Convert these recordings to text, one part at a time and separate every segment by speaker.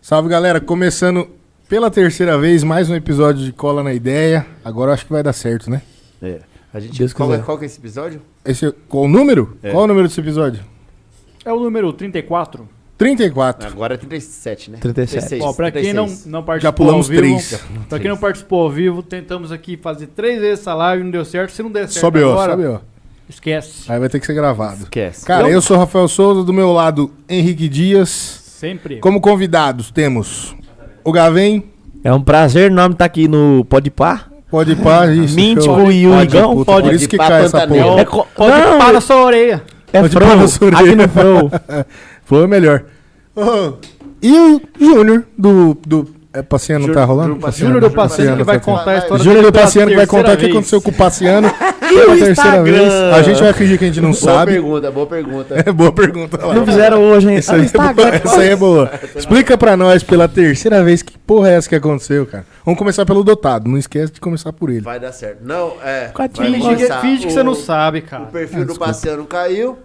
Speaker 1: Salve galera, começando pela terceira vez mais um episódio de Cola na Ideia. Agora eu acho que vai dar certo, né?
Speaker 2: É. A gente
Speaker 3: Deus
Speaker 2: qual, é,
Speaker 3: quiser.
Speaker 2: qual que é esse episódio?
Speaker 1: Esse, qual o número?
Speaker 2: É.
Speaker 1: Qual o número desse episódio?
Speaker 4: É o número 34.
Speaker 1: 34.
Speaker 2: Agora é 37, né?
Speaker 3: 37.
Speaker 4: Ó, pra quem não,
Speaker 2: 36.
Speaker 4: não participou
Speaker 1: Já pulamos
Speaker 4: ao vivo,
Speaker 1: três.
Speaker 4: Pra quem não participou ao vivo, tentamos aqui fazer três vezes essa live, não deu certo. Se não der certo
Speaker 1: Sobe, ó,
Speaker 4: agora,
Speaker 1: sobe, ó.
Speaker 4: esquece.
Speaker 1: Aí vai ter que ser gravado.
Speaker 2: Esquece.
Speaker 1: Cara, eu sou Rafael Souza, do meu lado, Henrique Dias.
Speaker 4: Sempre.
Speaker 1: Como convidados temos o Gavem,
Speaker 3: É um prazer enorme estar aqui no Podpah.
Speaker 1: pode pá, isso.
Speaker 3: Minto
Speaker 1: show.
Speaker 3: com o Igão,
Speaker 1: puta,
Speaker 3: pode
Speaker 1: Por isso que
Speaker 2: pá,
Speaker 1: cai essa
Speaker 2: Pantanel.
Speaker 1: porra.
Speaker 3: É co-
Speaker 4: Pode
Speaker 3: Não,
Speaker 4: parar na sua orelha.
Speaker 3: É
Speaker 1: Pode
Speaker 3: Flow,
Speaker 1: parar sobre
Speaker 3: aqui
Speaker 1: ele.
Speaker 3: no Flow.
Speaker 1: Foi o melhor. Ô, E o Júnior do. do é, Passeano
Speaker 2: Júnior-
Speaker 1: tá rolando?
Speaker 2: Júnior Passeano.
Speaker 4: Júnior do Paciano que vai
Speaker 1: tá rolando.
Speaker 4: contar a história
Speaker 1: Júnior do
Speaker 4: dele pela
Speaker 1: Passeano que vai contar o que
Speaker 4: terceira
Speaker 1: aconteceu
Speaker 4: vez.
Speaker 1: com o Passeano
Speaker 3: E o
Speaker 1: pela terceira
Speaker 3: Instagram?
Speaker 1: vez. A gente vai fingir que a gente não
Speaker 2: Boa
Speaker 1: sabe.
Speaker 2: pergunta, boa pergunta.
Speaker 1: É boa pergunta. lá.
Speaker 3: Não fizeram hoje, hein?
Speaker 1: Essa
Speaker 3: Ah,
Speaker 1: aí, é
Speaker 3: Instagram.
Speaker 1: boa, essa aí é boa. Explica pra nós pela terceira vez que porra é essa que aconteceu, cara. Vamos começar pelo dotado, não esquece de começar por ele.
Speaker 2: Vai dar certo. Não, é.
Speaker 3: Quatro
Speaker 2: vai
Speaker 3: mil.
Speaker 4: Finge que-
Speaker 2: começar.
Speaker 4: Finge que você não
Speaker 2: O-
Speaker 4: sabe,
Speaker 2: O
Speaker 4: cara.
Speaker 2: perfil do Passeano caiu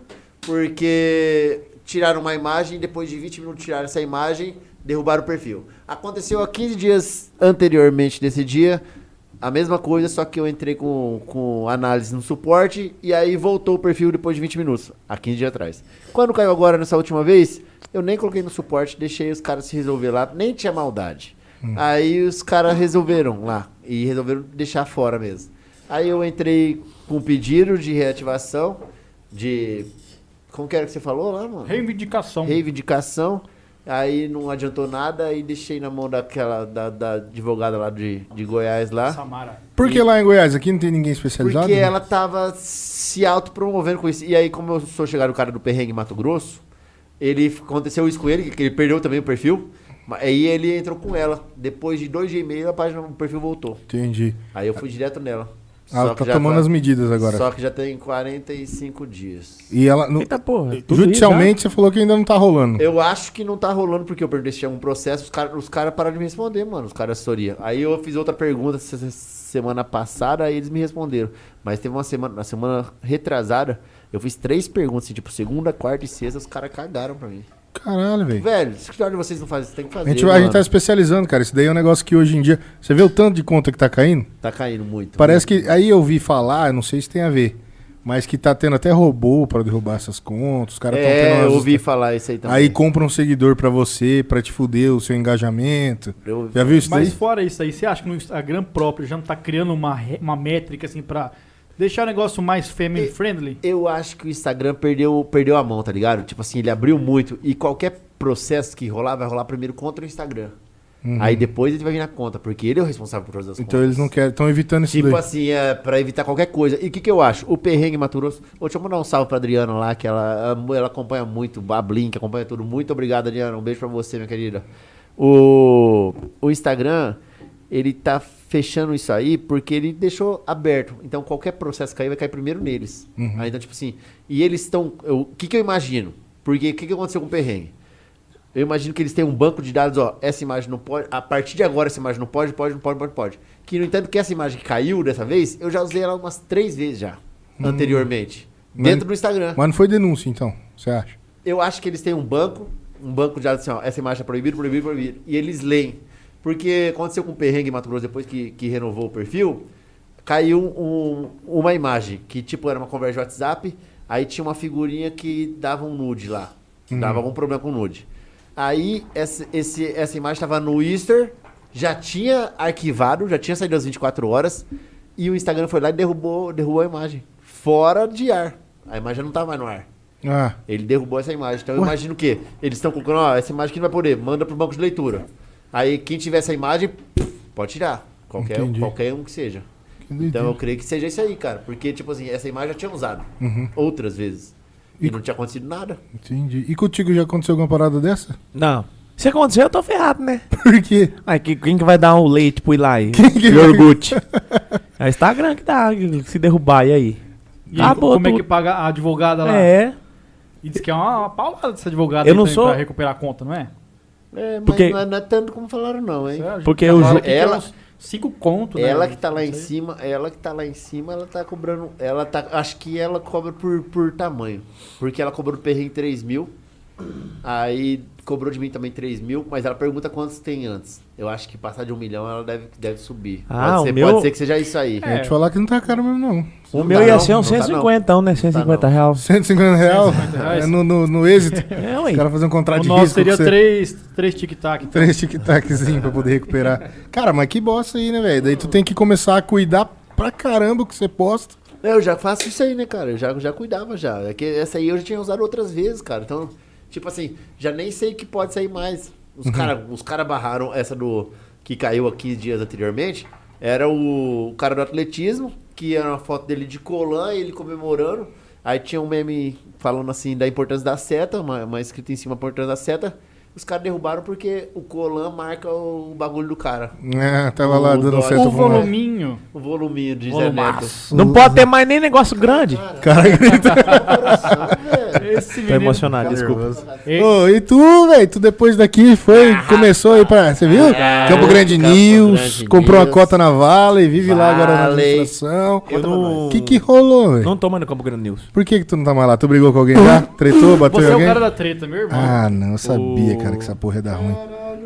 Speaker 2: porque tiraram uma imagem, depois de 20 minutos tiraram essa imagem, derrubaram o perfil. Aconteceu há 15 dias anteriormente desse dia, a mesma coisa, só que eu entrei com, com análise no suporte e aí voltou o perfil depois de 20 minutos, há 15 dias atrás. Quando caiu agora nessa última vez, eu nem coloquei no suporte, deixei os caras se resolver lá, nem tinha maldade. Aí os caras resolveram lá e resolveram deixar fora mesmo. Aí eu entrei com um pedido de reativação, de. Como que era que você falou lá, mano?
Speaker 4: Reivindicação.
Speaker 2: Reivindicação. Aí não adiantou nada e deixei na mão daquela da, da advogada lá de, de Goiás lá.
Speaker 4: Samara.
Speaker 1: Por que lá em Goiás? Aqui não tem ninguém especializado?
Speaker 2: Porque
Speaker 1: né?
Speaker 2: ela tava se autopromovendo com isso. E aí, como eu sou chegado o cara do perrengue Mato Grosso, ele aconteceu isso com ele, que ele perdeu também o perfil. Ma- Aí ele entrou com ela. Depois de dois dias e meio, a página do perfil voltou.
Speaker 1: Entendi.
Speaker 2: Aí eu fui direto nela.
Speaker 1: Ela
Speaker 2: Só que
Speaker 1: tá
Speaker 2: já
Speaker 1: tomando
Speaker 2: tá-
Speaker 1: as medidas agora.
Speaker 2: Só Então, que já tem 45 dias.
Speaker 1: E ela. não-
Speaker 3: Eita porra. tudo
Speaker 1: judicialmente você falou que ainda não tá rolando.
Speaker 2: Eu acho que não tá rolando, porque eu perguntei se tinha um processo, os caras os cara pararam de me responder, mano, os caras da assessoria. Aí eu fiz outra pergunta se- se- semana passada, aí eles me responderam. Mas teve uma semana, na semana retrasada, eu fiz três perguntas, assim, tipo, segunda, quarta e sexta, os caras cagaram pra mim.
Speaker 1: Caralho, velho.
Speaker 2: Velho, se de vocês não fazem, isso, tem que
Speaker 1: A
Speaker 2: fazer.
Speaker 1: gente, vai- a gente tá
Speaker 2: mano.
Speaker 1: especializando, cara. Isso daí é um negócio que hoje em dia. Você vê o tanto de conta que tá caindo?
Speaker 2: Tá caindo muito.
Speaker 1: Parece que. Aí eu vi falar, eu não sei se tem a ver. Mas que tá tendo até robô pra derrubar essas contas. Os caras tão
Speaker 2: É,
Speaker 1: tendo.
Speaker 2: eu
Speaker 1: umas-
Speaker 2: ouvi falar isso aí também.
Speaker 1: Aí compra um seguidor pra você, pra te fuder o seu engajamento.
Speaker 2: Eu-
Speaker 1: Já viu isso daí?
Speaker 4: Mas fora isso aí, você acha que no Instagram próprio já não tá criando uma, re- uma métrica assim pra deixar o negócio mais family friendly?
Speaker 2: Eu acho que o Instagram perdeu, perdeu a mão, tá ligado? Tipo assim, ele abriu muito e qualquer processo que rolar vai rolar primeiro contra o Instagram. Aí depois ele vai vir na conta, porque ele é o responsável por todas as
Speaker 1: Uhum. Então
Speaker 2: contas.
Speaker 1: eles não querem. Estão evitando isso
Speaker 2: Tipo
Speaker 1: daí.
Speaker 2: assim, é pra evitar qualquer coisa. E o que, que eu acho? O perrengue Mato Grosso. Ô, deixa eu mandar um salve pra Adriana lá, que ela, am- ela acompanha muito, a Blink acompanha tudo. Muito obrigado, Adriana. Um beijo pra você, minha querida. O, o Instagram, ele tá fechando isso aí porque ele deixou aberto. Então qualquer processo cair vai cair primeiro neles. Aí, então, tipo assim, e eles estão. eu- O que, que eu imagino? Porque o que, que aconteceu com o perrengue? Eu imagino que eles têm um banco de dados, ó, essa imagem não pode, a partir de agora essa imagem não pode, pode, não pode, pode, pode. Que no entanto que essa imagem que caiu dessa vez, eu já usei ela umas três vezes já, anteriormente,
Speaker 1: Mas-
Speaker 2: dentro do Instagram.
Speaker 1: Mas não foi denúncia, então, você acha?
Speaker 2: Eu acho que eles têm um banco, um banco de dados assim, ó, essa imagem é proibida, proibida, proibida, e eles leem. Porque aconteceu com o Perrengue em Mato Grosso, depois que, que renovou o perfil, caiu um- uma imagem, que tipo, era uma conversa de WhatsApp, aí tinha uma figurinha que dava um nude lá, dava algum problema com nude. Aí essa, esse- essa imagem estava no Easter, já tinha arquivado, já tinha saído às 24 horas, e o Instagram foi lá e derrubou, derrubou a imagem, fora de ar. A imagem não estava mais no ar.
Speaker 1: Ah.
Speaker 2: Ele derrubou essa imagem. Então eu imagino o quê? Eles estão colocando, ó, essa imagem que não vai poder, manda pro banco de leitura. Aí quem tiver essa imagem, pode tirar. Qualquer, um-
Speaker 1: Entendi.
Speaker 2: qualquer um que seja.
Speaker 1: Que doideira.
Speaker 2: Então eu creio que seja isso aí, cara. Porque, tipo assim, essa imagem já tinha usado outras vezes. E, não tinha acontecido nada.
Speaker 1: Entendi. E contigo já aconteceu alguma parada dessa?
Speaker 3: isso, Não. Se acontecer, eu tô ferrado, né?
Speaker 1: Por quê?
Speaker 3: Ai, que, quem que vai dar um leite pro Ilai?
Speaker 1: que vai-
Speaker 3: Yorgut. É o Instagram que dá, que se derrubar, e aí?
Speaker 4: E
Speaker 3: Acabou
Speaker 4: como é
Speaker 3: tudo.
Speaker 4: que paga a advogada Tá lá?
Speaker 3: É,
Speaker 4: E diz que é uma, uma paulada dessa advogada
Speaker 3: Eu
Speaker 4: aí
Speaker 3: não
Speaker 4: também
Speaker 3: sou-
Speaker 4: pra recuperar a conta, não é?
Speaker 2: É, mas
Speaker 3: Porque-
Speaker 2: não, é, não é tanto como falaram, não, hein?
Speaker 4: É, a gente
Speaker 3: Porque
Speaker 4: já
Speaker 3: o
Speaker 4: fala
Speaker 3: ju-
Speaker 4: aqui que é
Speaker 2: ela-
Speaker 4: uns Cinco conto, né?
Speaker 2: Ela que tá lá em
Speaker 4: Isso aí.
Speaker 2: cima, ela que tá lá em cima, ela tá cobrando. Ela tá. Acho que ela cobra por, por tamanho. Porque ela cobrou do perrengue 3 mil. Aí cobrou de mim também 3 mil, mas ela pergunta quantos tem antes. Eu acho que passar de um milhão ela deve, deve subir.
Speaker 5: Ah,
Speaker 2: pode,
Speaker 5: o
Speaker 2: ser,
Speaker 5: meu-
Speaker 2: pode ser que seja isso aí.
Speaker 1: Eu ia te falar que não tá caro mesmo, não.
Speaker 5: O
Speaker 2: Não
Speaker 5: meu
Speaker 2: dá
Speaker 5: ia
Speaker 2: não,
Speaker 3: um
Speaker 5: ser uns
Speaker 2: não dá
Speaker 5: 150, né? 150 reais.
Speaker 1: 150 reais
Speaker 4: reais.
Speaker 1: é no, no, no êxito.
Speaker 5: É,
Speaker 1: O
Speaker 5: ué.
Speaker 1: cara fazer um contrato
Speaker 4: O
Speaker 1: de
Speaker 4: nosso
Speaker 1: risco
Speaker 4: teria
Speaker 1: com você.
Speaker 4: três, três tic-tac. então.
Speaker 1: Três tic-taczinhos pra poder recuperar. Cara, mas que bosta aí, né, velho? Daí tu tem que começar a cuidar pra caramba o que você posta.
Speaker 2: É, Eu já faço isso aí, né, cara? Eu já, já cuidava já. É que essa aí eu já tinha usado outras vezes, cara. Então, tipo assim, já nem sei que pode sair mais. Os caras os cara barraram essa do. que caiu há 15 dias anteriormente. Era o, o cara do atletismo, que era uma foto dele de colã, ele comemorando. Aí tinha um meme falando assim da importância da seta, uma, uma escrita em cima da importância da seta. Os caras derrubaram porque o colã marca o bagulho do cara.
Speaker 1: Ah, tava lá
Speaker 2: O
Speaker 1: dando
Speaker 2: dólar.
Speaker 1: certo.
Speaker 4: O
Speaker 1: pro moleque.
Speaker 4: Um voluminho.
Speaker 2: O voluminho de Zé Neto.
Speaker 5: Volumaço. Não pode ter mais nem negócio grande.
Speaker 1: Ah,
Speaker 4: Esse
Speaker 5: Tô
Speaker 4: menino.
Speaker 5: emocionado, desculpa.
Speaker 4: Ei,
Speaker 1: Ô, e tu, velho? Tu depois daqui foi, começou aí pra. Você viu? Campo Grande
Speaker 2: Campo
Speaker 1: News,
Speaker 2: Grande
Speaker 1: comprou
Speaker 2: News.
Speaker 1: a cota na Vale, vive lá agora na
Speaker 2: Vale.
Speaker 1: administração.
Speaker 5: Eu não.
Speaker 1: O que que rolou, velho?
Speaker 5: Não tô mais no Campo Grande News.
Speaker 1: Por que que tu não tá mais lá? Tu brigou com alguém lá? Tretou, bateu
Speaker 4: Você
Speaker 1: em
Speaker 4: é o
Speaker 1: alguém?
Speaker 4: cara da treta, meu irmão.
Speaker 1: Ah, não, eu sabia,
Speaker 5: O-
Speaker 1: cara, que essa porra ia dar ruim.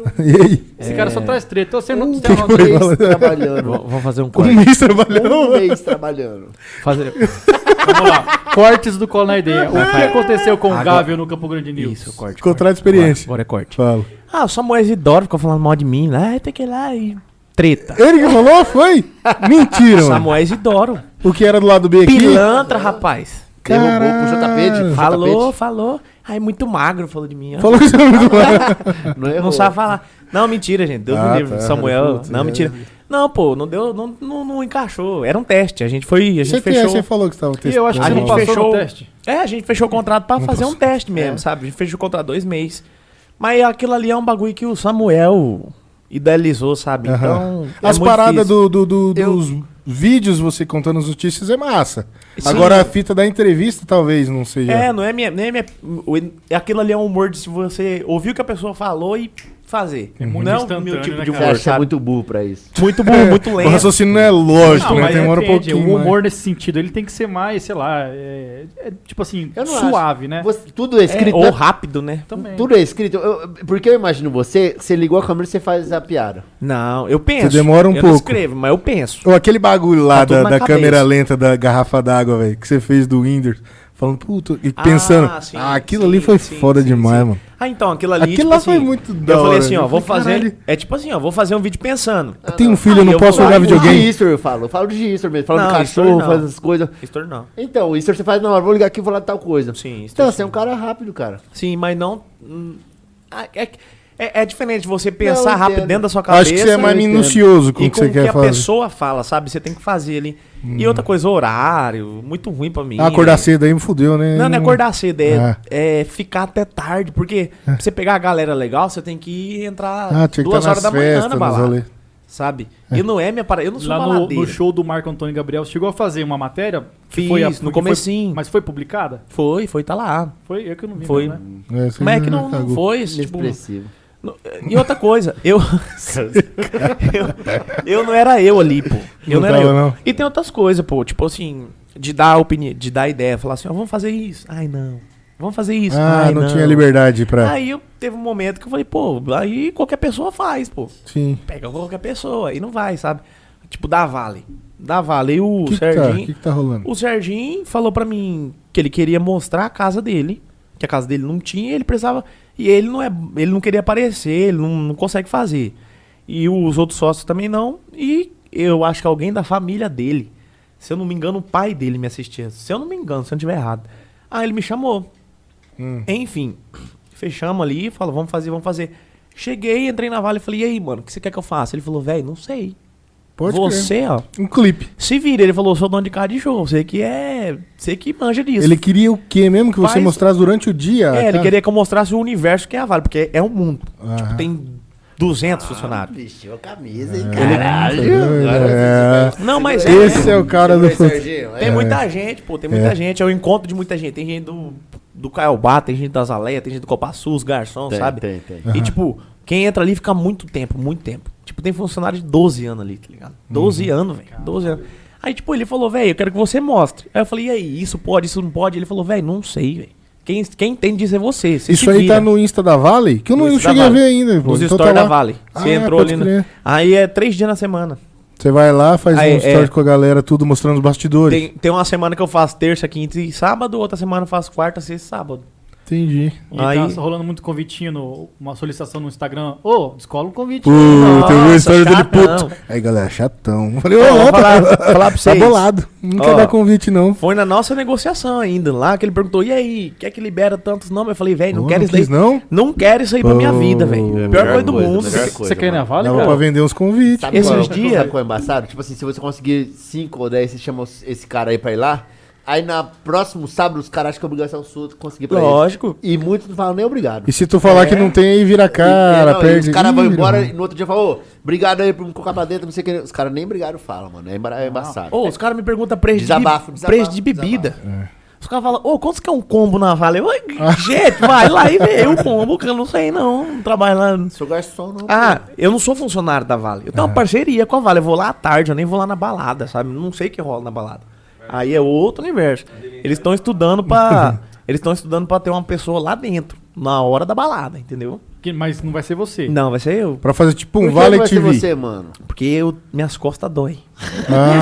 Speaker 1: e aí?
Speaker 4: Esse cara só traz treta. Você não
Speaker 2: Um
Speaker 4: tem uma
Speaker 1: foi?
Speaker 2: mês trabalhando.
Speaker 5: Vamos vamos fazer um
Speaker 1: Um
Speaker 5: corte.
Speaker 1: mês trabalhou?
Speaker 2: Um mês trabalhando.
Speaker 5: Fazer...
Speaker 4: Vamos lá. Cortes do Colo na Ideia. O que aconteceu com o
Speaker 5: Agora-
Speaker 4: Gávio no Campo Grande News?
Speaker 5: Isso, corte.
Speaker 1: Contrato de
Speaker 5: Agora,
Speaker 1: experiência.
Speaker 5: agora é corte.
Speaker 1: Fala.
Speaker 5: Ah, o Samuel Isidoro ficou falando mal de mim lá. "Ah, Tem que ir lá e. Treta.
Speaker 1: Ele que falou? Foi? Mentira, mano.
Speaker 5: Samuel Isidoro.
Speaker 1: O que era do lado B aqui?
Speaker 5: Pilantra, rapaz.
Speaker 1: Caralho.
Speaker 2: Derrubou, puxou tapete.
Speaker 5: Falou, falou. Ai, muito magro, falou de mim. ó.
Speaker 1: Falou que você não
Speaker 2: Não errou.
Speaker 5: Não sabe falar. Não, mentira, gente. Deus
Speaker 1: Ah,
Speaker 5: me livre.
Speaker 1: tá.
Speaker 5: Samuel,
Speaker 1: Putz,
Speaker 5: não,
Speaker 1: é.
Speaker 5: mentira. Não, pô, não deu, não, não, não encaixou. Era um teste. A gente foi, a gente
Speaker 1: Você,
Speaker 5: fechou.
Speaker 1: você falou que você tava
Speaker 4: E eu acho que
Speaker 5: A
Speaker 4: você não
Speaker 5: gente
Speaker 4: passou
Speaker 5: fechou-
Speaker 4: no teste.
Speaker 5: É, a gente fechou o contrato pra fazer um teste
Speaker 1: É.
Speaker 5: mesmo, sabe? A gente fechou o contrato dois meses. Mas aquilo ali é um bagulho que o Samuel idealizou, sabe? Então. é
Speaker 1: As
Speaker 5: muito
Speaker 1: paradas
Speaker 5: difícil.
Speaker 1: do, do- do-
Speaker 2: Eu-
Speaker 1: dos vídeos, você contando as notícias, é massa.
Speaker 5: Sim.
Speaker 1: Agora a fita da entrevista talvez não seja.
Speaker 5: É, não é minha. Não é minha o- aquilo ali é um humor de se você ouvir o que a pessoa falou e fazer.
Speaker 4: É muito
Speaker 5: não
Speaker 4: instantâneo,
Speaker 5: meu tipo
Speaker 4: né,
Speaker 5: de
Speaker 2: Você
Speaker 5: humor,
Speaker 2: acha que é
Speaker 5: sabe?
Speaker 2: muito burro pra isso.
Speaker 5: Muito bom, muito
Speaker 1: É, O
Speaker 5: lento. é
Speaker 1: raciocínio não é lógico,
Speaker 4: Não,
Speaker 1: né?
Speaker 4: mas
Speaker 1: Demora um
Speaker 4: depende.
Speaker 1: pouquinho.
Speaker 4: O humor
Speaker 1: mas-
Speaker 4: nesse sentido, ele tem que ser mais, sei lá, é, é tipo assim,
Speaker 2: Eu não
Speaker 4: suave,
Speaker 2: acho.
Speaker 4: né?
Speaker 2: Você- tudo é
Speaker 5: É,
Speaker 2: escrito.
Speaker 5: ou
Speaker 2: né?
Speaker 5: rápido, né?
Speaker 4: Também.
Speaker 2: Tudo é escrito. Eu- porque eu imagino você, você ligou a câmera e você faz a piada.
Speaker 5: Não, eu penso.
Speaker 1: Você demora um
Speaker 5: eu
Speaker 1: pouco.
Speaker 5: não escrevo, mas eu penso.
Speaker 1: Ou aquele bagulho lá
Speaker 5: Tá tudo
Speaker 1: da,
Speaker 5: na
Speaker 1: da
Speaker 5: cabeça.
Speaker 1: câmera lenta da garrafa d'água, velho, que você fez do Windows. Falando, puta, e
Speaker 5: Ah,
Speaker 1: pensando,
Speaker 5: sim,
Speaker 1: ah, aquilo
Speaker 5: sim,
Speaker 1: ali foi
Speaker 5: sim,
Speaker 1: foda
Speaker 5: sim,
Speaker 1: demais,
Speaker 5: sim.
Speaker 1: mano.
Speaker 5: Ah, então, aquilo ali.
Speaker 1: Aquilo lá foi muito da
Speaker 5: Eu falei
Speaker 1: hora, né?
Speaker 5: assim, ó,
Speaker 1: eu
Speaker 5: vou
Speaker 1: falei,
Speaker 5: fazer.
Speaker 1: caralho.
Speaker 5: É tipo assim, ó, vou fazer um vídeo pensando.
Speaker 1: Eu tenho um filho, eu
Speaker 5: Ah,
Speaker 1: não
Speaker 5: eu
Speaker 1: posso
Speaker 5: vou lá
Speaker 1: jogar
Speaker 5: e-
Speaker 2: O
Speaker 1: videogame.
Speaker 2: Easter eu falo. Eu falo de Easter mesmo. Falo
Speaker 5: Não,
Speaker 2: de cachorro,
Speaker 5: Easter não.
Speaker 2: faz as coisas.
Speaker 5: Isso não.
Speaker 2: Então, o Easter você faz, não, eu vou ligar aqui e vou lá tal coisa.
Speaker 5: Sim, Easter
Speaker 2: Então,
Speaker 5: sim.
Speaker 1: assim,
Speaker 2: você é um cara rápido, cara.
Speaker 5: Sim, mas não. hum, ah, É, é, é diferente você pensar
Speaker 2: Não,
Speaker 5: rápido
Speaker 2: entendo.
Speaker 5: dentro da sua cabeça.
Speaker 1: Acho que você é mais
Speaker 2: eu entendo.
Speaker 1: minucioso com
Speaker 5: E
Speaker 1: o que
Speaker 5: com
Speaker 1: você
Speaker 5: o que
Speaker 1: quer
Speaker 5: a
Speaker 1: fazer.
Speaker 5: pessoa fala, sabe? Você tem que fazer ali. E outra coisa, horário, muito ruim pra mim.
Speaker 1: Ah, acordar cedo aí me fudeu, né?
Speaker 5: Não, não é acordar cedo, é,
Speaker 1: Ah.
Speaker 5: é ficar até tarde, porque pra você pegar a galera legal, você tem que entrar
Speaker 1: Ah, tinha que
Speaker 5: duas
Speaker 1: estar
Speaker 5: horas
Speaker 1: nas
Speaker 5: da manhã
Speaker 1: festas,
Speaker 5: na
Speaker 1: nos
Speaker 5: balada.
Speaker 1: rolê. É,
Speaker 5: Sabe? E não é minha parada, eu não sou
Speaker 4: Lá no,
Speaker 5: baladeiro.
Speaker 4: no show do Marco Antônio Gabriel, você chegou a fazer uma matéria?
Speaker 5: Fiz, no
Speaker 4: que
Speaker 5: comecinho.
Speaker 4: mas foi publicada?
Speaker 5: Foi, foi, tá lá.
Speaker 4: Foi, eu que não vi.
Speaker 5: Foi.
Speaker 4: mesmo, né?
Speaker 1: É, você
Speaker 5: Mas é que
Speaker 1: já
Speaker 5: não, não
Speaker 1: cagou.
Speaker 5: foi, tipo...
Speaker 2: Expressivo.
Speaker 5: não- E outra coisa, eu... eu... eu não era eu ali, pô. Eu
Speaker 1: Não
Speaker 5: não, era
Speaker 1: tava,
Speaker 5: eu.
Speaker 1: não.
Speaker 5: E tem outras coisas, pô. Tipo assim, de dar opinião, de dar ideia. Falar assim, ó, vamos fazer isso. Ai, não. Vamos fazer isso.
Speaker 1: Ah,
Speaker 5: Ai,
Speaker 1: não, tinha liberdade pra.
Speaker 5: Aí eu teve um momento que eu falei, pô, aí qualquer pessoa faz, pô.
Speaker 1: Sim.
Speaker 5: Pega qualquer pessoa e não vai, sabe? Tipo, dá vale. Dá vale. E o
Speaker 1: O que, que, tá,
Speaker 5: Serginho...
Speaker 1: que, que tá rolando?
Speaker 5: O Serginho falou pra mim que ele queria mostrar a casa dele, que a casa dele não tinha, ele precisava e ele não é, ele não queria aparecer, ele não, não consegue fazer. E os outros sócios também não, e eu acho que alguém da família dele, se eu não me engano, o pai dele me assistia. Se eu não me engano, se eu não estiver errado. Ah, ele me chamou.
Speaker 1: Hum.
Speaker 5: Enfim, fechamos ali, falou, vamos fazer, vamos fazer. Cheguei, entrei na Vale e falei: "E aí, mano, o que você quer que eu faça?" Ele falou: "Velho, não sei.
Speaker 1: Pode
Speaker 5: você, ó,
Speaker 1: crer. Um clipe.
Speaker 5: se vira, ele falou, sou dono de casa de show, você que é. Você que manja disso.
Speaker 1: Ele Ah, tá. queria o quê mesmo que você
Speaker 5: Faz-
Speaker 1: mostrasse durante o dia?
Speaker 5: é, ele
Speaker 1: cara?
Speaker 5: queria que eu mostrasse o universo que é a Vale, porque é um mundo.
Speaker 1: Aham.
Speaker 5: Tipo, tem
Speaker 2: Ah,
Speaker 5: 200 funcionários.
Speaker 2: Vestiu a camisa, hein,
Speaker 1: Caralho.
Speaker 2: Agora você-
Speaker 5: Não, mas é.
Speaker 1: Esse é o cara do
Speaker 2: Vai,
Speaker 1: futebol.
Speaker 2: Serginho,
Speaker 5: Tem
Speaker 2: é.
Speaker 5: muita gente, pô, tem muita gente. É o encontro de muita gente. Tem gente do, do Caiobá, tem gente da Zaleia, tem gente do Copaçu, os garçons,
Speaker 2: Tem,
Speaker 5: sabe?
Speaker 2: tem, tem.
Speaker 5: E, tipo, quem entra ali fica muito tempo, muito tempo. Tipo, tem funcionário de 12 anos ali, tá ligado? 12
Speaker 1: Uhum.
Speaker 5: anos, velho. 12 anos. Aí, tipo, ele falou, velho, eu quero que você mostre. Aí eu falei, e aí, isso pode, isso não pode? Ele falou, velho, não sei, velho. Quem, quem entende disso é você. você
Speaker 1: Isso
Speaker 5: se
Speaker 1: aí
Speaker 5: vira.
Speaker 1: tá no Insta da Vale? Que eu não
Speaker 5: No
Speaker 1: eu
Speaker 5: Insta da
Speaker 1: cheguei a
Speaker 5: Vale.
Speaker 1: ver ainda. pô.
Speaker 5: Nos
Speaker 1: Então tá
Speaker 5: stories da
Speaker 1: lá.
Speaker 5: Vale. Você
Speaker 1: Ah,
Speaker 5: entrou
Speaker 1: pode
Speaker 5: ali. no-
Speaker 1: crer.
Speaker 5: Aí é três dias na semana.
Speaker 1: Você vai lá, faz
Speaker 5: Aí,
Speaker 1: um story
Speaker 5: é.
Speaker 1: com a galera, tudo mostrando os bastidores.
Speaker 5: Tem, tem uma semana que eu faço terça, quinta e sábado, outra semana eu faço quarta, sexta e sábado.
Speaker 1: Entendi.
Speaker 4: E
Speaker 5: Aí-
Speaker 4: tá rolando muito convitinho, no- uma solicitação no Instagram. Ô, descola um convite.
Speaker 1: Pô, tem uma
Speaker 5: Nossa,
Speaker 1: história dele
Speaker 5: chatão.
Speaker 1: puto. Aí, galera, chatão. Falei, ô,
Speaker 5: Ó, Então, vou
Speaker 1: ó,
Speaker 5: falar-
Speaker 1: tá,
Speaker 5: falar pra
Speaker 1: tá
Speaker 5: vocês.
Speaker 1: bolado. Não quer
Speaker 5: Ó.
Speaker 1: dar convite, não.
Speaker 5: Foi na nossa negociação ainda, lá que ele perguntou, e aí, quer que libera tantos nomes? Eu falei, velho, não
Speaker 1: Ô,
Speaker 5: quero
Speaker 1: Oh, não
Speaker 5: isso daí.
Speaker 1: quis, não?
Speaker 5: Não quero isso aí pra minha
Speaker 1: Pô.
Speaker 5: vida, velho.
Speaker 1: É a
Speaker 5: Pior
Speaker 1: melhor
Speaker 5: coisa do mundo.
Speaker 2: melhor
Speaker 4: Você- Você quer ir na Vale,
Speaker 1: Dava
Speaker 4: cara?
Speaker 1: pra vender uns convites.
Speaker 2: Sabe
Speaker 5: Esses
Speaker 2: qual,
Speaker 5: dias-
Speaker 2: Sabe qual é embaçado? Tipo assim, se você conseguir 5 ou 10, você chama os- esse cara aí pra ir lá. Aí na próximo sábado, os caras acham que é obrigação sua de conseguir pra
Speaker 5: Lógico.
Speaker 2: eles. E muitos não falam nem obrigado.
Speaker 1: E se tu falar que não tem, aí vira a cara,
Speaker 2: E- e- não, e
Speaker 1: perde.
Speaker 2: Os caras
Speaker 1: Ih,
Speaker 2: vão embora e
Speaker 1: mano.
Speaker 2: no outro dia falam, ô, obrigado aí por me colocar pra dentro, não sei o que. Os caras nem obrigado falam, mano. É embara- é embaçado.
Speaker 5: Ô, os caras me perguntam preço,
Speaker 2: Desabafo,
Speaker 5: de,
Speaker 2: desabafo,
Speaker 5: preço de bebida. Os caras falam, ô, quanto que é um combo na Vale? Eu, gente, vai lá e vê o combo, que eu não sei não, não trabalho lá.
Speaker 2: Seu garçom um não.
Speaker 5: Ah, eu não sou funcionário da Vale. Eu tenho uma parceria com a Vale. Eu vou lá à tarde, eu nem vou lá na balada, sabe? Não sei o que rola na balada. Aí é outro universo. Eles estão estudando pra. Eles estão estudando pra ter uma pessoa lá dentro, na hora da balada, entendeu?
Speaker 4: Que- Mas não vai ser você.
Speaker 5: Não, vai ser eu.
Speaker 1: Pra fazer tipo
Speaker 2: Por
Speaker 1: um
Speaker 2: que
Speaker 1: Vale
Speaker 2: vai ser
Speaker 1: TV.
Speaker 2: você, mano.
Speaker 5: Porque eu, minhas costas dói.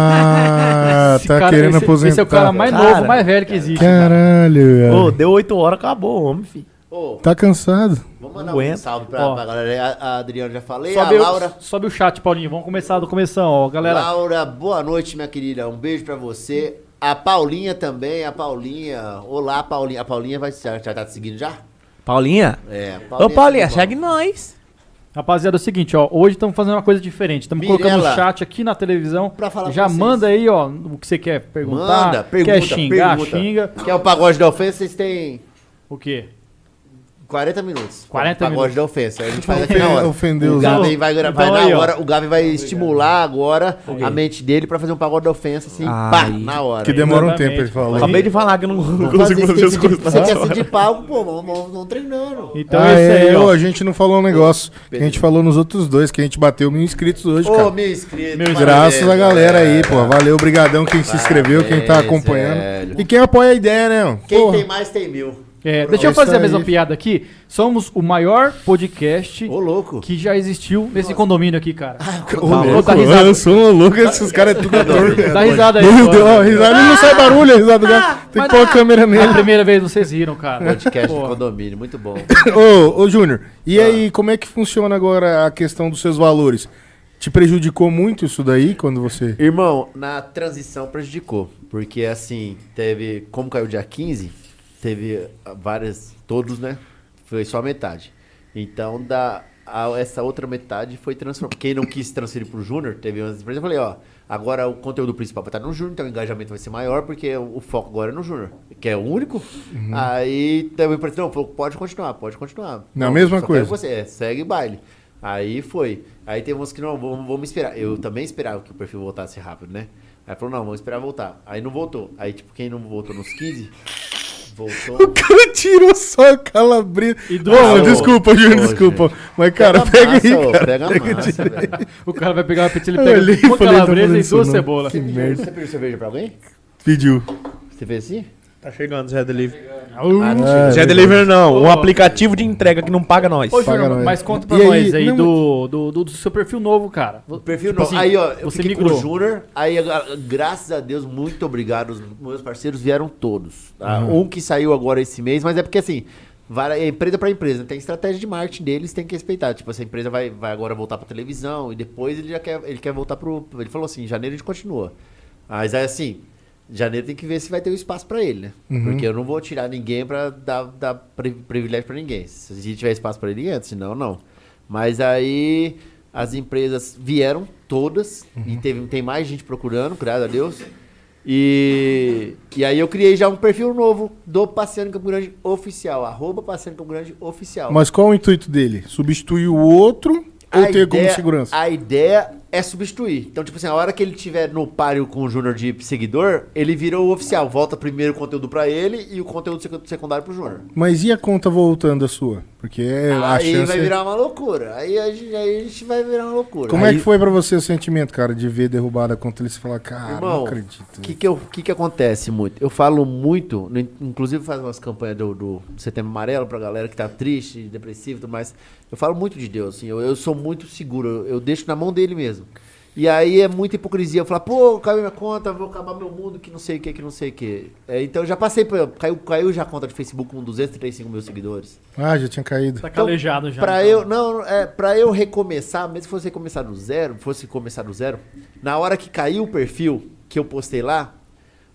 Speaker 1: Ah,
Speaker 4: Esse
Speaker 1: tá
Speaker 4: cara-
Speaker 1: querendo
Speaker 4: esse-
Speaker 1: aposentar.
Speaker 4: Esse é o cara mais
Speaker 5: Cara.
Speaker 4: novo, mais velho que existe.
Speaker 1: Caralho,
Speaker 5: Ô,
Speaker 1: velho.
Speaker 5: deu 8 horas, acabou, homem, filho.
Speaker 2: Ô,
Speaker 1: Tá cansado.
Speaker 2: vamos mandar um
Speaker 5: Aguenta.
Speaker 2: salve pra,
Speaker 4: Ó.
Speaker 2: pra galera. aí. A, a Adriana já falei,
Speaker 4: Sobe,
Speaker 2: a Laura.
Speaker 4: o, sobe o chat, Paulinho. Vamos começar do começo, ó, galera.
Speaker 2: Laura, boa noite, minha querida. Um beijo pra você. A Paulinha também, a Paulinha. Olá, Paulinha. A Paulinha vai já, já tá te seguindo já?
Speaker 5: Paulinha?
Speaker 2: É, a
Speaker 5: Ô, Paulinha,
Speaker 2: tá bom.
Speaker 5: segue nós.
Speaker 4: Rapaziada, é o seguinte, ó. Hoje estamos fazendo uma coisa diferente. Estamos
Speaker 2: Mirela.
Speaker 4: colocando o chat aqui na televisão.
Speaker 2: Pra falar
Speaker 4: Já
Speaker 2: com vocês.
Speaker 4: manda aí, ó, o que você quer perguntar.
Speaker 2: Manda, pergunta,
Speaker 4: Tá. quer xingar,
Speaker 2: pergunta.
Speaker 4: xinga.
Speaker 2: Quer o pagode da ofensa? Vocês têm
Speaker 4: O quê?
Speaker 2: 40 minutos.
Speaker 4: 40
Speaker 2: pagode
Speaker 4: minutos.
Speaker 2: da ofensa. A gente faz aqui na hora.
Speaker 1: Ofendeu
Speaker 2: o
Speaker 1: os
Speaker 2: Gabi vai,
Speaker 4: Então
Speaker 2: vai
Speaker 4: aí,
Speaker 2: na
Speaker 4: ó.
Speaker 2: hora, o Gabi vai estimular agora a mente dele pra fazer um pagode da ofensa, assim,
Speaker 5: Aí.
Speaker 2: pá, na hora.
Speaker 1: Ah, Que demora um
Speaker 4: Exatamente.
Speaker 1: tempo, ele falou.
Speaker 5: Acabei de falar que eu não, não
Speaker 2: Mas
Speaker 5: consigo fazer as
Speaker 2: esse- esse-
Speaker 5: coisas.
Speaker 2: Você quer ser de palco, pô, vamos, vamos, vamos treinando.
Speaker 4: Então
Speaker 1: ah,
Speaker 4: é isso aí,
Speaker 1: é,
Speaker 4: ó.
Speaker 1: ô, a gente não falou um negócio que a gente falou nos outros dois, que a gente bateu mil inscritos hoje,
Speaker 2: Ô,
Speaker 1: cara.
Speaker 2: meu inscrito.
Speaker 4: Meu
Speaker 2: parabéns,
Speaker 1: Graças a galera aí, pô.
Speaker 2: galera.
Speaker 1: Valeu, brigadão quem se inscreveu, quem tá
Speaker 2: Parabéns,
Speaker 1: acompanhando.
Speaker 2: velho.
Speaker 1: E quem apoia a ideia, né? mano?
Speaker 2: Quem
Speaker 1: Porra.
Speaker 2: tem mais tem mil.
Speaker 4: É,
Speaker 1: Pronto.
Speaker 4: deixa eu fazer a
Speaker 1: Isso
Speaker 4: mesma
Speaker 1: aí.
Speaker 4: piada aqui. Somos o maior podcast
Speaker 2: Ô, louco. Ah,
Speaker 4: que já existiu nesse condomínio aqui, cara.
Speaker 1: Ô,
Speaker 4: Tá
Speaker 1: louco,
Speaker 4: louco, dá
Speaker 1: eu
Speaker 4: risada.
Speaker 1: sou um louco, esses caras é tudo ator.
Speaker 4: Dá risada aí.
Speaker 1: Meu
Speaker 4: agora.
Speaker 1: Deus, ó, risada ele não sai barulho, a risada do
Speaker 2: Ah,
Speaker 1: cara. Tem que pôr a câmera
Speaker 4: É a
Speaker 1: nele.
Speaker 4: primeira vez que vocês riram, cara.
Speaker 2: Podcast de
Speaker 4: Pô.
Speaker 2: condomínio, muito bom.
Speaker 1: Ô, ô Júnior, e aí, como é que funciona agora a questão dos seus valores? Te prejudicou muito isso daí quando você.
Speaker 2: Irmão, na transição prejudicou, porque assim, teve, como caiu dia 15, teve ah, várias, todos, né? Foi só a metade. Então, da, a- essa outra metade foi transformada. Quem não quis transferir pro Júnior, teve umas empresas, eu falei, ó, agora o conteúdo principal vai estar no Júnior, então o engajamento vai ser maior, porque o, o foco agora é no Júnior, que é o único. Aí, teve uma empresa, não, falou, pode continuar, pode continuar.
Speaker 1: Na
Speaker 2: Não,
Speaker 1: mesma
Speaker 2: só
Speaker 1: coisa.
Speaker 2: quero você, é, segue baile. Aí foi. Aí tem uns que não, vamos, vamos esperar. Eu também esperava que o perfil voltasse rápido, né? Aí falou, não, vamos esperar voltar. Aí não voltou. Aí, tipo, quem não voltou nos 15, voltou.
Speaker 1: cara tirou só a calabresa.
Speaker 4: E do-
Speaker 1: Ô,
Speaker 2: Ah, ô,
Speaker 1: desculpa, Júnior,
Speaker 2: ô,
Speaker 1: desculpa. Mas,
Speaker 2: Pega
Speaker 1: cara,
Speaker 2: a
Speaker 1: pega
Speaker 2: Tá massa,
Speaker 1: aí,
Speaker 2: ô,
Speaker 1: cara.
Speaker 2: Pega a massa, velho.
Speaker 4: O cara vai pegar uma pizza, ele
Speaker 1: Eu
Speaker 4: pega
Speaker 1: olhei e
Speaker 4: uma
Speaker 1: falei, tá
Speaker 4: calabresa
Speaker 1: falando
Speaker 4: e
Speaker 1: isso
Speaker 4: duas
Speaker 1: não.
Speaker 4: cebolas.
Speaker 1: Que merda.
Speaker 2: Você pediu cerveja pra alguém?
Speaker 1: Pediu.
Speaker 2: Você fez assim?
Speaker 5: Tá chegando, Zé Delivery.
Speaker 2: Ah,
Speaker 4: Uh.
Speaker 2: não
Speaker 1: É,
Speaker 2: chegou.
Speaker 5: Zé Delivery não, um aplicativo de entrega que não paga nós.
Speaker 4: Ô,
Speaker 1: Paga
Speaker 4: Júnior,
Speaker 1: nós.
Speaker 4: mas conta pra
Speaker 1: E aí,
Speaker 4: nós aí
Speaker 1: não-
Speaker 4: do, do, do- do seu perfil novo, cara.
Speaker 2: O perfil
Speaker 4: Tipo
Speaker 2: não.
Speaker 4: assim,
Speaker 2: aí, ó, eu
Speaker 4: você
Speaker 2: fiquei com
Speaker 4: migrou.
Speaker 2: o Júnior. Aí, a- a- graças a Deus, muito obrigado. Os meus parceiros vieram todos. tá?
Speaker 4: Uhum.
Speaker 2: Um que saiu agora esse mês, mas é porque assim. Vara, é empresa pra empresa, tem estratégia de marketing deles, tem que respeitar. Tipo, essa empresa vai, vai agora voltar pra televisão e depois ele já quer, ele quer voltar pro. Ele falou assim: em janeiro a gente continua. Mas aí assim, janeiro tem que ver se vai ter um espaço pra ele, né?
Speaker 4: Uhum.
Speaker 2: Porque eu não vou tirar ninguém pra dar, dar pri- privilégio pra ninguém. Se tiver espaço pra ele, antes, senão não. Mas aí as empresas vieram todas e teve, tem mais gente procurando, graças a Deus. E, e aí eu criei já um perfil novo do Passeando em Campo Grande Oficial, arroba Passeando em Campo Grande Oficial.
Speaker 1: Mas qual é o intuito dele? Substituir o outro ou ter como
Speaker 2: ideia-
Speaker 1: segurança?
Speaker 2: A ideia é substituir. Então, tipo assim, a hora que ele tiver no páreo com o Júnior de seguidor, ele vira o oficial. Volta primeiro o conteúdo pra ele e o conteúdo secu- secundário pro Júnior.
Speaker 1: Mas e a conta voltando a sua? Porque É, a
Speaker 2: aí
Speaker 1: chance...
Speaker 2: Ah, vai virar uma loucura. Aí a gente, aí a gente vai virar uma loucura.
Speaker 1: Como é
Speaker 3: Aí-
Speaker 1: que foi pra você o sentimento, cara, de ver derrubada a conta e você falar, cara, Ah, não
Speaker 2: Irmão,
Speaker 1: acredito.
Speaker 2: O que que, eu- que que acontece muito? Eu falo muito, no- inclusive faz umas campanhas do, do Setembro Amarelo pra galera que tá triste, depressiva e tudo mais. Eu falo muito de Deus, assim, eu, eu sou muito seguro, eu, eu deixo na mão dele mesmo. E aí é muita hipocrisia, eu falar, pô, caiu minha conta, vou acabar meu mundo, que não sei o que, que não sei o que. É, então eu já passei por. Caiu, caiu já a conta de Facebook com 235 mil seguidores.
Speaker 1: Ah, já tinha caído.
Speaker 4: Tá calejado já.
Speaker 2: Então, Pra
Speaker 4: então.
Speaker 2: eu, não, é, pra eu recomeçar, mesmo se fosse recomeçar do zero, fosse começar do zero, na hora que caiu o perfil que eu postei lá,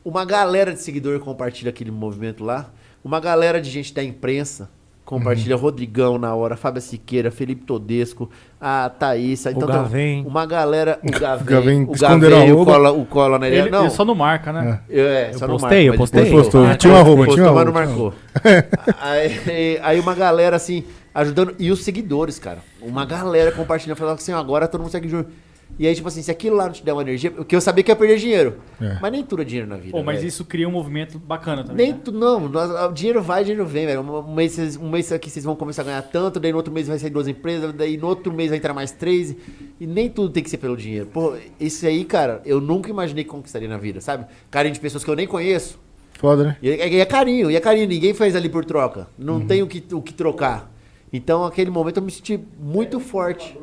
Speaker 2: uma galera de seguidor compartilha aquele movimento lá, uma galera de gente da imprensa
Speaker 1: Uhum.
Speaker 2: compartilha Rodrigão na hora, Fábio Siqueira, Felipe Todesco, a Thaís, a-
Speaker 3: O Gavém.
Speaker 2: uma galera, o Gavém,
Speaker 1: Gavém
Speaker 2: o
Speaker 1: esconderam
Speaker 2: Gavém,
Speaker 1: a
Speaker 2: o
Speaker 1: roupa.
Speaker 2: Cola, o Cola na
Speaker 4: Ele,
Speaker 2: ele, não.
Speaker 4: ele só não marca, né?
Speaker 2: Eu, é, só não
Speaker 3: postei, eu
Speaker 2: marca, mas
Speaker 3: postei.
Speaker 2: ele
Speaker 1: Ele postou, tinha uma arroba,
Speaker 2: postou,
Speaker 1: tinha uma
Speaker 2: mas não
Speaker 1: arroba,
Speaker 2: marcou. aí, aí uma galera, assim, ajudando. E os seguidores, cara. Uma galera compartilhando, falando assim, agora todo mundo segue junto. E aí, tipo assim, se aquilo lá não te der uma energia... Porque eu sabia que ia perder dinheiro.
Speaker 1: É.
Speaker 2: Mas nem tudo é dinheiro na vida,
Speaker 4: Pô, mas
Speaker 2: velho.
Speaker 4: isso cria um movimento bacana também.
Speaker 2: Nem
Speaker 4: né?
Speaker 2: tu, não, nós- o dinheiro vai, o dinheiro vem, velho. Um um mês, vocês- um mês aqui vocês vão começar a ganhar tanto, daí no outro mês vai sair duas empresas, daí no outro mês vai entrar mais três. E nem tudo tem que ser pelo dinheiro. Pô, isso aí, cara, eu nunca imaginei que conquistaria na vida, sabe? Carinho de pessoas que eu nem conheço.
Speaker 1: Foda, né?
Speaker 2: E é, e é carinho, e é carinho, ninguém faz ali por troca. Não tem o que, o que trocar. Então, aquele momento eu me senti muito forte.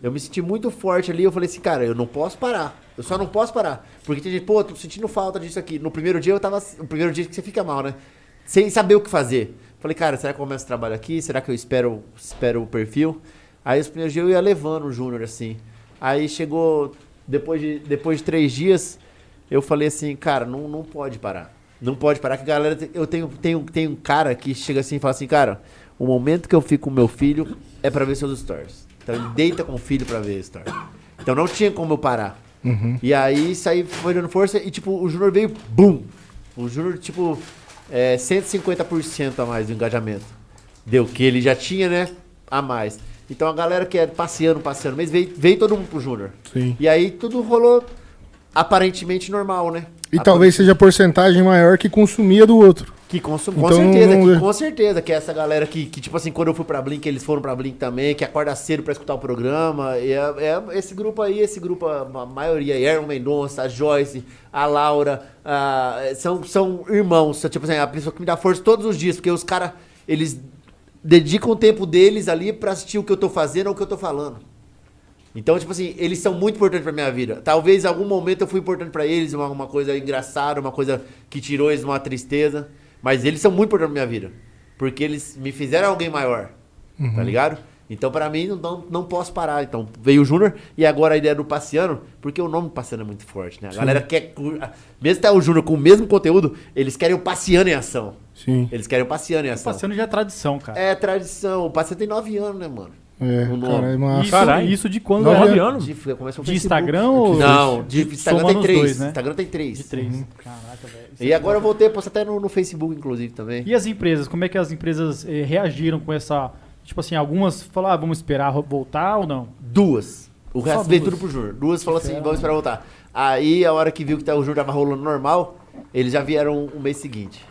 Speaker 2: Eu me senti muito forte ali, eu falei assim, cara, eu não posso parar. Eu só não posso parar. Porque tem gente, pô, tô sentindo falta disso aqui. No primeiro dia eu tava. assim- No primeiro dia que você fica mal, né? Sem saber o que fazer. Falei, cara, será que eu começo o trabalho aqui? Será que eu espero, espero o perfil? Aí os primeiros dias eu ia levando o Júnior, assim. Aí chegou. Depois de, depois de três dias, eu falei assim, cara, não, não pode parar. Não pode parar, que a galera. tem- Eu tenho, tenho, tenho um cara que chega assim e fala assim, cara, o momento que eu fico com meu filho é pra ver seus stories. Então ele deita com o filho pra ver stories. Então não tinha como eu parar. E aí saí, foi dando força e tipo, o Júnior veio, bum! O Júnior, tipo, é, 150% a mais do engajamento. Deu que ele já tinha, né? A mais. Então a galera que é passeando, passeando mesmo, veio, veio todo mundo pro Júnior.
Speaker 1: Sim.
Speaker 2: E aí tudo rolou aparentemente normal, né?
Speaker 1: E
Speaker 2: A-
Speaker 1: talvez seja a porcentagem maior que consumia do outro.
Speaker 2: Que consum... com
Speaker 1: Então,
Speaker 2: certeza,
Speaker 1: não-
Speaker 2: que, com certeza, que é essa galera que, que, tipo assim, quando eu fui pra Blink, eles foram pra Blink também, que acorda cedo pra escutar o programa. E é, é esse grupo aí, esse grupo, a, ma- maioria, Aaron Mendonça, a Joyce, a Laura, a- são, são irmãos, são, tipo assim, a pessoa que me dá força todos os dias, porque os caras, eles dedicam o tempo deles ali pra assistir o que eu tô fazendo ou o que eu tô falando. Então, tipo assim, eles são muito importantes pra minha vida. Talvez em algum momento eu fui importante pra eles, uma, uma coisa engraçada, uma coisa que tirou eles de uma tristeza. Mas eles são muito importantes pra minha vida. Porque eles me fizeram alguém maior. Tá ligado? Então, pra mim, não, não, não posso parar. Então, veio o Júnior e agora a ideia do Passeano, porque o nome Passeano é muito forte, né? A galera quer. cu- a- Mesmo tá o Júnior com o mesmo conteúdo, eles querem o Passeano em ação.
Speaker 1: Sim.
Speaker 2: Eles querem o Passeano em ação.
Speaker 4: Passeando já é tradição, cara.
Speaker 2: É tradição. O Passeano tem nove anos, né, mano?
Speaker 1: É,
Speaker 2: O nome.
Speaker 1: cara, é massa.
Speaker 4: Isso,
Speaker 3: Caralho.
Speaker 4: isso de quando
Speaker 1: Nove
Speaker 4: era
Speaker 1: anos.
Speaker 3: anos?
Speaker 2: De, começa no
Speaker 4: De
Speaker 2: Facebook.
Speaker 4: Instagram ou.
Speaker 2: Não, de Instagram
Speaker 4: soma
Speaker 2: tem
Speaker 4: nos
Speaker 2: três.
Speaker 4: dois, né?
Speaker 2: Instagram tem três.
Speaker 4: De três. né? Caraca, velho.
Speaker 2: E agora eu voltei, posto até no, no Facebook, inclusive, também.
Speaker 4: E as empresas? Como é que as empresas eh, reagiram com essa. Tipo assim, algumas falaram, ah, vamos esperar ro- voltar ou não?
Speaker 2: Duas. O resto
Speaker 4: Só
Speaker 2: veio
Speaker 4: duas.
Speaker 2: tudo pro Júnior. Duas falou assim, vamos esperar voltar. Aí, a hora que viu que tá- o Júnior tava rolando normal, eles já vieram o mês seguinte.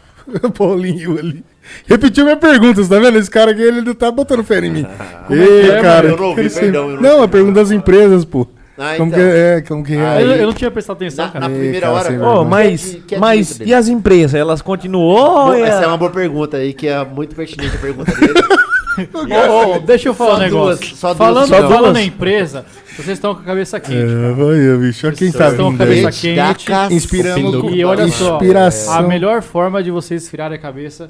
Speaker 1: Paulinho ali. Repetiu minha pergunta, você tá vendo? Esse cara aqui, ele não tá botando fé em mim.
Speaker 2: é que
Speaker 1: Ei,
Speaker 2: é,
Speaker 1: cara.
Speaker 2: mano? Eu não ouvi,
Speaker 1: ele sempre-
Speaker 2: perdão, eu não
Speaker 1: Não,
Speaker 2: ouvi.
Speaker 1: a pergunta das empresas, pô.
Speaker 2: Ah,
Speaker 1: Como
Speaker 2: então.
Speaker 1: que é, como que é.
Speaker 2: Aí-
Speaker 4: Eu, eu não tinha prestado atenção,
Speaker 2: Na, na
Speaker 4: cara.
Speaker 1: Ei,
Speaker 2: primeira
Speaker 1: cara,
Speaker 2: hora...
Speaker 1: sem
Speaker 3: Ô,
Speaker 1: vergonha.
Speaker 2: Que-
Speaker 3: mas,
Speaker 2: que é
Speaker 3: mas
Speaker 2: difícil
Speaker 3: e
Speaker 2: deles.
Speaker 3: as empresas? Elas continuam?
Speaker 2: Bom,
Speaker 3: é-
Speaker 2: Essa é uma boa pergunta aí, que é muito pertinente a pergunta dele. é assim,
Speaker 4: Ô, ô, deixa eu falar
Speaker 2: Só
Speaker 4: um negócio.
Speaker 2: duas, só duas,
Speaker 4: falando,
Speaker 2: só duas.
Speaker 4: falando na empresa, vocês estão com a cabeça quente.
Speaker 1: É, vai, eu, bicho. Olha quem tá
Speaker 4: Vocês estão
Speaker 1: vindo
Speaker 4: com a
Speaker 1: aí.
Speaker 4: cabeça quente.
Speaker 2: caça-
Speaker 1: Inspiramos
Speaker 2: Sem
Speaker 1: com-
Speaker 4: E olha só,
Speaker 1: Inspiração.
Speaker 4: a melhor forma de vocês esfriarem a cabeça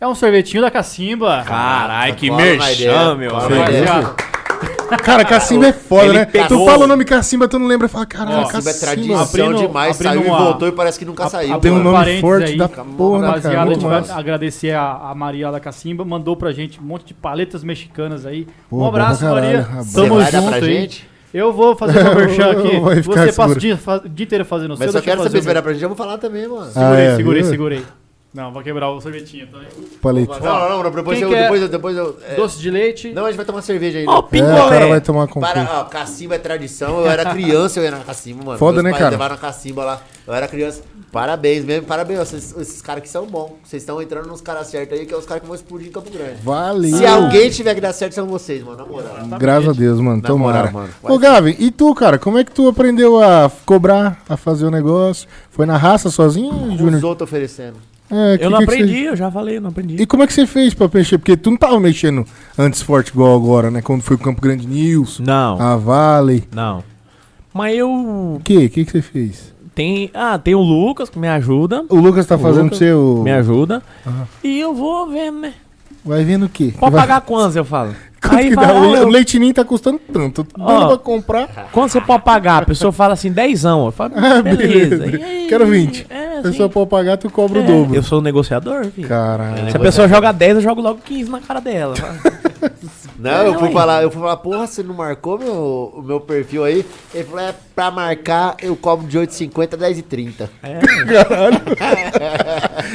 Speaker 4: é um sorvetinho da cacimba.
Speaker 3: Caralho, que
Speaker 2: Cola na ideia,
Speaker 3: merchan, meu.
Speaker 2: cola
Speaker 1: na
Speaker 3: amigo.
Speaker 1: ideia.
Speaker 4: Rapaziada,
Speaker 1: Cara, Cacimba é foda,
Speaker 3: Ele
Speaker 1: né? Tu
Speaker 3: pegou.
Speaker 1: fala o nome Cacimba, tu não lembra. Fala, caralho,
Speaker 4: Ó,
Speaker 2: Cacimba é
Speaker 1: Cacimba.
Speaker 2: tradição
Speaker 4: Abrindo-
Speaker 2: demais,
Speaker 4: abrindo
Speaker 2: saiu e
Speaker 4: uma-
Speaker 2: voltou e parece que nunca
Speaker 4: a-
Speaker 2: saiu.
Speaker 4: a-
Speaker 1: Tem um
Speaker 2: mano.
Speaker 1: nome
Speaker 4: Parênteses
Speaker 1: forte
Speaker 4: aí,
Speaker 1: da
Speaker 2: cara.
Speaker 1: porra, né, cara.
Speaker 4: Rapaziada, a
Speaker 1: Muito
Speaker 4: gente vai
Speaker 1: massa.
Speaker 4: agradecer a, a Maria da Cacimba, mandou pra gente um monte de paletas mexicanas aí.
Speaker 1: Pô,
Speaker 4: um
Speaker 1: bom pra
Speaker 4: abraço,
Speaker 1: caralho,
Speaker 4: Maria.
Speaker 1: abraço.
Speaker 4: Tamo
Speaker 2: Você vai dar
Speaker 4: junto
Speaker 2: pra
Speaker 4: aí.
Speaker 2: gente?
Speaker 4: Eu vou fazer meu merchan aqui.
Speaker 1: Vai ficar
Speaker 4: Você passa
Speaker 1: seguro.
Speaker 4: o dia, fa- o dia inteiro fazendo o seu.
Speaker 2: Mas só
Speaker 4: deixa eu
Speaker 2: quero
Speaker 4: fazer
Speaker 2: saber
Speaker 4: o
Speaker 2: se vai
Speaker 4: meu.
Speaker 2: dar pra gente, eu vou falar também, mano.
Speaker 1: Ah, é,
Speaker 4: Segurei, segurei,
Speaker 1: viu?
Speaker 4: segurei. Não, vou quebrar o sorvetinho tá? também.
Speaker 1: Palete.
Speaker 2: Não, não, não, depois,
Speaker 4: Quem
Speaker 2: eu,
Speaker 4: quer-
Speaker 2: depois eu. Depois eu é,
Speaker 4: Doce de leite.
Speaker 2: Não, a gente vai tomar cerveja ainda.
Speaker 5: Ó, o
Speaker 1: É, o cara
Speaker 5: pingolé.
Speaker 1: vai tomar com
Speaker 2: Para, ó, cacimba é tradição, eu era criança, eu ia na cacimba, mano.
Speaker 1: Foda,
Speaker 2: Meus
Speaker 1: né,
Speaker 2: pais
Speaker 1: cara?
Speaker 2: levaram na cacimba lá, eu era criança. Parabéns mesmo, parabéns, ó, vocês- esses caras que são bons. Vocês estão entrando nos caras certos aí, que é os caras que vão explodir em Campo Grande.
Speaker 1: Valeu.
Speaker 2: Se alguém tiver que dar certo, são vocês, mano, na moral.
Speaker 1: Graças a Deus, mano.
Speaker 2: Na
Speaker 1: Tomara.
Speaker 2: moral, mano.
Speaker 1: Ô, Gavin, e tu, cara? Como é que tu aprendeu a cobrar, a fazer o negócio? Foi na raça sozinho,
Speaker 2: Os
Speaker 1: Júnior?
Speaker 2: outros oferecendo.
Speaker 1: É, que-
Speaker 5: Ah, Eu não
Speaker 1: que que
Speaker 5: aprendi,
Speaker 1: você-
Speaker 5: eu já falei, eu não aprendi.
Speaker 1: E como é que você fez pra mexer? Porque tu não tava mexendo antes forte igual agora, né? Quando foi o Campo Grande News,
Speaker 5: Não,
Speaker 2: Ah.
Speaker 1: a Vale.
Speaker 5: não. Mas eu.
Speaker 1: O quê? O que, que você fez?
Speaker 5: Tem. Ah, tem o Lucas que me ajuda.
Speaker 1: O Lucas tá
Speaker 5: O
Speaker 1: fazendo
Speaker 5: Lucas
Speaker 1: pra você o...
Speaker 5: Me ajuda.
Speaker 2: Ah.
Speaker 5: E eu vou vendo, né?
Speaker 1: Vai vendo o quê?
Speaker 5: Pode
Speaker 1: Vai-
Speaker 5: pagar quantos, eu falo.
Speaker 1: Quanto
Speaker 5: Aí
Speaker 1: que
Speaker 5: vai,
Speaker 1: dá? O
Speaker 5: ah,
Speaker 1: le-
Speaker 5: eu-
Speaker 1: o leitinho tá custando tanto. Eu tô dando
Speaker 5: Ó.
Speaker 1: pra comprar.
Speaker 5: Quanto você pode pagar? A pessoa fala assim, dezão. Eu falo,
Speaker 1: Ah,
Speaker 5: beleza.
Speaker 1: beleza.
Speaker 5: E aí,
Speaker 1: Quero 20.
Speaker 5: É,
Speaker 1: A
Speaker 5: assim,
Speaker 1: pessoa pode pagar, tu cobra o
Speaker 5: é.
Speaker 1: dobro.
Speaker 5: Eu sou um negociador, filho.
Speaker 1: Caralho.
Speaker 5: Se a pessoa joga 10, eu jogo logo 15 na cara dela.
Speaker 2: Não, eu
Speaker 1: é.
Speaker 2: fui
Speaker 5: Não,
Speaker 2: falar, eu fui falar, porra, você não marcou meu, o meu perfil aí? Ele falou, é, pra marcar, eu cobro de 8,50 a 10,30.
Speaker 5: É.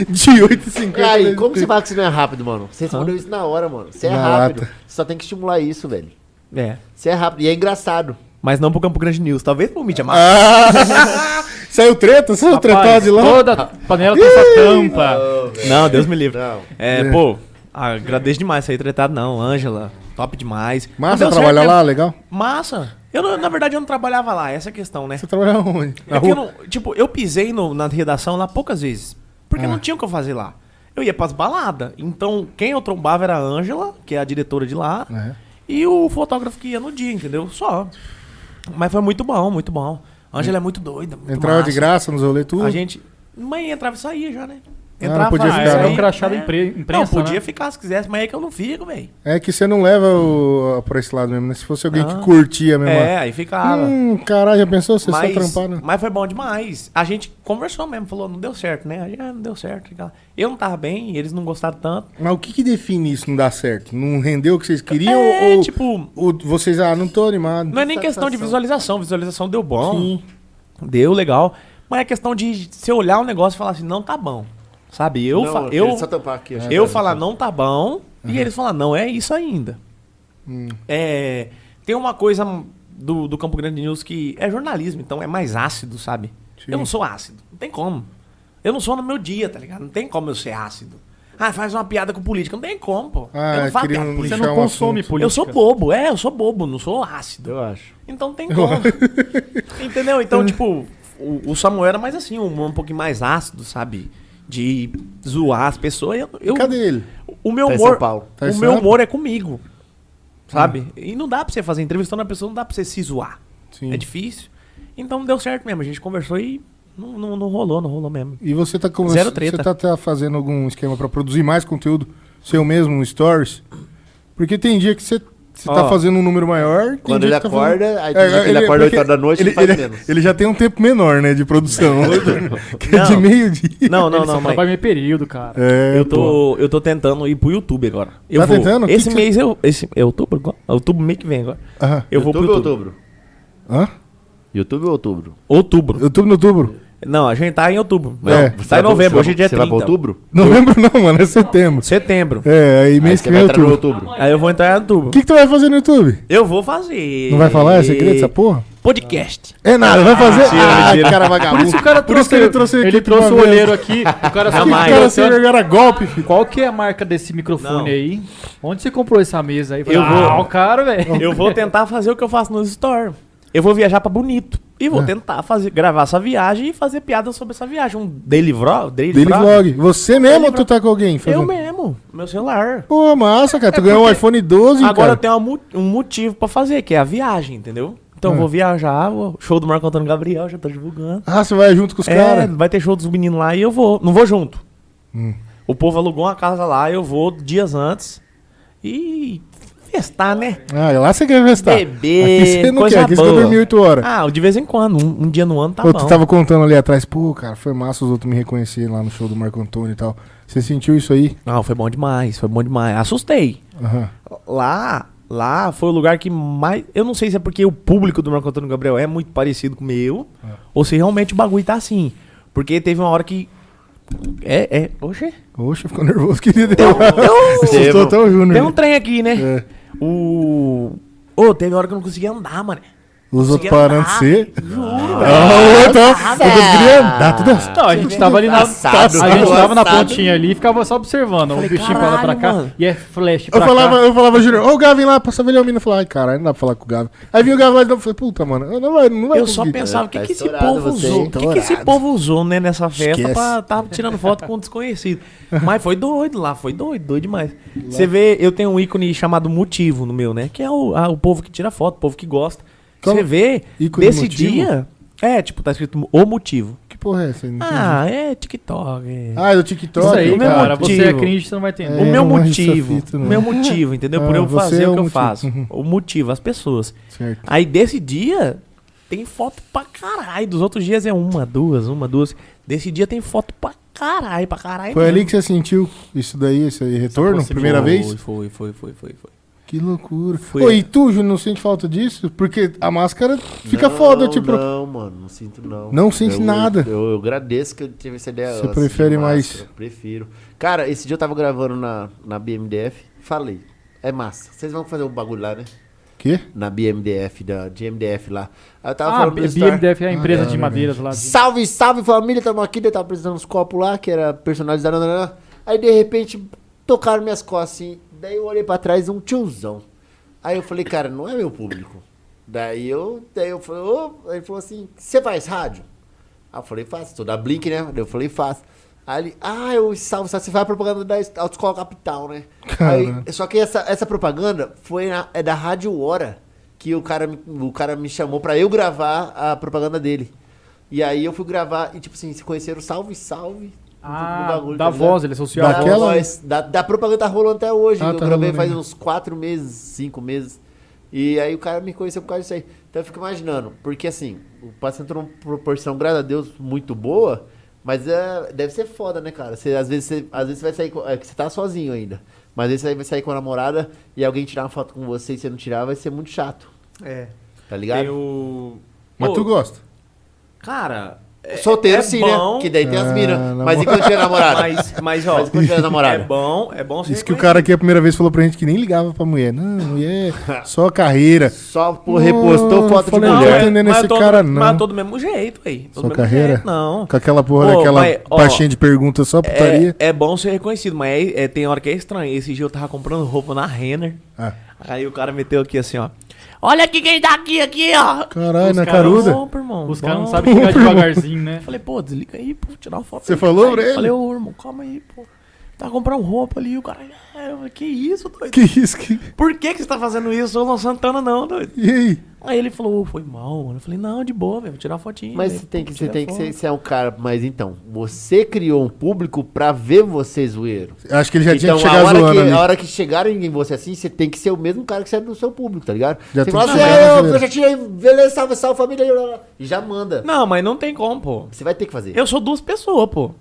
Speaker 1: De 8,50.
Speaker 2: E aí, como
Speaker 1: deve
Speaker 2: você
Speaker 1: ter.
Speaker 2: fala que isso não é rápido, mano? Você respondeu isso na hora, mano. Você é
Speaker 1: Na
Speaker 2: rápido.
Speaker 1: lata.
Speaker 2: Você só tem que estimular isso, velho.
Speaker 5: É.
Speaker 2: Você é rápido. E é engraçado.
Speaker 5: Mas não pro Campo Grande News. Talvez pro mídia massa.
Speaker 1: Ah, saiu treta? Saiu tretado de lá?
Speaker 4: Toda panela tem essa
Speaker 5: Ah,
Speaker 1: Ah,
Speaker 4: tampa.
Speaker 5: Não, Deus me livre.
Speaker 2: Não.
Speaker 5: É, pô, agradeço demais sair tretado, não. Ângela, top demais. Não
Speaker 1: Massa
Speaker 5: deu
Speaker 1: trabalha
Speaker 5: certo,
Speaker 1: lá,
Speaker 5: né?
Speaker 1: legal?
Speaker 5: Massa. Eu, não- na verdade, eu não trabalhava lá, essa é a questão, né?
Speaker 1: Você trabalha onde?
Speaker 5: É porque eu não- tipo, eu pisei no- na redação lá poucas vezes. Porque
Speaker 1: Ah.
Speaker 5: não tinha o que eu fazer lá. Eu ia pras baladas. Então, quem eu trombava era a Ângela, que é a diretora de lá,
Speaker 1: É.
Speaker 5: e o fotógrafo que ia no dia, entendeu? Só. Mas foi muito bom, muito bom. A Ângela é muito doida. Muito
Speaker 1: Entrava de
Speaker 5: massa.
Speaker 1: graça nos rolê tudo.
Speaker 5: A gente. Mas entrava e saía já, né?
Speaker 1: Ah, não podia
Speaker 5: saía,
Speaker 1: ficar,
Speaker 4: é um
Speaker 1: não.
Speaker 4: crachá da
Speaker 5: né?
Speaker 4: impre- imprensa,
Speaker 5: Não, podia
Speaker 4: né?
Speaker 5: ficar se quisesse, mas é que eu não fico, velho.
Speaker 1: É que você não leva o... pra esse lado mesmo, né? Se fosse alguém
Speaker 5: Não.
Speaker 1: que curtia mesmo.
Speaker 5: É, aí ficava.
Speaker 1: Hum, caralho, já pensou? Você
Speaker 5: mas,
Speaker 1: só né? tramparam.
Speaker 5: mas foi bom demais. A gente conversou mesmo, falou, não deu certo, né? Aí, Ah, não deu certo. Eu não tava bem, eles não gostaram tanto.
Speaker 1: Mas o que, que define isso não dar certo? Não rendeu o que vocês queriam?
Speaker 5: é,
Speaker 1: ou
Speaker 5: tipo,
Speaker 1: ou vocês, ah, não tô animado.
Speaker 5: não é nem questão de
Speaker 2: satisfação.
Speaker 5: visualização. Visualização deu bom.
Speaker 1: Sim.
Speaker 5: Deu legal. Mas é questão de você olhar o negócio e falar assim, não tá bom. Sabe? Eu,
Speaker 2: Não,
Speaker 5: fa-
Speaker 2: queria
Speaker 5: eu,
Speaker 2: só tampar aqui, achei
Speaker 5: eu
Speaker 2: que-
Speaker 5: falar não tá bom e eles falar não é isso ainda. É, tem uma coisa do, do Campo Grande News que é jornalismo, então é mais ácido, sabe?
Speaker 1: Sim.
Speaker 5: Eu não sou ácido, não tem como. Eu não sou no meu dia, tá ligado? Não tem como eu ser ácido. Ah, faz uma piada com política, não tem como, pô.
Speaker 1: Ah,
Speaker 5: eu não faço
Speaker 1: queria
Speaker 5: piada
Speaker 1: um
Speaker 5: com
Speaker 4: Você
Speaker 5: política.
Speaker 1: Puxar
Speaker 4: não
Speaker 1: um
Speaker 4: consome política.
Speaker 5: Eu sou bobo, é, eu sou bobo, não sou ácido.
Speaker 2: Eu acho.
Speaker 5: Então não tem como. Entendeu? Então, tipo, o, o Samuel era mais assim, um, um pouquinho mais ácido, sabe? De zoar as pessoas. Eu, eu-
Speaker 1: Cadê ele?
Speaker 5: O meu
Speaker 2: Tá em
Speaker 5: humor,
Speaker 2: São Paulo.
Speaker 1: Tá em
Speaker 5: o
Speaker 1: São
Speaker 5: meu
Speaker 1: Paulo? Hum.
Speaker 5: humor é comigo. Sabe? E não dá pra você fazer entrevistando a pessoa, não dá pra você se zoar.
Speaker 1: Sim.
Speaker 5: É difícil. Então deu certo mesmo. A gente conversou e não, não, não rolou, não rolou mesmo.
Speaker 1: E você tá com
Speaker 5: Zero
Speaker 1: você
Speaker 5: treta.
Speaker 1: tá, tá fazendo algum esquema pra produzir mais conteúdo seu mesmo no stories? Porque tem dia que você você tá
Speaker 5: Ó.
Speaker 1: fazendo um número maior. tem
Speaker 2: Quando
Speaker 1: dia
Speaker 2: ele
Speaker 1: que tá
Speaker 2: acorda,
Speaker 1: fazendo- é
Speaker 2: aí tem dia que ele
Speaker 1: porque
Speaker 2: acorda oito horas da noite, ele faz
Speaker 1: ele,
Speaker 2: menos.
Speaker 1: ele já tem um tempo menor, né, de produção. que é de
Speaker 5: Não.
Speaker 1: meio-dia.
Speaker 5: Não, não,
Speaker 4: Ele só
Speaker 5: não, mas
Speaker 4: trabalha meio período, cara.
Speaker 1: É,
Speaker 5: eu
Speaker 1: pô.
Speaker 5: tô, eu tô tentando ir pro YouTube agora. Eu
Speaker 1: Tá
Speaker 5: vou.
Speaker 1: tentando? Que
Speaker 5: Esse
Speaker 1: que
Speaker 5: mês eu. Esse, é outubro? agora? Outubro mês que vem agora.
Speaker 1: Aham.
Speaker 5: Eu vou pro
Speaker 2: YouTube
Speaker 5: YouTube.
Speaker 2: ou outubro?
Speaker 1: Hã?
Speaker 2: YouTube ou outubro?
Speaker 5: Outubro.
Speaker 1: Outubro, outubro.
Speaker 5: Não, a gente tá em outubro.
Speaker 1: É.
Speaker 5: Não, tá em novembro, hoje é dia
Speaker 2: Você
Speaker 5: 30.
Speaker 2: vai pra outubro?
Speaker 1: Novembro não, mano, é setembro.
Speaker 5: Setembro.
Speaker 1: É, aí mês
Speaker 2: Aí
Speaker 1: que
Speaker 2: você vai
Speaker 1: vem
Speaker 2: entrar no
Speaker 1: outubro.
Speaker 2: outubro.
Speaker 5: Aí eu vou entrar em outubro.
Speaker 1: O que, que tu vai fazer no YouTube?
Speaker 5: Eu vou fazer.
Speaker 1: Não vai falar? É segredo essa porra?
Speaker 5: Podcast.
Speaker 1: É nada, vai fazer? Ah, cara
Speaker 4: Por
Speaker 1: vagabundo.
Speaker 4: isso o cara
Speaker 1: Por isso
Speaker 4: trouxe,
Speaker 1: que ele trouxe
Speaker 4: ele
Speaker 1: aqui de
Speaker 4: trouxe o
Speaker 1: uma vez.
Speaker 4: olheiro aqui. O cara só
Speaker 5: Jamais.
Speaker 1: O cara
Speaker 4: ficou
Speaker 1: se
Speaker 4: olhando.
Speaker 1: era golpe, filho.
Speaker 4: Qual que é a marca desse microfone
Speaker 5: Não.
Speaker 4: aí? Onde você comprou essa mesa aí?
Speaker 5: Eu
Speaker 4: Ah,
Speaker 5: vou-
Speaker 4: o cara, velho.
Speaker 5: Eu vou tentar fazer o que eu faço nos Store. Eu vou viajar pra Bonito. E vou tentar fazer, gravar essa viagem e fazer piada sobre essa viagem. Um daily vlog. Daily,
Speaker 1: Daily
Speaker 5: vlog.
Speaker 1: vlog. Você mesmo
Speaker 5: Daily
Speaker 1: ou tu
Speaker 5: vlog.
Speaker 1: tá com alguém?
Speaker 5: Eu
Speaker 1: fazendo?
Speaker 5: mesmo. Meu celular.
Speaker 1: Pô, massa, cara. Tu ganhou um
Speaker 5: porque-
Speaker 1: iPhone 12,
Speaker 5: Agora eu
Speaker 1: cara.
Speaker 5: tenho uma mu- um motivo pra fazer, que é a viagem, entendeu? Então eu vou viajar, vou- show do Marco Antônio Gabriel, já tô divulgando.
Speaker 1: Ah, você vai junto com os
Speaker 5: é,
Speaker 1: caras?
Speaker 5: vai ter show dos meninos lá e eu vou. Não vou junto. O povo alugou uma casa lá, eu vou dias antes. E festar, né?
Speaker 1: Ah, lá você quer vestar.
Speaker 5: Beber,
Speaker 1: Aqui você não
Speaker 5: coisa
Speaker 1: quer, aqui você quer
Speaker 5: boa.
Speaker 1: dormir 8 horas.
Speaker 5: Ah, de vez em quando, um, um dia no ano tá
Speaker 1: Pô,
Speaker 5: bom.
Speaker 1: tu tava contando ali atrás, pô, cara, foi massa os outros me reconhecerem lá no show do Marco Antônio e tal. Você sentiu isso aí?
Speaker 5: Não, foi bom demais, foi bom demais. Assustei.
Speaker 1: Aham.
Speaker 5: Lá, lá foi o lugar que mais. Eu não sei se é porque o público do Marco Antônio Gabriel
Speaker 1: É.
Speaker 5: é muito parecido com o meu, ou se realmente o bagulho tá assim. Porque teve uma hora que É, é. Oxe.
Speaker 1: Oxe, ficou nervoso, querido.
Speaker 5: Eu,
Speaker 1: Assustou até o Júnior.
Speaker 5: tem um trem aqui, né?
Speaker 1: É.
Speaker 5: O. Ô, teve hora que eu não conseguia andar, mano.
Speaker 1: Os outros
Speaker 5: Conseguia
Speaker 1: parando de
Speaker 5: andar.
Speaker 1: ser.
Speaker 5: um Juro,
Speaker 1: Ah,
Speaker 5: velho.
Speaker 1: o outro, ó.
Speaker 6: Nossa.
Speaker 1: Eu conseguiria andar, tudo assim.
Speaker 4: Não, a gente tava ali na. A
Speaker 2: Engraçado,
Speaker 4: gente tava na
Speaker 2: engraçado.
Speaker 4: pontinha ali e ficava só observando. O
Speaker 5: Falei,
Speaker 4: bichinho pra lá pra
Speaker 5: "Caralho,
Speaker 4: cá.
Speaker 5: mano."
Speaker 4: E é flash pra
Speaker 1: Eu falava,
Speaker 4: cá.
Speaker 1: eu falava, Júnior, ó o Gavin lá, passava ele a mina e falava, ai, caralho, não dá pra falar com o Gavin. Aí vinha o Gavin lá e eu falei, puta, mano, eu não vai, não vai
Speaker 5: Eu só
Speaker 1: conseguir.
Speaker 5: pensava, o
Speaker 2: Tá
Speaker 5: que, que esse
Speaker 2: estourado
Speaker 5: povo
Speaker 2: você,
Speaker 5: usou?
Speaker 2: hein?
Speaker 5: O que, que esse
Speaker 2: Estourado.
Speaker 5: povo usou, né, nessa festa
Speaker 1: é Esquece.
Speaker 5: pra tava tirando foto com um desconhecido. Mas foi doido lá, foi doido, doido demais. Você vê, eu tenho um ícone chamado motivo no meu, né? Que é o, a- o povo que tira foto, o povo que gosta.
Speaker 1: Qual
Speaker 5: Você vê,
Speaker 1: É. ícone
Speaker 5: desse
Speaker 1: motivo?
Speaker 5: dia. É, tipo, tá escrito o motivo.
Speaker 1: Que porra é essa? Eu não entendi.
Speaker 5: Ah, é TikTok. é.
Speaker 1: Ah, é do TikTok.
Speaker 4: Isso aí,
Speaker 5: meu
Speaker 1: cara.
Speaker 4: cara. Você é
Speaker 5: motivo.
Speaker 4: cringe, você não vai entender.
Speaker 5: o
Speaker 1: É,
Speaker 5: meu
Speaker 1: não é
Speaker 5: motivo.
Speaker 1: essa fita,
Speaker 5: o
Speaker 1: não.
Speaker 5: meu motivo, entendeu? Por
Speaker 1: Ah,
Speaker 5: eu
Speaker 1: você
Speaker 5: fazer
Speaker 1: é
Speaker 5: o
Speaker 1: o
Speaker 5: que eu
Speaker 1: motivo.
Speaker 5: faço. O motivo, as pessoas.
Speaker 1: Certo.
Speaker 5: Aí desse dia tem foto pra caralho. Dos outros dias é uma, duas, uma, duas. Desse dia tem foto pra caralho, pra caralho.
Speaker 1: Foi ali
Speaker 5: mesmo.
Speaker 1: que você sentiu isso daí, esse aí, retorno,
Speaker 5: Foi,
Speaker 1: primeira vez?
Speaker 5: Foi, foi, foi, foi, foi.
Speaker 1: Que loucura.
Speaker 5: Foi.
Speaker 1: Ô, e tu, Júnior, não sente falta disso? Porque a máscara fica
Speaker 2: Não,
Speaker 1: foda, tipo.
Speaker 2: Não, mano, não sinto não.
Speaker 1: Não sente
Speaker 2: Eu-
Speaker 1: nada.
Speaker 2: Eu, eu agradeço que eu tive essa ideia.
Speaker 1: Você
Speaker 2: antes de
Speaker 1: prefere
Speaker 2: máscara,
Speaker 1: mais-
Speaker 2: Prefiro. Cara, esse dia eu tava gravando na, na BMDF, falei, é massa. Vocês vão fazer um bagulho lá, né?
Speaker 1: Quê?
Speaker 2: Na BMDF, da, de MDF lá. Aí eu tava né,
Speaker 4: Ah,
Speaker 2: falando pro Star-
Speaker 4: BMDF é a empresa
Speaker 1: Ah,
Speaker 4: de
Speaker 1: é,
Speaker 4: madeiras lá. de-
Speaker 2: Salve, salve família, tamo aqui, eu tava precisando uns copos lá, que era personalizado. nananã. Aí de repente tocaram minhas costas assim. Daí eu olhei pra trás um tiozão. Aí eu falei, cara, não é meu público. Daí eu, daí eu falei, ô, aí ele falou assim, você faz rádio? Aí eu falei, faço, sou da Blink, né? Daí Eu falei, faço. Aí ele, ah, eu salve, salve, você faz propaganda da est- Autoescola Capital, né?
Speaker 1: Caramba.
Speaker 2: Aí, só que essa, essa propaganda foi na- é da Rádio Hora, que o cara, me- o cara me chamou pra eu gravar a propaganda dele. E aí eu fui gravar, e tipo assim, se conheceram salve, salve.
Speaker 4: Ah,
Speaker 2: no bagulho,
Speaker 4: da
Speaker 2: tá ligado?
Speaker 4: voz, ele é social.
Speaker 2: Da,
Speaker 1: Daquela?
Speaker 2: voz, da, da propaganda tá rolando até hoje.
Speaker 1: Ah,
Speaker 2: eu
Speaker 1: tá
Speaker 2: gravei
Speaker 1: rolando
Speaker 2: faz
Speaker 1: ainda.
Speaker 2: uns quatro meses, cinco meses. E aí o cara me conheceu por causa disso aí. Então eu fico imaginando, porque assim, o passe entrou numa proporção, graças a Deus, muito boa, mas é, deve ser foda, né, cara? Você, às, vezes, você, às vezes você vai sair. com- É que você tá sozinho ainda. Mas às vezes você vai sair com a namorada e alguém tirar uma foto com você e você não tirar, vai ser muito chato,
Speaker 5: É.
Speaker 2: tá
Speaker 5: Tem
Speaker 2: ligado?
Speaker 5: o.
Speaker 1: Mas
Speaker 5: Ô,
Speaker 1: tu gosta.
Speaker 5: Cara. é-
Speaker 2: Solteiro
Speaker 5: é
Speaker 2: sim,
Speaker 5: bom,
Speaker 2: né? Que daí tem as
Speaker 1: Ah,
Speaker 2: minas.
Speaker 1: namorada.
Speaker 2: Mas enquanto tinha
Speaker 1: é
Speaker 2: namorada.
Speaker 5: Mas, mas ó.
Speaker 2: Mas enquanto tinha
Speaker 5: é
Speaker 2: namorada.
Speaker 5: bom, é bom você
Speaker 1: Isso que o cara aqui a primeira vez falou pra gente que nem ligava pra mulher. Não, mulher, só carreira.
Speaker 2: Só por repostou
Speaker 1: Não,
Speaker 2: foto de
Speaker 1: falei,
Speaker 5: Não,
Speaker 1: Não tô
Speaker 2: mulher.
Speaker 5: é-
Speaker 1: entendendo
Speaker 5: mas
Speaker 1: esse
Speaker 5: eu tô-
Speaker 1: cara,
Speaker 5: mas
Speaker 1: não.
Speaker 5: eu tô do mesmo jeito, aí. Tô do
Speaker 1: Só
Speaker 5: mesmo
Speaker 1: carreira?
Speaker 5: jeito, não.
Speaker 1: Com aquela porra
Speaker 5: Ô,
Speaker 1: daquela
Speaker 5: mas, ó,
Speaker 1: pastinha de pergunta só putaria.
Speaker 5: É, é bom ser reconhecido, mas é- é- tem hora que é estranho. Esse dia eu tava comprando roupa na Renner.
Speaker 1: Ah,
Speaker 5: Aí o cara meteu aqui assim, ó. Olha aqui quem tá aqui, aqui, ó.
Speaker 1: caralho,
Speaker 4: Os
Speaker 1: na
Speaker 4: caras
Speaker 1: caruda.
Speaker 5: Bom, irmão,
Speaker 4: Os caras não
Speaker 5: bom.
Speaker 4: sabem chegar devagarzinho, né?
Speaker 5: Falei, pô, desliga aí, pô, tirar uma foto.
Speaker 1: é. Você
Speaker 5: aí,
Speaker 1: falou
Speaker 5: cara.
Speaker 1: pra ele?
Speaker 5: Falei, ô, irmão, calma aí, pô. Tá comprando roupa ali, o cara. "Ah", eu falei, que isso, doido?
Speaker 1: Que isso que.
Speaker 5: Por que, que você tá fazendo isso? Eu não Santana, não, doido.
Speaker 1: E aí?
Speaker 5: Aí ele falou, "Ô, foi mal, mano. Eu falei, não, de boa, velho, vou tirar uma fotinha.
Speaker 2: Mas
Speaker 5: Aí,
Speaker 2: você tem que,
Speaker 5: pô,
Speaker 2: você
Speaker 5: tirei
Speaker 2: tem
Speaker 5: a
Speaker 2: que
Speaker 5: foto.
Speaker 2: ser, você é um cara. Mas então, você criou um público pra ver você zoeiro.
Speaker 1: Acho que ele já tinha
Speaker 2: então,
Speaker 1: que
Speaker 2: a
Speaker 1: chegar
Speaker 2: hora
Speaker 1: zoando
Speaker 2: que,
Speaker 1: ali.
Speaker 2: a hora que chegarem em você assim, você tem que ser o mesmo cara que serve no seu público, tá ligado?
Speaker 1: Já
Speaker 2: você
Speaker 1: tem
Speaker 2: fala
Speaker 1: que
Speaker 2: assim,
Speaker 1: chegar
Speaker 2: "Ah, eu,
Speaker 1: zoeiro."
Speaker 2: eu já tirei, beleza, salve, salve, família, e blá, blá, blá", e já manda.
Speaker 5: Não, mas não tem como, pô.
Speaker 2: Você vai ter que fazer.
Speaker 5: Eu sou duas pessoas, pô.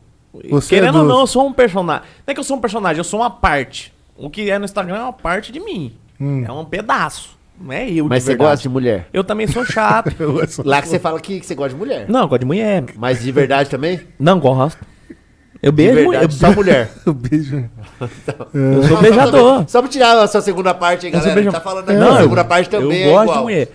Speaker 1: Você é
Speaker 5: Querendo ou
Speaker 1: duas.
Speaker 5: não, eu sou um personagem. Não é que eu sou um personagem, eu sou uma parte. O que é no Instagram é uma parte de mim.
Speaker 1: Hum.
Speaker 5: É um pedaço. Não é eu,
Speaker 2: mas
Speaker 5: de
Speaker 2: você
Speaker 5: verdade.
Speaker 2: gosta de mulher?
Speaker 5: Eu também sou chato.
Speaker 2: Lá que você fala que, que você gosta de mulher.
Speaker 5: não, eu gosto de mulher.
Speaker 2: Mas de verdade também?
Speaker 5: Não gosto. Eu
Speaker 2: De
Speaker 5: beijo,
Speaker 2: verdade,
Speaker 5: eu,
Speaker 2: só mulher.
Speaker 1: O beijo.
Speaker 5: eu sou beijador.
Speaker 2: Só pra tirar a sua segunda parte aí,
Speaker 5: Eu sou
Speaker 2: galera.
Speaker 5: beijão.
Speaker 2: Tá falando aqui,
Speaker 5: Não,
Speaker 2: a
Speaker 5: eu-
Speaker 2: segunda parte também
Speaker 5: eu
Speaker 2: é
Speaker 5: gosto de
Speaker 2: igual.
Speaker 5: mulher.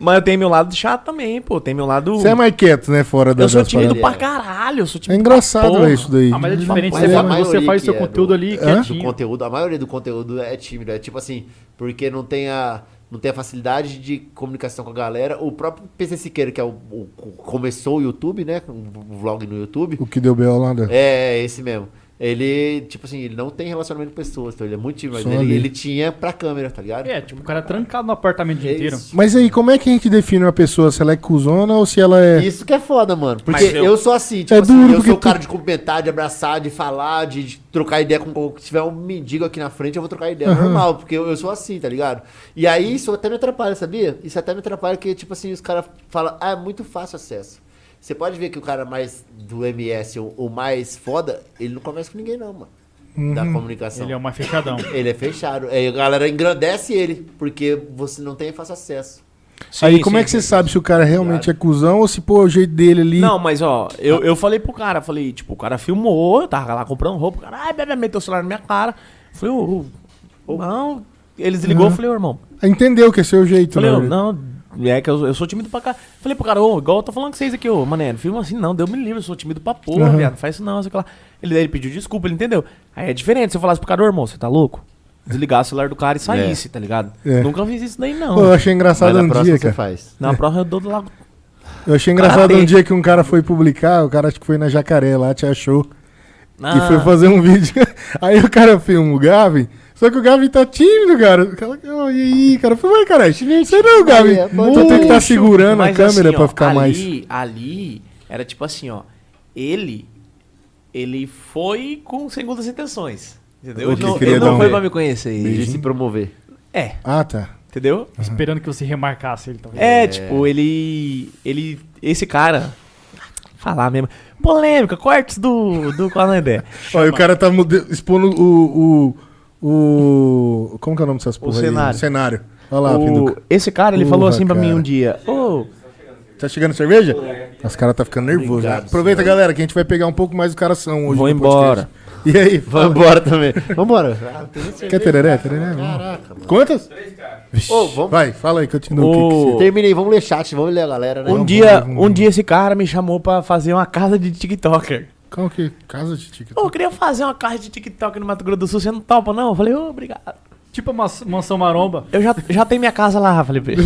Speaker 5: Mas eu tenho meu lado chato também, pô. Tem meu lado.
Speaker 1: Você é mais quieto, né? Fora da
Speaker 5: eu sou
Speaker 1: das
Speaker 5: tímido
Speaker 1: paradas.
Speaker 5: pra caralho. Eu sou
Speaker 1: É
Speaker 5: tímido pra
Speaker 1: engraçado
Speaker 5: porra.
Speaker 1: né, isso daí.
Speaker 4: Ah, mas é diferente.
Speaker 2: Mas
Speaker 4: Você,
Speaker 2: é a
Speaker 4: faz, você
Speaker 2: maioria
Speaker 4: faz seu
Speaker 2: que é
Speaker 4: conteúdo
Speaker 2: do-
Speaker 4: ali
Speaker 1: Hã? Do
Speaker 2: do
Speaker 4: quietinho.
Speaker 2: conteúdo, a maioria do conteúdo é tímido, é tipo assim, porque não tem a não tem a facilidade de comunicação com a galera. O próprio PC Siqueira, que é o, o- começou o YouTube, né, com o vlog no YouTube,
Speaker 1: O que deu B.O. lá, né?
Speaker 2: é, é esse mesmo. Ele, tipo assim, ele não tem relacionamento com pessoas, então ele é muito tímido,
Speaker 1: Só
Speaker 2: mas ele,
Speaker 1: ali.
Speaker 2: ele tinha pra câmera, tá ligado?
Speaker 4: É, tipo, o cara trancado no apartamento o dia
Speaker 2: É
Speaker 4: inteiro.
Speaker 2: isso.
Speaker 1: Mas aí, como é que a gente define uma pessoa? Se ela é cuzona ou se ela é.
Speaker 2: Isso que é foda, mano. Porque
Speaker 5: Mas eu-
Speaker 2: eu... sou assim, tipo
Speaker 1: É
Speaker 2: assim,
Speaker 1: duro,
Speaker 2: eu
Speaker 1: porque
Speaker 2: sou o
Speaker 1: tu-
Speaker 2: cara de cumprimentar, de abraçar, de falar, de, de trocar ideia com qualquer- Se tiver um mendigo aqui na frente, eu vou trocar ideia. Normal, porque eu, eu sou assim, tá ligado? E aí isso até me atrapalha, sabia? Isso até me atrapalha, porque, tipo assim, os caras falam, ah, é muito fácil acesso. Você pode ver que o cara mais do MS, o, o mais foda, ele não conversa com ninguém, não, mano. Da
Speaker 1: Uhum.
Speaker 2: comunicação.
Speaker 4: Ele é o mais fechadão.
Speaker 2: Ele é fechado. É, a galera engrandece ele, porque você não tem fácil acesso.
Speaker 1: Aí como é que você sabe se o cara realmente é cuzão ou se, pô, o jeito dele ali.
Speaker 5: Não, mas ó,
Speaker 1: Ah.
Speaker 5: eu, eu falei pro cara, falei, tipo, o cara filmou, eu tava lá comprando roupa, o cara, ai, bebe, meteu o celular na minha cara. Falei, ô, ô, não. Ele desligou, eu falei, ô, irmão.
Speaker 1: Entendeu que é seu jeito,
Speaker 5: Falei, ô,
Speaker 1: né?
Speaker 5: não, é que eu, eu sou tímido pra cá. Falei pro cara, ô, igual eu tô falando com vocês aqui, ô, mané, não filma assim não, deu me livre, eu sou tímido pra porra,
Speaker 1: Aham.
Speaker 5: viado, não faz isso não, sei o que lá. Ele, ele pediu desculpa, ele entendeu. Aí é diferente se eu falasse pro cara, ô, irmão, você tá louco? Desligar o celular do cara e saísse, tá ligado?
Speaker 1: É.
Speaker 5: Nunca fiz isso daí não.
Speaker 1: Pô, eu achei
Speaker 2: Mas
Speaker 1: engraçado
Speaker 2: na
Speaker 1: um
Speaker 2: próxima
Speaker 1: dia,
Speaker 2: você
Speaker 1: cara.
Speaker 2: faz.
Speaker 5: Na prova eu dou lá
Speaker 1: Eu achei engraçado um
Speaker 5: Karatê.
Speaker 1: dia que um cara foi publicar, o cara acho que foi na Jacaré lá, te achou. E
Speaker 5: Ah.
Speaker 1: foi fazer um vídeo. Aí o cara filma o Gavin. Só que o Gavin tá tímido, cara. O cara, "Ô, e aí, cara? Eu falei, ué, cara, você não, Gavin.
Speaker 2: é,
Speaker 1: Então tu tem que estar tá segurando a
Speaker 5: Mas
Speaker 1: câmera
Speaker 5: assim, ó,
Speaker 1: pra ficar mais.
Speaker 5: ali, Ali era tipo assim, ó. Ele. Ele foi com segundas intenções. Entendeu?
Speaker 1: O
Speaker 5: Ele
Speaker 1: que
Speaker 5: não,
Speaker 1: queria
Speaker 5: ele não
Speaker 1: dar um-
Speaker 5: foi pra me conhecer.
Speaker 2: De
Speaker 5: Ele,
Speaker 2: se promover.
Speaker 5: é,
Speaker 1: Ah, tá.
Speaker 5: entendeu?
Speaker 4: Esperando que você remarcasse ele também.
Speaker 5: É, tipo, ele. Ele. Esse cara. Falar mesmo. Polêmica, cortes do. Do qual não é ideia?
Speaker 1: Ó, e o cara tá mude- expondo o, o, o. Como que é o nome dessas porra aí?
Speaker 5: cenário.
Speaker 1: cenário. Olha lá,
Speaker 5: O-
Speaker 1: Pinduca.
Speaker 5: esse cara, ele
Speaker 1: Porra,
Speaker 5: falou assim pra mim
Speaker 1: cara.
Speaker 5: um dia: Ô,
Speaker 1: Tá chegando cerveja? Os caras tá ficando nervoso. né? Aproveita, galera, que a gente vai pegar um pouco mais do caração hoje.
Speaker 5: Vou
Speaker 1: no podcast. E aí?
Speaker 2: Vamos embora também. Vambora.
Speaker 1: Quer tereré? Tereré? vamos.
Speaker 2: Caraca, mano.
Speaker 1: Quantas? Vixe.
Speaker 2: Ô, vamos-
Speaker 1: Vai, fala aí que eu te dou
Speaker 5: Ô,
Speaker 1: o que que você-
Speaker 2: Terminei, vamos ler chat, vamos ler a galera, né?
Speaker 5: um, dia, um dia esse cara me chamou pra fazer uma casa de TikToker.
Speaker 1: Calma que é? casa de TikTok.
Speaker 5: Ô, eu queria fazer uma carta de TikTok no Mato Grosso do Sul, você não topa, não? Eu falei, ô, obrigado.
Speaker 4: Tipo a mas- mansão maromba.
Speaker 5: Eu já, já tenho minha casa lá, falei pra ele.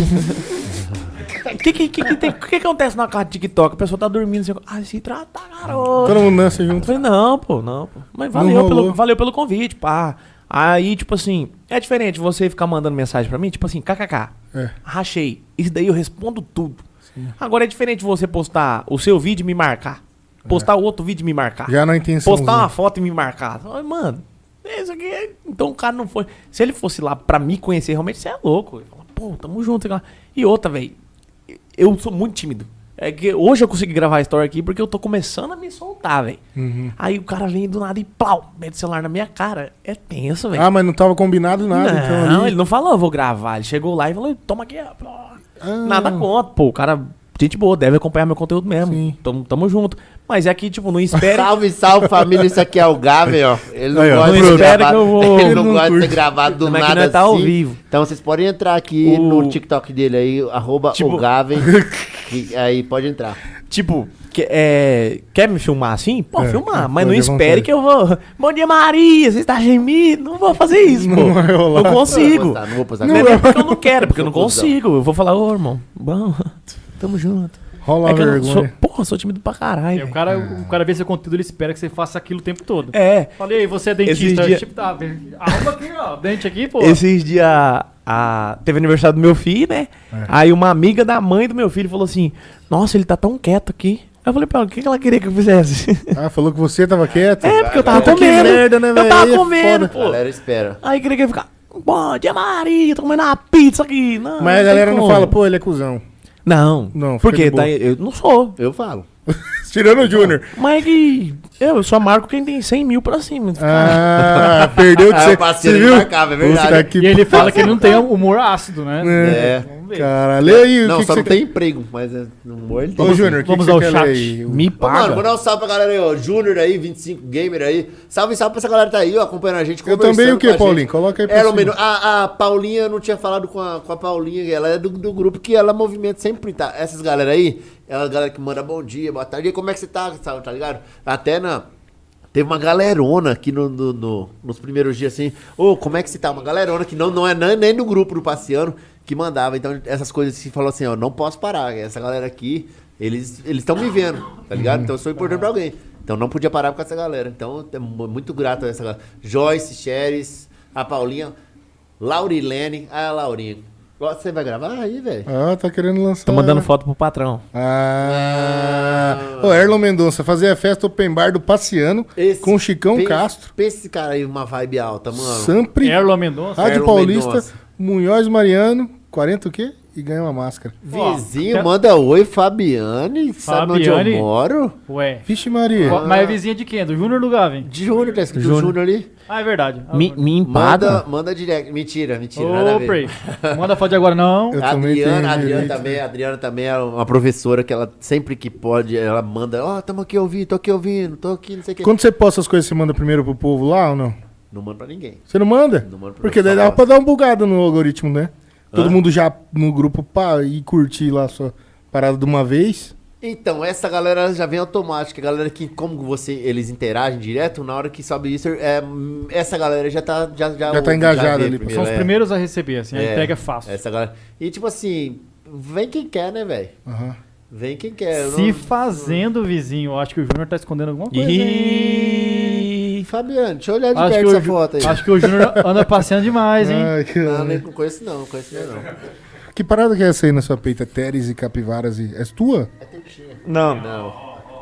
Speaker 5: O que, que, que, que, tem- que que acontece na carta de TikTok? A pessoa tá dormindo assim, ah, se trata, garoto.
Speaker 1: Todo mundo dança
Speaker 5: Eu
Speaker 1: junto.
Speaker 5: falei, não, pô, não, pô. Mas
Speaker 1: Não
Speaker 5: valeu,
Speaker 1: rolou.
Speaker 5: pelo, valeu pelo convite, pá. Aí, tipo assim, é diferente você ficar mandando mensagem pra mim, tipo assim, kkk,
Speaker 1: É.
Speaker 5: rachei. Isso daí eu respondo tudo. Agora é diferente você postar o seu vídeo e me marcar. Postar o outro vídeo e me marcar.
Speaker 1: Já na intenção.
Speaker 5: postar uma foto e me marcar. Ai, mano, isso aqui é... Então o cara não foi. Se ele fosse lá pra me conhecer, realmente você é louco. Eu falo, pô, tamo junto. sei lá. E outra, velho, eu sou muito tímido. É que hoje eu consegui gravar a história aqui porque eu tô começando a me soltar, velho.
Speaker 1: Uhum.
Speaker 5: Aí o cara vem do nada e pau, mete o celular na minha cara. É tenso, velho.
Speaker 1: Ah, mas não tava combinado nada, então.
Speaker 5: não,
Speaker 1: ali-
Speaker 5: ele não falou, eu vou gravar. Ele chegou lá e falou, toma aqui. ó, pô.
Speaker 1: Ah.
Speaker 5: Nada contra, pô. O cara, gente boa, deve acompanhar meu conteúdo mesmo.
Speaker 1: Sim.
Speaker 5: Tamo, tamo junto. Mas é que, tipo, não espere.
Speaker 2: Salve, salve família, isso aqui é o Gavin, ó. Ele não
Speaker 1: Aí, ó,
Speaker 2: gosta de
Speaker 1: Bruno.
Speaker 2: ser gravado.
Speaker 5: Espera que eu vou-
Speaker 2: Ele
Speaker 1: Ele
Speaker 2: não
Speaker 1: não
Speaker 2: gosta de ser
Speaker 1: curte.
Speaker 2: gravado do
Speaker 5: Como é que
Speaker 2: nada
Speaker 5: nós tá ao vivo.
Speaker 2: Então vocês podem entrar aqui
Speaker 5: O-
Speaker 2: no TikTok dele aí, arroba
Speaker 5: Tipo-
Speaker 2: o Gavin. que aí pode entrar.
Speaker 5: Tipo, que- é, quer me filmar assim? Pô,
Speaker 1: É,
Speaker 5: filmar,
Speaker 1: fica
Speaker 5: mas não
Speaker 1: à
Speaker 5: espere
Speaker 1: vontade.
Speaker 5: que eu vou. Bom dia, Maria, você está gemindo? Não vou fazer isso, pô.
Speaker 1: Não vai rolar.
Speaker 5: Não
Speaker 2: Não vou
Speaker 5: consigo.
Speaker 2: postar, não vou postar.
Speaker 5: Não,
Speaker 2: Não,
Speaker 5: é porque eu não quero, porque eu não
Speaker 2: Sou cuzão.
Speaker 5: consigo. Eu vou falar, ô, irmão, bom, tamo junto.
Speaker 1: Rola
Speaker 5: é
Speaker 1: a
Speaker 5: que eu não sou,
Speaker 1: vergonha.
Speaker 5: porra, eu sou tímido pra caralho. né?
Speaker 4: É, o,
Speaker 5: velho.
Speaker 4: cara, o cara vê seu conteúdo, ele espera que você faça aquilo o tempo todo.
Speaker 5: É,
Speaker 4: Falei, aí, você é
Speaker 5: Esses
Speaker 4: dentista.
Speaker 5: dias-
Speaker 4: Tipo, tá, arruma aqui, ó. Dente aqui, pô.
Speaker 5: esses dias a- teve aniversário do meu filho, né?
Speaker 1: É.
Speaker 5: Aí uma amiga da mãe do meu filho falou assim: Nossa, ele tá tão quieto aqui. Aí eu falei pra ela, o que que ela queria que eu fizesse?
Speaker 1: Ah, falou que você tava quieto.
Speaker 5: É, porque eu tava
Speaker 1: Puta que
Speaker 5: comendo.
Speaker 1: merda, né,
Speaker 5: eu
Speaker 1: velho?
Speaker 5: tava
Speaker 1: Aí é
Speaker 5: comendo,
Speaker 1: foda.
Speaker 5: pô.
Speaker 2: galera espera.
Speaker 5: Aí queria que ele ficar. Bom dia, Maria, tô comendo uma pizza aqui. Não,
Speaker 1: Mas a
Speaker 5: tem
Speaker 1: galera não
Speaker 5: como.
Speaker 1: fala, pô, ele é cuzão.
Speaker 5: Não.
Speaker 1: Não, fica
Speaker 5: Porque
Speaker 1: de boa.
Speaker 5: daí eu não sou.
Speaker 2: Eu falo.
Speaker 1: Tirando o Júnior.
Speaker 5: Mas que. Eu só marco quem tem 100 mil pra cima.
Speaker 1: Ah, perdeu de
Speaker 2: Ah,
Speaker 1: ser.
Speaker 2: o parceiro
Speaker 1: Você viu?
Speaker 2: marcava, é verdade.
Speaker 1: Puta que
Speaker 4: E ele fala que ele não tem humor ácido, né?
Speaker 1: É.
Speaker 2: É.
Speaker 4: Vamos ver.
Speaker 1: Cara, lê aí o
Speaker 2: Não,
Speaker 1: que
Speaker 2: só
Speaker 1: que
Speaker 2: não
Speaker 1: você-
Speaker 2: tem emprego, mas é, no humor ele tem.
Speaker 1: Ô, Júnior, o que que
Speaker 4: Vamos
Speaker 1: você
Speaker 4: ao
Speaker 1: quer
Speaker 4: chat.
Speaker 1: ler aí?
Speaker 5: Me
Speaker 2: Ô, mano,
Speaker 5: paga.
Speaker 2: mandar um salve pra galera aí, ó. Júnior aí, 25 Gamer aí. Salve, salve pra essa galera que tá aí, ó, acompanhando a gente. conversando
Speaker 1: também o quê,
Speaker 2: com a gente.
Speaker 1: Paulinho? Coloca aí pra
Speaker 2: Era o
Speaker 1: cima.
Speaker 2: menu. A, a Paulinha, eu não tinha falado com a, com a Paulinha, ela é do, do grupo que ela movimenta sempre, tá? Essas galera aí, ela é a galera que manda bom dia, boa tarde. E aí, como é que você tá, Gustavo, tá ligado? Até na. Teve uma galerona aqui no, no- no- nos primeiros dias assim. Ô, como é que você tá? Uma galerona que não, não é nem, nem do grupo do Passeando que mandava. Então, essas coisas se falou assim: ó, não posso parar. Essa galera aqui, eles estão me vendo, tá ligado? Então, eu sou importante pra alguém. Então, não podia parar com essa galera. Então, é mu- muito grato a essa galera. Joyce, Cheris, a Paulinha, Laurilene. Ah, Laurinha. Ó, Você vai gravar aí, velho?
Speaker 1: Ah, tá querendo lançar.
Speaker 5: Tô mandando foto pro patrão.
Speaker 1: Ah. Ô, Erlon Mendonça, fazer a festa open bar do Passeano
Speaker 2: Esse-
Speaker 1: com Chicão
Speaker 2: pensa-
Speaker 1: Castro,
Speaker 2: Pensa esse cara aí, uma vibe alta, mano.
Speaker 1: Sampri,
Speaker 5: É
Speaker 4: Erlon Mendonça.
Speaker 1: Rádio
Speaker 2: Erlon
Speaker 1: Paulista,
Speaker 2: Mendonça.
Speaker 1: Munhoz Mariano, 40 o quê? e ganha uma máscara.
Speaker 4: Ó,
Speaker 2: Vizinho,
Speaker 4: quer-
Speaker 2: manda oi, Fabiane. Sabe onde
Speaker 4: Fabiane?
Speaker 2: eu moro?
Speaker 4: Ué.
Speaker 1: Vixe Maria.
Speaker 2: Ah.
Speaker 4: Ó, Mas é vizinha de quem? Do Júnior ou do Gavin?
Speaker 2: De Júnior, tá escrito
Speaker 1: Júnior.
Speaker 2: Júnior ali.
Speaker 4: Ah, é verdade. Ah,
Speaker 5: Me, me
Speaker 2: Manda,
Speaker 5: empada.
Speaker 2: manda direto. Mentira, mentira. nada a
Speaker 4: Ô,
Speaker 2: ver.
Speaker 4: Prey. Manda foto de agora, não.
Speaker 1: Eu
Speaker 2: A
Speaker 1: também tenho
Speaker 2: Adriana, a Adriana
Speaker 1: direito.
Speaker 2: também, a Adriana também é uma professora que ela sempre que pode, ela manda, ó, tamo aqui ouvindo, tô aqui ouvindo, tô aqui, não sei o que.
Speaker 1: Quando você posta as coisas, você manda primeiro pro povo lá ou não?
Speaker 2: Não manda pra ninguém.
Speaker 1: Você não manda?
Speaker 2: Não mando pro
Speaker 1: Porque daí
Speaker 2: pessoal.
Speaker 1: dá pra dar uma bugada no algoritmo, né? Todo
Speaker 2: Hã?
Speaker 1: mundo já no grupo pá, e curtir lá a sua parada de uma vez.
Speaker 2: Então, essa galera já vem automática, a galera que, como você, eles interagem direto, na hora que sobe isso, é, hum, essa galera já tá... Já, já,
Speaker 1: Já tá
Speaker 2: vê
Speaker 1: engajada ali,
Speaker 2: primeiro,
Speaker 4: São os
Speaker 2: é.
Speaker 4: primeiros a receber, assim. A
Speaker 2: É,
Speaker 4: entrega é fácil.
Speaker 2: Essa galera... E tipo assim, vem quem quer, né, velho?
Speaker 1: Aham.
Speaker 2: Vem quem quer. é, eu
Speaker 4: Se
Speaker 2: não-
Speaker 4: fazendo vizinho. Eu Acho que o Júnior tá escondendo alguma coisa. hein?
Speaker 5: Ih,
Speaker 2: Fabiano, deixa eu olhar de
Speaker 4: Acho que,
Speaker 2: perto
Speaker 4: o
Speaker 2: essa
Speaker 4: Ju-
Speaker 2: foto aí. É,
Speaker 4: acho que o Júnior anda passeando demais, hein?
Speaker 1: Ai, que...
Speaker 2: Não, nem não conheço não, não conheço não.
Speaker 1: que parada que é essa aí na sua peita? Teres e capivaras e. É tua?
Speaker 5: Não.
Speaker 2: Não.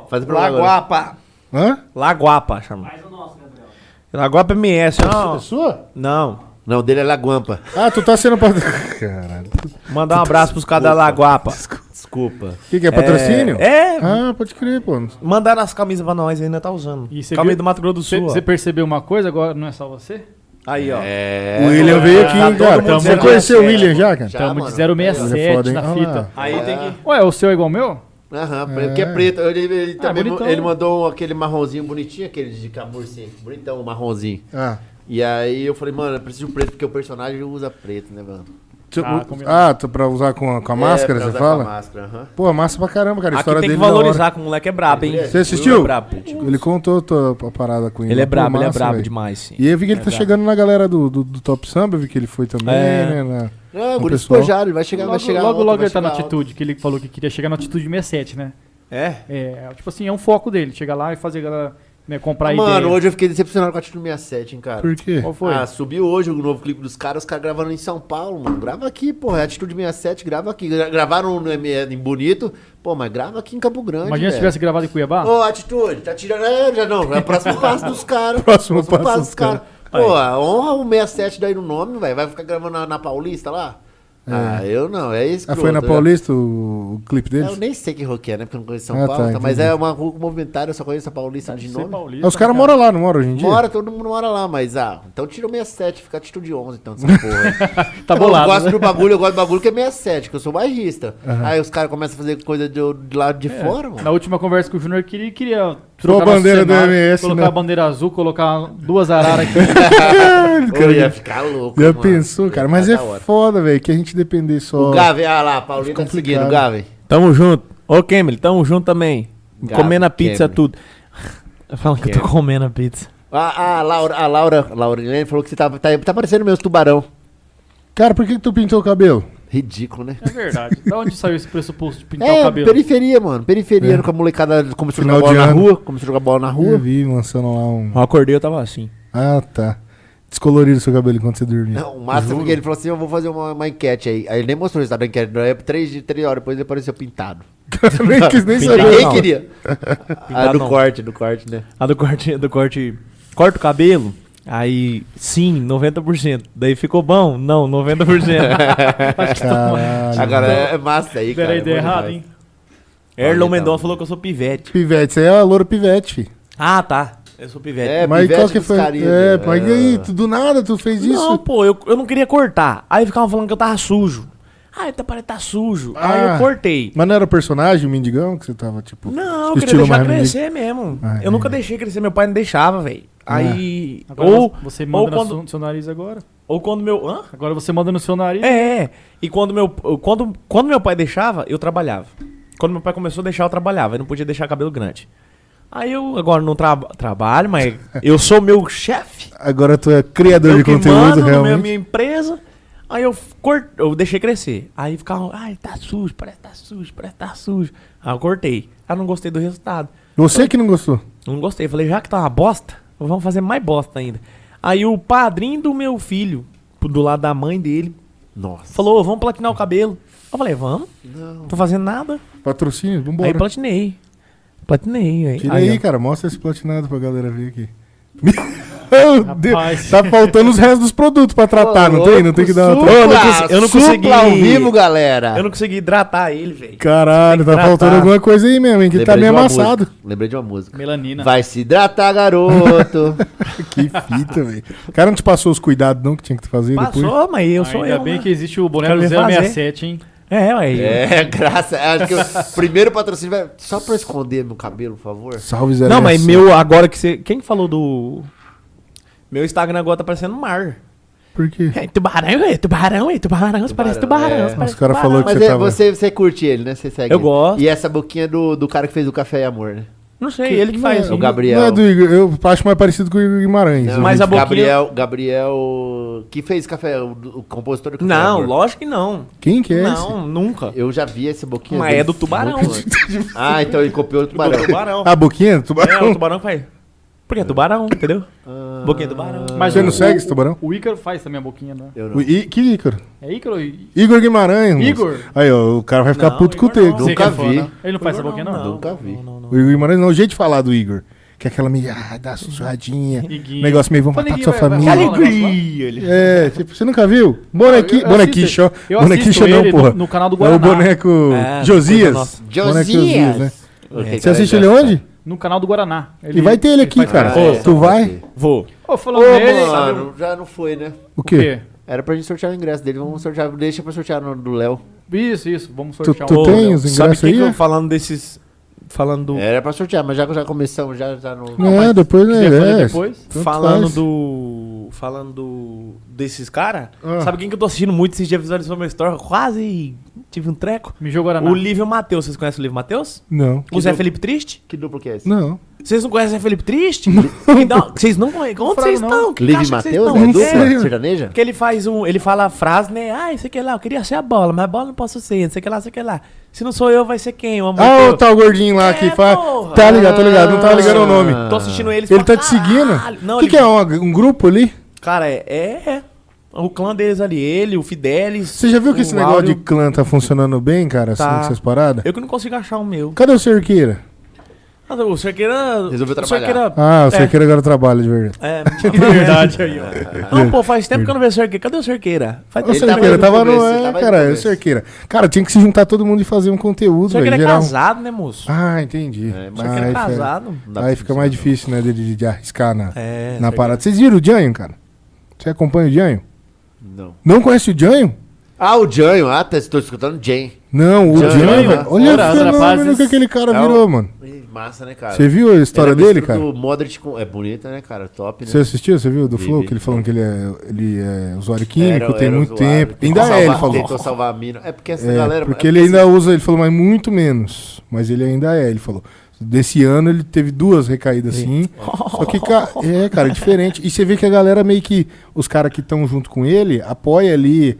Speaker 2: Faz o programa agora.
Speaker 5: Laguapa.
Speaker 1: Hã?
Speaker 5: Laguapa, chama. Mais o nosso, Gabriel. Laguapa MS, não.
Speaker 1: É Sua?
Speaker 5: Não.
Speaker 2: Não, o dele é Laguampa.
Speaker 1: Ah, tu tá sendo. pat- Caralho.
Speaker 5: Mandar um abraço pros caras da Laguapa.
Speaker 2: Desculpa.
Speaker 1: O que, que é? Patrocínio?
Speaker 5: É, é
Speaker 1: Ah, pode crer, pô.
Speaker 5: mandaram as camisas pra nós, ainda tá usando.
Speaker 4: E você
Speaker 5: Camisa
Speaker 4: viu?
Speaker 5: do Mato Grosso do Sul. ó.
Speaker 4: Você percebeu uma coisa agora? Não é só você?
Speaker 5: Aí, ó.
Speaker 2: É.
Speaker 1: O William veio aqui,
Speaker 5: tá
Speaker 1: hein,
Speaker 5: todo
Speaker 1: cara.
Speaker 5: mundo
Speaker 1: Você
Speaker 5: zero
Speaker 1: conheceu o
Speaker 5: sete,
Speaker 1: William já, cara?
Speaker 2: Já.
Speaker 4: Tamo de
Speaker 2: Ah, mano. Tá
Speaker 1: Ele é
Speaker 4: 067
Speaker 1: foda, hein?
Speaker 4: na
Speaker 1: Ah lá.
Speaker 4: fita.
Speaker 5: Aí tem que.
Speaker 4: Ué, o seu é igual ao meu?
Speaker 2: Aham, porque é preto. Ele, ele também
Speaker 4: Ah, bonitão.
Speaker 2: ele mandou um, aquele marronzinho bonitinho, aquele de camurcinho. Bonitão, o marronzinho.
Speaker 1: Ah.
Speaker 2: E aí eu falei, mano, eu preciso de um preto, porque o personagem usa preto, né, mano?
Speaker 1: Tu-
Speaker 4: Ah,
Speaker 1: o-
Speaker 4: combinado.
Speaker 1: ah, tu- pra usar com a, com a máscara,
Speaker 2: É, pra
Speaker 1: você
Speaker 2: usar
Speaker 1: fala?
Speaker 2: Com a máscara, aham.
Speaker 1: Pô, massa pra caramba, cara. A
Speaker 5: Aqui
Speaker 1: história
Speaker 5: tem que
Speaker 1: dele da hora.
Speaker 5: valorizar, que o moleque é brabo, hein?
Speaker 1: Você assistiu?
Speaker 5: O Will É brabo.
Speaker 1: Ele contou tua- a parada com ele. né?
Speaker 5: Ele é
Speaker 1: Pô,
Speaker 5: brabo, ele é
Speaker 1: massa,
Speaker 5: brabo
Speaker 1: velho.
Speaker 5: demais, sim.
Speaker 1: E eu vi que ele
Speaker 5: É
Speaker 1: tá
Speaker 5: brabo.
Speaker 1: chegando na galera do, do, do Top Samba, eu vi que ele foi também,
Speaker 5: É.
Speaker 1: né? na-
Speaker 2: Não,
Speaker 1: no
Speaker 2: o guri
Speaker 1: pessoal.
Speaker 2: despojado, Ah, ele vai chegar,
Speaker 4: logo
Speaker 2: vai chegar
Speaker 4: logo,
Speaker 2: alto,
Speaker 4: logo
Speaker 2: vai
Speaker 4: ele tá na
Speaker 2: chegar alto.
Speaker 4: atitude, que ele falou que queria chegar na atitude 67, né?
Speaker 5: É?
Speaker 4: É, tipo assim, é um foco dele. Chegar lá e fazer a galera né, comprar
Speaker 2: Mano,
Speaker 4: ideia.
Speaker 2: hoje eu fiquei decepcionado com a atitude 67, hein, cara.
Speaker 1: Por quê?
Speaker 4: Qual foi?
Speaker 2: Ah, subiu hoje o novo clipe dos caras, os caras gravando em São Paulo, mano. Grava aqui, porra. É Atitude 67, grava aqui. Gra- Gravaram no M- em Bonito, pô, mas grava aqui em Campo Grande.
Speaker 4: Imagina se
Speaker 2: velho.
Speaker 4: tivesse gravado em
Speaker 1: Ah.
Speaker 4: Cuiabá.
Speaker 2: Ô, atitude, tá tirando. É, já não, é o próximo passo dos caras.
Speaker 1: Próximo passo dos
Speaker 2: Pô, honra o 67 daí no nome, velho. Vai ficar gravando na, na Paulista lá? Ah, eu não, é isso
Speaker 1: Ah, foi na Paulista o, o clipe
Speaker 2: Eu
Speaker 1: deles?
Speaker 2: nem sei que rock é, né? Porque eu não conheço São
Speaker 1: Ah,
Speaker 2: Paulo,
Speaker 1: tá,
Speaker 2: tá, mas
Speaker 1: entendi.
Speaker 2: é uma rua movimentada, eu só conheço a Paulista de
Speaker 4: Ser
Speaker 2: nome.
Speaker 4: paulista,
Speaker 1: Ah, os caras
Speaker 4: né,
Speaker 1: moram lá, não moram hoje em dia?
Speaker 2: tá Mora, todo mundo mora lá, mas ah, então tira o 67, fica atitude 11, então, dessa porra. aí.
Speaker 4: Tá bolado,
Speaker 2: Eu gosto
Speaker 4: né?
Speaker 2: do bagulho, eu gosto do bagulho que é 67, que eu sou bairrista. Aí os caras começam a fazer coisa do, do lado de fora, mano.
Speaker 4: Na última conversa com o Júnior, queria, queria
Speaker 1: Tirou a
Speaker 4: trocar nosso
Speaker 1: bandeira do MS,
Speaker 4: colocar
Speaker 1: né?
Speaker 4: a bandeira azul, colocar duas araras aqui.
Speaker 2: Eu ia ficar louco.
Speaker 1: Já
Speaker 2: mano.
Speaker 1: pensou, cara?
Speaker 2: Ia
Speaker 1: Mas
Speaker 2: ficar
Speaker 1: é
Speaker 2: da hora.
Speaker 1: foda, velho, que a gente depender só...
Speaker 2: O Gavi, ah lá, Paulinho tá
Speaker 1: complicado.
Speaker 2: seguindo, Gavi.
Speaker 5: Tamo junto. Ô, Kemble, tamo junto também.
Speaker 2: Gabi,
Speaker 5: comendo a pizza,
Speaker 2: Kemble.
Speaker 5: tudo. Falando que eu tô comendo a pizza.
Speaker 2: Ah, A, a Laura, a Laura, Laurilene falou que você tá, tá, tá parecendo meus tubarão.
Speaker 1: Cara, por que, que tu pintou o cabelo?
Speaker 2: Ridículo, né?
Speaker 4: É verdade. Da onde saiu esse pressuposto de
Speaker 5: Então,
Speaker 4: pintar o
Speaker 2: É,
Speaker 4: cabelo?
Speaker 2: periferia, mano. Periferia, com a molecada começou a jogar
Speaker 1: É. Final
Speaker 2: bola
Speaker 1: de
Speaker 2: na
Speaker 1: ano.
Speaker 2: rua, começou a jogar bola na
Speaker 1: Eu
Speaker 2: rua.
Speaker 1: vi lançando lá um...
Speaker 5: Eu acordei, eu tava assim.
Speaker 1: Ah, tá. Descolorido o seu cabelo enquanto você dormia.
Speaker 2: Não, o máximo
Speaker 1: Juro.
Speaker 2: que ele falou assim: eu vou fazer uma, uma enquete aí. Aí ele nem mostrou o resultado da enquete, não. Aí, três, de- três horas depois ele apareceu pintado.
Speaker 1: Nem quis nem
Speaker 5: Pintado
Speaker 1: saber.
Speaker 2: Ninguém
Speaker 5: não.
Speaker 2: queria. Ah,
Speaker 5: Pintado
Speaker 2: do
Speaker 5: não.
Speaker 2: corte, do corte, né?
Speaker 5: A do corte, do corte. Corta o cabelo? Aí, sim, 90%. Daí ficou bom? Não, 90%.
Speaker 2: A
Speaker 1: Caralho.
Speaker 2: galera é massa aí,
Speaker 4: Era
Speaker 2: cara.
Speaker 4: a
Speaker 2: é
Speaker 4: ideia
Speaker 2: bom
Speaker 4: errada,
Speaker 2: demais.
Speaker 4: hein?
Speaker 5: Erlon
Speaker 2: Olha,
Speaker 5: Mendonça
Speaker 2: tá.
Speaker 5: falou que eu sou pivete.
Speaker 1: Pivete, isso aí é a loura pivete, fi.
Speaker 5: Ah, tá. Eu sou pivete.
Speaker 2: É,
Speaker 1: mas
Speaker 2: pivete
Speaker 1: qual que
Speaker 2: dos
Speaker 1: foi?
Speaker 2: carinha,
Speaker 1: é,
Speaker 2: né?
Speaker 1: mas e aí? Tu, do nada tu fez
Speaker 5: Não,
Speaker 1: isso?
Speaker 5: pô, eu, eu não queria cortar. Aí ficavam falando que eu tava sujo. Ah, ele tá parecendo que tá sujo. Aí
Speaker 1: Ah.
Speaker 5: eu cortei.
Speaker 1: Mas não era o personagem, o mendigão, que você tava, tipo...
Speaker 5: Não, eu
Speaker 1: que
Speaker 5: queria deixar
Speaker 1: mendigo?
Speaker 5: crescer mesmo.
Speaker 1: Ah,
Speaker 5: eu nunca
Speaker 1: entendi. Ah.
Speaker 5: deixei crescer, meu pai não deixava, velho. Aí.
Speaker 4: Agora
Speaker 5: ou,
Speaker 4: você
Speaker 5: ou
Speaker 4: manda no
Speaker 5: quando,
Speaker 4: seu- no seu nariz agora.
Speaker 5: ou quando meu. Hã?
Speaker 4: Agora você manda no seu nariz.
Speaker 5: É, é. E quando meu, quando, quando meu pai deixava, eu trabalhava. Quando meu pai começou a deixar, eu trabalhava. Eu não podia deixar cabelo grande. Aí eu agora não traba- trabalho, mas eu sou meu chefe.
Speaker 1: Agora tu é criador
Speaker 5: Eu
Speaker 1: de
Speaker 5: que
Speaker 1: conteúdo,
Speaker 5: mando na minha,
Speaker 1: realmente.
Speaker 5: minha empresa. Aí eu, cort... eu deixei crescer. Aí ficava, ai, tá sujo, parece que tá sujo, parece que tá sujo. Aí eu cortei. Aí eu não gostei do resultado.
Speaker 1: Você que não gostou.
Speaker 5: Não gostei. Falei, já que tá uma bosta, vamos fazer mais bosta ainda. Aí o padrinho do meu filho, do lado da mãe dele,
Speaker 2: Nossa.
Speaker 5: falou, "Ô, vamos platinar o cabelo. Eu falei, vamos. Não tô fazendo nada.
Speaker 1: Patrocínio,
Speaker 5: Aí
Speaker 1: vambora.
Speaker 5: platinei. Platinei, velho.
Speaker 1: Tira aí, cara. Mostra esse platinado pra galera ver aqui. Meu Deus,
Speaker 4: Rapaz.
Speaker 1: tá faltando os restos dos produtos pra tratar, Ah, tá, não tem? Não tem que dar uma
Speaker 2: supla,
Speaker 1: tra-
Speaker 5: eu não consi- eu não
Speaker 2: supla
Speaker 5: consegui-
Speaker 2: ao vivo, galera.
Speaker 5: Eu não consegui hidratar ele, velho.
Speaker 1: Caralho, tá
Speaker 5: tratar.
Speaker 1: faltando alguma coisa aí mesmo, hein? Que tá meio
Speaker 2: Lembrei de uma
Speaker 1: amassado.
Speaker 2: música. Lembrei de uma música.
Speaker 4: Melanina.
Speaker 2: Vai se hidratar, garoto.
Speaker 1: Que fita, velho. O cara não te passou os cuidados não que tinha que fazer depois?
Speaker 5: Passou, mas eu sou
Speaker 4: Ainda
Speaker 5: eu.
Speaker 4: bem
Speaker 5: né?
Speaker 4: que existe o boné
Speaker 5: Quero
Speaker 4: do
Speaker 5: ver
Speaker 4: 067, hein?
Speaker 5: É, ué.
Speaker 2: é, graça. Acho que o primeiro patrocínio vai. Só pra eu esconder meu cabelo, por favor.
Speaker 1: Salve, Zé.
Speaker 5: Não, mas
Speaker 1: Lessa.
Speaker 5: meu, agora que você. Quem falou do. Meu Instagram agora tá parecendo mar.
Speaker 1: Por quê?
Speaker 5: É, tubarão, é, tubarão, é, tubarão, você parece
Speaker 2: Tubarão,
Speaker 5: tubarão.
Speaker 2: é.
Speaker 5: você
Speaker 2: Os
Speaker 5: parece
Speaker 1: cara
Speaker 5: tubarão.
Speaker 1: falou que-
Speaker 2: Mas
Speaker 1: você
Speaker 2: é,
Speaker 1: tava?
Speaker 2: você, você curte ele, né? Você segue
Speaker 5: Eu
Speaker 2: ele.
Speaker 5: gosto.
Speaker 2: E essa boquinha do, do cara que fez o Café e Amor, né?
Speaker 5: Não sei, É ele que faz.
Speaker 2: O
Speaker 5: isso.
Speaker 2: Gabriel.
Speaker 1: Não é do Igor, eu acho mais parecido com o Igor Guimarães. né?
Speaker 2: Não,
Speaker 1: eu
Speaker 5: mas
Speaker 1: vi.
Speaker 5: a boquinha-
Speaker 2: Gabriel, Gabriel, que fez Café, o, o compositor do Café e
Speaker 5: Não,
Speaker 2: Amor.
Speaker 5: lógico que não.
Speaker 1: Quem que é esse?
Speaker 5: não, nunca.
Speaker 2: Eu já vi esse boquinha
Speaker 5: Mas
Speaker 2: dele.
Speaker 5: é do tubarão. né?
Speaker 2: ah, então ele copiou o tubarão.
Speaker 5: Do tubarão.
Speaker 1: Ah, A boquinha do
Speaker 5: É,
Speaker 1: tubarão?
Speaker 5: o tubarão faz. Porque é tubarão, entendeu?
Speaker 2: Ah,
Speaker 5: Boquinha do tubarão.
Speaker 4: Mas
Speaker 1: Você não
Speaker 4: o-
Speaker 1: segue
Speaker 4: o-
Speaker 1: esse tubarão?
Speaker 4: O Ícaro faz também a boquinha, né?
Speaker 2: Eu não.
Speaker 1: O I- que Ícaro?
Speaker 4: É Ícaro? e-
Speaker 1: Igor Guimarães, moço.
Speaker 4: Igor?
Speaker 1: Aí, ó, o cara vai ficar
Speaker 5: Não,
Speaker 1: puto com o
Speaker 5: Igor não.
Speaker 1: Tego.
Speaker 4: Sei que
Speaker 2: Nunca
Speaker 4: é foda.
Speaker 2: vi.
Speaker 4: Ele não faz essa boquinha, não?
Speaker 2: Nunca vi.
Speaker 5: Não, não, não.
Speaker 1: O Igor Guimarães não, o jeito de falar do Igor. Que é aquela meio, ah, dá sussurradinha.
Speaker 4: Iguinho.
Speaker 1: Negócio meio, vamos
Speaker 4: Quando
Speaker 1: matar
Speaker 4: ninguém
Speaker 1: sua
Speaker 4: vai- vai
Speaker 1: família.
Speaker 4: falar um negócio lá?
Speaker 1: É, tipo, você nunca viu? Bonequi,
Speaker 4: Eu- eu
Speaker 1: bonequinho
Speaker 4: assisto-
Speaker 1: show.
Speaker 4: eu
Speaker 1: Bonequinho show
Speaker 4: assisto
Speaker 1: não,
Speaker 4: ele
Speaker 1: porra.
Speaker 4: no- no canal do
Speaker 1: É o
Speaker 4: Guaraná.
Speaker 1: boneco
Speaker 5: É, coisa
Speaker 1: Josias.
Speaker 5: nossa.
Speaker 1: Boneco Josias, né?
Speaker 2: Ok,
Speaker 1: Você
Speaker 2: cara,
Speaker 1: assiste
Speaker 2: já
Speaker 1: ele
Speaker 2: tá.
Speaker 1: onde?
Speaker 4: No canal do Guaraná.
Speaker 1: E vai ter ele aqui,
Speaker 4: faz-
Speaker 1: cara.
Speaker 2: Ah, é.
Speaker 1: Tu vai?
Speaker 2: Ok.
Speaker 5: Vou.
Speaker 4: Ô, falando
Speaker 2: Ô,
Speaker 4: nele, sabe o-
Speaker 2: mano, já não foi, né?
Speaker 1: O
Speaker 4: o quê?
Speaker 1: quê?
Speaker 2: Era pra gente sortear o ingresso dele. Vamos sortear. Deixa pra sortear no do Léo.
Speaker 4: Isso, isso. Vamos
Speaker 1: Tu,
Speaker 4: sortear
Speaker 1: tu
Speaker 4: um.
Speaker 1: tem os
Speaker 5: Sabe
Speaker 1: ingressos
Speaker 5: quem
Speaker 1: aí?
Speaker 5: que
Speaker 1: é?
Speaker 5: eu falando desses. Falando do.
Speaker 2: Era pra sortear, mas já já começamos, já, já não.
Speaker 1: Não, é, depois, né?
Speaker 4: Quiser fazer
Speaker 1: é.
Speaker 4: depois?
Speaker 1: Tanto
Speaker 5: falando
Speaker 1: faz.
Speaker 5: do. Falando do. Desses caras.
Speaker 1: Ah.
Speaker 5: Sabe quem que eu tô assistindo muito esses dias visualizou meu story? Quase tive um treco.
Speaker 4: Me jogou Guaraná.
Speaker 5: O Lívio Matheus. Vocês conhecem o Lívio Matheus?
Speaker 1: Não.
Speaker 5: O Zé
Speaker 2: Tá do-
Speaker 5: Felipe Triste?
Speaker 2: Que duplo que é esse?
Speaker 1: Não.
Speaker 5: Vocês não conhecem o Zé Felipe Triste? Quem dá- um- Vocês não conhecem? Onde
Speaker 4: falo,
Speaker 5: vocês
Speaker 4: não.
Speaker 5: estão? Que
Speaker 2: Live
Speaker 5: caixa que vocês
Speaker 2: Matheus?
Speaker 5: estão?
Speaker 2: É
Speaker 1: Não sei.
Speaker 2: dupla? Sertaneja?
Speaker 5: Porque ele faz um. Ele fala a frase, né? Ah, isso aqui lá, eu queria ser a bola, mas a bola não posso ser, não sei o que lá, não sei o que lá. Se não sou eu, vai ser quem? O amor
Speaker 1: Ah,
Speaker 5: teu.
Speaker 1: o tal gordinho lá que
Speaker 5: É,
Speaker 1: faz.
Speaker 5: porra.
Speaker 1: Tá ligado, tô ligado. Não tava ligando o nome.
Speaker 2: Ah.
Speaker 5: Tô assistindo eles
Speaker 1: Ele
Speaker 5: pra
Speaker 1: tá te seguindo?
Speaker 5: caralho. Não,
Speaker 1: O que,
Speaker 5: ele-
Speaker 1: que é? Um, um grupo ali?
Speaker 5: Cara, é, é. é. O clã deles ali, ele, o Fidelis.
Speaker 1: Você já viu que
Speaker 5: o
Speaker 1: esse negócio
Speaker 5: Áureo.
Speaker 1: de clã tá funcionando bem, cara? Assim,
Speaker 5: Tá.
Speaker 1: essas paradas?
Speaker 5: Eu que não consigo achar o meu.
Speaker 1: Cadê o Cerqueira?
Speaker 5: Ah, O Cerqueira.
Speaker 2: Resolveu
Speaker 5: o
Speaker 2: trabalhar.
Speaker 5: Cerqueira-
Speaker 1: Ah, o
Speaker 5: é,
Speaker 1: Cerqueira agora trabalha, de verdade.
Speaker 5: É,
Speaker 4: Verdade aí, ó.
Speaker 1: É.
Speaker 5: Não, pô, faz tempo que eu não vejo o Cerqueira. Cadê o Cerqueira? Faz
Speaker 1: O
Speaker 2: Ele
Speaker 5: tempo.
Speaker 2: tava
Speaker 1: Cerqueira
Speaker 2: no
Speaker 1: tava no.
Speaker 2: começo, ele
Speaker 1: É,
Speaker 2: tava no
Speaker 1: cara, o
Speaker 2: começo.
Speaker 1: Cerqueira. Cara, tinha que se juntar todo mundo e fazer um
Speaker 5: O
Speaker 1: conteúdo,
Speaker 5: Cerqueira
Speaker 1: velho.
Speaker 5: é
Speaker 1: geral.
Speaker 5: casado, né, moço?
Speaker 1: Ah, entendi.
Speaker 2: É,
Speaker 1: Ah,
Speaker 2: mas
Speaker 5: O Cerqueira
Speaker 1: aí
Speaker 5: é
Speaker 1: fica-
Speaker 5: casado.
Speaker 2: Não dá pra
Speaker 1: Aí fica mais difícil, né, dele de, de arriscar na,
Speaker 5: É.
Speaker 1: na
Speaker 5: Cerqueira.
Speaker 1: parada. Vocês viram o Janho, cara? Você acompanha o Janho?
Speaker 2: Não.
Speaker 1: Não conhece o Janho?
Speaker 2: Ah, o Janho. Ah, tá, estou escutando Jane.
Speaker 1: Não, o
Speaker 2: Janho,
Speaker 1: Janho,
Speaker 2: né?
Speaker 1: velho. Olha
Speaker 4: Ora,
Speaker 1: o
Speaker 4: as
Speaker 1: fenômeno
Speaker 4: rapazes.
Speaker 1: que aquele cara
Speaker 2: É o-
Speaker 1: virou, mano.
Speaker 2: Ih, Massa, né, cara?
Speaker 1: Você viu a história
Speaker 2: Ele é
Speaker 1: dele,
Speaker 2: mistura
Speaker 1: cara?
Speaker 2: Do Modric com... É bonita, né, cara? Top, né?
Speaker 1: Você assistiu? Você viu do
Speaker 2: Vi,
Speaker 1: Flow?
Speaker 2: vi.
Speaker 1: Que ele falando que ele é, ele é usuário químico,
Speaker 2: Era-
Speaker 1: tem
Speaker 2: era
Speaker 1: muito
Speaker 2: zoado,
Speaker 1: tempo.
Speaker 2: tentou
Speaker 1: Ainda é, ele
Speaker 2: salvar-
Speaker 1: falou.
Speaker 2: Tentou salvar a mina. É porque essa
Speaker 1: É,
Speaker 2: galera...
Speaker 1: porque ele ainda usa, ele falou, mas muito menos. Mas ele ainda é, ele falou. Desse ano ele teve duas recaídas assim. Só que, ca- é, cara, é diferente. E você vê que a galera meio que. Os caras que estão junto com ele, apoia ali,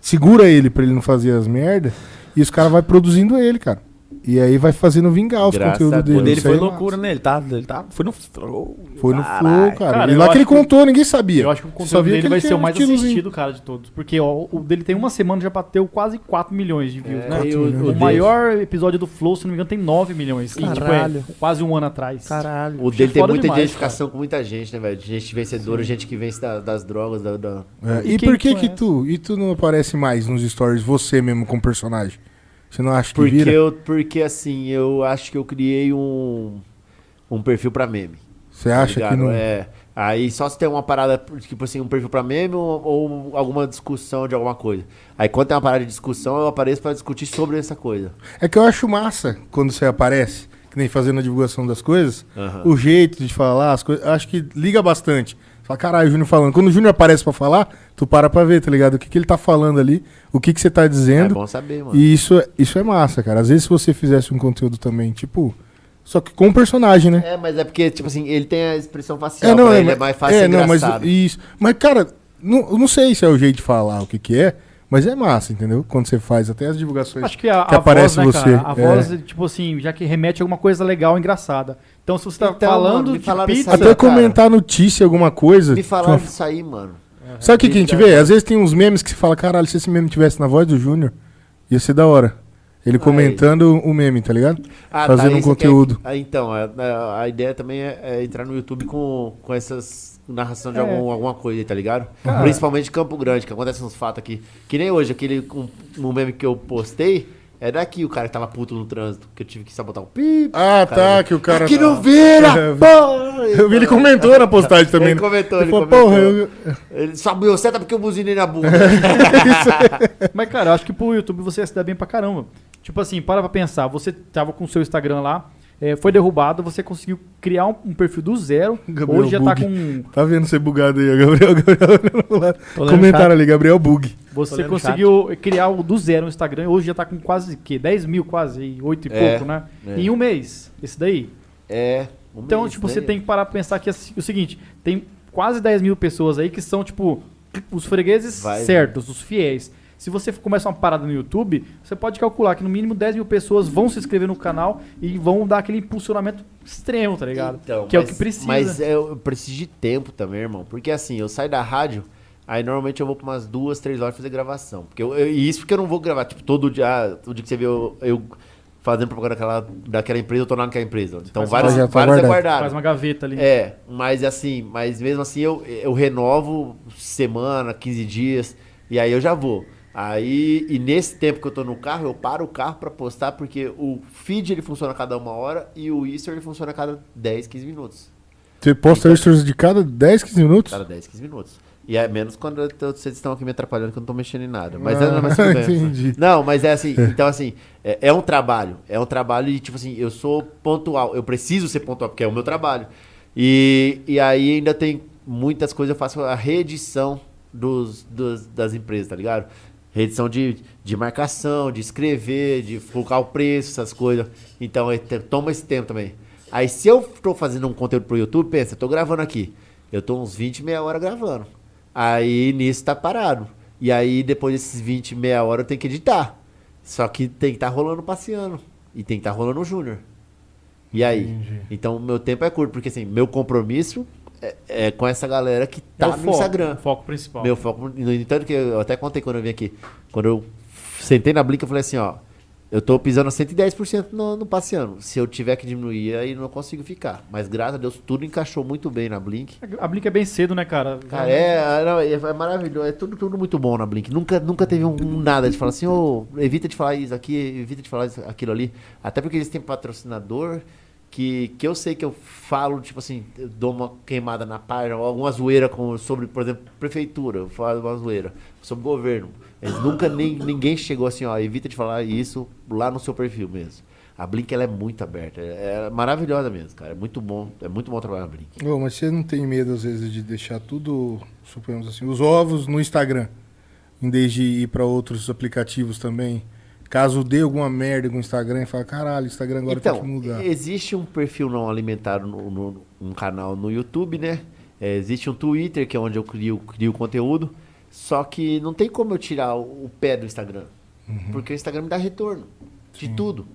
Speaker 1: segura ele pra ele não fazer as merdas. E os caras vai produzindo ele, cara. E aí vai fazendo vingar os
Speaker 2: Graças a
Speaker 1: conteúdos
Speaker 2: Deus.
Speaker 1: dele.
Speaker 5: O dele
Speaker 1: Isso aí
Speaker 5: foi
Speaker 1: é
Speaker 5: loucura, né? Ele tá, ele tá. Foi no flow.
Speaker 1: Foi no
Speaker 5: Caralho.
Speaker 1: flow, cara.
Speaker 4: Cara,
Speaker 1: e
Speaker 4: eu
Speaker 1: lá que
Speaker 4: acho
Speaker 1: ele
Speaker 4: que-
Speaker 1: contou, ninguém sabia.
Speaker 4: Eu acho que o
Speaker 1: Só
Speaker 4: conteúdo
Speaker 1: via
Speaker 4: dele
Speaker 1: ele
Speaker 4: vai
Speaker 1: tinha
Speaker 4: ser o
Speaker 1: um
Speaker 4: mais
Speaker 1: estilozinho.
Speaker 4: assistido, cara, de todos. Porque ó, o dele tem uma semana, já bateu quase 4 milhões de views,
Speaker 2: É,
Speaker 4: né?
Speaker 2: e o- o
Speaker 4: O,
Speaker 2: dele-
Speaker 4: maior episódio do Flow, se não me engano, tem 9 milhões. E, tipo,
Speaker 5: Caralho.
Speaker 4: é quase um ano atrás.
Speaker 5: Caralho.
Speaker 2: O dele
Speaker 1: é
Speaker 4: Achei
Speaker 2: tem
Speaker 4: foda
Speaker 2: muita
Speaker 4: demais,
Speaker 2: identificação com muita gente, né, velho? Gente vencedora, gente que vence da- das drogas, da... da-
Speaker 1: É,
Speaker 4: E
Speaker 1: e
Speaker 4: quem
Speaker 1: por que que
Speaker 4: conhece?
Speaker 1: tu, e tu não aparece mais nos stories você mesmo com o personagem? Você não acha que
Speaker 2: Porque,
Speaker 1: vira?
Speaker 2: eu, porque, assim, eu acho que eu criei um, um perfil pra meme.
Speaker 1: Você
Speaker 2: tá
Speaker 1: acha que
Speaker 2: ligado?
Speaker 1: não?
Speaker 2: É. Aí só se tem uma parada, tipo assim, um perfil pra meme ou, ou alguma discussão de alguma coisa. Aí quando tem uma parada de discussão, eu apareço pra discutir sobre essa coisa.
Speaker 1: É que eu acho massa quando você aparece, que nem fazendo a divulgação das coisas,
Speaker 2: Aham.
Speaker 1: o jeito de falar, as coisas, acho que liga bastante. Você Fala, caralho, o Júnior falando. Quando o Júnior aparece pra falar, tu para pra ver, tá ligado? O que que ele tá falando ali, o que que você tá
Speaker 2: É
Speaker 1: dizendo.
Speaker 2: bom saber, mano.
Speaker 1: e isso, é- isso é massa, cara. Às vezes se você fizesse um conteúdo também, tipo, só que com o personagem, né?
Speaker 2: É, mas é porque, tipo assim, ele tem a expressão facial, pra ele é
Speaker 1: mas-
Speaker 2: mais fácil ser
Speaker 1: não, mas
Speaker 2: engraçado.
Speaker 1: isso. Mas, cara, não, eu não sei se é o jeito de falar o que que é, mas é massa, entendeu? Quando você faz até as divulgações.
Speaker 4: Acho que a,
Speaker 1: Que
Speaker 4: a
Speaker 1: aparece
Speaker 4: voz, né,
Speaker 1: você,
Speaker 4: cara? A
Speaker 1: é.
Speaker 4: voz, tipo assim, já que remete a alguma coisa legal, engraçada. Então, se você tá
Speaker 2: Então,
Speaker 4: falando
Speaker 2: mano, me falaram
Speaker 4: de pizza...
Speaker 2: essa-
Speaker 1: até
Speaker 2: cara.
Speaker 1: comentar notícia, alguma coisa.
Speaker 2: Me falaram né? disso aí, mano.
Speaker 1: Sabe o que, que a gente vê? Às vezes tem uns memes que você fala, caralho, se esse meme tivesse na voz do Júnior, ia ser da hora. Ele comentando o meme, tá ligado?
Speaker 2: Ah,
Speaker 1: Fazendo
Speaker 2: tá,
Speaker 1: um
Speaker 2: esse aqui é-
Speaker 1: conteúdo.
Speaker 2: Ah, então, a, a- a ideia também é, é entrar no YouTube com, com essas narração de
Speaker 4: É.
Speaker 2: algum- alguma coisa, tá ligado? Principalmente Campo Grande, que acontece uns fatos aqui. Que nem hoje, aquele um, um meme que eu postei, é daqui o cara que tava puto no trânsito, que eu tive que sabotar um pi.
Speaker 1: Ah, tá, que o cara.
Speaker 2: Aqui não
Speaker 1: tá-
Speaker 2: vira! porra!
Speaker 1: Eu vi, ele comentou na postagem também.
Speaker 2: Ele
Speaker 1: né?
Speaker 2: comentou, ele
Speaker 1: falou,
Speaker 2: comentou.
Speaker 1: Porra, eu...
Speaker 2: Ele só me seta porque eu buzinei na bunda.
Speaker 4: Mas, cara, eu acho que pro YouTube você ia se dar bem pra caramba. Tipo assim, para pra pensar. Você tava com o seu Instagram lá, eh, foi derrubado, você conseguiu criar um, um perfil do zero.
Speaker 1: Gabriel
Speaker 4: Hoje já tá
Speaker 1: Bug.
Speaker 4: com.
Speaker 1: Tá vendo você bugado aí, ó, Gabriel, Gabriel. olha lá.
Speaker 3: Tô lendo
Speaker 1: Comentaram
Speaker 3: chat.
Speaker 1: ali, Gabriel Bug.
Speaker 4: Você
Speaker 3: lendo
Speaker 4: conseguiu criar o do zero no Instagram. Hoje já tá com quase que 10 mil, quase, e 8 e
Speaker 2: É,
Speaker 4: pouco, né?
Speaker 2: é.
Speaker 4: Em um mês, esse daí.
Speaker 2: É. um
Speaker 4: Então,
Speaker 2: mês,
Speaker 4: tipo,
Speaker 2: né?
Speaker 4: você tem que parar pra pensar que é o seguinte: tem quase 10 mil pessoas aí que são, tipo, os fregueses
Speaker 2: Vai, né?
Speaker 4: certos, os fiéis. Se você começa uma parada no YouTube, você pode calcular que no mínimo 10 mil pessoas vão se inscrever no canal e vão dar aquele impulsionamento extremo, tá ligado?
Speaker 2: Então,
Speaker 4: que
Speaker 2: mas-
Speaker 4: é o que precisa.
Speaker 2: Mas eu eu preciso de tempo também, irmão. Porque assim, eu saio da rádio, aí normalmente eu vou pra umas duas, três horas fazer gravação. Porque eu, eu- e isso porque eu não vou gravar, tipo, todo dia. ah, O dia que você vê eu, eu fazendo propaganda daquela, daquela empresa, eu tô naquela empresa. Então
Speaker 4: faz
Speaker 2: várias,
Speaker 1: uma- Já tá
Speaker 2: várias é
Speaker 1: guardado.
Speaker 2: guardado.
Speaker 4: Faz uma gaveta ali.
Speaker 2: É, mas assim, mas mesmo assim eu, eu renovo semana, 15 dias, e aí eu já vou. Aí, e nesse tempo que eu tô no carro, eu paro o carro pra postar, porque o feed ele funciona a cada uma hora e o Easter ele funciona a cada 10, 15 minutos.
Speaker 1: Você posta extras de cada 10, 15 minutos?
Speaker 2: Cada 10, 15 minutos. E é menos quando eu tô- vocês estão aqui me atrapalhando que eu não tô mexendo em nada. Mas,
Speaker 1: Ah,
Speaker 2: é, não, mas tudo bem.
Speaker 1: entendi.
Speaker 2: Não, mas é assim, então assim, é, é um trabalho. É um trabalho e, tipo assim, eu sou pontual. Eu preciso ser pontual, porque é o meu trabalho. E, e aí ainda tem muitas coisas, eu faço a reedição dos, dos- das empresas, tá ligado? Reedição de, de marcação, de escrever, de focar o preço, essas coisas. Então, é, te- toma esse tempo também. Aí se eu tô fazendo um conteúdo pro YouTube, pensa, eu tô gravando aqui. Eu tô uns 20, meia hora gravando. Aí nisso tá parado. E aí depois desses 20, meia hora eu tenho que editar. Só que tem que estar tá rolando o passeando. E tem que estar tá rolando o Júnior. E aí? Então meu tempo é curto, porque assim, meu compromisso é, é com essa galera que
Speaker 4: É
Speaker 2: tá
Speaker 4: o
Speaker 2: no
Speaker 4: foco,
Speaker 2: Instagram.
Speaker 4: o foco principal.
Speaker 2: Meu foco. No entanto, que eu até contei quando eu vim aqui. Quando eu sentei na blinca, eu falei assim, ó. Eu tô pisando a 110% no, no passeando. Se eu tiver que diminuir, aí não consigo ficar. Mas graças a Deus, tudo encaixou muito bem na Blink.
Speaker 4: A Blink é bem cedo, né, cara?
Speaker 2: Cara, é, ah, não, é, é maravilhoso. É tudo, tudo muito bom na Blink. Nunca, nunca teve um, um nada de falar assim, ô, evita de falar isso aqui, evita de falar isso- aquilo ali. Até porque eles têm patrocinador que, que eu sei que eu falo, tipo assim, eu dou uma queimada na página, ou alguma zoeira com, sobre, por exemplo, prefeitura, eu falo uma zoeira, sobre governo. Eles nunca, nem, ninguém chegou assim, ó, evita de falar isso lá no seu perfil mesmo. A Blink ela é muito aberta, é, é maravilhosa mesmo, cara. É muito bom, é muito bom trabalhar na Blink.
Speaker 1: Ô, mas você não tem medo, às vezes, de deixar tudo, suponhamos assim, os ovos no Instagram, em vez de ir pra outros aplicativos também? Caso dê alguma merda com o Instagram, e fala, caralho, o Instagram agora tá tem
Speaker 2: então,
Speaker 1: que mudar.
Speaker 2: existe um perfil não alimentado, no, no- um canal no YouTube, né? É, existe um Twitter, que é onde eu crio, crio conteúdo. Só que não tem como eu tirar o, o pé do Instagram. Porque o Instagram me dá retorno de tudo.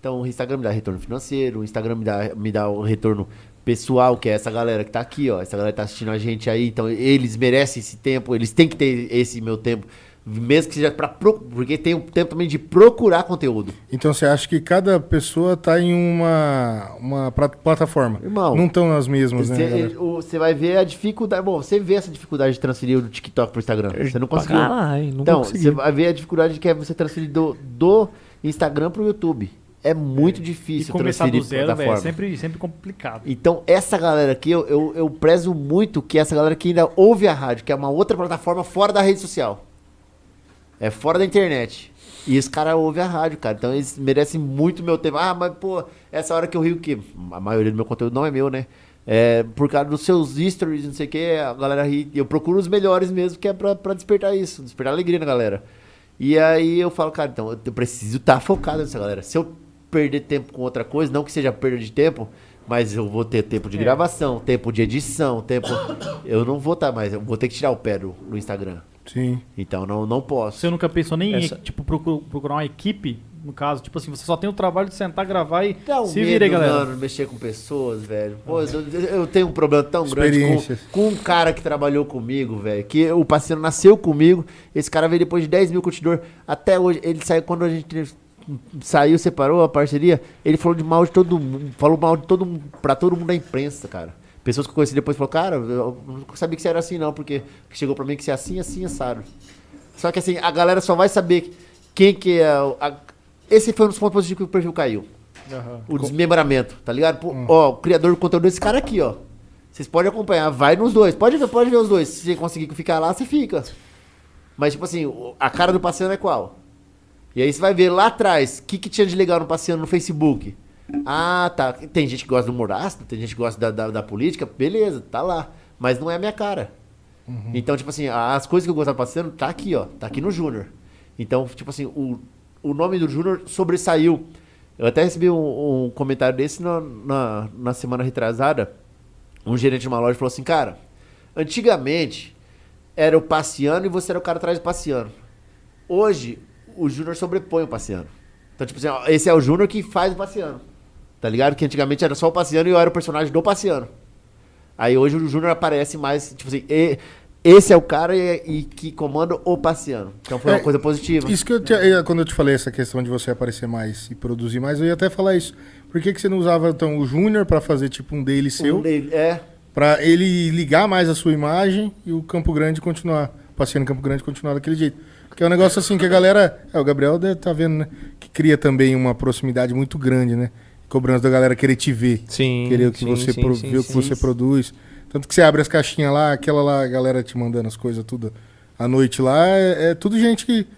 Speaker 2: Então, o Instagram me dá retorno financeiro, o Instagram me dá, me dá o retorno pessoal, que é essa galera que tá aqui, ó. Essa galera que tá assistindo a gente aí. Então, eles merecem esse tempo, eles têm que ter esse meu tempo. Mesmo que seja pra. pro- Porque tem o tempo também de procurar conteúdo.
Speaker 1: Então você acha que cada pessoa tá em uma, uma pra- plataforma?
Speaker 2: Irmão, é-
Speaker 1: não estão nas mesmas, né? galera?
Speaker 2: Você vai ver a dificuldade. Bom, você vê essa dificuldade de transferir do TikTok pro Instagram. Você não
Speaker 3: Pra
Speaker 2: conseguiu.
Speaker 3: caralho, nunca
Speaker 2: então,
Speaker 3: consegui.
Speaker 2: você vai ver a dificuldade que é você transferir do, do Instagram pro YouTube. É muito
Speaker 4: E
Speaker 2: difícil
Speaker 4: começar do
Speaker 2: transferir
Speaker 4: zero, velho, é sempre, sempre complicado.
Speaker 2: Então, essa galera aqui, eu, eu, eu prezo muito que essa galera que ainda ouve a rádio, que é uma outra plataforma fora da rede social. É fora da internet. E esse cara ouve a rádio, cara. Então eles merecem muito meu tempo. Ah, mas pô, essa hora que eu rio que a maioria do meu conteúdo não é meu, né? É, por causa dos seus stories, não sei o que, a galera ri. Eu procuro os melhores mesmo, que é pra, pra despertar isso, despertar alegria na galera. E aí eu falo, cara, então eu preciso estar focado nessa galera. Se eu perder tempo com outra coisa, não que seja perda de tempo, mas eu vou ter tempo de gravação, tempo de edição, tempo. Eu não vou estar mais, eu vou ter que tirar o pé do, do Instagram.
Speaker 1: Sim.
Speaker 2: Então não, não posso.
Speaker 4: Você nunca pensou nem em,
Speaker 3: Essa-
Speaker 4: tipo, procu- procurar uma equipe no caso. Tipo assim, você só tem o trabalho de sentar, gravar e
Speaker 2: Dá um
Speaker 4: se vira aí,
Speaker 2: medo,
Speaker 4: galera.
Speaker 2: mano, mexer com pessoas, velho. Pô, eu, eu tenho um problema tão grande com,
Speaker 1: Experiências.
Speaker 2: com um cara que trabalhou comigo, velho. Que o parceiro nasceu comigo. Esse cara veio depois de 10 mil curtidor. Até hoje, ele saiu quando a gente saiu, separou a parceria. Ele falou de mal de todo mundo. Falou mal de todo mundo, pra todo mundo da imprensa, cara. Pessoas que eu conheci depois falaram, cara, eu não sabia que você era assim, não, porque chegou pra mim que você é assim, assim, assado. Só que assim, a galera só vai saber quem que é. o- a- Esse foi um dos pontos positivos que o perfil caiu. O desmembramento, tá ligado? Pô, Ó, o criador do conteúdo é esse cara aqui, ó. Vocês podem acompanhar, vai nos dois. Pode ver, pode ver os dois. Se você conseguir ficar lá, você fica. Mas, tipo assim, o- a cara do passeando é qual? E aí você vai ver lá atrás, o que, que tinha de legal no passeando no Facebook. Ah, tá. Tem gente que gosta do Morasta, tem gente que gosta da, da, da política, beleza, tá lá. Mas não é a minha cara. Então, tipo assim, a- as coisas que eu gostava passeando, tá aqui, ó. Tá aqui no Júnior. Então, tipo assim, o, o nome do Júnior sobressaiu. Eu até recebi um, um comentário desse na, na, na semana retrasada. Um gerente de uma loja falou assim, cara, antigamente era o passeando e você era o cara atrás do passeando. Hoje, o Júnior sobrepõe o passeando. Então, tipo assim, ó, esse é o Júnior que faz o passeando. Tá ligado? Que antigamente era só o passeando e eu era o personagem do passeando. Aí hoje o Júnior aparece mais, tipo assim, e- esse é o cara e, e que comanda o passeando. Então foi uma
Speaker 1: É,
Speaker 2: coisa positiva.
Speaker 1: Isso que eu te- eu- quando eu te falei essa questão de você aparecer mais e produzir mais, eu ia até falar isso. Por que, que você não usava então o Júnior pra fazer tipo um daily seu,
Speaker 2: Um dele- é,
Speaker 1: Pra ele ligar mais a sua imagem e o Campo Grande continuar passeando em Campo Grande continuar daquele jeito? Que é um negócio assim que a galera, é, o Gabriel deve tá vendo, né, que cria também uma proximidade muito grande, né? Cobrança da galera querer te ver,
Speaker 5: Sim.
Speaker 1: querer o que
Speaker 5: sim,
Speaker 1: você
Speaker 5: sim,
Speaker 1: pro-
Speaker 5: sim,
Speaker 1: ver o que
Speaker 5: sim.
Speaker 1: você produz. Tanto que você abre as caixinhas lá, aquela lá, a galera te mandando as coisas tudo à noite lá, é- é tudo gente que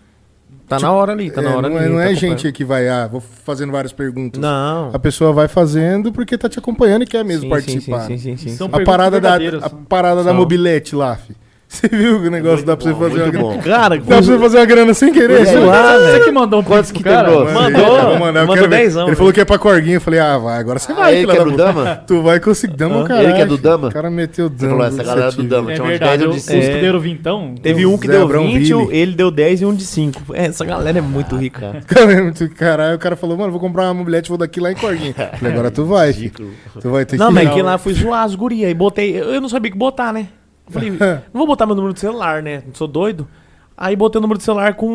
Speaker 5: Tá na hora ali, tá na
Speaker 1: é,
Speaker 5: hora
Speaker 1: não, é-
Speaker 5: ali.
Speaker 1: não
Speaker 5: tá
Speaker 1: é
Speaker 5: acompanhando.
Speaker 1: gente que vai, ah, vou fazendo várias perguntas.
Speaker 5: Não.
Speaker 1: A pessoa vai fazendo porque tá te acompanhando e quer mesmo
Speaker 5: Sim,
Speaker 1: participar.
Speaker 5: Sim, sim, sim, sim,
Speaker 4: São
Speaker 1: A
Speaker 4: perguntas
Speaker 1: parada da
Speaker 4: verdadeiras,
Speaker 1: a
Speaker 4: são.
Speaker 1: parada da
Speaker 5: São.
Speaker 1: mobilete lá, fi. Você viu que o negócio dá pra você fazer uma grana.
Speaker 5: Cara,
Speaker 1: Dá pra você fazer uma grana sem querer.
Speaker 5: Pois é.
Speaker 1: Você-
Speaker 5: lá,
Speaker 4: você
Speaker 5: velho.
Speaker 4: que mandou um
Speaker 2: Quantos
Speaker 4: pix
Speaker 2: que
Speaker 4: pro cara?
Speaker 2: demorou?
Speaker 1: Eu
Speaker 5: Mandou,
Speaker 1: vou mandar, eu
Speaker 5: mandou
Speaker 1: quero ver.
Speaker 5: dezão,
Speaker 1: Ele
Speaker 5: velho.
Speaker 1: falou que é pra corguinha. Eu falei, ah, vai, agora você
Speaker 2: Ah,
Speaker 1: vai,
Speaker 2: ele
Speaker 1: filha
Speaker 2: que é
Speaker 1: da
Speaker 2: do
Speaker 1: puta.
Speaker 2: Dama?
Speaker 1: Tu vai conseguir dama,
Speaker 5: Hã?
Speaker 1: cara.
Speaker 2: Ele que é do Dama?
Speaker 1: O cara meteu dama.
Speaker 2: Você falou, essa galera do Dama,
Speaker 4: É
Speaker 2: tinha uns 10
Speaker 4: verdade,
Speaker 2: ou
Speaker 4: eu,
Speaker 2: de
Speaker 4: os
Speaker 2: cinco.
Speaker 5: É.
Speaker 4: que deram vintão.
Speaker 5: Teve
Speaker 1: Deu
Speaker 5: um que
Speaker 1: Zé
Speaker 5: deu
Speaker 1: Abrão
Speaker 5: 20,
Speaker 1: Ville.
Speaker 5: ele deu 10 e um de 5. É, essa galera é muito rica.
Speaker 1: Cara, é muito- Caralho, o cara falou, mano, vou comprar uma mobilete, vou daqui lá em Corguinha. Eu Falei, agora tu vai, fi. Tu vai ter
Speaker 5: Não,
Speaker 1: que
Speaker 5: mas que lá eu fui zoar as gurias. Aí botei. Eu eu não sabia o que botar, né? Eu falei,
Speaker 1: É.
Speaker 5: não vou botar meu número de celular, né? Não sou doido. Aí botei o número de celular com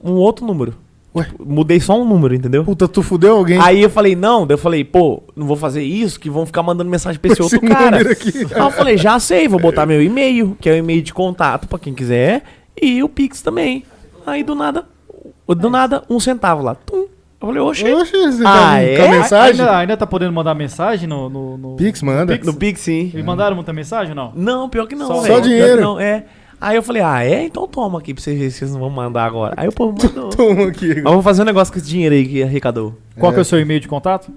Speaker 5: um, um outro número.
Speaker 1: Ué?
Speaker 5: Tipo, mudei só um número, entendeu?
Speaker 1: Puta, tu fudeu alguém?
Speaker 5: Aí eu falei, não, daí eu falei, pô, não vou fazer isso, que vão ficar mandando mensagem pra esse,
Speaker 1: Esse
Speaker 5: outro cara.
Speaker 1: número aqui.
Speaker 5: Aí eu falei, já sei, vou botar meu e-mail, que é o e-mail de contato pra quem quiser, e o Pix também. Aí do nada, do nada, um centavo lá. Tum. Eu falei, oxe.
Speaker 1: É Oxe, você
Speaker 5: Ah,
Speaker 1: tá
Speaker 5: é?
Speaker 1: com a mensagem?
Speaker 4: Ainda, ainda tá podendo mandar mensagem no. no, no-
Speaker 1: Pix, manda.
Speaker 5: No Pix, sim.
Speaker 4: Eles mandaram muita mensagem ou não?
Speaker 5: Não, pior que não.
Speaker 4: Só
Speaker 5: velho.
Speaker 1: só
Speaker 5: Pior que
Speaker 1: dinheiro?
Speaker 5: Não, é. Aí eu falei, ah, é? Então toma aqui pra vocês verem se vocês não vão mandar agora. Aí o povo mandou.
Speaker 1: Toma aqui.
Speaker 5: Mas vou fazer um negócio com esse dinheiro aí que arrecadou.
Speaker 4: Qual que é o seu e-mail de contato?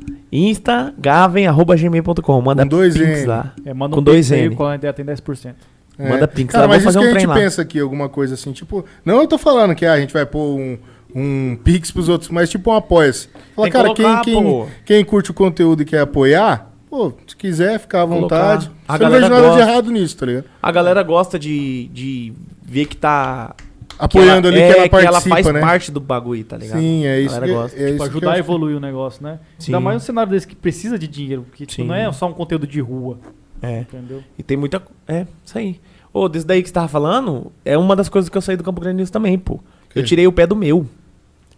Speaker 5: instagaven.gmail.com. Manda
Speaker 1: Com dois
Speaker 5: Pix
Speaker 1: N.
Speaker 5: lá.
Speaker 4: É, manda
Speaker 5: Com
Speaker 4: um
Speaker 5: dois
Speaker 4: pix aí,
Speaker 5: N.
Speaker 4: qual a ideia tem 10%.
Speaker 1: É.
Speaker 5: Manda Pix
Speaker 1: Cara,
Speaker 5: lá,
Speaker 1: mas isso
Speaker 5: vamos
Speaker 1: que
Speaker 5: fazer um
Speaker 1: a gente
Speaker 5: trem lá.
Speaker 1: pensa aqui, alguma coisa assim, tipo... Não eu tô falando que ah, a gente vai pôr um, um Pix pros outros, mas tipo um apoia-se. Fala,
Speaker 5: Tem que
Speaker 1: cara,
Speaker 5: colocar,
Speaker 1: quem,
Speaker 5: pô.
Speaker 1: quem, quem curte o conteúdo e quer apoiar, pô, se quiser, fica à
Speaker 5: Colocar.
Speaker 1: vontade.
Speaker 5: A
Speaker 1: Você não
Speaker 5: galera
Speaker 1: vejo nada de
Speaker 5: gosta.
Speaker 1: errado nisso, tá ligado?
Speaker 5: A galera gosta de, de ver que tá.
Speaker 1: Apoiando
Speaker 5: ela-
Speaker 1: ali que
Speaker 5: é,
Speaker 1: ela participa,
Speaker 5: faz
Speaker 1: né?
Speaker 5: parte do bagulho, tá ligado?
Speaker 1: Sim, é isso.
Speaker 5: galera
Speaker 1: Que, é
Speaker 5: gosta.
Speaker 1: isso
Speaker 4: Pra
Speaker 1: que
Speaker 4: ajudar
Speaker 1: eu
Speaker 4: a
Speaker 1: acho-
Speaker 4: evoluir o negócio, né?
Speaker 5: Sim.
Speaker 4: Ainda mais um cenário desse que precisa de dinheiro, porque tipo,
Speaker 5: Sim.
Speaker 4: não é só um conteúdo de rua,
Speaker 5: É.
Speaker 4: entendeu?
Speaker 5: E tem muita. É, isso aí. Ô, desse daí que você tava falando, é uma das coisas que eu saí do Campo Grande News também, pô. Eu tirei o pé do meu.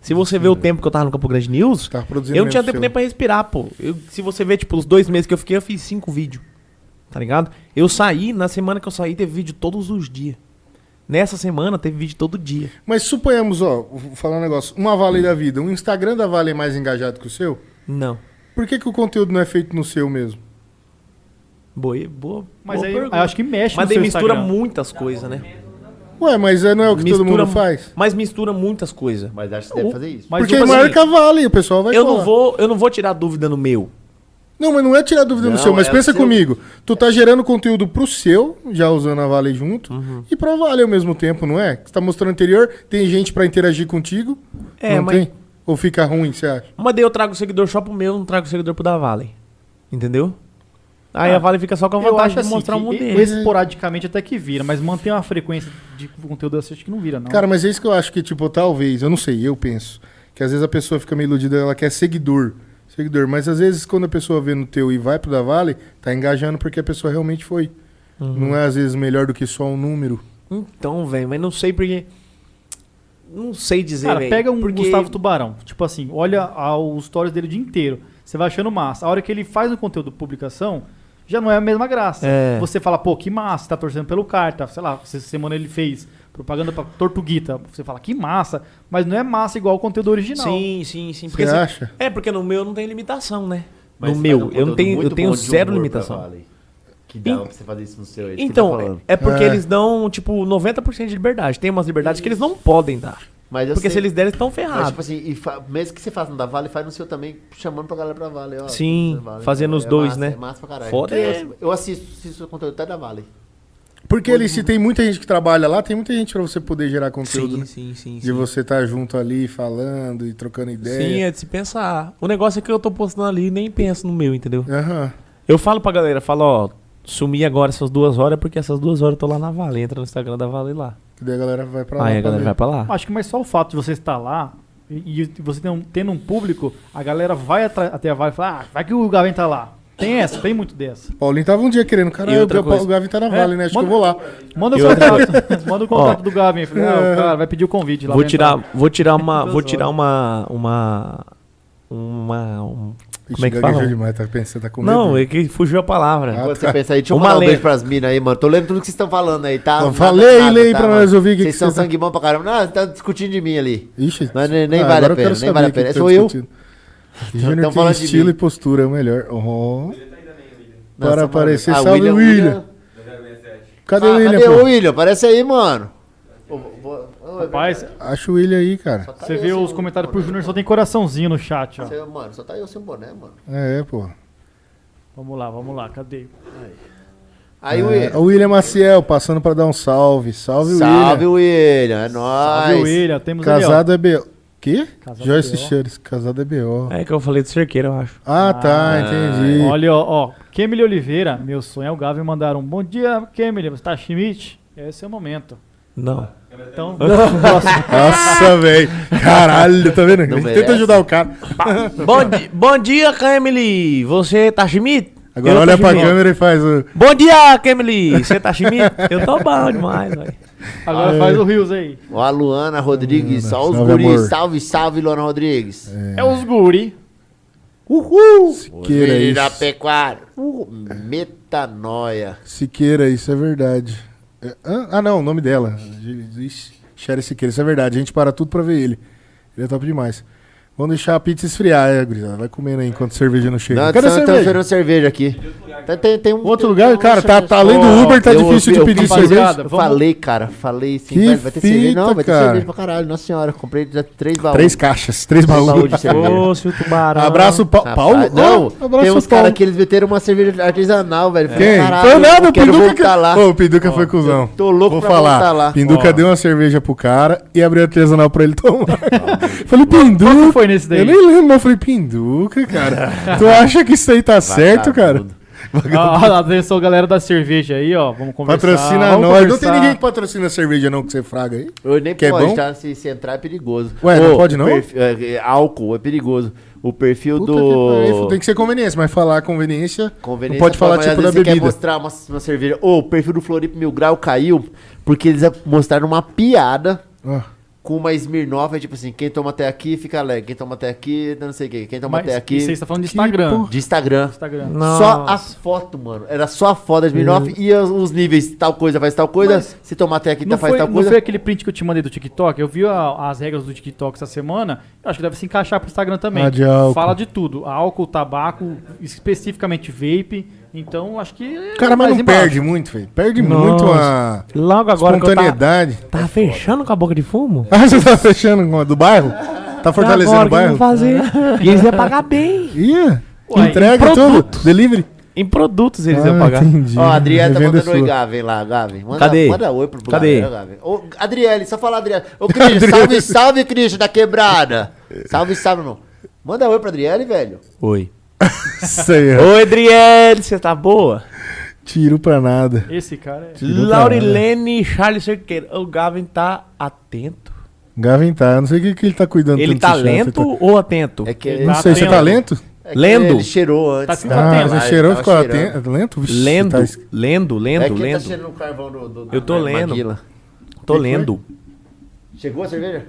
Speaker 5: Se você vê o tempo que eu tava no Campo Grande News,
Speaker 1: Tava produzindo
Speaker 5: eu não
Speaker 1: é. Tá mesmo
Speaker 5: tinha
Speaker 1: seu.
Speaker 5: tempo nem pra respirar, pô. Eu- se você ver, tipo, os dois meses que eu fiquei, eu fiz cinco vídeos. Tá ligado? Eu saí, na semana que eu saí, teve vídeo todos os dias. Nessa semana teve vídeo todo dia.
Speaker 1: Mas suponhamos, ó, vou falar um negócio. Uma Vale da Vida, o Instagram da Vale é mais engajado que o seu?
Speaker 5: Não.
Speaker 1: Por que, que o conteúdo não é feito no seu mesmo?
Speaker 5: Boa, boa.
Speaker 4: Mas
Speaker 5: boa
Speaker 4: aí
Speaker 5: pergunta.
Speaker 4: eu acho que mexe
Speaker 5: Mas
Speaker 4: no
Speaker 5: aí
Speaker 4: seu
Speaker 5: mistura
Speaker 4: Instagram.
Speaker 5: muitas coisas, né?
Speaker 1: Ué, mas é- não é o que todo
Speaker 5: Mistura
Speaker 1: mundo
Speaker 5: mu-
Speaker 1: faz?
Speaker 5: Mas mistura muitas coisas.
Speaker 2: Mas acho que você deve fazer isso.
Speaker 4: Mas
Speaker 1: Porque é
Speaker 4: tipo assim,
Speaker 1: marca vale, o pessoal vai
Speaker 5: Eu
Speaker 1: colar.
Speaker 5: não vou, eu não vou tirar dúvida no meu.
Speaker 1: Não, mas não é tirar dúvida
Speaker 2: Não,
Speaker 1: do seu, mas
Speaker 2: é o
Speaker 1: pensa
Speaker 2: seu.
Speaker 1: comigo. Tu tá gerando conteúdo pro seu, já usando a Vale junto,
Speaker 5: Uhum.
Speaker 1: e pra Vale ao mesmo tempo, não é? Você tá mostrando o anterior, tem gente pra interagir contigo.
Speaker 5: É,
Speaker 1: não
Speaker 5: mas-
Speaker 1: tem? Ou fica ruim, você acha?
Speaker 5: Mas daí eu trago o seguidor só pro meu, não trago o seguidor pro da Vale. Entendeu? Aí
Speaker 4: Ah,
Speaker 5: a Vale fica só com a
Speaker 4: eu
Speaker 5: vantagem
Speaker 4: acho
Speaker 5: de
Speaker 4: assim,
Speaker 5: mostrar um o mundo
Speaker 4: que e-
Speaker 5: dele.
Speaker 4: esporadicamente até que vira, mas manter uma frequência de conteúdo assim acho que não vira, não.
Speaker 1: Cara, mas é isso que eu acho que, tipo, talvez, eu não sei, eu penso, Que às vezes a pessoa fica meio iludida, ela quer seguidor. Seguidor. Mas às vezes quando a pessoa vê no teu e vai pro da Vale, tá engajando porque a pessoa realmente foi.
Speaker 5: Uhum.
Speaker 1: Não é às vezes melhor do que só um número.
Speaker 5: Então, velho, mas não sei porque. Não sei dizer.
Speaker 4: Cara,
Speaker 5: velho,
Speaker 4: pega um
Speaker 5: porque...
Speaker 4: Gustavo Tubarão. Tipo assim, olha a- os stories dele o dia inteiro. Você vai achando massa. A hora que ele faz um conteúdo de publicação, já não é a mesma graça.
Speaker 5: É.
Speaker 4: Você fala, pô, que massa, tá torcendo pelo carta. Sei lá, essa semana ele fez propaganda pra Tortuguita. Você fala, que massa. Mas não é massa igual o conteúdo original.
Speaker 5: Sim, sim, sim.
Speaker 1: Você
Speaker 5: porque você-
Speaker 1: acha?
Speaker 5: É, porque no meu não tem limitação, né?
Speaker 2: Mas
Speaker 5: no
Speaker 2: faz um
Speaker 5: meu, eu não
Speaker 2: conteúdo
Speaker 5: tenho, eu
Speaker 2: muito
Speaker 5: tenho
Speaker 2: bom de
Speaker 5: zero
Speaker 2: humor pra
Speaker 5: limitação.
Speaker 2: Vale. Que dá
Speaker 5: Em-
Speaker 2: pra você fazer isso no seu. é isso que eu tô
Speaker 5: Então,
Speaker 2: falando.
Speaker 5: é porque
Speaker 1: É.
Speaker 5: eles dão, tipo, 90% de liberdade. Tem umas liberdades que eles não podem dar.
Speaker 2: Mas eu
Speaker 5: Porque se
Speaker 2: sei-
Speaker 5: eles derem, estão
Speaker 2: Mas,
Speaker 5: ferrados.
Speaker 2: tipo assim, e fa- mesmo que você faça no da Vale, faz no seu também, chamando pra galera pra Vale. Ó,
Speaker 5: Sim,
Speaker 2: pra Vale,
Speaker 5: fazendo
Speaker 2: é
Speaker 5: os dois,
Speaker 2: massa,
Speaker 5: né?
Speaker 2: É massa pra caralho.
Speaker 5: Foda
Speaker 2: Porque
Speaker 5: é.
Speaker 2: Eu, eu assisto, assisto o conteúdo até da Vale.
Speaker 1: Porque ele, se tem muita gente que trabalha lá, tem muita gente pra você poder gerar conteúdo.
Speaker 5: sim,
Speaker 1: né?
Speaker 5: sim, sim,
Speaker 1: De você estar junto ali falando e trocando
Speaker 5: Sim,
Speaker 1: ideia.
Speaker 5: é de se pensar. O negócio é que eu tô postando ali e nem penso no meu,
Speaker 2: é.
Speaker 5: entendeu?
Speaker 1: Aham.
Speaker 5: Eu falo pra galera, falo, ó, sumi agora essas duas horas, porque essas duas horas eu tô lá na Vale. Entra no Instagram da Vale lá.
Speaker 1: Que daí a galera vai pra lá.
Speaker 5: Aí a
Speaker 1: pra
Speaker 5: galera
Speaker 1: ver.
Speaker 5: vai pra lá.
Speaker 4: Acho que mas só o fato de você estar lá e, e você tem um- tendo um público, a galera vai atra- até a Vale e fala, ah, vai que o Gavin tá lá. Tem essa, tem muito dessa.
Speaker 1: Paulinho tava um dia querendo,
Speaker 5: E
Speaker 1: caralho,
Speaker 5: outra
Speaker 1: o Ga-
Speaker 5: coisa.
Speaker 1: o Gavin tá na Vale,
Speaker 4: É,
Speaker 1: né? Acho
Speaker 4: manda-
Speaker 1: que eu vou lá.
Speaker 4: Manda o
Speaker 5: E outra É.
Speaker 4: contato, manda o contato do Gavin. Eu falei, ah, o cara vai pedir o convite lá
Speaker 5: Vou
Speaker 4: pra
Speaker 5: tirar,
Speaker 4: entrar.
Speaker 5: vou tirar uma,
Speaker 4: Duas
Speaker 5: vou tirar
Speaker 4: horas.
Speaker 5: uma, uma, uma, um- como é que
Speaker 1: gaguejou
Speaker 5: fala?
Speaker 1: demais, tá pensando, tá com medo.
Speaker 5: Não, é que fugiu a palavra.
Speaker 1: Ah,
Speaker 2: Quando
Speaker 1: tá.
Speaker 2: você pensa aí, deixa eu
Speaker 5: Uma
Speaker 2: mandar um
Speaker 5: lenda.
Speaker 2: beijo pras minas aí, mano. Tô lendo tudo que vocês estão falando aí, tá?
Speaker 1: Eu
Speaker 2: Nada,
Speaker 1: falei, lei pra
Speaker 2: mano.
Speaker 1: nós ouvir o que
Speaker 2: Vocês
Speaker 1: que
Speaker 2: são
Speaker 1: vocês-
Speaker 2: sangue bom pra caramba. Não, você tá discutindo de mim ali.
Speaker 1: Ixi, ah,
Speaker 2: Mas nem- nem vale a
Speaker 1: agora eu
Speaker 2: pena,
Speaker 1: quero
Speaker 2: nem
Speaker 1: saber
Speaker 2: vale a
Speaker 1: o que
Speaker 2: pena.
Speaker 1: que
Speaker 2: Sou
Speaker 1: tá
Speaker 2: eu?
Speaker 1: discutindo. Júnior
Speaker 2: Então
Speaker 1: tem
Speaker 2: fala de
Speaker 1: estilo
Speaker 2: mim.
Speaker 1: e postura, é o melhor. Oh.
Speaker 2: Não,
Speaker 1: Para
Speaker 2: só
Speaker 1: aparecer,
Speaker 2: manda- Ah,
Speaker 1: salve William. Cadê o
Speaker 2: Ah,
Speaker 1: William,
Speaker 2: cadê
Speaker 1: pô?
Speaker 2: o William? Aparece aí, mano. Ô, vou- ô,
Speaker 4: Rapaz,
Speaker 1: Acha o William aí, cara.
Speaker 2: cadê
Speaker 4: você
Speaker 2: eu
Speaker 4: vê
Speaker 2: sem
Speaker 4: os
Speaker 2: o
Speaker 4: comentários pro
Speaker 2: boné,
Speaker 4: Júnior,
Speaker 2: pô?
Speaker 4: só tem coraçãozinho no chat, ó.
Speaker 2: Você- Mano, só tá eu sem boné, mano.
Speaker 1: É, pô.
Speaker 4: Vamos lá, vamos lá, cadê?
Speaker 2: Aí,
Speaker 1: É,
Speaker 2: William.
Speaker 1: o William Maciel, passando pra dar um salve. Salve, William.
Speaker 2: Salve, William. É
Speaker 4: Salve o
Speaker 2: nóis.
Speaker 4: William, temos ali,
Speaker 1: Casado é B.O. Quê?
Speaker 4: Casado
Speaker 1: Joyce
Speaker 4: é B.O..
Speaker 1: Chaves, casado é B.O.
Speaker 5: É que eu falei do cerqueiro, eu acho.
Speaker 1: Ah, tá, entendi.
Speaker 2: é.
Speaker 4: ó. Olha, ó, ó, Kemily Oliveira, meu sonho é o Gavin mandar um bom dia, Kemily, você tá Schmidt? Esse é o momento.
Speaker 5: Não.
Speaker 4: Então,
Speaker 1: Nossa, velho. Caralho, tá vendo?
Speaker 2: Não merece.
Speaker 1: Tenta ajudar o cara.
Speaker 5: bom, di- bom dia, Camille. Você tá chimito?
Speaker 1: Agora olha pra câmera e faz o.
Speaker 5: Bom dia, Camille. Você tá chimito? eu tô bom demais, velho.
Speaker 4: agora faz o Rios aí.
Speaker 2: Ó, a Luana Rodrigues. Só os
Speaker 1: Salve, amor.
Speaker 2: guris. Salve, salve, Luana Rodrigues.
Speaker 4: É, os guri. Uhul!
Speaker 1: Siqueira, isso.
Speaker 2: pecuária. Uh, metanoia.
Speaker 1: Siqueira, isso é verdade. É, ah, Ah, não, o nome dela. Ixi, Sherry Siqueira, isso é verdade. A gente para tudo pra ver ele. Ele é top demais. Vamos deixar a pizza esfriar, é, gurizada. Vai comendo aí enquanto a cerveja não chega.
Speaker 2: Não,
Speaker 1: Cadê a
Speaker 2: estão
Speaker 1: cerveja?
Speaker 2: oferecendo cerveja aqui. Tem, tem, tem um,
Speaker 1: Outro
Speaker 2: tem-
Speaker 1: lugar?
Speaker 2: tem um
Speaker 1: Cara, tá,
Speaker 2: cerveja.
Speaker 1: tá além do
Speaker 4: Ó,
Speaker 1: Uber, tá
Speaker 2: Eu-
Speaker 1: difícil
Speaker 2: eu-
Speaker 1: de pedir
Speaker 4: rapaziada,
Speaker 1: cerveja.
Speaker 2: Eu
Speaker 4: vamos-
Speaker 2: falei, cara, falei sim.
Speaker 1: Que
Speaker 2: velho, vai ter cerveja. Não,
Speaker 1: fita,
Speaker 2: vai ter
Speaker 1: cara.
Speaker 2: cerveja pra caralho. Nossa senhora, comprei já três baús.
Speaker 1: Três caixas, três
Speaker 2: baús
Speaker 1: balões.
Speaker 2: de cerveja.
Speaker 5: Ô, se o tubarão.
Speaker 1: Abraço, pa
Speaker 2: Rapaz,
Speaker 1: Paulo?
Speaker 2: Não,
Speaker 1: Ah, abraço,
Speaker 2: tem uns
Speaker 1: Paulo.
Speaker 2: caras que eles meteram uma cerveja artesanal, velho.
Speaker 1: Quem?
Speaker 2: Caralho,
Speaker 1: foi nada,
Speaker 2: eu
Speaker 1: o
Speaker 2: quero
Speaker 1: Pinduca.
Speaker 2: voltar
Speaker 1: Que...
Speaker 2: lá.
Speaker 1: Ô, o Pinduca foi cuzão.
Speaker 2: tô louco
Speaker 1: Vou
Speaker 2: pra
Speaker 1: falar.
Speaker 2: voltar lá.
Speaker 1: Pinduca
Speaker 4: Ó.
Speaker 1: deu uma cerveja pro cara e abriu a artesanal pra ele tomar. falei, Pinduca.
Speaker 4: que foi nesse daí?
Speaker 1: Eu nem lembro, mas eu falei, Pinduca, cara. tu acha que isso aí tá certo, cara?
Speaker 2: Vagabundo.
Speaker 4: Ah, atenção, galera da cerveja aí, ó. Vamos conversar.
Speaker 1: Patrocina
Speaker 4: vamos
Speaker 1: nós. Não tem
Speaker 4: conversar.
Speaker 1: ninguém que patrocina cerveja, não, que você fraga aí?
Speaker 2: Eu nem
Speaker 1: Que é
Speaker 2: pode,
Speaker 1: bom?
Speaker 2: tá? Se, se entrar é perigoso.
Speaker 1: Ué, não
Speaker 2: Ô,
Speaker 1: pode não?
Speaker 2: perfil- é, é, álcool é perigoso. O perfil
Speaker 1: Puta que pariu,
Speaker 2: do...
Speaker 1: Tem que ser conveniência, mas falar conveniência.
Speaker 2: Conveniência é
Speaker 1: não pode falar
Speaker 2: mas às
Speaker 1: tipo da
Speaker 2: vezes você quer
Speaker 1: bebida.
Speaker 2: mostrar uma, uma cerveja. Ô, o perfil do Floripa Mil Grau caiu porque eles mostraram uma piada
Speaker 1: Ah,
Speaker 2: com uma Smirnoff. É tipo assim, quem toma até aqui fica alegre. Quem toma até aqui, não sei o quê. Quem toma
Speaker 4: Mas
Speaker 2: até aqui...
Speaker 4: Você está falando de Instagram.
Speaker 1: porra.
Speaker 2: De Instagram.
Speaker 4: Instagram.
Speaker 2: Só as fotos, mano. Era só a foto da Smirnoff e os, os níveis. Tal coisa faz tal coisa.
Speaker 4: Mas
Speaker 2: se tomar até aqui,
Speaker 4: Não
Speaker 2: tá, faz
Speaker 4: foi,
Speaker 2: tal
Speaker 4: não
Speaker 2: coisa.
Speaker 4: foi aquele print que eu te mandei do TikTok? Eu vi a- as regras do TikTok essa semana. Eu acho que deve se encaixar pro Instagram também.
Speaker 1: Ah, de álcool.
Speaker 4: Fala de tudo: álcool, tabaco, especificamente vape. Então, acho que. é
Speaker 1: Cara, mas
Speaker 4: mais
Speaker 1: não
Speaker 4: embaixo.
Speaker 1: perde muito, velho. Perde
Speaker 5: Nossa.
Speaker 1: muito a
Speaker 5: Logo agora que eu tava,
Speaker 1: espontaneidade.
Speaker 5: tava fechando com a boca de fumo.
Speaker 1: Ah, você tá fechando com a do bairro? Tá fortalecendo o
Speaker 5: Agora que
Speaker 1: bairro?
Speaker 5: eu vou fazer. E eles iam pagar bem.
Speaker 1: Ih,
Speaker 4: Ué,
Speaker 1: entrega
Speaker 5: em
Speaker 1: tudo. Delivery?
Speaker 5: Em produtos eles iam
Speaker 1: Ah,
Speaker 5: pagar.
Speaker 1: entendi.
Speaker 2: Ó, a Adriele tá
Speaker 1: Revenda
Speaker 2: mandando oi,
Speaker 1: sua.
Speaker 2: Gaven lá, Gaven. Manda,
Speaker 5: Cadê?
Speaker 2: Manda oi pro pro
Speaker 5: Cadê?
Speaker 2: galera, Gaven. Ô, Adriele, só fala Adriele. Ô, Cris, salve, salve, Cris, da quebrada. Salve, salve, não. Manda oi pra Adriele, velho.
Speaker 5: Oi.
Speaker 1: Isso aí, ó.
Speaker 5: Oi, Adriele, você tá boa?
Speaker 1: Tiro pra nada.
Speaker 4: Esse cara é.
Speaker 1: Tirou pra
Speaker 5: Laurilene Charles Cerqueira. O Gavin tá atento.
Speaker 1: Gaventar, eu não sei o que, que ele tá cuidando
Speaker 5: Ele
Speaker 1: tanto
Speaker 5: tá
Speaker 1: desse chato,
Speaker 5: lento ou atento?
Speaker 2: É que
Speaker 1: tá-
Speaker 2: ele,
Speaker 1: Não
Speaker 4: Tá
Speaker 1: sei, você tá lento?
Speaker 2: é que
Speaker 5: lendo?
Speaker 2: ele cheirou antes.
Speaker 4: Tá
Speaker 2: da-
Speaker 4: Não,
Speaker 1: Ah,
Speaker 4: tem
Speaker 1: mas
Speaker 2: da
Speaker 1: ele
Speaker 2: live,
Speaker 1: cheirou e
Speaker 2: tava
Speaker 1: ficou
Speaker 2: cheirando.
Speaker 1: atento. Lendo? Vixe,
Speaker 5: lendo,
Speaker 1: tá es-
Speaker 5: lendo,
Speaker 2: É
Speaker 5: lendo,
Speaker 2: que ele tá
Speaker 5: lendo.
Speaker 2: cheirando o carvão do, do- da
Speaker 5: Eu tô lendo.
Speaker 2: Maguila.
Speaker 5: Tô lendo.
Speaker 2: Chegou a cerveja?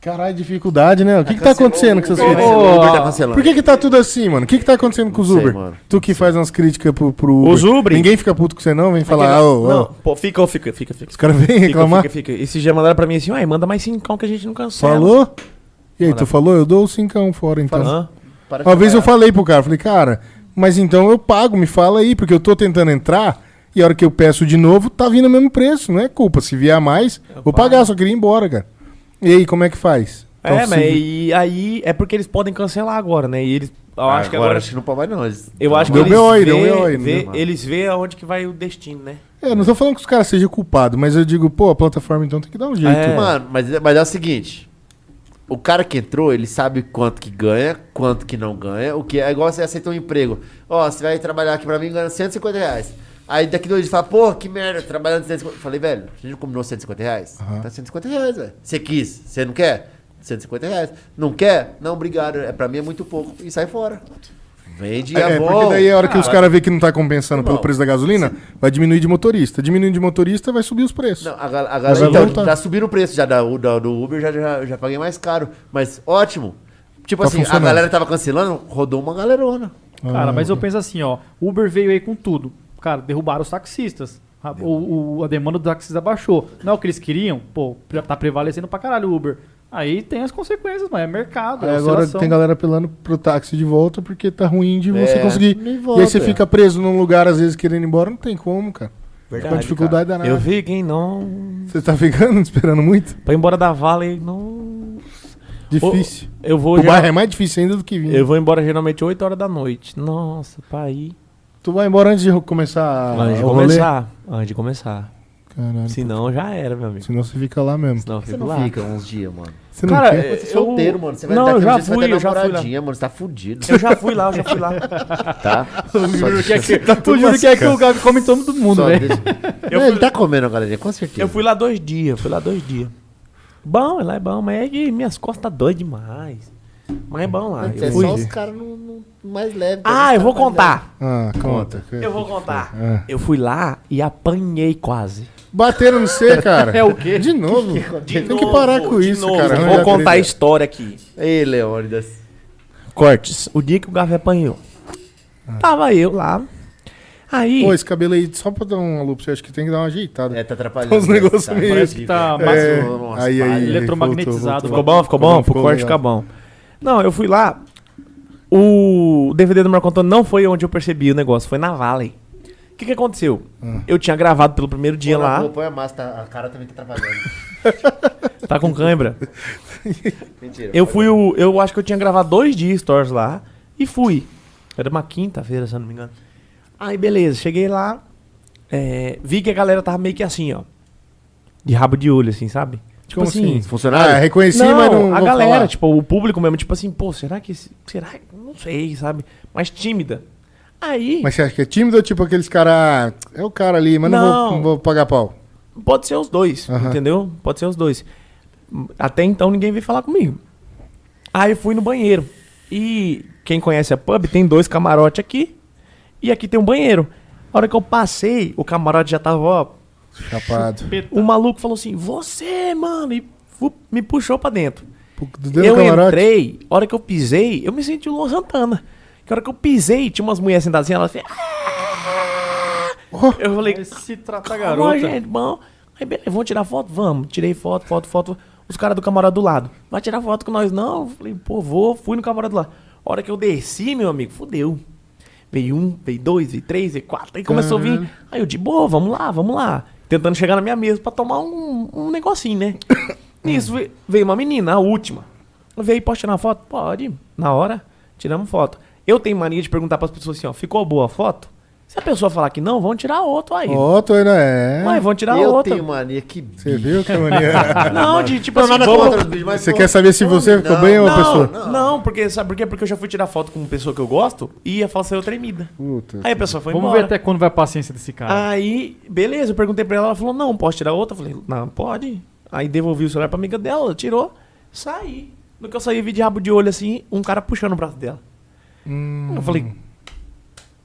Speaker 1: Caralho, dificuldade, né? O que, que tá acontecendo com essas
Speaker 2: Uber,
Speaker 1: coisas?
Speaker 2: cancelou, Uber tá cancelando.
Speaker 1: Por que que tá tudo assim, mano? O que que tá acontecendo com os
Speaker 2: sei,
Speaker 1: Uber?
Speaker 2: mano.
Speaker 1: Tu que faz umas críticas pro, pro Uber.
Speaker 5: Os Uber?
Speaker 1: Ninguém fica puto com você não? Vem falar,
Speaker 5: Aquele-
Speaker 1: "Ah, ô, ô".
Speaker 5: Não, pô, fica, ô, fica, fica, fica.
Speaker 1: Os caras vêm reclamar.
Speaker 5: Fica, fica, fica. Esses já mandaram pra mim assim, uai, manda mais cincão que a gente não cancela.
Speaker 1: Falou? E aí, tu falou? Eu dou o cincão fora, então.
Speaker 5: Hã?
Speaker 2: Para
Speaker 1: Uma vez eu
Speaker 2: falar.
Speaker 1: falei pro cara, falei, cara, mas então eu pago, me fala aí, porque eu tô tentando entrar e a hora que eu peço de novo, tá vindo o mesmo preço, não é culpa. Se vier a mais, vou pagar, só queria ir embora, cara. E aí, como é que faz? Então,
Speaker 5: é,
Speaker 1: se-
Speaker 5: mas e aí é porque eles podem cancelar agora, né? E eles, eu acho que agora,
Speaker 2: acho que não pode mais não. eles-
Speaker 5: eu acho que
Speaker 1: Deu
Speaker 5: eles
Speaker 1: meu oi,
Speaker 5: vê,
Speaker 1: deu meu oi,
Speaker 5: vê-
Speaker 1: né, mano?
Speaker 5: eles vê aonde que vai o destino, né?
Speaker 1: É, não tô falando que os caras sejam culpados, mas eu digo, pô, a plataforma então tem que dar um jeito.
Speaker 5: É.
Speaker 2: Mano, mas, mas é o seguinte. O cara que entrou, ele sabe quanto que ganha, quanto que não ganha. O que é igual você aceitar um emprego. Ó, você vai trabalhar aqui pra mim ganhando 150 reais. Aí daqui dois dias fala, pô, que merda, trabalhando 150. Falei, velho, a gente não combinou 150 reais? Tá 150 reais, velho. Você quis, você não quer? 150 reais. Não quer? Não, obrigado. É, pra mim é muito pouco. E sai fora. Vende a
Speaker 1: É, porque
Speaker 2: volta.
Speaker 1: daí a hora que os
Speaker 2: Ah,
Speaker 1: caras vê que não tá compensando pelo
Speaker 2: Irmão,
Speaker 1: preço da gasolina, vai diminuir de motorista. Diminuindo de motorista, vai subir os preços.
Speaker 2: Não, a, gal- a
Speaker 1: Mas vai
Speaker 2: galera então,
Speaker 1: voltar.
Speaker 2: já subiram o preço já da, da- do Uber, já, já, já paguei mais caro. Mas ótimo. Tipo
Speaker 1: Tá
Speaker 2: assim, a
Speaker 1: funcionando.
Speaker 2: galera tava cancelando, rodou uma galerona.
Speaker 4: Cara,
Speaker 1: Ah,
Speaker 4: mas eu penso assim, ó. Uber veio aí com tudo. Cara, derrubaram os taxistas. A, o, o- a demanda do taxista baixou. Não é o que eles queriam? Pô, já tá prevalecendo pra caralho o Uber. Aí tem as consequências, mano. É mercado,
Speaker 5: assim,
Speaker 1: Aí
Speaker 4: é
Speaker 1: agora
Speaker 4: oscilação.
Speaker 1: tem galera apelando pro táxi de volta porque tá ruim de você
Speaker 2: É,
Speaker 1: conseguir.
Speaker 2: nem
Speaker 1: e aí
Speaker 2: volta.
Speaker 1: você fica preso num lugar, às vezes, querendo ir embora, não tem como, cara. Fica
Speaker 5: Verdade,
Speaker 1: uma dificuldade danada.
Speaker 5: Eu vi quem não.
Speaker 1: Você tá ficando esperando muito?
Speaker 5: Pra ir embora da vala e não.
Speaker 1: Difícil.
Speaker 5: Eu
Speaker 1: O,
Speaker 5: vou. geral-
Speaker 1: bairro é mais difícil ainda do que vir.
Speaker 5: Eu vou embora geralmente 8 horas da noite. Nossa, pra ir.
Speaker 1: Tu vai embora antes de ro- começar
Speaker 5: antes de
Speaker 1: o Ah, rolê?
Speaker 5: começar. Antes de começar.
Speaker 1: Caralho.
Speaker 5: Se não, já era, meu amigo.
Speaker 1: Senão você fica lá mesmo.
Speaker 5: Senão eu
Speaker 2: Você
Speaker 5: fico
Speaker 2: não
Speaker 5: lá.
Speaker 2: fica uns dias, mano.
Speaker 1: Você não
Speaker 5: Cara,
Speaker 1: quer?
Speaker 5: é-
Speaker 2: Você é
Speaker 5: Eu-
Speaker 2: solteiro, mano. Você vai
Speaker 5: Não,
Speaker 2: daqui
Speaker 5: eu
Speaker 2: uns
Speaker 5: já
Speaker 2: dias você vai
Speaker 5: fui,
Speaker 2: ter
Speaker 5: eu já fui lá.
Speaker 2: namoradinha, mano. Você tá fudido,
Speaker 5: Eu já fui lá, eu já fui lá.
Speaker 2: tá? Só
Speaker 4: O
Speaker 2: de-
Speaker 4: que é que,
Speaker 1: Tá
Speaker 4: é. o Júlio quer que o Gabi come todo mundo,
Speaker 2: só
Speaker 4: velho.
Speaker 2: de- Não, Ele tá comendo a galerinha, com certeza.
Speaker 5: Eu fui lá dois dias, fui lá dois dias. Bom, lá é bom, mas é que minhas costas tá doidas demais. Mas é bom lá.
Speaker 2: Mano,
Speaker 5: Eu
Speaker 2: é
Speaker 5: fui.
Speaker 2: só os caras no- no- mais leves.
Speaker 5: Ah, eu vou contar.
Speaker 1: Ah, conta.
Speaker 5: Eu vou contar.
Speaker 1: Ah.
Speaker 5: Eu fui lá e apanhei quase.
Speaker 1: Bateram no C, cara.
Speaker 4: É o quê?
Speaker 1: De novo.
Speaker 5: De
Speaker 1: tem que parar com
Speaker 5: de
Speaker 1: isso,
Speaker 5: novo.
Speaker 1: cara.
Speaker 5: Vou
Speaker 1: Arranjar
Speaker 5: contar a
Speaker 1: treta.
Speaker 5: história aqui.
Speaker 2: Ei, Leônidas.
Speaker 5: Cortes. O dia que o Gavi apanhou. Tava eu lá. Aí.
Speaker 1: Pô, esse cabelo aí, só pra dar um alô pra você, acho que tem que dar uma ajeitada.
Speaker 2: É, tá atrapalhando.
Speaker 1: Os negócios meio-
Speaker 4: Parece que tá
Speaker 2: É,
Speaker 4: mais um-
Speaker 2: umas
Speaker 1: aí,
Speaker 2: palhas.
Speaker 1: aí,
Speaker 4: Eletromagnetizado.
Speaker 5: Ficou bom, ficou bom? Pro corte ficar bom. Não, eu fui lá. O DVD do Marco Antônio não foi onde eu percebi o negócio, foi na Valley. O que, que aconteceu? Eu tinha gravado pelo primeiro dia
Speaker 2: Pô,
Speaker 5: lá,
Speaker 2: pô, Põe a massa, tá- a cara também tá atrapalhando.
Speaker 5: tá com câimbra.
Speaker 2: Mentira.
Speaker 5: Eu fui o. Eu acho que eu tinha gravado dois dias stories lá e fui. Era uma quinta-feira, se eu não me engano. Aí beleza, cheguei lá, é, vi que a galera tava meio que assim, ó. De rabo de olho, assim, sabe? Tipo
Speaker 1: Como assim?
Speaker 2: Funcionário?
Speaker 1: Ah, reconheci,
Speaker 5: não,
Speaker 1: mas não
Speaker 5: a
Speaker 1: vou
Speaker 5: galera,
Speaker 1: falar.
Speaker 5: tipo, o público mesmo, tipo assim, pô, será que. esse- Será? que- Não sei, sabe? Mas tímida. Aí,
Speaker 1: Mas você acha que é tímido ou tipo aqueles caras. É o cara ali, mas não,
Speaker 5: Não.
Speaker 1: vou, não vou pagar pau.
Speaker 5: pode ser os dois,
Speaker 1: Aham.
Speaker 5: entendeu? Pode ser os dois. Até então ninguém veio falar comigo. Aí eu fui no banheiro. E quem conhece a pub, tem dois camarotes aqui. E aqui tem um banheiro. A hora que eu passei, o camarote já tava, ó,
Speaker 1: Chapado.
Speaker 5: O maluco falou assim, você, mano, e fu- me puxou pra dentro.
Speaker 1: Pô, tu deu no
Speaker 5: eu
Speaker 1: camarote?
Speaker 5: entrei, a hora que eu pisei, eu me senti o Luan Santana. Que a hora que eu pisei, tinha umas mulheres sentadas assim, elas fez. "Ah!" Eu falei,
Speaker 4: Mas Se trata
Speaker 5: calma,
Speaker 4: garota.
Speaker 5: gente, bom. Aí, beleza, vamos tirar foto? Vamos. Tirei foto, foto, foto. Os caras do camarote do lado. Vai tirar foto com nós, não? Eu falei, pô, vou. Fui no camarote do lado. A hora que eu desci, meu amigo, fudeu. Veio um, veio dois, veio três, veio quatro. Aí começou a vir. Aí eu de boa, vamos lá, vamos lá. Tentando chegar na minha mesa pra tomar um, um negocinho, né? Nisso ve- veio uma menina, a última. Veio, posso tirar uma foto? Pode. Na hora, tiramos foto. Eu tenho mania de perguntar pras pessoas assim, ó, ficou boa a foto? Se a pessoa falar que não, vão tirar outro aí. né?
Speaker 1: Ó, tô indo, é.
Speaker 5: Ué, vão tirar
Speaker 2: eu
Speaker 5: outra.
Speaker 2: tenho mania que Tipo
Speaker 1: Você
Speaker 2: bicho.
Speaker 1: viu que mania?
Speaker 5: Não, de tipo assim,
Speaker 2: nada
Speaker 5: vamos-
Speaker 2: contra os bichos, mas,
Speaker 1: Você
Speaker 2: pô,
Speaker 1: quer saber se você ficou bem ou a
Speaker 5: Não,
Speaker 1: pessoa?
Speaker 5: não, porque sabe por quê? Porque eu já fui tirar foto com uma pessoa que eu gosto e a foto saiu tremida.
Speaker 1: Puta.
Speaker 5: Aí a pessoa foi
Speaker 4: Vamos ver
Speaker 5: embora.
Speaker 4: até quando vai a paciência desse cara.
Speaker 5: Aí, beleza, eu perguntei pra ela, ela falou, não, posso tirar outra? Eu falei, não, pode. Aí devolvi o celular pra amiga dela, ela tirou, saí. No que eu saí, vi de rabo de olho assim, um cara puxando o braço dela. Eu falei,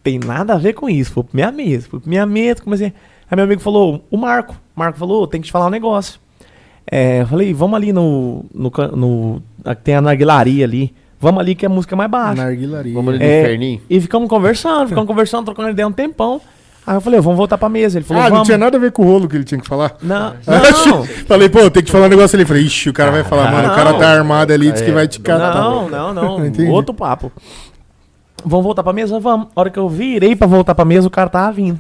Speaker 5: tem nada a ver com isso, foi pra minha mesa, foi pra minha mesa, comecei. Aí meu amigo falou, o Marco, o Marco falou, tem que te falar um negócio. É, eu falei, vamos ali no, no, can- no- a- tem a narguilaria ali, vamos ali que a música é mais baixa.
Speaker 1: Narguilaria.
Speaker 2: Vamos ali no
Speaker 5: É,
Speaker 2: inferninho.
Speaker 5: e ficamos conversando,
Speaker 1: É.
Speaker 5: ficamos conversando, trocando ideia um tempão. Aí eu falei, vamos voltar pra mesa. Ele falou,
Speaker 1: Ah, não
Speaker 5: vamos.
Speaker 1: tinha nada a ver com o rolo que ele tinha que falar?
Speaker 5: Não, não,
Speaker 1: Falei, pô, tem que falar um negócio ali. Falei, ixi, o cara vai falar, mano, o cara
Speaker 5: Não.
Speaker 1: tá armado ali, diz que vai te catar.
Speaker 5: não, não, não.
Speaker 1: Entendi.
Speaker 5: Outro papo. Vamos voltar pra mesa? Vamos. A hora que eu virei pra voltar pra mesa, o cara tava vindo.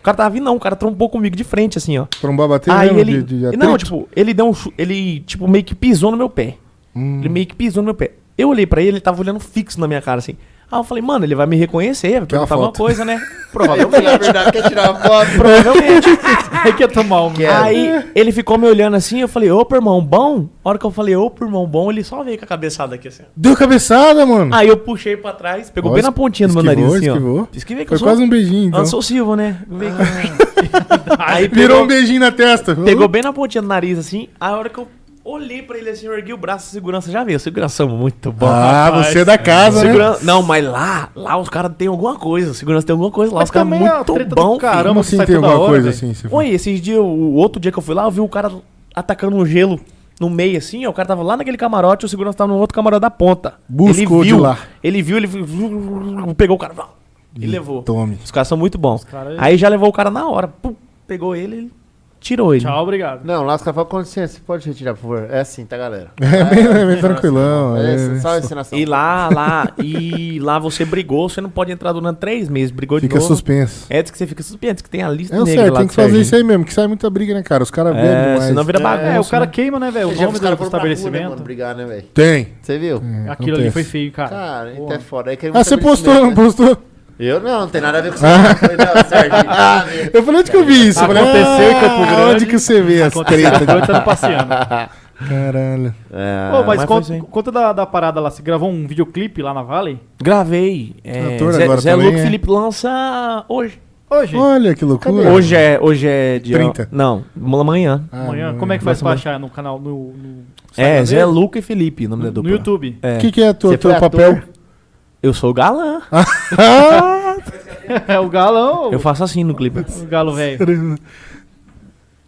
Speaker 5: O cara tava vindo, não. O cara trombou comigo de frente, assim, ó.
Speaker 1: Trombar bater
Speaker 5: Aí
Speaker 1: um mesmo
Speaker 5: ele.
Speaker 1: de- de atrito?
Speaker 5: não, tipo, ele deu um chu- Ele, tipo, meio que pisou no meu pé.
Speaker 1: Hum.
Speaker 5: Ele meio que pisou no meu pé. Eu olhei pra ele, ele tava olhando fixo na minha cara, assim. Aí eu falei, mano, ele vai me reconhecer, vai perguntar alguma
Speaker 1: foto.
Speaker 5: coisa, né?
Speaker 2: Provavelmente. Na verdade, quer tirar uma foto.
Speaker 5: Provavelmente.
Speaker 4: Aí que ia tomar um.
Speaker 5: Aí ele ficou me olhando assim, eu falei, opa, irmão, bom? A hora que eu falei, opa, irmão, bom, ele só veio com a cabeçada aqui assim. ó.
Speaker 1: Deu cabeçada, mano.
Speaker 5: Aí eu puxei pra trás, Ah, pegou
Speaker 1: Ó,
Speaker 5: bem na pontinha do meu
Speaker 1: esquivou,
Speaker 5: nariz, assim,
Speaker 1: esquivou.
Speaker 5: ó. Esquivei que
Speaker 1: Foi
Speaker 5: eu sou,
Speaker 1: quase um beijinho, então.
Speaker 5: eu sou Silva, né? Veio com- Aí
Speaker 1: Virou
Speaker 5: pegou,
Speaker 1: um beijinho na testa.
Speaker 5: pegou bem na pontinha do nariz, assim, a hora que eu olhei pra ele assim, eu ergui o braço, segurança já veio. Segurança muito bom.
Speaker 1: Ah,
Speaker 5: rapaz.
Speaker 1: você é da casa, né?
Speaker 5: Segurança- Não, mas lá, lá os caras têm alguma coisa. Segurança tem alguma coisa lá. os caras
Speaker 4: também é a
Speaker 5: muito
Speaker 4: treta do
Speaker 5: bom,
Speaker 4: cara.
Speaker 5: cara.
Speaker 4: Caramba,
Speaker 1: Como
Speaker 4: que
Speaker 1: assim
Speaker 4: sai
Speaker 1: tem
Speaker 4: toda
Speaker 1: alguma
Speaker 4: hora,
Speaker 1: coisa
Speaker 4: velho.
Speaker 1: assim? Você
Speaker 5: Oi, esses dias, o outro dia que eu fui lá, eu vi o cara atacando um gelo no meio assim, ó, o cara tava lá naquele camarote, o segurança tava no outro camarote da ponta.
Speaker 1: Buscou
Speaker 5: ele
Speaker 1: de
Speaker 5: viu,
Speaker 1: lá.
Speaker 5: Ele viu, ele viu, pegou o cara vá, e levou.
Speaker 1: Tome.
Speaker 5: Os caras são muito bons.
Speaker 4: caras-
Speaker 5: Aí já levou o cara na hora, pum, pegou ele, ele tirou ele.
Speaker 4: Tchau, obrigado.
Speaker 2: Não, lá os caras falam, com licença, você pode retirar, por favor. É assim, tá, galera?
Speaker 1: É bem, é bem tranquilão.
Speaker 2: É,
Speaker 1: é.
Speaker 2: só a ensinação.
Speaker 5: E lá, lá, e lá você brigou, você não pode entrar durante três meses, brigou
Speaker 1: Fica
Speaker 5: de novo.
Speaker 1: suspenso.
Speaker 5: É diz que você fica suspenso, diz que tem a lista
Speaker 1: É o
Speaker 5: negra
Speaker 1: certo,
Speaker 5: lá
Speaker 1: tem
Speaker 5: do
Speaker 1: que fazer
Speaker 5: Serginho.
Speaker 1: isso aí mesmo, que sai muita briga, né, cara? Os caras bebem
Speaker 5: É,
Speaker 1: mais.
Speaker 5: senão vira bagunça.
Speaker 4: É, o cara
Speaker 5: né?
Speaker 4: queima, né, velho? O
Speaker 2: Você já viu
Speaker 4: nome
Speaker 2: os
Speaker 4: do
Speaker 2: caras foram pra rua, né, mano,
Speaker 4: estabelecimento.
Speaker 2: brigar, né, velho?
Speaker 1: Tem.
Speaker 2: Você viu?
Speaker 4: Aquilo ali
Speaker 1: É, acontece.
Speaker 4: foi feio, cara.
Speaker 2: Cara,
Speaker 4: Pô.
Speaker 2: então é foda. Aí que é
Speaker 1: Ah, você postou, não
Speaker 2: estabelecimento,
Speaker 1: postou?
Speaker 2: né? Eu não, não tem nada a ver com isso. Foi, não, Sérgio,
Speaker 1: Ah,
Speaker 2: nada a ver.
Speaker 1: Eu falei onde que eu vi isso. Eu falei,
Speaker 4: Aconteceu em
Speaker 1: ah,
Speaker 4: Campo Grande.
Speaker 1: Onde que você vê as
Speaker 4: Aconteceu,
Speaker 1: tretas?
Speaker 4: agora tá passeando.
Speaker 1: Caralho.
Speaker 2: É,
Speaker 4: Ô, mas,
Speaker 5: mas foi
Speaker 4: conta,
Speaker 5: isso aí.
Speaker 4: conta da, da parada lá. Você gravou um videoclipe lá na Valley?
Speaker 5: Gravei. É,
Speaker 1: Ator
Speaker 5: Zé,
Speaker 1: agora
Speaker 5: Zé
Speaker 1: também,
Speaker 5: Louco
Speaker 1: é?
Speaker 5: Felipe lança hoje.
Speaker 4: Hoje?
Speaker 1: Olha que loucura.
Speaker 5: Hoje é, hoje é dia.
Speaker 1: 30.
Speaker 5: Não, amanhã.
Speaker 1: Ah,
Speaker 4: Amanhã.
Speaker 1: mano.
Speaker 4: Como é que faz
Speaker 5: Nossa,
Speaker 4: pra
Speaker 5: mano.
Speaker 4: achar no canal? No, no
Speaker 5: É,
Speaker 4: Instagram
Speaker 5: Zé
Speaker 4: dele?
Speaker 5: Luca e Felipe, o nome da
Speaker 4: tá No,
Speaker 5: dupla.
Speaker 4: no YouTube.
Speaker 5: É.
Speaker 1: O que, que é teu,
Speaker 2: Você foi
Speaker 1: teu papel?
Speaker 2: ator?
Speaker 5: Eu sou o galã.
Speaker 4: Ah, É o galão.
Speaker 5: Eu faço assim no clipe.
Speaker 4: O galo velho.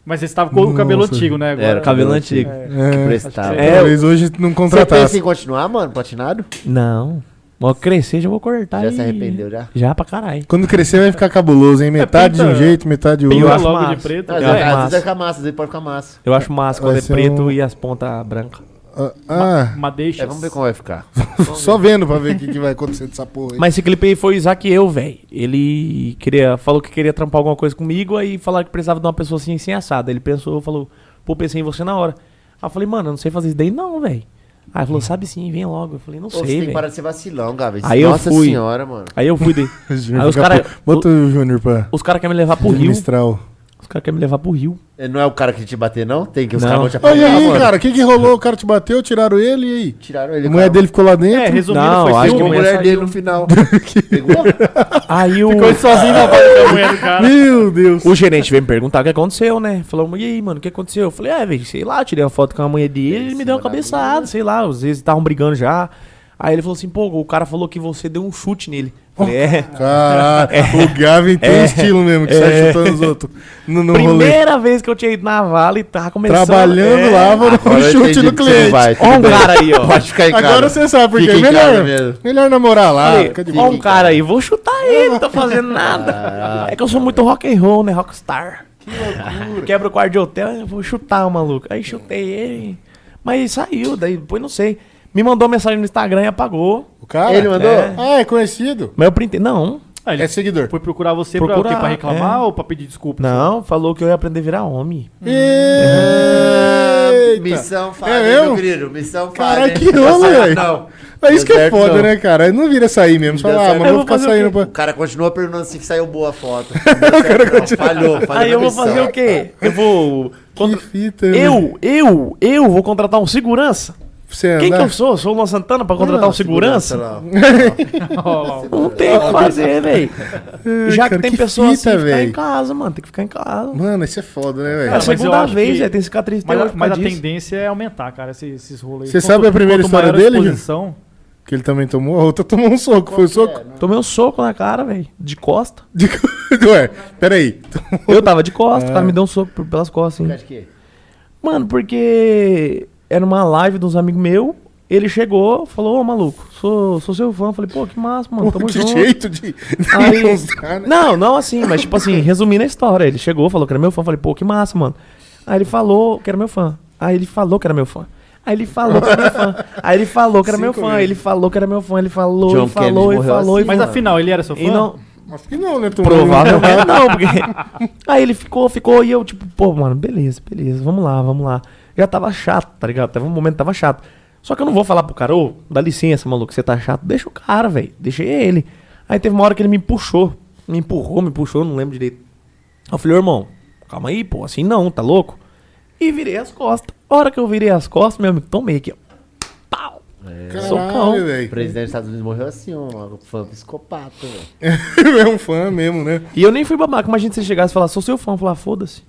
Speaker 4: Mas você estava com o cabelo
Speaker 1: Nossa.
Speaker 4: antigo, né? Agora.
Speaker 2: Era o
Speaker 5: Cabelo antigo.
Speaker 4: É.
Speaker 1: É,
Speaker 2: Prestava.
Speaker 4: É,
Speaker 1: talvez hoje não
Speaker 2: Você pensa
Speaker 1: contratasse.
Speaker 2: em continuar, mano, platinado?
Speaker 5: Não. Vou crescer, já vou cortar.
Speaker 2: Já
Speaker 5: e-
Speaker 2: se arrependeu, já?
Speaker 5: Já pra caralho.
Speaker 1: Quando crescer vai ficar cabuloso, hein? Metade de um
Speaker 4: pinta-
Speaker 1: jeito, metade de outro.
Speaker 5: Eu
Speaker 4: Pinta
Speaker 5: acho
Speaker 4: logo
Speaker 5: massa.
Speaker 4: de preto.
Speaker 2: Não, às
Speaker 5: Eu acho
Speaker 4: É.
Speaker 2: vezes- às
Speaker 5: massa.
Speaker 2: vezes fica massa, às vezes pode ficar massa.
Speaker 5: Eu acho massa
Speaker 1: Vai
Speaker 5: quando é
Speaker 1: ser
Speaker 5: preto
Speaker 1: um-
Speaker 5: e as pontas brancas.
Speaker 1: Ah,
Speaker 4: Mas deixa.
Speaker 2: É, vamos ver como vai ficar.
Speaker 1: ah, só vendo pra ver o que, que vai acontecer dessa porra aí.
Speaker 5: Mas esse clipe aí foi o Isaac e eu, velho. Ele queria, falou que queria trampar alguma coisa comigo, aí falaram que precisava de uma pessoa assim, assim assada. Ele pensou, falou, pô, pensei em você na hora. Aí eu falei, mano, eu não sei fazer isso daí não, velho. Aí ele falou, sabe sim, vem logo. Eu falei, não
Speaker 2: Ô, você tem
Speaker 5: sei,
Speaker 2: que parar
Speaker 5: velho.
Speaker 2: de ser vacilão, Gabi.
Speaker 5: Aí eu
Speaker 2: Nossa
Speaker 5: fui.
Speaker 2: senhora, mano.
Speaker 5: Aí eu fui, de...
Speaker 1: O Júnior
Speaker 5: Aí os
Speaker 1: fica
Speaker 5: cara-
Speaker 1: pu- Bota o Júnior pra
Speaker 5: os caras querem me levar pro Rio.
Speaker 1: administrar o...
Speaker 5: Os caras querem me levar pro Rio.
Speaker 2: É, Não é o cara que te bater, não? Tem que os
Speaker 5: Não.
Speaker 2: caras vão te
Speaker 1: Olha
Speaker 2: apanhar,
Speaker 1: aí,
Speaker 2: É, mano.
Speaker 1: cara, o que que rolou? O cara te bateu, tiraram ele e aí?
Speaker 2: Tiraram ele.
Speaker 1: A mulher
Speaker 2: cara.
Speaker 1: dele ficou lá dentro?
Speaker 4: É, resumindo,
Speaker 5: Não,
Speaker 4: foi
Speaker 5: acho
Speaker 2: Pegou
Speaker 5: que um
Speaker 2: a
Speaker 5: mulher
Speaker 4: ciúme.
Speaker 2: mulher
Speaker 5: saiu.
Speaker 2: dele no final. Pegou?
Speaker 5: Aí o,
Speaker 4: Ficou sozinho na
Speaker 5: é.
Speaker 4: Valley da mulher do cara.
Speaker 1: Meu Deus.
Speaker 5: o gerente veio me perguntar o que aconteceu, né? Falou, e aí, mano, o que aconteceu? Eu falei, é, velho, sei lá, eu tirei uma foto com a mulher dele, ele me deu uma cabeçada, sei lá, às vezes estavam brigando já. Aí ele falou assim, pô, o cara falou que você deu um chute nele. Eu Falei, é.
Speaker 1: Caralho, o Gavin tem um estilo mesmo, que sai chutando os outros no, no rolê.
Speaker 5: Primeira vez que eu tinha ido na vala e tava começando.
Speaker 1: Trabalhando
Speaker 5: é.
Speaker 1: lá, vou dar um
Speaker 2: Agora eu
Speaker 1: chute
Speaker 2: entendi
Speaker 1: no
Speaker 2: que você não
Speaker 1: cliente.
Speaker 2: vai, tudo
Speaker 5: Ó um
Speaker 2: bem.
Speaker 5: cara aí, ó.
Speaker 2: Pode ficar em casa.
Speaker 1: Agora você sabe por
Speaker 2: Fica
Speaker 1: quê.
Speaker 2: em casa
Speaker 1: Melhor,
Speaker 2: mesmo.
Speaker 1: melhor namorar lá,
Speaker 5: Falei,
Speaker 1: fica de
Speaker 5: ó
Speaker 1: boa.
Speaker 5: um cara aí, vou chutar ele, não tô fazendo nada. É que eu sou muito rock and roll, né? Rockstar. Que loucura. Quebra o quarto de hotel, eu vou chutar o maluco. Aí chutei ele. Mas saiu, daí depois não sei. Me mandou mensagem no Instagram e apagou.
Speaker 1: O cara?
Speaker 2: Ele mandou?
Speaker 1: É. Ah, é conhecido?
Speaker 5: Mas eu printei. Não,
Speaker 4: Ah, ele
Speaker 1: É seguidor.
Speaker 4: foi procurar você pra,
Speaker 5: Procurar,
Speaker 4: o quê? pra
Speaker 5: é.
Speaker 4: reclamar ou pra pedir desculpa?
Speaker 5: não, falou que eu ia aprender a virar homem.
Speaker 1: Eita.
Speaker 2: Missão falha,
Speaker 1: É
Speaker 2: meu
Speaker 1: mesmo?
Speaker 2: querido. Missão falha.
Speaker 1: Caralho, que rolo, velho.
Speaker 2: "Ah, Não.
Speaker 1: É isso que é
Speaker 2: Deserto,
Speaker 1: foda,
Speaker 2: não.
Speaker 1: né, cara? Aí Não vira sair mesmo. Você fala, ah,
Speaker 2: Deserto.
Speaker 1: mas
Speaker 5: Eu
Speaker 1: vou
Speaker 5: vou
Speaker 1: ficar
Speaker 5: fazer o
Speaker 1: saindo
Speaker 5: quê?
Speaker 1: pra...
Speaker 2: O cara continua perguntando se saiu boa a foto. Não, falhou, falhou.
Speaker 5: Aí eu
Speaker 2: na
Speaker 5: vou fazer
Speaker 2: missão.
Speaker 5: o quê? Eu vou.
Speaker 1: Que
Speaker 5: contra-
Speaker 1: fita, velho.
Speaker 5: Eu, eu, eu vou contratar um segurança
Speaker 1: Você
Speaker 5: Quem que
Speaker 1: andar-
Speaker 5: eu sou? Eu sou o Luan Santana pra contratar um segurança?
Speaker 2: lá.
Speaker 5: Não tem o que fazer, velho.
Speaker 1: Ai,
Speaker 5: Já que
Speaker 1: cara,
Speaker 5: tem pessoas assim,
Speaker 1: fita,
Speaker 5: ficar em
Speaker 1: velho.
Speaker 5: casa, mano. Tem que ficar em casa.
Speaker 1: Mano, isso é foda, né,
Speaker 5: É a
Speaker 1: velho?
Speaker 4: Cara, mas eu
Speaker 5: segunda
Speaker 4: acho
Speaker 5: vez,
Speaker 4: que-
Speaker 5: velho. Tem cicatriz até
Speaker 4: Mas,
Speaker 5: hoje.
Speaker 4: a- mas a
Speaker 5: disso.
Speaker 4: tendência é aumentar, cara, esses, esses rolês.
Speaker 1: Você
Speaker 4: Quanto-
Speaker 1: sabe a primeira
Speaker 4: quanto
Speaker 1: história
Speaker 4: maior
Speaker 1: dele, Gil?
Speaker 4: exposição,
Speaker 1: Que ele também tomou. A outra tomou um soco. Foi o soco?
Speaker 5: Tomei um soco na cara, velho. De costa.
Speaker 1: De... Ué, peraí.
Speaker 5: Eu tava de costa, o cara me deu um soco por- pelas costas. Assim.
Speaker 2: Acho que é.
Speaker 5: Mano, porque era uma live de uns amigos meus. Ele chegou, falou, ô maluco, sou, sou seu fã. Falei, pô, que massa, mano. Tamo
Speaker 1: que
Speaker 5: junto.
Speaker 1: jeito de.
Speaker 5: Aí-
Speaker 1: demonstrar, né?
Speaker 5: Não, não assim, mas tipo assim, resumindo a história. Ele chegou, falou que era meu fã. Falei, pô, que massa, mano. Aí ele falou que era meu fã. Aí ele falou que era meu fã. Aí ele falou que era meu fã. Aí ele falou que era meu
Speaker 1: Cinco
Speaker 5: fã.
Speaker 1: vezes.
Speaker 5: Ele falou que era meu fã. Ele falou,
Speaker 2: John
Speaker 5: ele falou,
Speaker 2: Kennedy
Speaker 5: ele
Speaker 2: morreu
Speaker 5: falou.
Speaker 2: assim,
Speaker 5: ele
Speaker 4: Mas
Speaker 5: falou.
Speaker 4: afinal, ele era seu fã?
Speaker 5: E não,
Speaker 1: Acho que não, né? Tomou
Speaker 5: Provavelmente não, porque. Aí ele ficou, ficou, e eu, tipo, pô, mano, beleza, beleza, vamos lá, vamos lá. Já tava chato, tá ligado? Teve um momento que tava chato. Só que eu não vou falar pro cara, ô, dá licença, maluco, você tá chato. Deixa o cara, velho. Deixei ele. Aí teve uma hora que ele me puxou. Me empurrou, me puxou, não lembro direito. Aí eu falei, ô, irmão, calma aí, pô, assim não, tá louco? E virei as costas. A hora que eu virei as costas, meu amigo, tomei aqui, ó. Pau! Socão.
Speaker 1: Caralho,
Speaker 2: o
Speaker 1: velho.
Speaker 2: presidente dos Estados Unidos morreu assim, um fã psicopata, velho.
Speaker 1: É um fã mesmo, né?
Speaker 5: E eu nem fui babaca. Imagina se ele chegasse e falasse, sou seu fã, eu falar, foda-se.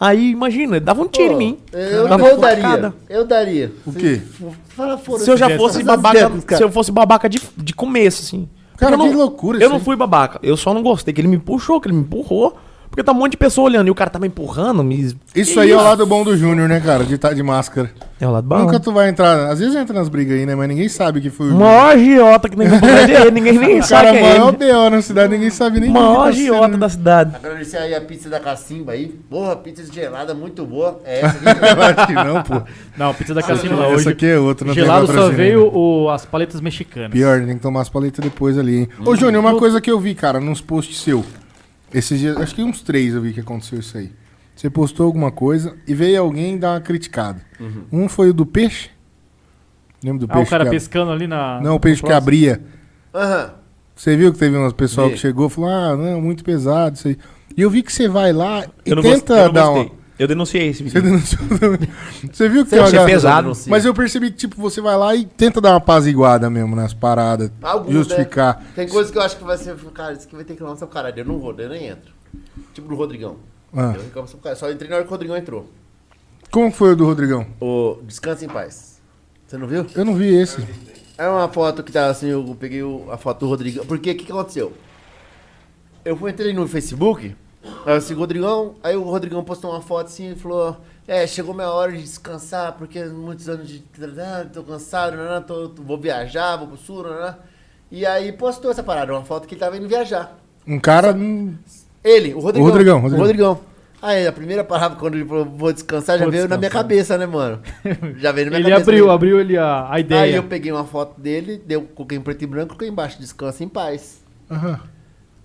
Speaker 5: Aí, imagina, ele dava um tiro em mim.
Speaker 2: Eu,
Speaker 5: Dava
Speaker 2: eu
Speaker 5: uma
Speaker 2: daria.
Speaker 5: facada.
Speaker 2: Eu daria.
Speaker 1: O quê?
Speaker 2: Fala fora.
Speaker 5: Se eu já fosse babaca,
Speaker 2: cara.
Speaker 5: se eu fosse babaca de, de começo, assim.
Speaker 1: Cara,
Speaker 5: eu não,
Speaker 1: que loucura
Speaker 5: Eu
Speaker 1: isso
Speaker 5: não
Speaker 1: aí.
Speaker 5: fui babaca. Eu só não gostei que ele me puxou, que ele me empurrou. Porque tá um monte de pessoa olhando e o cara tá me empurrando. Me...
Speaker 1: Isso
Speaker 5: Que
Speaker 1: aí é o lado bom do Júnior, né, cara? De estar de máscara.
Speaker 5: É o lado bom.
Speaker 1: Nunca tu vai entrar. Às vezes entra nas brigas aí, né? Mas ninguém sabe que foi o
Speaker 5: O
Speaker 1: Júnior.
Speaker 5: maior agiota que nem ele, ninguém nem
Speaker 1: O
Speaker 5: sabe
Speaker 1: cara
Speaker 5: quem é
Speaker 1: maior
Speaker 5: ele.
Speaker 1: B.O. na cidade, ninguém sabe nem
Speaker 5: O
Speaker 1: quem que
Speaker 5: maior
Speaker 1: tá sendo,
Speaker 5: agiota
Speaker 1: né?
Speaker 5: da cidade.
Speaker 2: Agradecer aí a pizza da Cacimba aí. Porra, pizza gelada muito boa. É essa
Speaker 1: Eu
Speaker 2: aqui.
Speaker 1: acho que não, pô.
Speaker 4: Não, pizza da Casimba
Speaker 1: Essa
Speaker 4: hoje.
Speaker 1: aqui é outra, não tem
Speaker 4: Gelado
Speaker 1: outra
Speaker 4: só
Speaker 1: assim,
Speaker 4: veio o- as paletas mexicanas.
Speaker 1: Pior, tem que tomar as paletas depois ali, hein? Ô, Júnior,
Speaker 5: Hum.
Speaker 1: uma coisa que eu vi, cara, nos posts seu. Esses dias, acho que uns três eu vi que aconteceu isso aí. Você postou alguma coisa e veio alguém dar uma criticada.
Speaker 5: Uhum.
Speaker 1: Um foi o do peixe. Lembra do
Speaker 4: Ah,
Speaker 1: peixe?
Speaker 4: o cara
Speaker 1: que ab-
Speaker 4: pescando ali na.
Speaker 1: Não, o peixe que abria.
Speaker 2: Aham.
Speaker 1: Você viu que teve um pessoal
Speaker 2: Vi.
Speaker 1: que chegou e falou: ah, não, muito pesado isso aí. E eu vi que você vai lá e
Speaker 5: Eu não
Speaker 1: tenta
Speaker 5: gostei. Eu, não
Speaker 1: dar
Speaker 5: gostei.
Speaker 1: uma.
Speaker 5: eu denunciei esse
Speaker 1: Você
Speaker 5: vídeo.
Speaker 1: denunciou também. Você viu que
Speaker 2: Você
Speaker 1: tem uma
Speaker 2: achei
Speaker 1: galera-
Speaker 2: pesado, Lucia.
Speaker 1: Mas eu percebi que, tipo, você vai lá e tenta dar uma apaziguada mesmo nas paradas.
Speaker 2: Alguns,
Speaker 1: justificar.
Speaker 2: né? Tem coisa que eu acho que vai ser. Cara, isso aqui vai ter que lançar o caralho. Eu não vou, eu nem entro. Tipo do Rodrigão.
Speaker 1: Ah.
Speaker 2: Eu reclamo sobre o cara. Só entrei na hora que o Rodrigão entrou.
Speaker 1: Como foi o do Rodrigão?
Speaker 2: O Descansa em Paz. Você não viu?
Speaker 1: Eu não vi esse.
Speaker 2: É uma foto que tá assim, eu peguei o- a foto do Rodrigão. Porque o que, que aconteceu? Eu fui entrei no Facebook, aí eu sigo o Rodrigão, aí o Rodrigão postou uma foto assim e falou: É, chegou minha hora de descansar, porque muitos anos de. ah, tô cansado, não, tô, tô- vou viajar, vou pro sul, não, E aí postou essa parada, uma foto que ele tava indo viajar.
Speaker 1: Um cara. hum,
Speaker 2: Ele, o Rodrigão.
Speaker 1: O Rodrigão,
Speaker 2: O
Speaker 1: Rodrigão.
Speaker 2: Rodrigão. Aí, a primeira palavra, quando ele falou, vou descansar, já
Speaker 4: Vou
Speaker 2: veio na minha
Speaker 4: descansar.
Speaker 2: cabeça, né, mano? Já veio na minha
Speaker 4: Ele
Speaker 2: cabeça.
Speaker 4: abriu,
Speaker 2: né?
Speaker 4: abriu ele a, a ideia.
Speaker 2: Aí eu peguei uma foto dele, deu, coloquei em preto e branco, coloquei embaixo, descansa em paz.
Speaker 1: aham.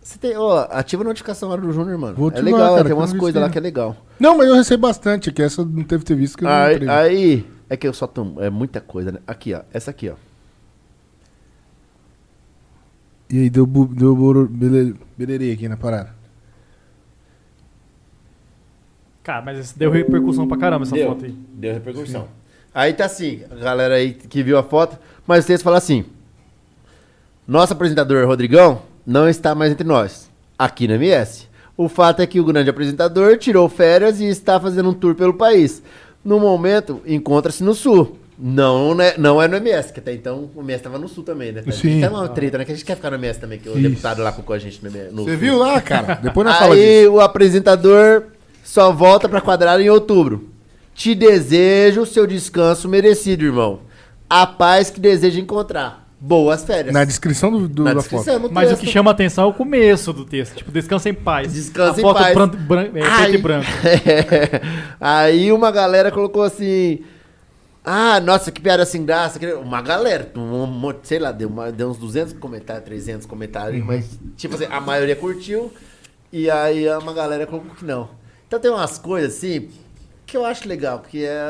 Speaker 2: Você tem, ó, ativa a notificação lá do Júnior, mano.
Speaker 1: Vou
Speaker 2: é
Speaker 1: ativar,
Speaker 2: legal,
Speaker 1: cara, que
Speaker 2: tem
Speaker 1: eu
Speaker 2: umas
Speaker 1: não vi
Speaker 2: coisas
Speaker 1: isso
Speaker 2: lá
Speaker 1: aí. um
Speaker 2: que é legal.
Speaker 1: Não, mas eu recebo bastante, que essa não teve que ter visto que eu não
Speaker 2: Aí,
Speaker 1: entrei.
Speaker 2: aí, é que eu só tomo, é muita coisa, né? Aqui, ó, essa aqui, ó.
Speaker 1: E aí deu, bu- deu boro- bele- belerei aqui na parada.
Speaker 4: Cara, mas isso deu repercussão pra caramba essa
Speaker 2: Deu.
Speaker 4: foto aí.
Speaker 2: Deu repercussão. Aí tá assim, a galera aí que viu a foto, mas o texto fala assim: Nosso apresentador Rodrigão não está mais entre nós, aqui na MS. O fato é que o grande apresentador tirou férias e está fazendo um tour pelo país. No momento, encontra-se no Sul. Não, né, não é no MS, que até então o MS estava no Sul também, né?
Speaker 1: Sim.
Speaker 2: Tá uma treta, né? Que a gente quer ficar no MS também, que o deputado lá colocou a gente no, MS no
Speaker 1: Você
Speaker 2: Sul.
Speaker 1: viu lá, cara? Depois não fala disso.
Speaker 2: Aí o apresentador só volta pra quadrada em outubro. Te desejo o seu descanso merecido, irmão. A paz que deseja encontrar. Boas férias.
Speaker 1: Na descrição do, do-
Speaker 2: Na
Speaker 1: da
Speaker 2: descrição,
Speaker 1: foto.
Speaker 2: no
Speaker 4: Mas o
Speaker 2: texto.
Speaker 4: que chama atenção é o começo do texto. Tipo, descansa em paz.
Speaker 2: Descansa
Speaker 4: a
Speaker 2: em
Speaker 4: foto
Speaker 2: paz.
Speaker 4: bran- bran- é,
Speaker 2: Ai.
Speaker 4: preto e branco.
Speaker 2: Aí uma galera colocou assim. Ah, nossa, que piada sem graça. que- Uma galera, um monte, sei lá, deu, uma- deu uns 200 comentários, 300 comentários,
Speaker 4: Uhum.
Speaker 2: mas, tipo assim, a maioria curtiu e aí uma galera colocou que não. Então tem umas coisas assim que eu acho legal, porque é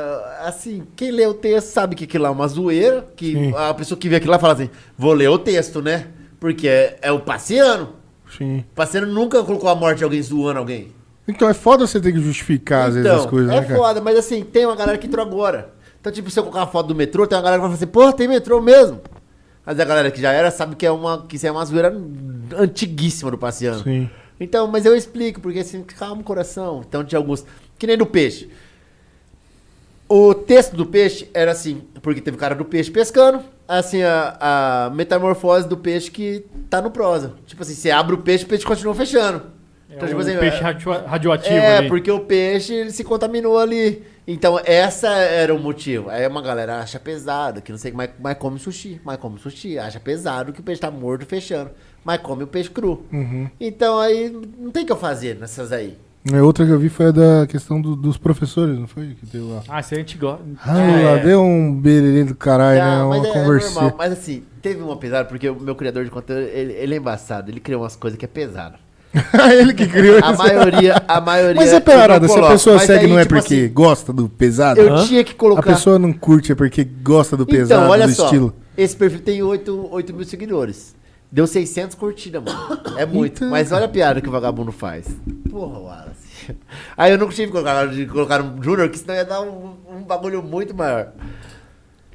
Speaker 2: assim, quem lê o texto sabe que aquilo lá é uma zoeira, que a pessoa que vê aquilo lá fala assim: vou ler o texto, né? Porque é, é o passeano.
Speaker 1: Sim.
Speaker 2: O passeano nunca colocou a morte de alguém zoando alguém.
Speaker 1: Então é foda você ter que justificar, às vezes, as coisas,
Speaker 2: É
Speaker 1: né, cara?
Speaker 2: foda, mas assim, tem uma galera que entrou agora. Então, tipo, se eu colocar uma foto do metrô, tem uma galera que vai falar assim, pô, tem metrô mesmo. Mas a galera que já era sabe que é uma, que isso é uma zoeira antiguíssima do passeando.
Speaker 1: Sim.
Speaker 2: Então, mas eu explico, porque assim, calma o coração. Então tinha alguns. Que nem do peixe. O texto do peixe era assim, porque teve o cara do peixe pescando, assim, a, a metamorfose do peixe que tá no prosa. Tipo assim, você abre o peixe, o peixe continua fechando. Então, tipo assim,
Speaker 4: É um peixe radio- radioativo
Speaker 2: É,
Speaker 4: ali.
Speaker 2: porque o peixe ele se contaminou ali. Então, essa era o motivo. Aí uma galera acha pesado, que não sei, o que, mas, mas come sushi, mas come sushi. Acha pesado que o peixe tá morto fechando, mas come o peixe cru.
Speaker 4: Uhum.
Speaker 2: Então, aí não tem o que eu fazer nessas aí.
Speaker 1: A É, outra que eu vi foi a da questão do- dos professores, não foi? Que deu lá.
Speaker 4: Ah, isso aí a gente é, gosta.
Speaker 1: Ah, lá, deu um bererê do caralho, né?
Speaker 2: Não,
Speaker 1: Uma
Speaker 2: É. mas é, é
Speaker 1: conversinha.
Speaker 2: normal. Mas assim, teve uma pesada, porque o meu criador de conteúdo, ele, ele é embaçado. Ele criou umas coisas que é pesado.
Speaker 1: Ele que criou
Speaker 2: A
Speaker 1: isso.
Speaker 2: maioria, a maioria...
Speaker 1: é- Mas é
Speaker 2: eu
Speaker 1: parada, se a
Speaker 2: coloco.
Speaker 1: pessoa
Speaker 2: Mas
Speaker 1: segue
Speaker 2: aí,
Speaker 1: não é
Speaker 2: tipo
Speaker 1: porque
Speaker 2: assim,
Speaker 1: gosta do pesado? né?
Speaker 2: eu tinha que
Speaker 1: A
Speaker 2: colocar...
Speaker 1: pessoa não curte é porque gosta do pesado,
Speaker 2: Então, olha
Speaker 1: do
Speaker 2: só.
Speaker 1: estilo.
Speaker 2: Esse perfil tem 8, 8 mil seguidores. Deu 600 curtidas, mano. É muito.
Speaker 1: Então.
Speaker 2: Mas olha a piada que o vagabundo faz. Porra, Wallace. Aí eu não tive que colocar, de colocar um Junior, que senão ia dar um, um bagulho muito maior.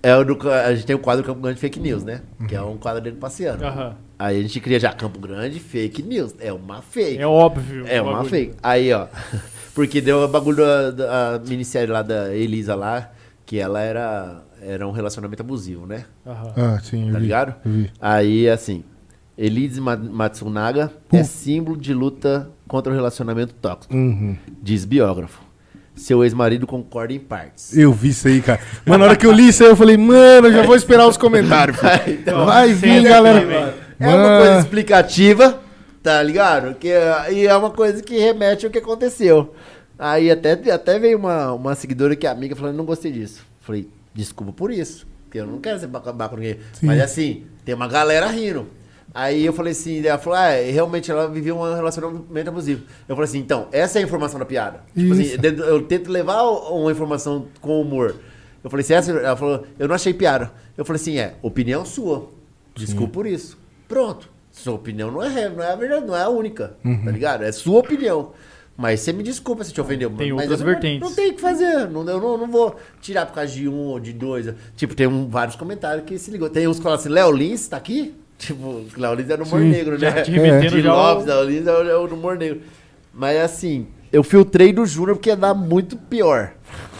Speaker 2: É o do ca- a gente tem o quadro Campo Grande Fake News, né? Que é um quadro dele passeando.
Speaker 4: Aham.
Speaker 2: Aí a gente cria já Campo Grande Fake News. É uma fake.
Speaker 4: É óbvio.
Speaker 2: É
Speaker 4: o
Speaker 2: uma
Speaker 4: bagulho.
Speaker 2: fake. Aí, ó. Porque deu o bagulho da, da minissérie lá da Elisa lá, que ela era, era um relacionamento abusivo, né?
Speaker 4: Aham.
Speaker 1: Ah, sim, eu
Speaker 2: Tá
Speaker 1: vi.
Speaker 2: ligado?
Speaker 1: eu vi.
Speaker 2: Aí, assim, Elise Ma- Matsunaga é símbolo de luta contra o relacionamento tóxico,
Speaker 1: Uhum.
Speaker 2: diz biógrafo. Seu ex-marido concorda em partes.
Speaker 1: Eu vi isso aí, cara. Mano, na hora que eu li isso aí, eu falei, mano, eu já vou esperar os comentários. pô.
Speaker 2: Então,
Speaker 1: Vai vir, galera.
Speaker 2: É uma
Speaker 1: Mano.
Speaker 2: coisa explicativa, tá ligado? Que, é- e é uma coisa que remete ao que aconteceu. Aí até, até veio uma, uma seguidora que é amiga falando, não gostei disso. Falei, desculpa por isso, porque eu não quero ser acabar com ninguém. Mas assim, tem uma galera rindo. Aí eu falei assim, ela falou, ah, realmente ela vivia um relacionamento abusivo. Eu falei assim, então, essa é a informação da piada. Tipo assim,
Speaker 1: Isso.
Speaker 2: dentro- eu tento levar uma informação com humor. Eu falei assim, essa, ela falou, eu não achei piada. Eu falei assim, é, opinião sua. Desculpa por isso. Pronto. Sua opinião não é, re- não é a verdade, não é a única.
Speaker 4: Uhum.
Speaker 2: Tá ligado? É sua opinião. Mas você me desculpa se te ofendeu.
Speaker 4: Tem
Speaker 2: mas
Speaker 4: outras
Speaker 2: eu não-
Speaker 4: vertentes.
Speaker 2: Não tem o que fazer. Não, eu não, não vou tirar por causa de um ou de dois. Tipo, tem um, vários comentários que se ligou. Tem uns que falam assim, Léo Lins tá aqui? Tipo, Léo Lins é no humor negro,
Speaker 4: Já
Speaker 2: né?
Speaker 4: te
Speaker 1: É.
Speaker 4: remetendo
Speaker 2: Jim
Speaker 4: já ao-
Speaker 2: Lopes, Léo Lins é o- é o humor negro. Mas assim, eu filtrei do Júnior porque ia dar muito pior.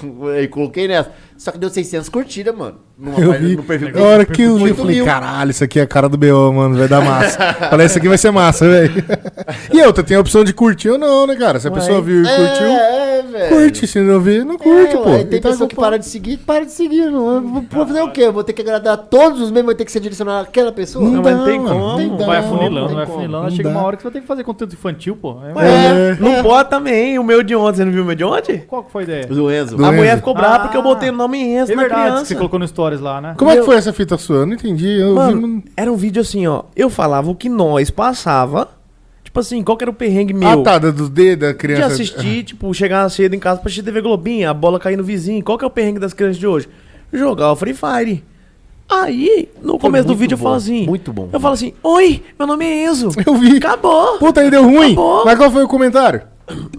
Speaker 2: E coloquei nessa. Só que deu 600 curtidas, mano. Numa
Speaker 1: Eu
Speaker 2: página-
Speaker 1: vi.
Speaker 2: no perfil
Speaker 1: Na hora que eu li, eu
Speaker 2: Muito
Speaker 1: falei,
Speaker 2: mil.
Speaker 1: caralho, isso aqui é a cara do BO, mano, vai dar massa. falei, isso aqui vai ser massa, velho. e outra, tem a opção de curtir ou não, né, cara? Se a pessoa viu e curtiu,
Speaker 2: É, é, velho.
Speaker 1: curte. Se não viu, não curte,
Speaker 2: É,
Speaker 1: pô.
Speaker 2: ué, Tem
Speaker 1: Então,
Speaker 2: pessoa que
Speaker 1: pô,
Speaker 2: para de seguir, para de seguir. Não. Eu Vou, vou fazer o quê? Eu Vou ter que agradar todos os mesmos, vai ter que ser direcionado àquela pessoa?
Speaker 1: Não
Speaker 2: Não,
Speaker 1: dá,
Speaker 2: mas
Speaker 1: mano, não
Speaker 4: Não
Speaker 1: dá,
Speaker 4: vai
Speaker 1: não
Speaker 4: afunilando,
Speaker 1: tem
Speaker 4: vai
Speaker 2: como.
Speaker 4: afunilando.
Speaker 1: Não
Speaker 4: Chega
Speaker 1: dá.
Speaker 4: uma hora que você vai ter que fazer conteúdo infantil, pô. É,
Speaker 5: Mas
Speaker 1: É.
Speaker 5: Não pode também. O meu de ontem, você não viu o meu de ontem?
Speaker 4: Qual que foi a ideia?
Speaker 2: Do Enzo.
Speaker 1: Do-
Speaker 5: A
Speaker 1: Enzo.
Speaker 5: mulher ficou brava porque eu
Speaker 4: Ah,
Speaker 5: botei o nome em
Speaker 4: É
Speaker 5: Enzo na
Speaker 4: verdade que
Speaker 5: criança.
Speaker 4: você colocou no Stories lá, né?
Speaker 1: Como é que foi essa fita sua? Eu não entendi. Eu vi,
Speaker 5: Mano,
Speaker 1: mano.
Speaker 5: era um vídeo assim, ó. Eu falava o que nós passava. Tipo assim, qual que era o perrengue meu?
Speaker 1: Ah, tá, da- dos dedos da
Speaker 5: De
Speaker 1: criança.
Speaker 5: assistir, tipo, chegar cedo em casa pra assistir TV Globinha, a bola cair no vizinho. Qual que é o perrengue das crianças de hoje? Jogar o Free Fire. Aí, no começo do
Speaker 2: muito
Speaker 5: vídeo, eu falo
Speaker 2: bom,
Speaker 5: assim.
Speaker 2: muito bom.
Speaker 5: Eu falo assim, oi, meu nome é Enzo.
Speaker 1: Eu vi.
Speaker 5: Acabou.
Speaker 1: Puta, aí deu ruim.
Speaker 5: Acabou.
Speaker 1: Mas qual foi o comentário?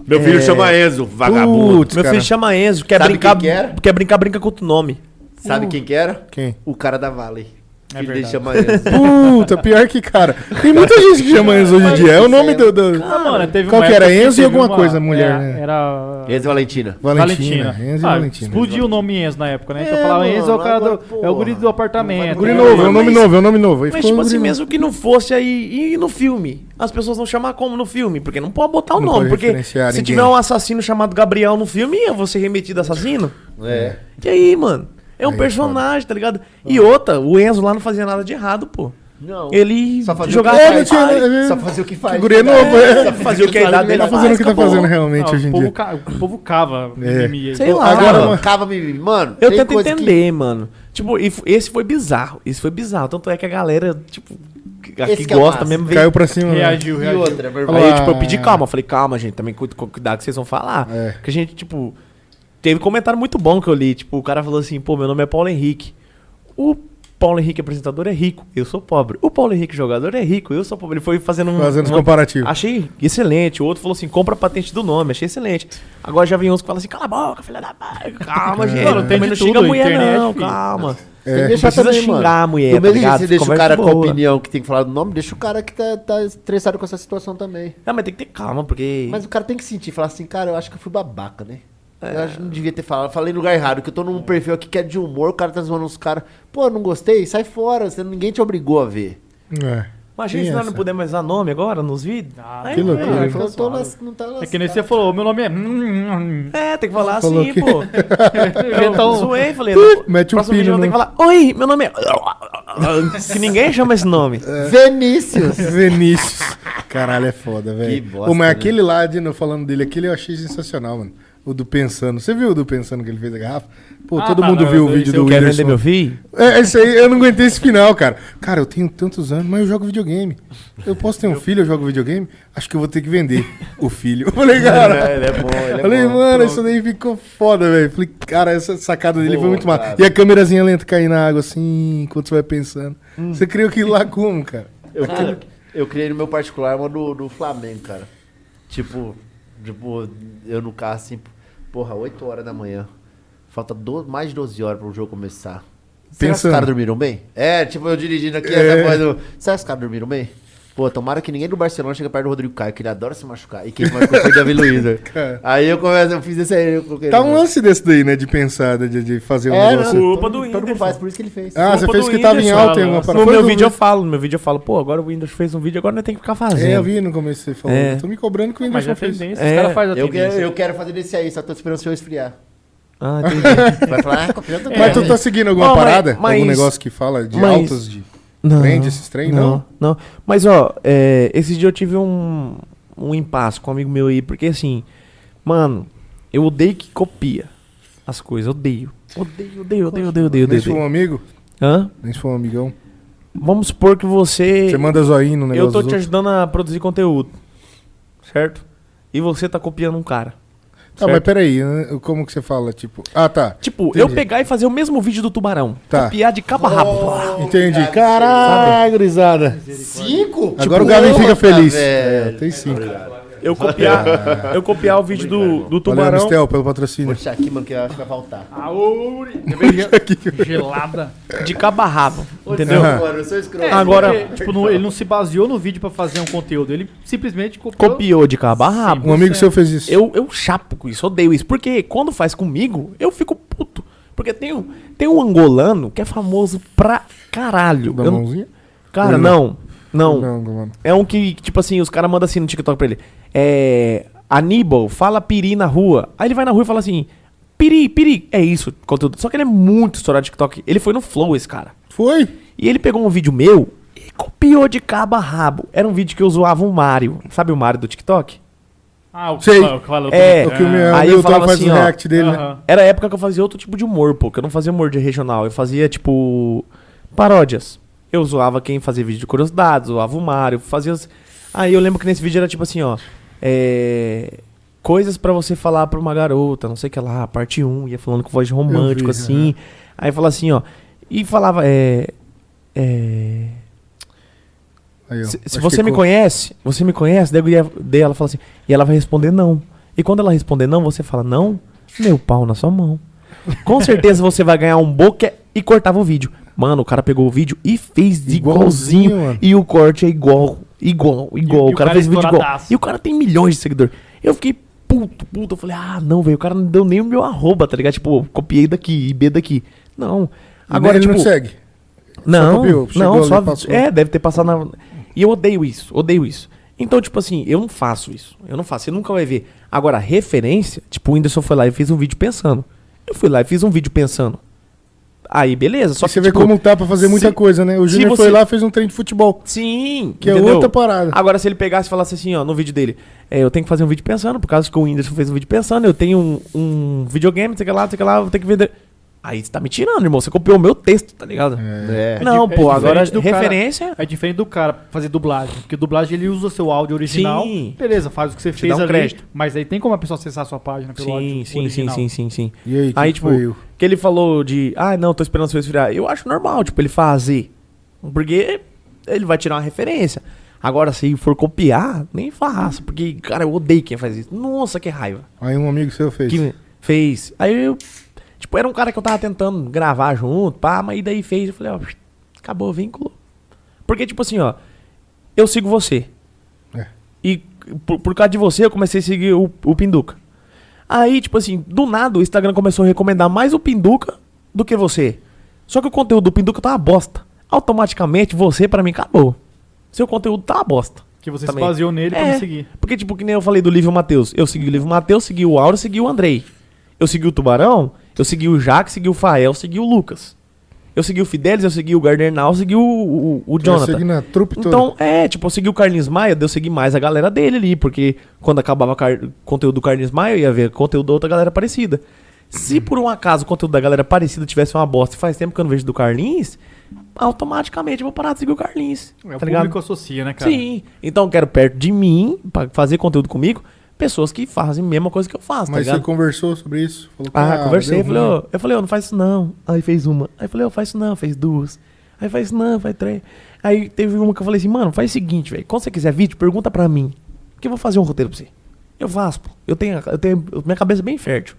Speaker 2: Meu filho chama Enzo, vagabundo.
Speaker 1: Putz,
Speaker 5: meu
Speaker 1: cara.
Speaker 5: filho chama Enzo, quer
Speaker 2: Sabe
Speaker 5: brincar,
Speaker 2: quem que era?
Speaker 5: quer brincar, brinca com outro nome.
Speaker 2: Sabe quem que era?
Speaker 1: Quem?
Speaker 2: O cara da Vale.
Speaker 4: É
Speaker 2: Ele
Speaker 4: verdade.
Speaker 2: chama Enzo.
Speaker 1: Puta, pior que, cara. Tem muita gente que chama Enzo hoje em dia. É o nome do. do...
Speaker 4: Ah, mano, teve
Speaker 1: Qual
Speaker 4: uma
Speaker 1: que era?
Speaker 4: época
Speaker 1: Enzo e
Speaker 4: teve
Speaker 1: alguma coisa, mulher,
Speaker 4: era,
Speaker 1: né?
Speaker 4: Era...
Speaker 2: Enzo e Valentina.
Speaker 1: Valentina. Enzo e
Speaker 4: Ah,
Speaker 1: Valentina.
Speaker 4: Explodiu o nome Enzo na época, né? Então
Speaker 2: É,
Speaker 4: falava
Speaker 2: mano,
Speaker 4: Enzo é o cara
Speaker 2: agora,
Speaker 4: do. É o guri
Speaker 2: porra.
Speaker 4: do apartamento.
Speaker 1: Guri
Speaker 4: né?
Speaker 1: novo, é um nome
Speaker 5: Mas-
Speaker 1: novo, é um nome novo. Aí
Speaker 5: Mas,
Speaker 1: ficou
Speaker 5: tipo assim,
Speaker 1: guri novo.
Speaker 5: mesmo que não fosse aí. E no filme? As pessoas vão chamar como no filme? Porque não pode botar o
Speaker 1: Não
Speaker 5: nome.
Speaker 1: pode
Speaker 5: Porque se
Speaker 1: referenciar ninguém.
Speaker 5: tiver um assassino chamado Gabriel no filme, eu vou ser remetido a assassino?
Speaker 2: É.
Speaker 5: E aí, mano? É um
Speaker 1: Aí é Ah.
Speaker 5: personagem, tá ligado? E outra, o Enzo lá não fazia nada de errado, pô.
Speaker 2: Não.
Speaker 5: Ele
Speaker 2: Só fazer
Speaker 5: jogava.
Speaker 2: o que
Speaker 1: É,
Speaker 2: faz.
Speaker 1: não tinha-
Speaker 5: Free Fire.
Speaker 1: é,
Speaker 2: Só fazer o que faz.
Speaker 1: Que guri é novo, é.
Speaker 2: Só fazer o que a idade dele
Speaker 1: Tá
Speaker 2: faz.
Speaker 1: fazendo o que tá
Speaker 5: acabou.
Speaker 1: fazendo
Speaker 4: Ah,
Speaker 1: realmente hoje
Speaker 4: o,
Speaker 1: em
Speaker 4: povo
Speaker 1: dia.
Speaker 4: ca... o povo cava
Speaker 1: É.
Speaker 4: mimimi aí.
Speaker 5: Sei lá,
Speaker 1: Agora,
Speaker 5: mano.
Speaker 1: mano.
Speaker 2: Cava mimimi. Mano,
Speaker 5: Eu
Speaker 2: tem
Speaker 5: tento
Speaker 2: coisa que-
Speaker 5: entender, mano. Tipo, e f- esse foi bizarro. Esse foi bizarro. Tanto é que a galera, tipo, que, a
Speaker 2: Esse
Speaker 5: que
Speaker 2: que é
Speaker 5: gosta
Speaker 2: massa.
Speaker 5: mesmo. veio-
Speaker 1: Caiu pra cima. né?
Speaker 4: Reagiu,
Speaker 2: E
Speaker 4: reagiu.
Speaker 2: outra, meu irmão.
Speaker 1: Olha
Speaker 5: Aí,
Speaker 1: lá.
Speaker 5: tipo, eu pedi calma. Eu Falei, calma, gente, também cuida com cuidado que vocês vão falar.
Speaker 1: É.
Speaker 5: Porque a gente, tipo, teve um comentário muito bom que eu li. Tipo, o cara falou assim, pô, meu nome é Paulo Henrique. O Paulo Henrique apresentador é rico, eu sou pobre. O Paulo Henrique jogador é rico, eu sou pobre. Ele foi fazendo um.
Speaker 1: Fazendo os
Speaker 5: uma-
Speaker 1: comparativos.
Speaker 5: Achei excelente. O outro falou assim: compra a patente do nome, achei excelente. Agora já vem uns que falam assim: cala a boca, filha da. mãe. Calma, gente.
Speaker 4: Mano, tem
Speaker 5: também
Speaker 4: de
Speaker 5: não
Speaker 4: tudo,
Speaker 5: xinga a mulher,
Speaker 4: internet,
Speaker 5: não,
Speaker 4: filho.
Speaker 5: calma.
Speaker 2: Tem que
Speaker 5: Não precisa xingar a mulher,
Speaker 2: Do
Speaker 5: tá
Speaker 2: mesmo jeito que
Speaker 5: ligado?
Speaker 2: você deixa o
Speaker 5: Conversa
Speaker 2: cara
Speaker 5: de
Speaker 2: com a
Speaker 5: boa.
Speaker 2: opinião que tem que falar do nome, deixa o cara que tá, tá estressado com essa situação também.
Speaker 5: Não, mas tem que ter calma, porque.
Speaker 2: Mas o cara tem que sentir, falar assim, cara, eu acho que eu fui babaca, né?
Speaker 5: É.
Speaker 2: Eu acho que não devia ter falado, falei no lugar errado, que eu tô num perfil aqui que é de humor, o cara tá zoando os caras. Pô, não gostei? Sai fora, você, ninguém te obrigou a ver.
Speaker 1: É.
Speaker 5: Imagina
Speaker 1: Tem
Speaker 5: se nós
Speaker 1: essa.
Speaker 5: não pudermos mais dar nome agora nos vídeos. Aí
Speaker 1: que
Speaker 5: não
Speaker 1: loucura.
Speaker 5: é.
Speaker 1: Ele
Speaker 2: Eu
Speaker 1: fica
Speaker 2: tô nas- não tá
Speaker 4: É
Speaker 2: nas-
Speaker 4: que nem você falou, meu nome é. hum, hum, hum.
Speaker 5: É, tem que falar
Speaker 1: Falou
Speaker 5: assim,
Speaker 1: que-
Speaker 5: pô. Eu
Speaker 4: Então-
Speaker 5: zoei, falei. não,
Speaker 1: Mete um pino
Speaker 5: próximo vídeo eu
Speaker 1: no-
Speaker 5: tenho que falar, oi, meu nome é... que ninguém chama esse nome.
Speaker 2: Vinícius!
Speaker 1: Vinícius. Caralho, é foda, velho.
Speaker 2: Que bosta,
Speaker 1: Ô, Mas
Speaker 2: né?
Speaker 1: aquele lá, de, novo, falando dele, aquele eu achei sensacional, mano. O do Pensando. Você viu o do Pensando que ele fez a garrafa? Pô,
Speaker 4: Ah,
Speaker 1: todo
Speaker 4: tá,
Speaker 1: mundo
Speaker 4: não,
Speaker 1: viu o
Speaker 4: eu-
Speaker 1: vídeo
Speaker 4: esse
Speaker 1: do
Speaker 4: eu
Speaker 5: Quer
Speaker 1: Whindersson.
Speaker 5: vender meu filho?
Speaker 1: É, isso aí, eu não aguentei esse final, cara. Cara, eu tenho tantos anos, mas eu jogo videogame. Eu posso ter um filho, eu jogo videogame? Acho que eu vou ter que vender o filho. Eu falei, cara.
Speaker 2: ele é bom, ele é
Speaker 1: falei,
Speaker 2: bom.
Speaker 1: mano, isso daí ficou foda, velho. Falei, cara, essa sacada dele foi
Speaker 2: Boa,
Speaker 1: muito massa.
Speaker 2: cara.
Speaker 1: E a câmerazinha lenta cair na água, assim, enquanto você vai pensando.
Speaker 2: Hum.
Speaker 1: Você criou aquilo lá como, cara?
Speaker 2: Eu, cara, eu criei no meu particular uma do, do Flamengo, cara. Tipo, tipo, eu no carro assim, porra, 8 horas da manhã. Falta do- mais de 12 horas pro jogo começar. Será que os
Speaker 1: Pensando.
Speaker 2: caras dormiram bem? É, tipo, eu dirigindo aqui,
Speaker 1: É.
Speaker 2: essa coisa do. Será que os caras dormiram bem? Pô, tomara que ninguém do Barcelona chegue perto do Rodrigo Caio, que ele adora se machucar. E quem machucou foi o Davi Luiz. né?
Speaker 1: Cara.
Speaker 2: Aí eu começo, eu fiz isso aí. Eu coloquei
Speaker 1: Tá
Speaker 2: no-
Speaker 1: um lance desse daí, né? De pensar, de, de fazer um
Speaker 2: É, não,
Speaker 1: negócio.
Speaker 2: todo,
Speaker 5: Culpa do
Speaker 2: mundo- todo mundo
Speaker 5: Whindersson.
Speaker 2: faz, por isso que ele fez.
Speaker 1: Ah, você
Speaker 5: Culpa
Speaker 1: fez
Speaker 5: do
Speaker 1: que tava em
Speaker 5: Whindersson,
Speaker 1: alta em alguma
Speaker 4: no
Speaker 5: No
Speaker 1: Foi
Speaker 5: meu
Speaker 1: do
Speaker 5: vídeo eu falo, no meu vídeo eu falo, pô, agora o Windows fez um vídeo, agora nós temos que ficar fazendo.
Speaker 1: É, eu vi no começo você falou.
Speaker 5: É.
Speaker 1: Tô me cobrando que o
Speaker 4: Mas
Speaker 1: Whindersson
Speaker 4: é
Speaker 1: fez.
Speaker 4: tendência,
Speaker 5: É,
Speaker 4: os caras fazem a
Speaker 2: Eu quero,
Speaker 4: tendência.
Speaker 2: eu quero fazer desse aí, só tô esperando o senhor esfriar.
Speaker 5: Ah, entendi.
Speaker 2: Vai falar, ah, copiando
Speaker 1: Mas tu tá seguindo alguma
Speaker 5: Ó, É. mas-
Speaker 1: parada?
Speaker 5: mas-
Speaker 1: Algum negócio que fala de
Speaker 5: mas-
Speaker 1: altas de.
Speaker 5: Não,
Speaker 1: Prende esses trem, não?
Speaker 5: não? Não. Mas, ó, é, esse dia eu tive um, um impasse com um amigo meu aí, porque assim, mano, eu odeio que copia as coisas, odeio. Odeio, odeio, odeio, odeio, odeio,
Speaker 1: Nem
Speaker 5: odeio.
Speaker 1: se for um
Speaker 5: odeio.
Speaker 1: amigo,
Speaker 5: Hã?
Speaker 1: nem se for um amigão.
Speaker 5: Vamos supor que você.
Speaker 1: Você manda zoinho no negócio.
Speaker 5: eu tô
Speaker 1: dos
Speaker 5: te
Speaker 1: outros.
Speaker 5: ajudando a produzir conteúdo, certo? E você tá copiando um cara.
Speaker 1: Tá, mas
Speaker 5: certo.
Speaker 1: peraí, né? como que você fala? Tipo. Ah, tá.
Speaker 5: Tipo,
Speaker 1: Entendi.
Speaker 5: eu pegar e fazer o mesmo vídeo do tubarão.
Speaker 1: Tá.
Speaker 5: Copiar de cabo a
Speaker 2: Ah,
Speaker 5: rabo.
Speaker 2: é?
Speaker 1: Entendi. Caralho, grisada.
Speaker 2: Cinco? Tipo,
Speaker 1: Agora o Gavin fica feliz. É,
Speaker 2: velho.
Speaker 1: tem cinco.
Speaker 5: Eu copiar, eu copiar o vídeo do, do
Speaker 1: Valeu,
Speaker 5: tubarão.
Speaker 1: Anistel, pelo
Speaker 2: Vou
Speaker 1: patrocínio.
Speaker 2: deixar aqui, mano, que eu acho que vai faltar.
Speaker 4: Aô, gel- Gelada.
Speaker 5: de cabo a rabo.
Speaker 2: Entendeu?
Speaker 1: Aham.
Speaker 2: Mano, eu sou
Speaker 1: É,
Speaker 2: escroto.
Speaker 5: Agora-
Speaker 4: Porque, tipo, não- ele não se baseou no vídeo pra fazer um conteúdo, ele simplesmente copiou.
Speaker 5: Copiou de cabo a rabo.
Speaker 1: Um amigo seu fez isso.
Speaker 5: é Eu, eu chapo com isso, odeio isso. Porque quando faz comigo, eu fico puto. Porque tem um, tem um angolano que é famoso pra caralho.
Speaker 1: Da
Speaker 5: Eu não-
Speaker 1: mãozinha?
Speaker 5: cara,
Speaker 1: Ele
Speaker 5: não. Não.
Speaker 1: Não, mano.
Speaker 5: É um que, tipo assim, os caras mandam assim no TikTok pra ele. É. Aníbal, fala piri na rua. Aí ele vai na rua e fala assim: piri, piri. É isso, conteúdo. Só que ele é muito estourado no TikTok. Ele foi no Flow, esse cara.
Speaker 1: Foi?
Speaker 5: E ele pegou um vídeo meu e copiou de cabo a rabo. Era um vídeo que eu zoava o Mario. Sabe o Mario do TikTok?
Speaker 4: Ah, o
Speaker 1: Sei.
Speaker 4: que falou.
Speaker 5: É.
Speaker 1: O que o meu
Speaker 5: Aí eu
Speaker 1: amigo
Speaker 5: falava
Speaker 1: faz
Speaker 5: assim,
Speaker 1: o
Speaker 5: ó.
Speaker 1: react dele, né?
Speaker 5: Era a época que eu fazia outro tipo de humor, pô. Que eu não fazia humor de regional. Eu fazia, tipo, paródias. Eu zoava quem fazia vídeo de curiosidades, zoava o Mario, fazia... os- Aí eu lembro que nesse vídeo era tipo assim, ó... É... Coisas pra você falar pra uma garota, não sei o que lá, parte 1. Ia falando com voz de romântico,
Speaker 1: vi,
Speaker 5: assim. Aí falava assim, ó... E falava, é... É...
Speaker 1: Aí, ó.
Speaker 5: Se, se
Speaker 1: Acho
Speaker 5: você
Speaker 1: que
Speaker 5: me
Speaker 1: co-
Speaker 5: conhece, você me conhece, daí, eu ia- daí ela fala assim, e ela vai responder não. E quando ela responder não, você fala, não, meu pau na sua mão. Com certeza você vai ganhar um boca e cortava o vídeo. Mano, o cara pegou o vídeo e fez de
Speaker 1: Igualzinho,
Speaker 5: igualzinho.
Speaker 1: mano.
Speaker 5: E o corte é igual, igual, igual.
Speaker 4: e
Speaker 5: o,
Speaker 4: o
Speaker 5: cara
Speaker 4: cara
Speaker 5: fez o vídeo igual.
Speaker 4: estouradaço.
Speaker 5: E o cara tem milhões de seguidores. Eu fiquei puto, puto. Eu falei, ah, não, velho, o cara não deu nem o meu arroba, tá ligado? Tipo, copiei daqui, IB daqui. Não. Agora,
Speaker 1: Ele
Speaker 5: tipo,
Speaker 1: não segue.
Speaker 5: não,
Speaker 1: copiou, chegou
Speaker 5: não,
Speaker 1: ali,
Speaker 5: só
Speaker 1: passou.
Speaker 5: é, deve ter passado na E eu odeio isso, odeio isso. Então, tipo assim, eu não faço isso. Eu não faço, você nunca vai ver. Agora, referência, tipo, o Whindersson foi lá e fez um vídeo pensando. Eu fui lá e fiz um vídeo pensando. Aí, beleza, só
Speaker 1: E
Speaker 5: que
Speaker 1: você vê
Speaker 5: tipo,
Speaker 1: como tá pra fazer muita
Speaker 5: se-
Speaker 1: coisa, né? O
Speaker 5: se
Speaker 1: Júnior
Speaker 5: você- Ah,
Speaker 1: foi lá fez um trem de futebol.
Speaker 5: Sim,
Speaker 1: Que é outra parada.
Speaker 5: Agora, se ele pegasse e falasse assim, ó, no vídeo dele, é, eu tenho que fazer um vídeo pensando, por causa que o Whindersson fez um vídeo pensando, eu tenho um, um videogame, sei que lá, sei que lá, eu vou ter que vender. Aí você tá me tirando, irmão. Você copiou o meu texto, tá ligado?
Speaker 2: É.
Speaker 5: Não,
Speaker 4: di- é
Speaker 5: pô, agora
Speaker 4: diferente do cara-
Speaker 5: referência.
Speaker 4: É diferente do cara fazer dublagem, porque dublagem ele usa seu áudio original.
Speaker 5: Sim.
Speaker 4: Beleza, faz o que você fez
Speaker 5: dá um
Speaker 4: ali,
Speaker 5: crédito.
Speaker 4: mas aí tem como a pessoa acessar a sua página pelo
Speaker 5: Sim,
Speaker 4: áudio
Speaker 5: sim, sim,
Speaker 4: original.
Speaker 5: sim, sim, sim.
Speaker 1: E aí, que
Speaker 5: Aí,
Speaker 1: que
Speaker 5: tipo,
Speaker 1: foi eu?
Speaker 5: que ele falou de, ah, não, tô esperando você esfriar. Eu acho normal, tipo, ele fazer. Porque ele vai tirar uma referência. Agora, se for copiar, nem faça. Porque, cara, eu odeio quem faz isso. Nossa, que raiva.
Speaker 1: Aí um amigo seu fez.
Speaker 5: Que fez. Aí eu, tipo, era um cara que eu tava tentando gravar junto, pá, mas daí fez. Eu falei, ó, acabou o vínculo. Porque, tipo assim, ó, eu sigo você.
Speaker 1: É.
Speaker 5: E por, por causa de você, eu comecei a seguir o, o Pinduca. Aí, tipo assim, do nada o Instagram começou a recomendar mais o Pinduca do que você. Só que o conteúdo do Pinduca tá uma bosta. Automaticamente você, pra mim, acabou. Seu conteúdo tá uma bosta.
Speaker 4: Que você
Speaker 5: Também.
Speaker 4: se baseou nele pra
Speaker 5: É.
Speaker 4: me seguir.
Speaker 5: Porque, tipo, que nem eu falei do Livro Matheus. Eu segui o Livro Matheus, segui o Auro, segui o Andrei. Eu segui o Tubarão, eu segui o Jaque, segui o Fael, segui o Lucas. Eu segui o Fidelis, eu segui o Gardenal, eu segui o, o, o
Speaker 1: Eu segui
Speaker 5: Jonathan.
Speaker 1: na trupe toda.
Speaker 5: Então, é, tipo, eu segui o Carlinhos Maia, daí eu segui mais a galera dele ali, porque quando acabava o car- conteúdo do Carlinhos Maia, eu ia ver conteúdo da outra galera parecida. Se por um acaso o conteúdo da galera parecida tivesse uma bosta e faz tempo que eu não vejo do Carlinhos, automaticamente eu vou parar de seguir o Carlinhos.
Speaker 4: É, o
Speaker 5: tá ligado?
Speaker 4: público associa, né, cara?
Speaker 5: Sim. Então eu quero perto de mim, pra fazer conteúdo comigo, pessoas que fazem a mesma coisa que eu faço,
Speaker 1: Mas
Speaker 5: tá
Speaker 1: você
Speaker 5: ligado?
Speaker 1: conversou sobre isso? Falou que,
Speaker 5: Ah, conversei,
Speaker 1: deu
Speaker 5: falei,
Speaker 1: ruim.
Speaker 5: ó, eu falei, ó, não faz isso não. Aí fez uma. Aí falei, ó, faz isso não, fez duas. Aí faz isso não, faz três. Aí teve uma que eu falei assim, mano, faz o seguinte, velho. Quando você quiser vídeo, pergunta pra mim. Que eu vou fazer um roteiro pra você. Eu faço, pô. Eu tenho, eu tenho eu- minha cabeça é bem fértil.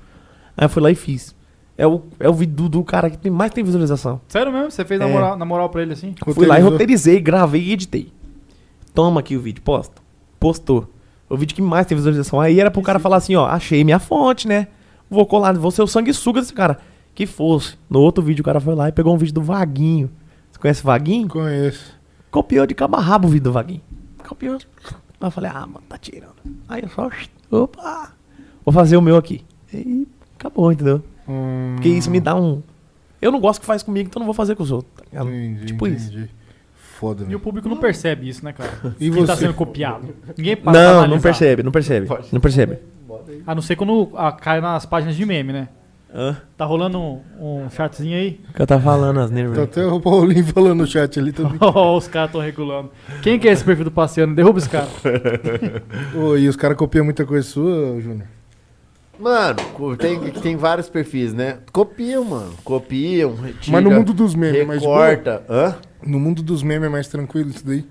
Speaker 5: Aí eu fui lá e fiz. É o, é o vídeo do cara que tem mais tem visualização.
Speaker 4: Sério mesmo? Você fez na,
Speaker 5: É.
Speaker 4: moral, na moral pra ele assim?
Speaker 5: Fui lá e
Speaker 1: Roteirizou.
Speaker 5: roteirizei, gravei e editei. Toma aqui o vídeo, posta. Postou. O vídeo que mais teve visualização. Aí era pro cara falar assim, ó, achei minha fonte, né? Vou colar, vou ser o sanguessuga desse cara. Que fosse. No outro vídeo o cara foi lá e pegou um vídeo do Vaguinho. Você conhece o Vaguinho?
Speaker 1: Conheço.
Speaker 5: Copiou de cabo a rabo o vídeo do Vaguinho. Copiou. Aí eu falei, ah, mano, tá tirando. Aí eu só, opa, vou fazer o meu aqui. E acabou, entendeu?
Speaker 1: Hum,
Speaker 5: Porque isso me dá um... Eu não gosto que faz comigo, então não vou fazer com os outros. Tá ligado?
Speaker 1: entendi,
Speaker 5: tipo isso.
Speaker 1: entendi. Foda,
Speaker 4: E o
Speaker 1: velho.
Speaker 4: público
Speaker 5: Ah.
Speaker 4: não percebe isso, né, cara?
Speaker 1: E
Speaker 4: que tá
Speaker 1: você?
Speaker 4: sendo copiado. Ninguém para pra
Speaker 5: Não, não
Speaker 4: analisar.
Speaker 5: percebe, não percebe. Não percebe.
Speaker 4: A não ser quando ah, cai nas páginas de meme, né?
Speaker 5: Hã?
Speaker 4: Tá rolando um, um chatzinho aí?
Speaker 5: O que eu tava falando, as nervos.
Speaker 1: Tá até o Paulinho falando no chat ali também.
Speaker 4: Ó, Oh, os caras tão regulando. Quem que é esse perfil do passeano? Derruba esse cara.
Speaker 1: Ô, e os caras copiam muita coisa sua, Júnior?
Speaker 2: Mano, co- tem, tem vários perfis, né? Copiam, mano. Copiam, retira,
Speaker 1: Mas no mundo dos memes, é mais de boa?
Speaker 2: recorta. Hã?
Speaker 1: No mundo dos memes é mais tranquilo isso daí?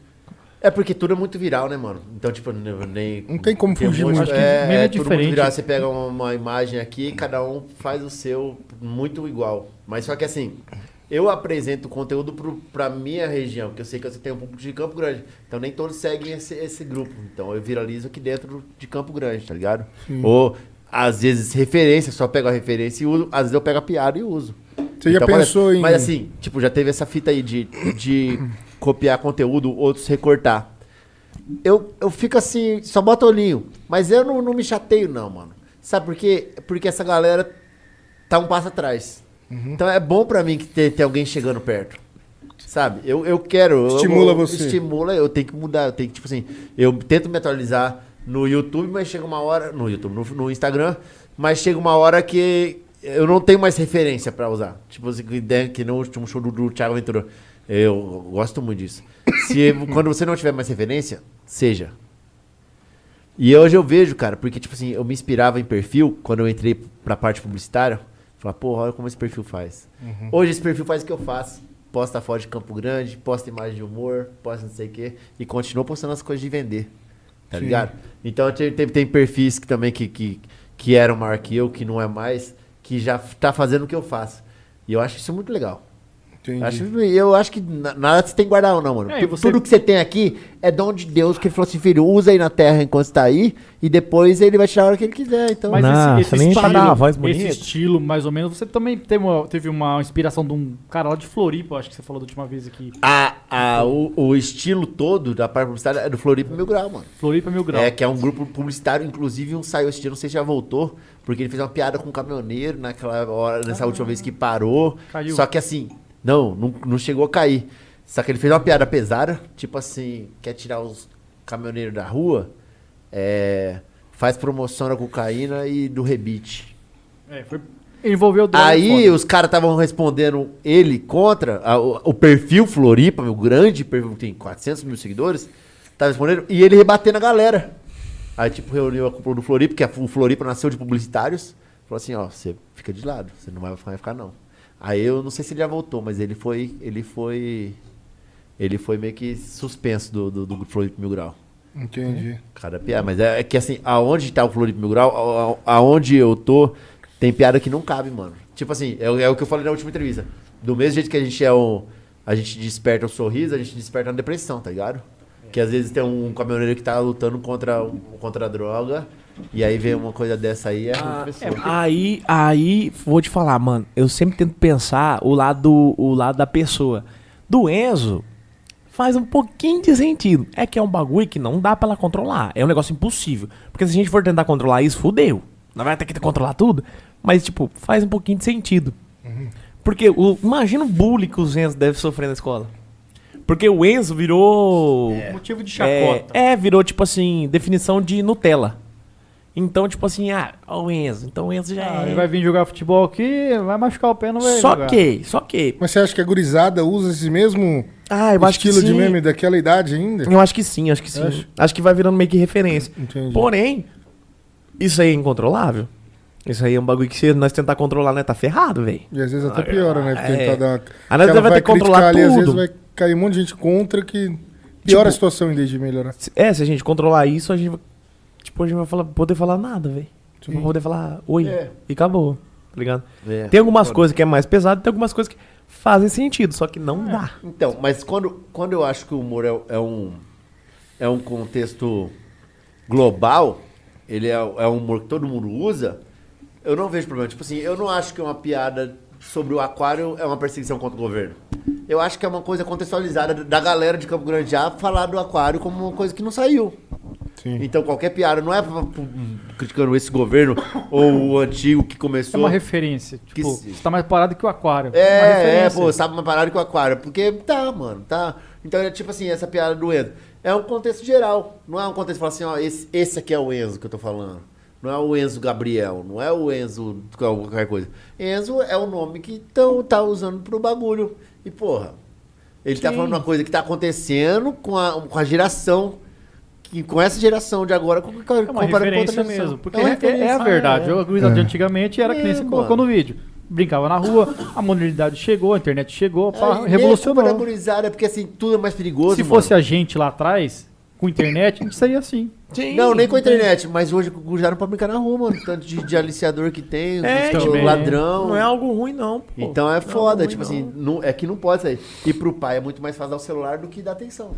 Speaker 2: É porque tudo é muito viral, né, mano? Então, tipo, ne- nem.
Speaker 1: Não tem como fugir
Speaker 2: um monte-
Speaker 1: muito.
Speaker 4: Acho que
Speaker 2: É,
Speaker 4: meme é
Speaker 2: é tudo muito
Speaker 4: diferente.
Speaker 2: viral. Você pega uma imagem aqui, cada um faz o seu muito igual. Mas só que assim, eu apresento o conteúdo pro, pra minha região, porque eu sei que você tem um público de Campo Grande. Então nem todos seguem esse, esse grupo. Então eu viralizo aqui dentro de Campo Grande, tá ligado? Ou. Às vezes referência, só pego a referência e uso. Às vezes eu pego a piada e uso. Então,
Speaker 1: Você já
Speaker 2: por
Speaker 1: pensou
Speaker 2: exemplo,
Speaker 1: em-
Speaker 2: Mas assim, tipo, já teve essa fita aí de, de copiar conteúdo, outros recortar. Eu, eu fico assim, só bota olhinho. Mas eu não, não me chateio, não, mano. Sabe por quê? Porque essa galera tá um passo atrás.
Speaker 1: Uhum.
Speaker 2: Então é bom pra mim que ter, ter alguém chegando perto. Sabe? Eu, eu quero. eu-
Speaker 1: Estimula
Speaker 2: eu-
Speaker 1: você.
Speaker 2: Estimula, eu tenho que mudar. Eu tenho que, tipo assim, eu tento me atualizar no YouTube, mas chega uma hora. No YouTube, no, no Instagram, mas chega uma hora que eu não tenho mais referência pra usar. Tipo assim, que ideia que no último show do, do Thiago Ventura. Eu gosto muito disso. Se, quando você não tiver mais referência, seja. E hoje eu vejo, cara, porque, tipo assim, eu me inspirava em perfil quando eu entrei pra parte publicitária. Falar, porra, olha como esse perfil faz. Hoje esse perfil faz o que eu faço. Posta foto de Campo Grande, posta imagem de humor, posta não sei o quê. E continua postando as coisas de vender. Tá ligado? Então tem, tem, tem perfis que também que, que, que eram maior que eu, que não é mais, que já f- tá fazendo o que eu faço. E eu acho isso muito legal.
Speaker 1: Entendi.
Speaker 2: Acho, eu acho que na- nada você tem que guardar, não, mano.
Speaker 4: É, e
Speaker 2: Tu-
Speaker 4: você-
Speaker 2: Tudo que você tem aqui é dom de Deus, que ele falou assim, filho, usa aí na terra enquanto está aí, e depois ele vai tirar a hora que ele quiser. Então,
Speaker 4: Mas
Speaker 5: Não,
Speaker 4: esse,
Speaker 5: você
Speaker 4: esse
Speaker 5: nem
Speaker 4: estilo,
Speaker 5: tá dando uma voz bonita.
Speaker 4: esse estilo, mais ou menos, você também teve uma, teve uma inspiração de um cara lá de Floripa, acho que você falou da última vez aqui.
Speaker 2: a, a- o, o estilo todo da parte publicitária é do Floripa Mil Grau, mano.
Speaker 4: Floripa Mil Grau.
Speaker 2: É, que é um grupo publicitário, inclusive um saiu esse dia, não sei se já voltou, porque ele fez uma piada com um caminhoneiro naquela hora, nessa última vez que parou.
Speaker 4: Ah. Caiu.
Speaker 2: Só que assim, não, não, não chegou a cair. Só que ele fez uma piada pesada, tipo assim, quer tirar os caminhoneiros da rua, é, faz promoção da cocaína e do rebite.
Speaker 4: É, foi- envolveu droga.
Speaker 2: Aí
Speaker 4: foda.
Speaker 2: os caras estavam respondendo ele contra a- o, o perfil Floripa, meu grande perfil, que tem 400 mil seguidores, tava respondendo, e ele rebatendo a galera. Aí, tipo, reuniu a cúpula do Floripa, porque a- o Floripa nasceu de publicitários, falou assim, ó, você fica de lado, você não vai, vai ficar não. Aí eu não sei se ele já voltou, mas ele foi, ele foi, ele foi meio que suspenso do, do, do Floripa Mil Grau.
Speaker 1: Entendi.
Speaker 2: Cara, piada. Mas é, é que assim, aonde tá o Floripa Mil Grau, a- a- aonde eu tô, tem piada que não cabe, mano. Tipo assim, é, o- é o que eu falei na última entrevista. Do mesmo jeito que a gente é um. A gente desperta o sorriso, a gente desperta a depressão, tá ligado? Que às vezes tem um caminhoneiro que tá lutando contra, um- contra a droga, e aí vem uma coisa dessa aí, é outra pessoa.
Speaker 5: Aí, aí, vou te falar, mano. Eu sempre tento pensar o lado, o lado da pessoa. Do Enzo, faz um pouquinho de sentido. É que é um bagulho que não dá pra ela controlar. É um negócio impossível. Porque se a gente for tentar controlar isso, fudeu. Não vai ter que controlar tudo. Mas, tipo, faz um pouquinho de sentido. Uhum. Porque o, imagina o bullying que os Enzo deve sofrer na escola. Porque o Enzo virou.
Speaker 4: Motivo de
Speaker 5: É,
Speaker 4: chacota.
Speaker 5: é, virou tipo assim, definição de Nutella. Então, tipo assim, ah, ó o Enzo. Então o Enzo já
Speaker 4: Ah,
Speaker 5: é.
Speaker 4: ele vai vir jogar futebol aqui, vai machucar o pé, não vai
Speaker 5: Só
Speaker 4: jogar.
Speaker 5: que, só que.
Speaker 1: Mas você acha que a gurizada usa esse mesmo
Speaker 5: Ah, eu acho que
Speaker 1: estilo
Speaker 5: sim.
Speaker 1: de meme daquela idade ainda?
Speaker 5: Eu acho que sim, acho que sim. Acho, que vai virando meio que referência.
Speaker 1: Entendi.
Speaker 5: Porém, isso aí é incontrolável. Isso aí é um bagulho que se nós tentar controlar, né, tá ferrado, velho.
Speaker 1: E às vezes até piora, né? Tentar
Speaker 5: É.
Speaker 1: dar uma...
Speaker 5: Aí nós
Speaker 1: Ela
Speaker 5: vai ter que
Speaker 1: criticar
Speaker 5: controlar
Speaker 1: Às
Speaker 5: tudo.
Speaker 1: vezes vai cair um monte de gente contra que piora
Speaker 5: Tipo-
Speaker 1: a situação em vez de melhorar.
Speaker 5: Se- É, se a gente controlar isso, a gente vai. Tipo, a gente vai falar, poder falar nada, velho. Tipo, vai poder falar oi.
Speaker 2: É.
Speaker 5: E acabou. Tá ligado?
Speaker 2: É.
Speaker 5: Tem algumas coisas que é mais pesado, tem algumas coisas que fazem sentido, só que
Speaker 4: É.
Speaker 5: não dá.
Speaker 2: Então, mas quando, quando eu acho que o humor é, é um, é um contexto global, ele é, é um humor que todo mundo usa, eu não vejo problema. Tipo assim, eu não acho que uma piada sobre o aquário é uma perseguição contra o governo. Eu acho que é uma coisa contextualizada da galera de Campo Grande já falar do aquário como uma coisa que não saiu.
Speaker 1: Sim.
Speaker 2: Então qualquer piada não é pra- pra- criticando esse governo ou o antigo que
Speaker 4: É
Speaker 2: começou.
Speaker 4: uma referência. Tipo,
Speaker 2: Que se-
Speaker 4: você tá mais parado que o aquário. uma
Speaker 2: É, é,
Speaker 4: referência.
Speaker 2: pô, sabe uma parada com o aquário. Porque tá, mano, tá. Então é tipo assim, essa piada do Enzo. É um contexto geral. Não é um contexto que fala assim, ó, esse, esse aqui é o Enzo que eu tô falando. Não é o Enzo Gabriel, não é o Enzo qual- qualquer coisa. Enzo é o nome que tão, tá usando pro bagulho. E, porra, ele tá falando uma coisa que tá acontecendo com a, com a geração. Que, com essa geração de agora, com, com,
Speaker 4: É uma referência mesmo. Porque é, é- é a verdade. O gurizada de antigamente era que nem
Speaker 2: É,
Speaker 4: você
Speaker 2: mano.
Speaker 4: colocou no vídeo. Brincava na rua, a modernidade chegou, a internet chegou, pá,
Speaker 2: É
Speaker 4: revolucionou.
Speaker 2: gurizada, porque assim, tudo é mais perigoso.
Speaker 4: Se
Speaker 2: mano.
Speaker 4: fosse a gente lá atrás, com internet, a gente seria assim.
Speaker 2: Não, nem com a internet, mas hoje já não pode brincar na rua, mano. Tanto de, de aliciador que tem,
Speaker 5: É,
Speaker 2: de
Speaker 4: também.
Speaker 2: Tipo, ladrão.
Speaker 5: Não é algo ruim, não. Pô.
Speaker 2: Então é
Speaker 5: Não
Speaker 2: foda,
Speaker 5: ruim,
Speaker 2: tipo
Speaker 5: não.
Speaker 2: assim, não- é que não pode sair. E pro pai é muito mais fácil dar o celular do que dar atenção.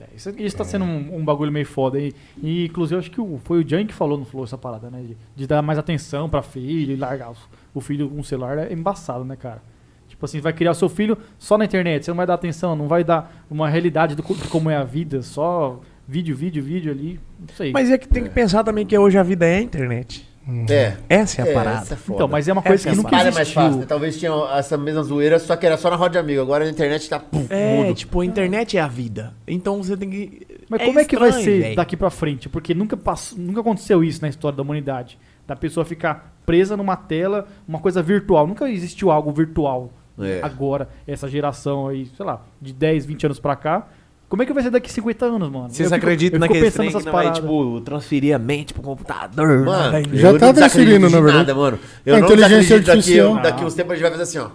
Speaker 4: É, Isso, isso tá sendo um, um bagulho meio foda. E, e inclusive, acho que o- foi o Jan que falou no Flow essa parada, né? De, de dar mais atenção pra filho e largar o, o filho com o celular é embaçado, né, cara? Tipo assim, vai criar o seu filho só na internet, você não vai dar atenção, não vai dar uma realidade do co- de como é a vida, só vídeo, vídeo, vídeo ali, não sei.
Speaker 5: Mas é que tem que pensar também que hoje a vida é a internet.
Speaker 2: É.
Speaker 5: Essa é a
Speaker 2: É,
Speaker 5: parada.
Speaker 2: essa é foda.
Speaker 4: então, mas é uma coisa
Speaker 5: Essa
Speaker 4: que nunca
Speaker 2: Para é mais
Speaker 4: existiu.
Speaker 2: fácil, né? Talvez tinha essa mesma zoeira, só que era só na roda de amigo. Agora na internet tá pum,
Speaker 5: É,
Speaker 2: mundo.
Speaker 5: tipo, a internet é a vida. Então você tem que.
Speaker 4: Mas como é que vai
Speaker 5: estranho,
Speaker 4: ser
Speaker 5: véi.
Speaker 4: daqui pra frente? Porque nunca, passou, nunca aconteceu isso na história da humanidade. Da pessoa ficar presa numa tela, uma coisa virtual. Nunca existiu algo virtual.
Speaker 2: É.
Speaker 4: Agora, essa geração aí, sei lá, de 10, 20 anos pra cá. Como é que vai ser daqui 50 anos, mano? Eu
Speaker 5: Vocês
Speaker 4: fico-
Speaker 5: acreditam
Speaker 4: eu fico
Speaker 5: naquele
Speaker 4: pensando
Speaker 5: trem que
Speaker 4: nessas
Speaker 5: não vai,
Speaker 4: paradas.
Speaker 5: tipo, transferir a mente pro computador?
Speaker 2: Mano,
Speaker 5: né,
Speaker 2: eu
Speaker 5: véi?
Speaker 1: Já
Speaker 2: não
Speaker 1: tá transferindo,
Speaker 2: desacredito
Speaker 1: na
Speaker 2: de
Speaker 1: verdade.
Speaker 2: Nada, mano. Eu
Speaker 1: A
Speaker 2: não
Speaker 1: inteligência
Speaker 2: desacredito
Speaker 1: artificial.
Speaker 2: Daqui, daqui uns tempos a gente vai fazer assim, ó.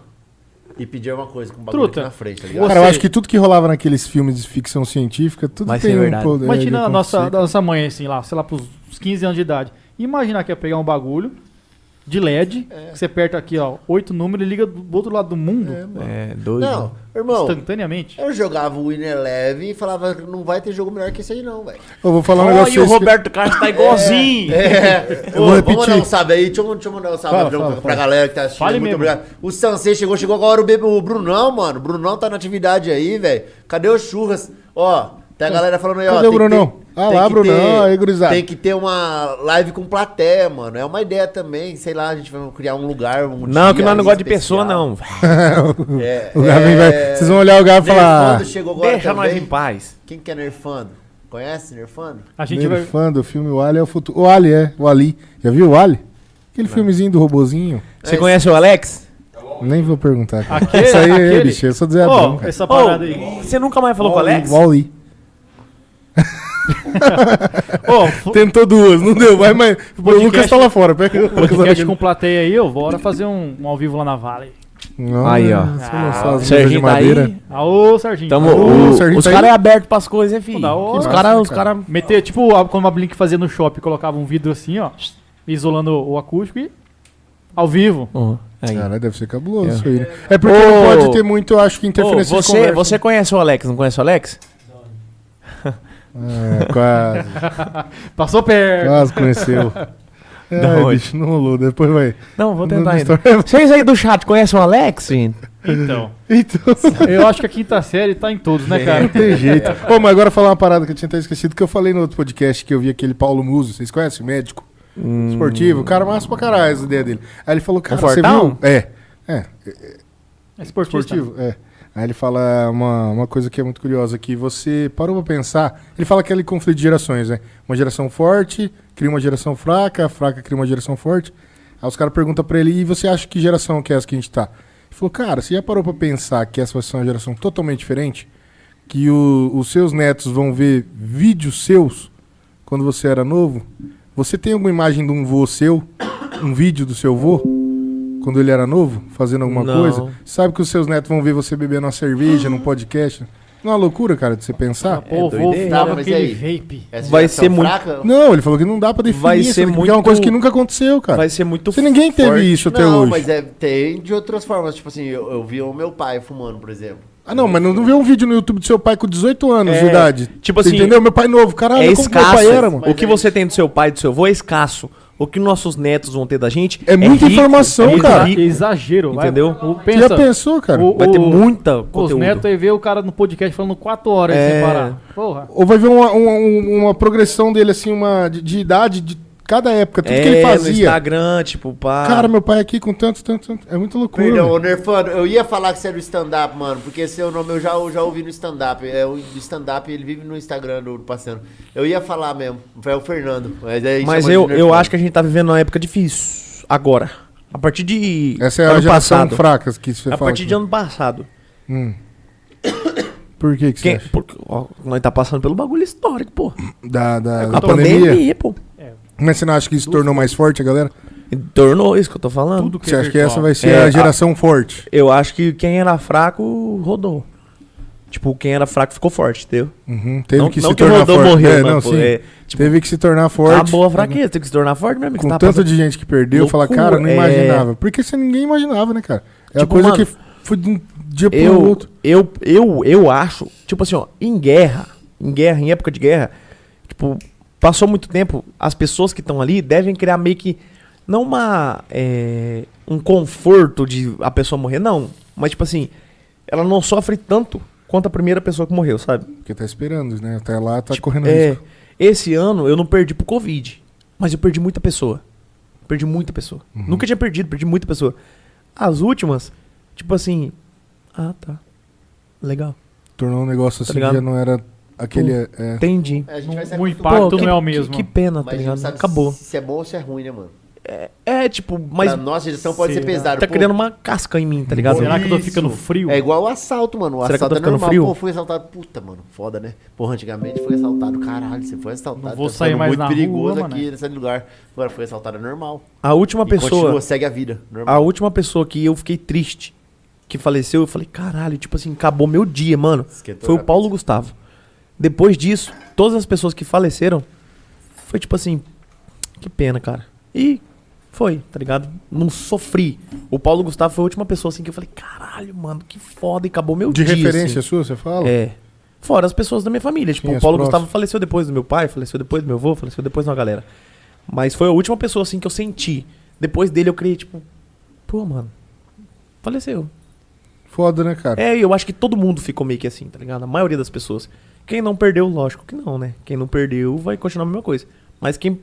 Speaker 2: E pedir uma coisa com o bagulho
Speaker 4: Truta.
Speaker 2: aqui na frente, tá ligado?
Speaker 1: Cara, eu acho que tudo que rolava naqueles filmes de ficção científica, tudo
Speaker 5: Vai
Speaker 1: tem
Speaker 5: ser
Speaker 1: um
Speaker 5: é verdade.
Speaker 1: poder.
Speaker 4: Imagina
Speaker 1: de
Speaker 4: a nossa,
Speaker 1: acontecer.
Speaker 4: da nossa mãe, assim, lá, sei lá, pros 15 anos de idade. Imaginar que ia pegar um bagulho de LED, que você aperta aqui, ó, oito números e liga do outro lado do mundo
Speaker 5: É, doido.
Speaker 2: Não, irmão,
Speaker 4: instantaneamente.
Speaker 2: eu jogava o Winner Eleven e falava, não vai ter jogo melhor que esse aí não, velho.
Speaker 1: Eu vou falar um
Speaker 5: Olha,
Speaker 1: negócio.
Speaker 5: e o
Speaker 1: pra vocês que-
Speaker 5: Roberto Carlos tá igualzinho.
Speaker 2: É,
Speaker 1: Eu vou
Speaker 2: Ô, vamos
Speaker 1: repetir.
Speaker 2: mandar um salve aí, deixa eu, deixa eu mandar um salve
Speaker 1: Fala,
Speaker 2: pra,
Speaker 1: fala,
Speaker 2: pra
Speaker 1: fala.
Speaker 2: galera que tá assistindo,
Speaker 4: Fale
Speaker 2: muito
Speaker 4: mesmo.
Speaker 2: obrigado. O Sansei chegou, chegou agora o, Bebe, o Brunão, mano, o Brunão tá na atividade aí, velho, cadê o Churras? Ó, tem a galera falando aí, ó.
Speaker 1: Cadê o
Speaker 2: tem que
Speaker 1: Brunão?
Speaker 2: ter-
Speaker 1: Ah
Speaker 2: tem
Speaker 1: lá,
Speaker 2: que
Speaker 1: Brunão,
Speaker 2: ter-
Speaker 1: aí, gurizada.
Speaker 2: Tem que ter uma live com plateia, mano, é uma ideia também, sei lá, a gente vai criar um lugar, um
Speaker 5: Não, que
Speaker 2: dia aí
Speaker 5: nós não gostamos de
Speaker 2: especial.
Speaker 5: pessoa, não.
Speaker 2: É,
Speaker 1: O Gavin
Speaker 2: é,
Speaker 1: vai. Vocês vão olhar o Gavin e falar. "Ah,
Speaker 2: Nerfando chegou agora
Speaker 5: Deixa nós
Speaker 2: também.
Speaker 5: em paz.
Speaker 2: Quem que é Nerfando? Conhece Nerfando?
Speaker 4: A gente vai.
Speaker 1: é, Ele fã do filme O Ali é o futuro. O Ali é. O Ali. Já viu o Ali? Aquele filmezinho do robozinho.
Speaker 5: Você conhece o Alex?
Speaker 1: Nem vou perguntar. cara.
Speaker 4: Aquele-
Speaker 1: Isso aí é,
Speaker 4: aquele-
Speaker 1: bicho. Eu sou do Zé Abrão,
Speaker 4: Ó,
Speaker 1: cara.
Speaker 4: essa parada aí.
Speaker 5: Você nunca mais falou com o Alex?
Speaker 1: Wall-E.
Speaker 4: Ó, fu-
Speaker 1: Tentou duas, não deu. Vai, mas. O
Speaker 4: Podcast-
Speaker 1: Lucas tá lá fora. Pega o
Speaker 4: podcast com plateia aí, eu bora fazer um, um ao vivo lá na Vale.
Speaker 5: Aí, ó.
Speaker 1: ó. né? de
Speaker 5: Serginho tá aí.
Speaker 1: madeira.
Speaker 4: Aô, Ah, Serginho.
Speaker 5: Tamo,
Speaker 1: Ô,
Speaker 5: o-
Speaker 1: Serginho
Speaker 5: os
Speaker 1: tá
Speaker 5: caras
Speaker 1: aí?
Speaker 5: é aberto pras coisas, hein, filho?
Speaker 4: Da hora,
Speaker 5: Os
Speaker 1: cara.
Speaker 5: caras, os caras.
Speaker 4: Meter, tipo, a- como a Blink fazia no shopping, colocava um vidro assim, ó, isolando o acústico e. Ao vivo.
Speaker 1: Cara, deve ser cabuloso isso aí. né? É porque não
Speaker 5: Ô,
Speaker 1: pode ter muito, eu acho que, interferência de
Speaker 5: você,
Speaker 1: conversa.
Speaker 5: você conhece o Alex, não conhece o Alex?
Speaker 1: É, quase.
Speaker 4: Passou perto.
Speaker 1: Quase conheceu.
Speaker 5: Da
Speaker 1: É,
Speaker 5: onde?
Speaker 1: bicho, não rolou. Depois vai.
Speaker 5: Não, vou
Speaker 1: Não-
Speaker 5: tentar
Speaker 1: não
Speaker 5: ainda.
Speaker 1: estou-
Speaker 5: Vocês aí do chat conhecem o Alex, gente?
Speaker 4: Então.
Speaker 1: Então,
Speaker 4: Eu acho que a quinta série tá em todos, né, cara?
Speaker 1: não tem jeito. Ô, mas agora falar uma parada que eu tinha até esquecido, que eu falei no outro podcast que eu vi aquele Paulo Muso, vocês conhecem? o Médico
Speaker 5: Hum.
Speaker 1: esportivo. O cara massa pra caralho as ideias dele. Aí ele falou, cara, você
Speaker 5: fortão?
Speaker 1: viu? É. É,
Speaker 4: É esportista.
Speaker 1: esportivo, é. Aí ele fala uma, uma coisa que é muito curiosa, que você parou pra pensar, ele fala aquele conflito de gerações, né? Uma geração forte cria uma geração fraca, a fraca cria uma geração forte. Aí os caras perguntam pra ele, e você acha que geração que é essa que a gente tá? Ele falou, cara, você já parou pra pensar que essa vai ser uma geração totalmente diferente? Que o- os seus netos vão ver vídeos seus quando você era novo? Você tem alguma imagem de um vô seu? Um vídeo do seu vô? Quando ele era novo, fazendo alguma
Speaker 5: Não.
Speaker 1: coisa? Sabe que os seus netos vão ver você bebendo uma cerveja num podcast? Não é uma loucura, cara, de você
Speaker 5: É,
Speaker 1: pensar?
Speaker 4: Pô, vou
Speaker 5: doideira.
Speaker 4: ficar
Speaker 2: Tá,
Speaker 4: com
Speaker 2: mas
Speaker 4: aquele
Speaker 2: e aí?
Speaker 4: vape.
Speaker 2: Essa
Speaker 5: Vai
Speaker 2: geração
Speaker 5: ser muito-
Speaker 2: fraca?
Speaker 1: Não, ele falou que não dá pra definir
Speaker 5: Vai
Speaker 1: isso,
Speaker 5: ser
Speaker 1: né, porque é uma
Speaker 5: muito-
Speaker 1: coisa que nunca aconteceu, cara.
Speaker 5: Vai ser muito
Speaker 1: Você ninguém teve
Speaker 5: forte.
Speaker 1: isso até
Speaker 2: não,
Speaker 1: hoje.
Speaker 2: mas é, tem de outras formas. Tipo assim, eu, eu vi o meu pai fumando, por exemplo.
Speaker 1: Ah, não, mas não, não vê um vídeo no YouTube do seu pai com 18 anos de
Speaker 5: É,
Speaker 1: idade.
Speaker 5: tipo
Speaker 1: Você
Speaker 5: assim,
Speaker 1: Entendeu? Meu pai novo, caralho,
Speaker 5: É
Speaker 1: como que meu pai
Speaker 5: escasso.
Speaker 1: era, mano.
Speaker 5: O que você tem do seu pai e do seu avô é escasso. O que nossos netos vão ter da gente
Speaker 1: É muita informação,
Speaker 5: muito
Speaker 1: cara.
Speaker 5: rico.
Speaker 4: Exagero, vai.
Speaker 5: Ah, Entendeu?
Speaker 4: O-
Speaker 1: Você
Speaker 4: Pensa,
Speaker 1: já pensou, cara?
Speaker 4: o-
Speaker 5: Vai ter
Speaker 4: o-
Speaker 5: muita
Speaker 4: Os
Speaker 5: conteúdo.
Speaker 4: netos aí vê o cara no podcast falando quatro horas
Speaker 5: É.
Speaker 4: sem parar. Porra.
Speaker 1: Ou vai ver uma, uma, uma progressão dele, assim, uma de, de idade de cada época, tudo
Speaker 5: é,
Speaker 1: que ele
Speaker 5: no
Speaker 1: fazia.
Speaker 5: Instagram, tipo, pá.
Speaker 1: Cara, meu pai aqui com tanto, tanto, tanto. É muito loucura.
Speaker 2: Perdão,
Speaker 1: mano.
Speaker 2: ô Nerfano, eu ia falar que você era do stand-up, mano, porque seu nome eu já, eu já ouvi no stand-up. É o do stand-up, ele vive no Instagram do Passando. Eu ia falar mesmo, é o Fernando. Mas, aí
Speaker 5: Mas
Speaker 2: chama
Speaker 5: eu,
Speaker 2: de
Speaker 5: eu
Speaker 2: Nerfano.
Speaker 5: acho que a gente tá vivendo uma época difícil. Agora. A partir de.
Speaker 1: Essa é a
Speaker 5: ano
Speaker 1: geração
Speaker 5: passado.
Speaker 1: fraca que você
Speaker 5: A
Speaker 1: fala. assim.
Speaker 5: partir de ano passado.
Speaker 1: Hum. Por que, que você
Speaker 5: Quem,
Speaker 1: acha?
Speaker 5: porque, ó, nós tá passando pelo bagulho histórico, pô.
Speaker 1: Da, da, da
Speaker 5: A
Speaker 1: pandemia?
Speaker 5: pô.
Speaker 1: Mas você não acha que isso tornou mais forte a galera?
Speaker 5: E Tornou isso que eu tô falando.
Speaker 4: Tudo que
Speaker 1: Você
Speaker 4: é
Speaker 1: acha que
Speaker 4: virtual.
Speaker 1: essa vai ser
Speaker 5: É,
Speaker 1: a
Speaker 5: a-
Speaker 1: geração forte?
Speaker 5: Eu acho que quem era fraco rodou. Tipo, quem era fraco ficou forte, entendeu?
Speaker 1: Uhum, Teve
Speaker 5: não
Speaker 1: que
Speaker 5: não
Speaker 1: se
Speaker 5: que o
Speaker 1: tornar
Speaker 5: Rodão
Speaker 1: forte.
Speaker 5: morreu,
Speaker 1: É,
Speaker 5: mas,
Speaker 1: não,
Speaker 5: pô,
Speaker 1: sim.
Speaker 5: é, tipo,
Speaker 1: Teve que se tornar forte.
Speaker 5: acabou a fraqueza, tem que se tornar forte mesmo. que
Speaker 1: Com
Speaker 5: tá
Speaker 1: tanto
Speaker 5: passando-
Speaker 1: de gente que perdeu,
Speaker 5: Loucura,
Speaker 1: falar, cara, não
Speaker 5: é.
Speaker 1: imaginava. Porque você ninguém imaginava, né, cara? É uma
Speaker 5: Tipo,
Speaker 1: coisa
Speaker 5: mano,
Speaker 1: que foi de um dia pro
Speaker 5: eu,
Speaker 1: outro.
Speaker 5: eu, eu, eu acho, tipo assim, ó, em guerra, em guerra, em época de guerra, tipo, passou muito tempo, as pessoas que estão ali devem criar meio que, não uma, é, um conforto de a pessoa morrer, não, mas tipo assim, ela não sofre tanto quanto a primeira pessoa que morreu, sabe?
Speaker 1: Porque tá esperando, né? Até lá tá
Speaker 5: Tipo,
Speaker 1: correndo
Speaker 5: é,
Speaker 1: risco.
Speaker 5: esse ano eu não perdi pro Covid, mas eu perdi muita pessoa. Perdi muita pessoa.
Speaker 1: Uhum.
Speaker 5: Nunca tinha perdido, perdi muita pessoa. As últimas, tipo assim, ah, tá. Legal.
Speaker 1: Tornou um negócio assim que
Speaker 5: Tá ligado? Tipo,
Speaker 1: já não era aquele. é,
Speaker 5: Entendi.
Speaker 2: A gente vai se
Speaker 4: O
Speaker 2: acostumar,
Speaker 4: impacto
Speaker 5: que-
Speaker 4: não é o
Speaker 5: que-
Speaker 4: mesmo.
Speaker 5: Que, pena,
Speaker 2: mas
Speaker 5: tá
Speaker 2: a gente não
Speaker 5: ligado?
Speaker 2: sabe
Speaker 5: Acabou.
Speaker 2: Se, se é bom ou se é ruim, né, mano?
Speaker 5: É, tipo, mas
Speaker 2: Na nossa geração pode ser pesado.
Speaker 5: tá
Speaker 2: pô.
Speaker 5: criando uma casca em mim, tá ligado?
Speaker 4: Será que eu tô
Speaker 2: Isso.
Speaker 4: ficando frio? tá
Speaker 2: É igual o assalto, mano. O
Speaker 5: Será que eu
Speaker 2: assalto
Speaker 5: tô
Speaker 2: é
Speaker 5: ficando
Speaker 2: normal.
Speaker 5: frio?
Speaker 2: Pô, fui assaltado. Puta, mano. Foda, né? Porra, antigamente foi assaltado. Caralho, você foi assaltado.
Speaker 4: Não vou
Speaker 2: tá
Speaker 4: sair
Speaker 2: ficando
Speaker 4: mais
Speaker 2: muito
Speaker 4: na
Speaker 2: perigoso
Speaker 4: rua,
Speaker 2: aqui
Speaker 4: mané.
Speaker 2: nesse lugar. Agora foi assaltado, é normal.
Speaker 5: A última
Speaker 2: E
Speaker 5: pessoa,
Speaker 2: continua, segue a vida. Normal.
Speaker 5: a última pessoa que eu fiquei triste, que faleceu, eu falei, caralho, tipo assim, acabou meu dia,
Speaker 4: Ah,
Speaker 5: mano.
Speaker 2: Esquentou
Speaker 5: Foi
Speaker 2: a
Speaker 5: o Paulo Gustavo. Depois disso, todas as pessoas que faleceram, foi tipo assim, que pena, cara. E foi, tá ligado? Não sofri. O Paulo Gustavo foi a última pessoa assim que eu falei, caralho, mano, que foda, e acabou meu
Speaker 1: de
Speaker 5: dia.
Speaker 1: referência
Speaker 5: assim.
Speaker 1: sua, você fala?
Speaker 5: É. Fora as pessoas da minha família. Tipo,
Speaker 1: Sim,
Speaker 5: o
Speaker 1: as
Speaker 5: Paulo
Speaker 1: próximas.
Speaker 5: Gustavo faleceu depois do meu pai, faleceu depois do meu avô, faleceu depois de uma galera. Mas foi a última pessoa, assim, que eu senti. Depois dele eu criei, tipo, pô, mano, faleceu.
Speaker 1: Foda, né, cara?
Speaker 5: É, e eu acho que todo mundo ficou meio que assim, tá ligado? A maioria das pessoas. Quem não perdeu, lógico que não, né? Quem não perdeu vai continuar a mesma coisa. Mas quem.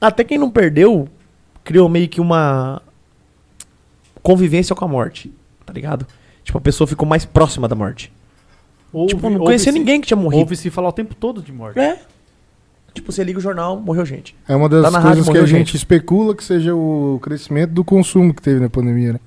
Speaker 5: Até quem não perdeu, criou meio que uma. convivência com a morte, tá ligado? Tipo, a pessoa ficou mais próxima da morte.
Speaker 4: Ouve-
Speaker 5: tipo, não
Speaker 4: ouve-se-
Speaker 5: conhecia ninguém que tinha morrido.
Speaker 4: Ouve-se falar o tempo todo de morte.
Speaker 5: É. Tipo, você liga o jornal, morreu gente.
Speaker 1: É uma das
Speaker 5: Tá na
Speaker 1: coisas
Speaker 5: rádio,
Speaker 1: que a
Speaker 5: morreu
Speaker 1: gente
Speaker 5: gente.
Speaker 1: especula que seja o crescimento do consumo que teve na pandemia, né?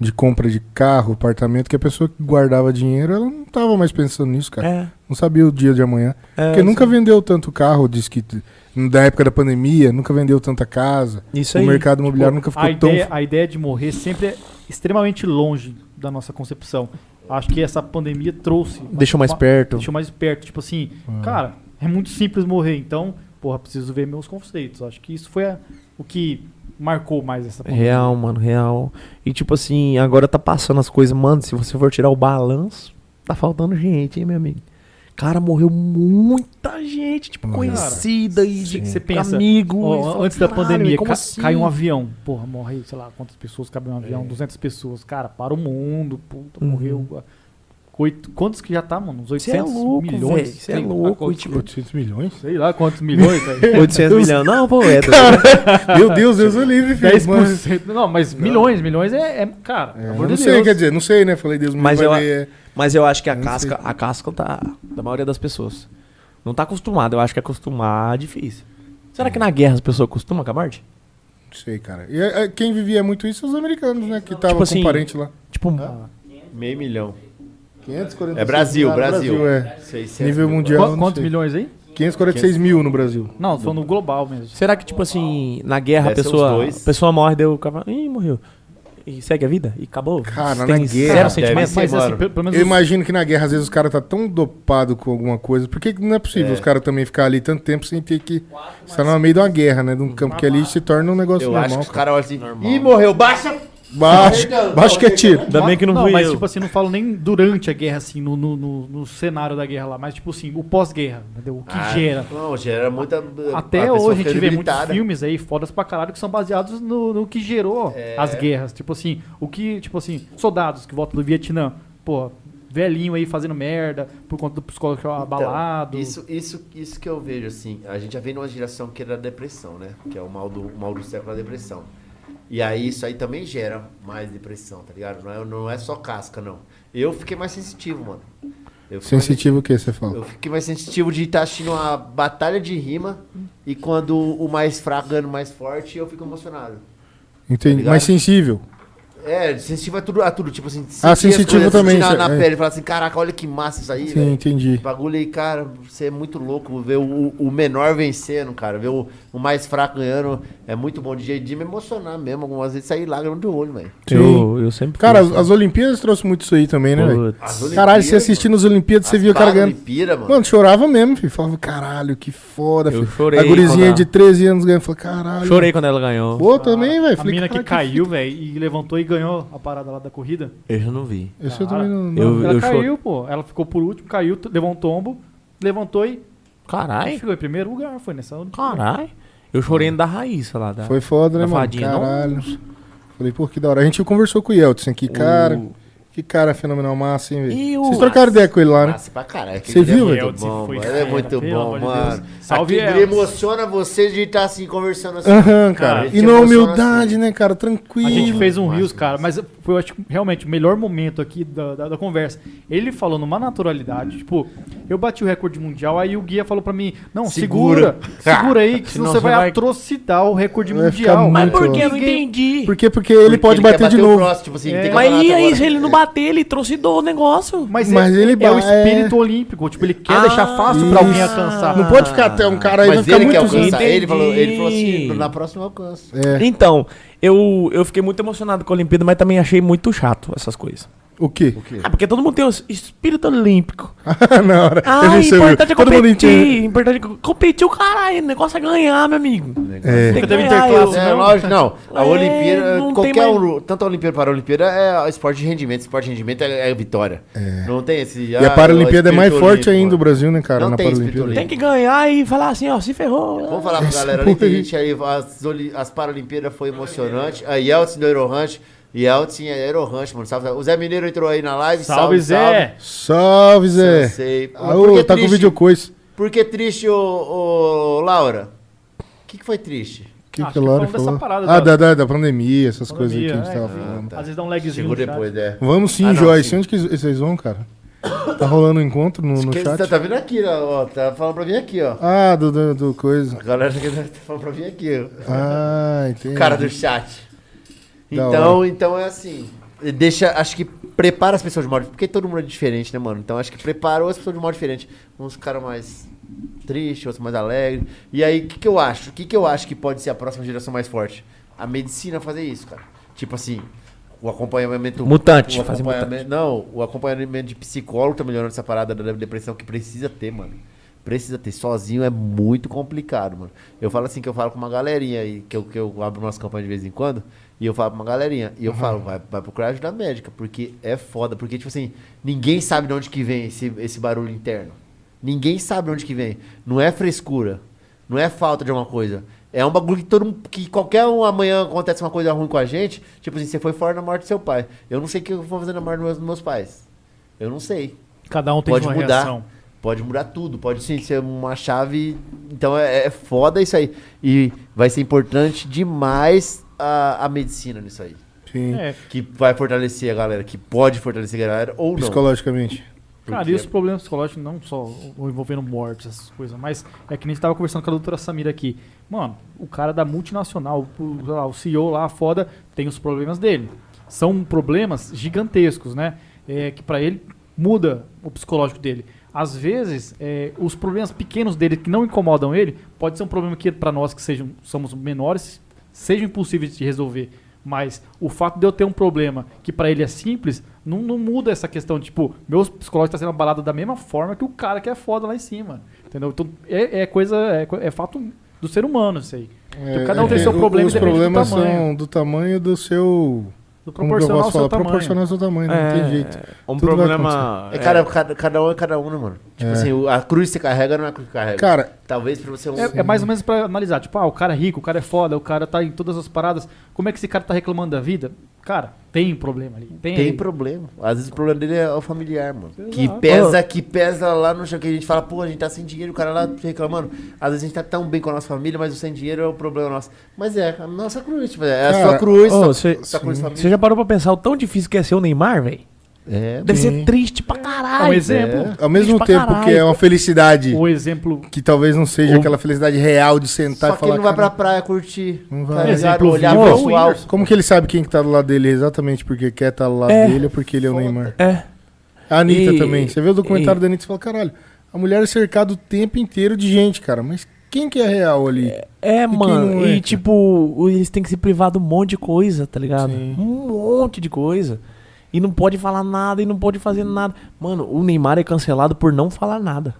Speaker 1: De compra de carro, apartamento, que a pessoa que guardava dinheiro, ela não tava mais pensando nisso, cara.
Speaker 5: É.
Speaker 1: Não sabia o dia de amanhã.
Speaker 5: é
Speaker 1: Porque nunca vendeu tanto carro, diz que t- da época da pandemia, nunca vendeu tanta casa.
Speaker 5: Isso
Speaker 1: o
Speaker 5: aí. tipo,
Speaker 1: mercado imobiliário nunca
Speaker 4: a
Speaker 1: ficou tão.
Speaker 4: ideia, a ideia de morrer sempre é extremamente longe da nossa concepção. Acho que essa pandemia trouxe. uma-
Speaker 5: Deixou mais
Speaker 4: uma-
Speaker 5: perto. Ah.
Speaker 4: Deixou mais perto. Tipo assim, cara, é muito simples morrer, então, porra, preciso ver meus conceitos. Acho que isso foi a- o que marcou mais essa pandemia.
Speaker 5: É Real, mano, real. E tipo assim, agora tá passando as coisas, mano. Se você for tirar o balanço, tá faltando gente, hein, meu amigo? Cara, morreu muita gente, tipo,
Speaker 1: Cara,
Speaker 5: conhecida e
Speaker 4: Você-
Speaker 5: de
Speaker 4: Você pensa,
Speaker 5: amigo.
Speaker 4: ó,
Speaker 5: e fala,
Speaker 4: antes da
Speaker 5: "Caralho,
Speaker 4: pandemia,
Speaker 5: como
Speaker 4: ca-
Speaker 5: assim?"
Speaker 4: cai um avião. Porra, morre, sei lá, quantas pessoas cabe um avião? 200 pessoas. Cara, para o mundo, puta,
Speaker 5: Uhum.
Speaker 4: morreu. ah, Oito- quantos que já tá, mano? Uns
Speaker 5: Você é
Speaker 4: 800
Speaker 5: louco, velho.
Speaker 4: milhões?
Speaker 5: Você é
Speaker 4: sei lá
Speaker 5: louco. E,
Speaker 4: quantos-
Speaker 5: tipo,
Speaker 1: 800 milhões?
Speaker 4: Sei lá quantos milhões, velho.
Speaker 5: 800 milhões. Não, pô, é.
Speaker 1: Meu Deus, Deus é livre, filho. Mas-
Speaker 4: 10%. Não, mas milhões, milhões é, é- cara,
Speaker 1: É,
Speaker 4: pelo
Speaker 1: eu
Speaker 4: amor
Speaker 1: não
Speaker 4: de
Speaker 1: sei,
Speaker 4: Deus.
Speaker 1: quer dizer, não sei, né? Falei Deus,
Speaker 5: Mas
Speaker 1: vai
Speaker 5: eu a-
Speaker 1: ver, é.
Speaker 5: Mas eu acho que a
Speaker 1: Não
Speaker 5: casca, a casca tá da maioria das pessoas. Não tá acostumada, eu acho que acostumar é difícil. Será
Speaker 4: É.
Speaker 5: que na guerra as pessoas acostumam com a morte?
Speaker 1: Não sei, cara. E é, é, quem vivia muito isso é os americanos, né? Que tava com
Speaker 5: assim,
Speaker 1: parente lá.
Speaker 5: Tipo,
Speaker 2: Meio milhão.
Speaker 1: 546
Speaker 2: É Brasil,
Speaker 1: mil, cara,
Speaker 2: Brasil.
Speaker 1: é.
Speaker 2: 600
Speaker 1: Nível
Speaker 2: mil.
Speaker 1: mundial.
Speaker 4: Qu-
Speaker 1: não
Speaker 4: quantos
Speaker 1: sei.
Speaker 4: milhões aí?
Speaker 1: 546 mil no Brasil.
Speaker 4: Não, só no global mesmo.
Speaker 5: será que tipo assim, na guerra a
Speaker 2: Deve ser os
Speaker 5: pessoa,
Speaker 2: dois.
Speaker 5: a pessoa morre, deu o cara, ih, morreu. E segue a vida e acabou.
Speaker 1: Cara,
Speaker 5: Você
Speaker 1: na
Speaker 5: tem
Speaker 1: guerra-
Speaker 5: zero
Speaker 1: Cara,
Speaker 5: sentimento.
Speaker 2: deve ser-
Speaker 4: Mas assim,
Speaker 2: mano.
Speaker 4: pe- pelo menos
Speaker 1: Eu imagino que na guerra, às vezes, os caras tá tão dopado com alguma coisa. Porque não é possível os caras também ficar ali tanto tempo sem ter que. Você tá no meio de uma guerra, né? De um campo que ali se torna um negócio
Speaker 2: Eu acho
Speaker 1: normal.
Speaker 2: que os caras olham assim. Ih, morreu, baixa!
Speaker 1: Baixo, baixo que é tiro.
Speaker 5: Ainda bem que não,
Speaker 4: não,
Speaker 5: fui
Speaker 4: mas
Speaker 5: eu.
Speaker 4: tipo assim, não falo nem durante a guerra, assim, no, no, no- no cenário da guerra lá, mas tipo assim, o pós-guerra, entendeu? O que
Speaker 2: Ah,
Speaker 4: gera.
Speaker 2: Não, gera muita. a
Speaker 4: Até
Speaker 2: pessoa
Speaker 4: hoje a
Speaker 2: fica
Speaker 4: gente vê muitos
Speaker 2: debilitada.
Speaker 4: filmes aí fodas pra caralho que são baseados no, no que gerou
Speaker 2: É.
Speaker 4: as guerras. Tipo assim, o que, tipo assim, soldados que voltam do Vietnã, pô, velhinho aí fazendo merda por conta do psicológico abalado.
Speaker 2: Então, Isso, isso, isso que eu vejo, assim, a gente já vem numa geração que era da depressão, né? Que é o mal do, o mal do século, a depressão. E aí isso aí também gera mais depressão, tá ligado? Não é, não é só casca, não. Eu fiquei mais sensitivo, mano. Eu fiquei mais
Speaker 1: Sensitivo o que você
Speaker 2: Eu
Speaker 1: fala?
Speaker 2: fiquei mais sensitivo de estar assistindo uma batalha de rima e quando o mais fraco ganha o mais forte, eu fico emocionado.
Speaker 1: Entendi.
Speaker 2: ligado?
Speaker 1: Mais sensível.
Speaker 2: É, sensitivo a tudo, a tudo tipo assim.
Speaker 1: Ah,
Speaker 2: sentir as
Speaker 1: sensitivo
Speaker 2: coisas, sentir
Speaker 1: também,
Speaker 2: Na,
Speaker 1: cê-
Speaker 2: na
Speaker 1: é.
Speaker 2: pele, falar assim, caraca, olha que massa isso aí,
Speaker 1: Sim,
Speaker 2: velho."
Speaker 1: enteí.
Speaker 2: Esse bagulho aí, cara, você é muito louco. Ver o, o menor vencendo, cara. Ver o, o mais fraco ganhando é muito bom. De jeito de me emocionar mesmo. Algumas vezes sair lágrima do olho, velho.
Speaker 5: Eu, eu sempre
Speaker 1: Cara, as,
Speaker 5: fui,
Speaker 1: as Olimpíadas trouxeram muito isso aí também, né, velho?
Speaker 5: Putz.
Speaker 1: Caralho, você assistindo as Olimpíadas, você via o cara ganhando.
Speaker 2: Pira, mano.
Speaker 1: Mano, chorava mesmo, filho. Falava, caralho, que foda,
Speaker 5: Eu
Speaker 1: filho.
Speaker 5: chorei
Speaker 1: A gurizinha
Speaker 5: quando
Speaker 1: de
Speaker 5: a-
Speaker 1: 13 anos ganhou. Falei, caralho.
Speaker 5: Chorei quando ela ganhou.
Speaker 1: Pô, também, velho.
Speaker 4: A
Speaker 1: Falei,
Speaker 4: mina que
Speaker 1: "Caraca,
Speaker 4: caiu, velho, e levantou e ganhou a parada lá da corrida.
Speaker 5: Eu já não vi.
Speaker 1: Esse eu também não. não-
Speaker 5: Eu,
Speaker 4: Ela
Speaker 5: eu
Speaker 4: caiu,
Speaker 5: chorei.
Speaker 4: pô. Ela ficou por último, caiu, t- levou um tombo, levantou e
Speaker 5: Caralho.
Speaker 4: ficou em primeiro lugar. Foi nessa.
Speaker 5: Caralho. Eu chorei da raiz lá. Da...
Speaker 1: Foi foda, né,
Speaker 5: Da
Speaker 1: mano?
Speaker 5: fadinha, não?
Speaker 1: Caralho. Falei, pô, que da hora. A gente conversou com o Yeltsin, assim, que cara. Que cara fenomenal massa, hein,
Speaker 5: E
Speaker 1: velho?
Speaker 5: o-
Speaker 1: Vocês trocaram ideia com ele lá, né?
Speaker 2: Massa pra caralho.
Speaker 1: Você
Speaker 2: Aquele
Speaker 1: viu,
Speaker 2: é
Speaker 1: velho?
Speaker 2: muito bom,
Speaker 4: Foi
Speaker 2: mano.
Speaker 4: fera,
Speaker 2: É muito
Speaker 4: pelo
Speaker 2: bom,
Speaker 4: amor de
Speaker 2: mano.
Speaker 4: Deus. Salve,
Speaker 2: Aquilo
Speaker 4: Elvis.
Speaker 2: emociona você de estar assim, conversando assim.
Speaker 1: Aham, cara.
Speaker 4: Cara,
Speaker 1: E
Speaker 2: te
Speaker 1: na
Speaker 2: emociona
Speaker 1: humildade,
Speaker 2: assim.
Speaker 1: né, cara? Tranquilo.
Speaker 4: A gente fez um
Speaker 2: Massa,
Speaker 4: rios, cara, mas foi, eu acho, que, realmente o melhor momento aqui da, da, da conversa. Ele falou numa naturalidade, tipo, eu bati o recorde mundial, aí o guia falou pra mim, não, segura, segura, aí, que senão
Speaker 5: Senão
Speaker 4: você
Speaker 5: você
Speaker 4: vai,
Speaker 5: vai-
Speaker 4: atrocidar o recorde
Speaker 1: Vai ficar
Speaker 4: mundial.
Speaker 1: muito-
Speaker 5: Mas por que? Eu não
Speaker 4: Ninguém-
Speaker 5: entendi.
Speaker 1: Por quê? Porque ele pode
Speaker 2: assim. quer
Speaker 1: bater, de novo.
Speaker 2: O próximo, tipo assim,
Speaker 4: É.
Speaker 2: tem que
Speaker 5: Mas
Speaker 2: campeonato
Speaker 5: e aí,
Speaker 2: agora.
Speaker 5: se ele não bater, ele trouxe do negócio.
Speaker 4: Mas,
Speaker 1: Mas
Speaker 4: ele,
Speaker 1: ele
Speaker 4: é
Speaker 1: ba-
Speaker 4: o espírito olímpico, tipo, ele quer
Speaker 5: Ah,
Speaker 4: deixar fácil pra alguém
Speaker 1: isso.
Speaker 4: alcançar.
Speaker 1: Não pode ficar até um cara aí, vai
Speaker 2: Mas
Speaker 1: ficar
Speaker 2: ele
Speaker 1: muito
Speaker 2: quer alcançar.
Speaker 5: Entendi.
Speaker 2: Ele falou, ele falou assim, na próxima eu alcanço.
Speaker 1: É.
Speaker 5: Então, eu, eu fiquei muito emocionado com a Olimpíada, mas também achei muito chato essas coisas.
Speaker 1: O quê?
Speaker 5: Ah, porque todo mundo tem o espírito olímpico.
Speaker 1: na hora.
Speaker 5: Ah,
Speaker 1: eu
Speaker 5: o
Speaker 1: vi seu-
Speaker 5: importante é
Speaker 1: todo mundo entende.
Speaker 5: competir. importante é co- competir o caralho. O negócio é ganhar, meu amigo.
Speaker 1: É.
Speaker 5: Tem que
Speaker 4: Teve
Speaker 5: ganhar.
Speaker 4: interclasse,
Speaker 5: eu-
Speaker 2: É, lógico, não. A
Speaker 5: É,
Speaker 2: Olimpíada,
Speaker 5: não tem
Speaker 2: qualquer
Speaker 5: mais-
Speaker 2: um, tanto a Olimpíada para a Olimpíada é esporte de rendimento. Esporte de rendimento é, é vitória. Não tem esse. ah,
Speaker 1: E a Paralimpíada é mais forte ainda o Brasil, né, cara?
Speaker 2: Não
Speaker 1: na
Speaker 2: tem
Speaker 1: Paralimpíada.
Speaker 5: Tem que ganhar e falar assim, ó, se ferrou.
Speaker 2: Vamos falar pra galera ali, tem gente aí, as, Oli- as Paralimpíadas foi emocionante. A Yeltsin do Aeroranch, Yeltsin é Aeroranch, mano. Salve, salve. O Zé Mineiro entrou aí na live,
Speaker 4: Salve, Zé!
Speaker 1: Salve, Zé.
Speaker 2: Não sei. Mas por
Speaker 1: Aô,
Speaker 2: que
Speaker 1: tá com
Speaker 2: triste?
Speaker 4: Ah,
Speaker 1: videocois.
Speaker 2: Por que triste, ô, ô, Laura? O que, que foi triste?
Speaker 1: O que,
Speaker 4: Acho
Speaker 1: que a
Speaker 4: que
Speaker 1: Laura
Speaker 4: falando dessa
Speaker 1: falou?
Speaker 4: parada
Speaker 1: ah, da,
Speaker 4: da-
Speaker 1: da, da pandemia, essas coisas
Speaker 4: Pandemia,
Speaker 1: que a gente
Speaker 4: é,
Speaker 1: tava
Speaker 4: que
Speaker 1: falando.
Speaker 4: Às vezes dá um lagzinho
Speaker 2: Chegou
Speaker 4: no chat.
Speaker 2: depois, é.
Speaker 1: Vamos sim,
Speaker 2: Ah, não,
Speaker 1: Joyce.
Speaker 2: sim.
Speaker 1: Onde que vocês vão, cara? Tá rolando um encontro no, no
Speaker 2: Quem tá,
Speaker 1: chat?
Speaker 2: tá vindo aqui, ó, ó, Tá falando pra vir aqui, ó.
Speaker 1: Ah, do, do, do coisa.
Speaker 2: A galera aqui tá falando pra vir aqui, ó.
Speaker 1: Ah, entendi.
Speaker 2: O cara do chat.
Speaker 1: Da
Speaker 2: Então, então é assim. Deixa, acho que prepara as pessoas de modo. Porque todo mundo é diferente, né, mano? Então acho que preparou as pessoas de modo diferente. Uns caras mais tristes, outros mais alegres. E aí, o que, que eu acho? O que, que eu acho que pode ser a próxima geração mais forte? A medicina fazer isso, cara. Tipo assim, o acompanhamento.
Speaker 5: Mutante,
Speaker 2: o
Speaker 5: fazer
Speaker 2: acompanhamento- Não, o acompanhamento de psicólogo tá melhorando essa parada da depressão que precisa ter, mano. Precisa ter. Sozinho é muito complicado, mano. Eu falo assim que eu falo com uma galerinha aí, que eu, que eu abro umas campanhas de vez em quando, e eu falo pra uma galerinha, e eu falo, vai, vai procurar ajuda médica, porque é foda. Porque, tipo assim, ninguém sabe de onde que vem esse, esse barulho interno. Ninguém sabe de onde que vem. Não é frescura. Não é falta de alguma coisa. É um bagulho que todo mundo- que qualquer um amanhã acontece uma coisa ruim com a gente. Tipo assim, você foi fora na morte do seu pai. Eu não sei o que eu vou fazer na morte dos meus, dos meus pais. Eu não sei.
Speaker 4: Cada um tem
Speaker 2: Pode
Speaker 4: uma
Speaker 2: mudar.
Speaker 4: reação.
Speaker 2: Pode mudar tudo. Pode sim ser uma chave. Então é, é foda isso aí. E vai ser importante demais a, a medicina nisso aí.
Speaker 1: Sim,
Speaker 4: É,
Speaker 2: Que vai fortalecer a galera. Que pode fortalecer a galera ou não.
Speaker 1: psicologicamente.
Speaker 4: Cara, e os problemas psicológicos não só o- envolvendo mortes, essas coisas, mas é que nem a gente tava conversando com a doutora Samira aqui. Mano, o cara da multinacional, o, sei lá, o CEO lá, foda, tem os problemas dele. São problemas gigantescos, né? É, que pra ele muda o psicológico dele. Às vezes, é, os problemas pequenos dele que não incomodam ele, pode ser um problema que pra nós que sejam, somos menores, sejam impossíveis de resolver. Mas o fato de eu ter um problema que pra ele é simples, não, não muda essa questão. Tipo, meu psicológico tá sendo abalado da mesma forma que o cara que é foda lá em cima. Entendeu? Então é, é coisa. É, co- é fato do ser humano isso aí. Tipo, cada um tem
Speaker 1: É,
Speaker 4: seu
Speaker 1: o-
Speaker 4: problema
Speaker 1: Os
Speaker 4: e depende do
Speaker 1: problemas
Speaker 4: tamanho.
Speaker 1: são do tamanho do seu.
Speaker 4: Do
Speaker 1: Como que eu
Speaker 4: proporcional
Speaker 1: posso
Speaker 4: ao
Speaker 1: falar?
Speaker 4: seu tamanho. É,
Speaker 1: Proporcional ao seu tamanho, não tem jeito.
Speaker 5: Um
Speaker 1: Tudo vai
Speaker 5: problema.
Speaker 2: É, Cada, cada, cada um é cada um, né, mano? Tipo
Speaker 1: É.
Speaker 2: assim, o- a cruz que você carrega não é a cruz que carrega.
Speaker 1: Cara,
Speaker 2: Talvez pra você é um.
Speaker 4: É, é mais ou menos pra analisar, tipo, ah, o cara é rico, o cara é foda, o cara tá em todas as paradas. Como é que esse cara tá reclamando da vida? Cara, tem um problema ali. Tem,
Speaker 2: Tem
Speaker 4: ali.
Speaker 2: problema. Às vezes o problema dele é o familiar, mano. Que pesa, que pesa lá no chão. Que a gente fala, pô, a gente tá sem dinheiro, o cara lá reclamando. Às vezes a gente tá tão bem com a nossa família, mas o sem dinheiro é o problema nosso. Mas é, a nossa cruz, tipo, é a
Speaker 1: Cara,
Speaker 2: sua cruz.
Speaker 5: Ô,
Speaker 2: sua-
Speaker 5: Você
Speaker 1: tá
Speaker 2: sua cruz de família.
Speaker 5: você já parou pra pensar o tão difícil que é ser o Neymar, velho?
Speaker 2: É,
Speaker 5: Deve
Speaker 1: Sim.
Speaker 5: ser triste pra caralho.
Speaker 4: É um exemplo.
Speaker 1: Ao mesmo
Speaker 5: pra
Speaker 1: tempo que é uma felicidade
Speaker 4: O exemplo
Speaker 1: que talvez não seja
Speaker 5: Ou-
Speaker 1: aquela felicidade real de sentar e
Speaker 2: só que
Speaker 1: falar.
Speaker 2: ele não vai pra
Speaker 1: "Cara,
Speaker 2: praia curtir.
Speaker 1: Não
Speaker 2: tá
Speaker 1: vai.
Speaker 2: ligado?
Speaker 4: Exemplo
Speaker 2: Olhar
Speaker 4: vivo
Speaker 2: pro
Speaker 4: é o
Speaker 2: pessoal.
Speaker 4: Whindersson.
Speaker 1: Como que ele sabe quem que tá do lado dele exatamente porque quer estar do lado
Speaker 5: É.
Speaker 1: dele ou porque ele é o Neymar?
Speaker 5: É.
Speaker 1: A Anitta
Speaker 5: E-
Speaker 1: também. Você vê o documentário
Speaker 5: e-
Speaker 1: da Anitta e fala, caralho, a mulher é cercada o tempo inteiro de gente, cara. Mas quem que é real ali? quem
Speaker 5: É,
Speaker 1: não
Speaker 5: mano.
Speaker 1: é,
Speaker 5: E
Speaker 1: cara?
Speaker 5: tipo, o- eles têm que se privar de um monte de coisa, tá ligado?
Speaker 1: Sim.
Speaker 5: Um monte de coisa. E não pode falar nada, e não pode fazer nada. Mano, o Neymar é cancelado por não falar nada.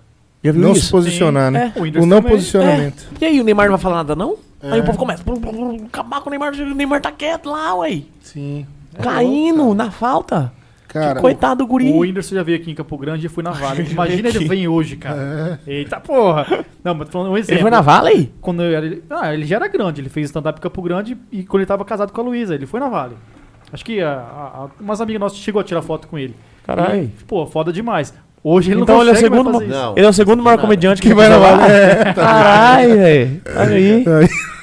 Speaker 5: Já viu
Speaker 1: não se
Speaker 5: isso?
Speaker 1: posicionar,
Speaker 5: Sim.
Speaker 1: né?
Speaker 4: É. O
Speaker 1: O
Speaker 4: Whindersson
Speaker 1: não
Speaker 4: também.
Speaker 1: posicionamento.
Speaker 5: E aí, o Neymar não vai falar nada, não? Aí
Speaker 1: É.
Speaker 5: o povo começa. "Blu, blu, blu, Acabar com o Neymar, o Neymar tá quieto lá, ué.
Speaker 1: Sim.
Speaker 5: Caindo na falta.
Speaker 1: Cara,
Speaker 5: Coitado do guri.
Speaker 4: O Whindersson já veio aqui em Campo Grande e foi na Vale. Imagina ele vem hoje, cara.
Speaker 1: É.
Speaker 4: Eita porra! Não, mas tô falando um exemplo.
Speaker 5: Ele foi na Valley?
Speaker 4: Quando eu era, ah, ele já era grande, ele fez stand-up em Campo Grande e quando ele tava casado com a Luísa, ele foi na Vale. Acho que a, a- a- umas amigas nossas chegou a tirar foto com ele.
Speaker 5: Caralho.
Speaker 4: E, pô, foda demais. Hoje ele
Speaker 5: Então
Speaker 4: não
Speaker 5: ele é o
Speaker 4: consegue mais
Speaker 5: segundo
Speaker 4: fazer
Speaker 5: ma-
Speaker 4: isso.
Speaker 2: Não.
Speaker 5: Ele é o segundo maior comediante que, vai
Speaker 1: vai
Speaker 5: na
Speaker 1: na
Speaker 5: Vale. Caralho, velho. Olha aí.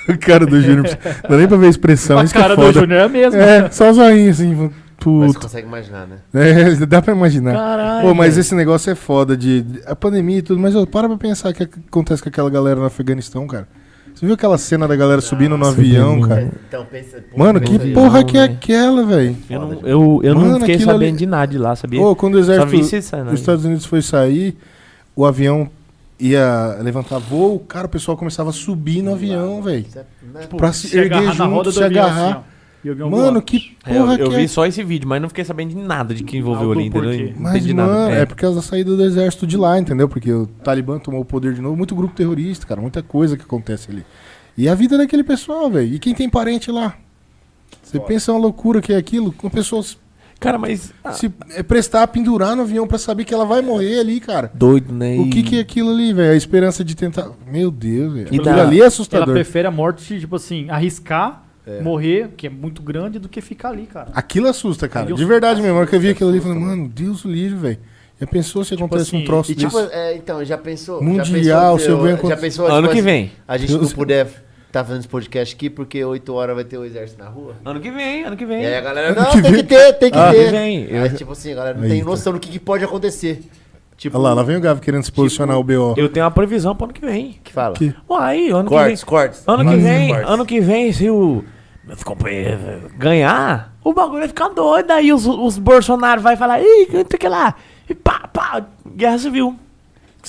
Speaker 1: o cara do Júnior. Não dá nem pra ver a expressão.
Speaker 4: A
Speaker 1: Isso que é
Speaker 4: cara do
Speaker 1: foda.
Speaker 4: Júnior é a mesma.
Speaker 1: É, só o zoinho assim.
Speaker 2: Mas você
Speaker 1: Puto.
Speaker 2: consegue imaginar, né?
Speaker 1: É, dá pra imaginar.
Speaker 5: Caralho.
Speaker 1: Pô, mas
Speaker 5: velho.
Speaker 1: esse negócio é foda de. de- A pandemia e tudo, mas ó, para pra pensar o que ac- acontece com aquela galera no Afeganistão, cara. Você viu aquela cena da galera subindo no avião, cara?
Speaker 2: Ah, Então pensa. né? pô,
Speaker 1: Mano,
Speaker 2: pensa
Speaker 1: que
Speaker 2: aí.
Speaker 1: porra que é
Speaker 5: velho.
Speaker 1: aquela, velho?
Speaker 5: Eu não, eu, eu
Speaker 1: Mano,
Speaker 5: não fiquei
Speaker 1: aquilo
Speaker 5: sabendo
Speaker 1: ali-
Speaker 5: de nada de lá, sabia?
Speaker 1: Ô, quando o
Speaker 5: Só
Speaker 1: exército
Speaker 5: vi isso
Speaker 1: dos
Speaker 5: e saindo
Speaker 2: né?
Speaker 5: né? ali.
Speaker 1: Estados Unidos foi sair, o avião ia levantar voo, cara, o pessoal começava a subir no avião, velho.
Speaker 2: Isso é- né?
Speaker 4: Tipo,
Speaker 1: Pra se
Speaker 4: agarrar
Speaker 1: erguer junto, se agarrar.
Speaker 4: assim, ó. E o avião
Speaker 1: Mano,
Speaker 4: voando.
Speaker 1: que
Speaker 5: É, eu,
Speaker 1: porra
Speaker 5: eu
Speaker 1: que
Speaker 5: vi
Speaker 1: é?
Speaker 5: só esse vídeo, mas não fiquei sabendo de nada de que envolveu
Speaker 4: Algo
Speaker 5: ali,
Speaker 4: por
Speaker 5: entendeu?
Speaker 4: quê?
Speaker 5: Não
Speaker 1: Mas,
Speaker 5: entendi
Speaker 1: mano,
Speaker 5: nada.
Speaker 1: é. porque ela saída do exército de lá, entendeu? Porque o Talibã tomou o poder de novo. Muito grupo terrorista, cara. Muita coisa que acontece ali. E a vida daquele pessoal, velho. E quem tem parente lá? Você pensa uma loucura que é aquilo? Com pessoas
Speaker 5: Cara, mas. ah,
Speaker 1: se é, prestar a pendurar no avião pra saber que ela vai morrer ali, cara.
Speaker 5: Doido, né?
Speaker 1: O que, que é
Speaker 5: E-
Speaker 1: aquilo ali, velho? A esperança de tentar. Meu Deus, velho.
Speaker 5: E
Speaker 1: Aquilo
Speaker 5: da-
Speaker 1: ali é
Speaker 4: ela
Speaker 1: assustador.
Speaker 4: prefere a morte, tipo assim, arriscar, morrer, que é muito grande, do que ficar ali, cara.
Speaker 1: Aquilo assusta, cara.
Speaker 4: Ele
Speaker 1: De verdade mesmo. A hora que eu vi aquilo ali, eu falei, mano, Deus o livre, velho. Já pensou se acontece um
Speaker 4: assim,
Speaker 1: troço
Speaker 2: E tipo,
Speaker 1: desse?
Speaker 2: é, então, já pensou.
Speaker 1: Mundial,
Speaker 2: já pensou,
Speaker 1: seu bem
Speaker 2: já
Speaker 1: aconte-
Speaker 2: pensou
Speaker 5: Ano
Speaker 2: tipo,
Speaker 5: que
Speaker 2: assim,
Speaker 5: vem.
Speaker 2: A gente não
Speaker 1: Deus-
Speaker 2: puder tá fazendo esse podcast aqui porque 8 horas vai ter o exército na rua.
Speaker 5: Ano que vem, ano que vem.
Speaker 2: E aí a galera,
Speaker 1: Ano
Speaker 2: não,
Speaker 1: que
Speaker 2: tem
Speaker 1: vem.
Speaker 2: que ter, tem que
Speaker 5: Ah,
Speaker 2: ter.
Speaker 5: vem.
Speaker 2: Aí,
Speaker 5: Eu-
Speaker 2: tipo assim, a galera não
Speaker 1: Aí
Speaker 2: tem
Speaker 1: tá.
Speaker 2: noção do que, que pode acontecer. Tipo,
Speaker 1: Olha lá, lá vem o Gavi querendo se posicionar o BO.
Speaker 5: Eu tenho uma previsão pro ano que vem.
Speaker 2: que fala?
Speaker 1: Que-
Speaker 5: Uai, ano
Speaker 2: Cortes,
Speaker 5: que vem.
Speaker 2: cortes.
Speaker 5: Ano que
Speaker 2: cortes,
Speaker 5: vem,
Speaker 2: cortes.
Speaker 5: ano que vem, se o. meus companheiros ganhar, o bagulho vai ficar doido. Aí os, os Bolsonaro vai falar, ih, não sei o que lá. E pá, pá, guerra civil.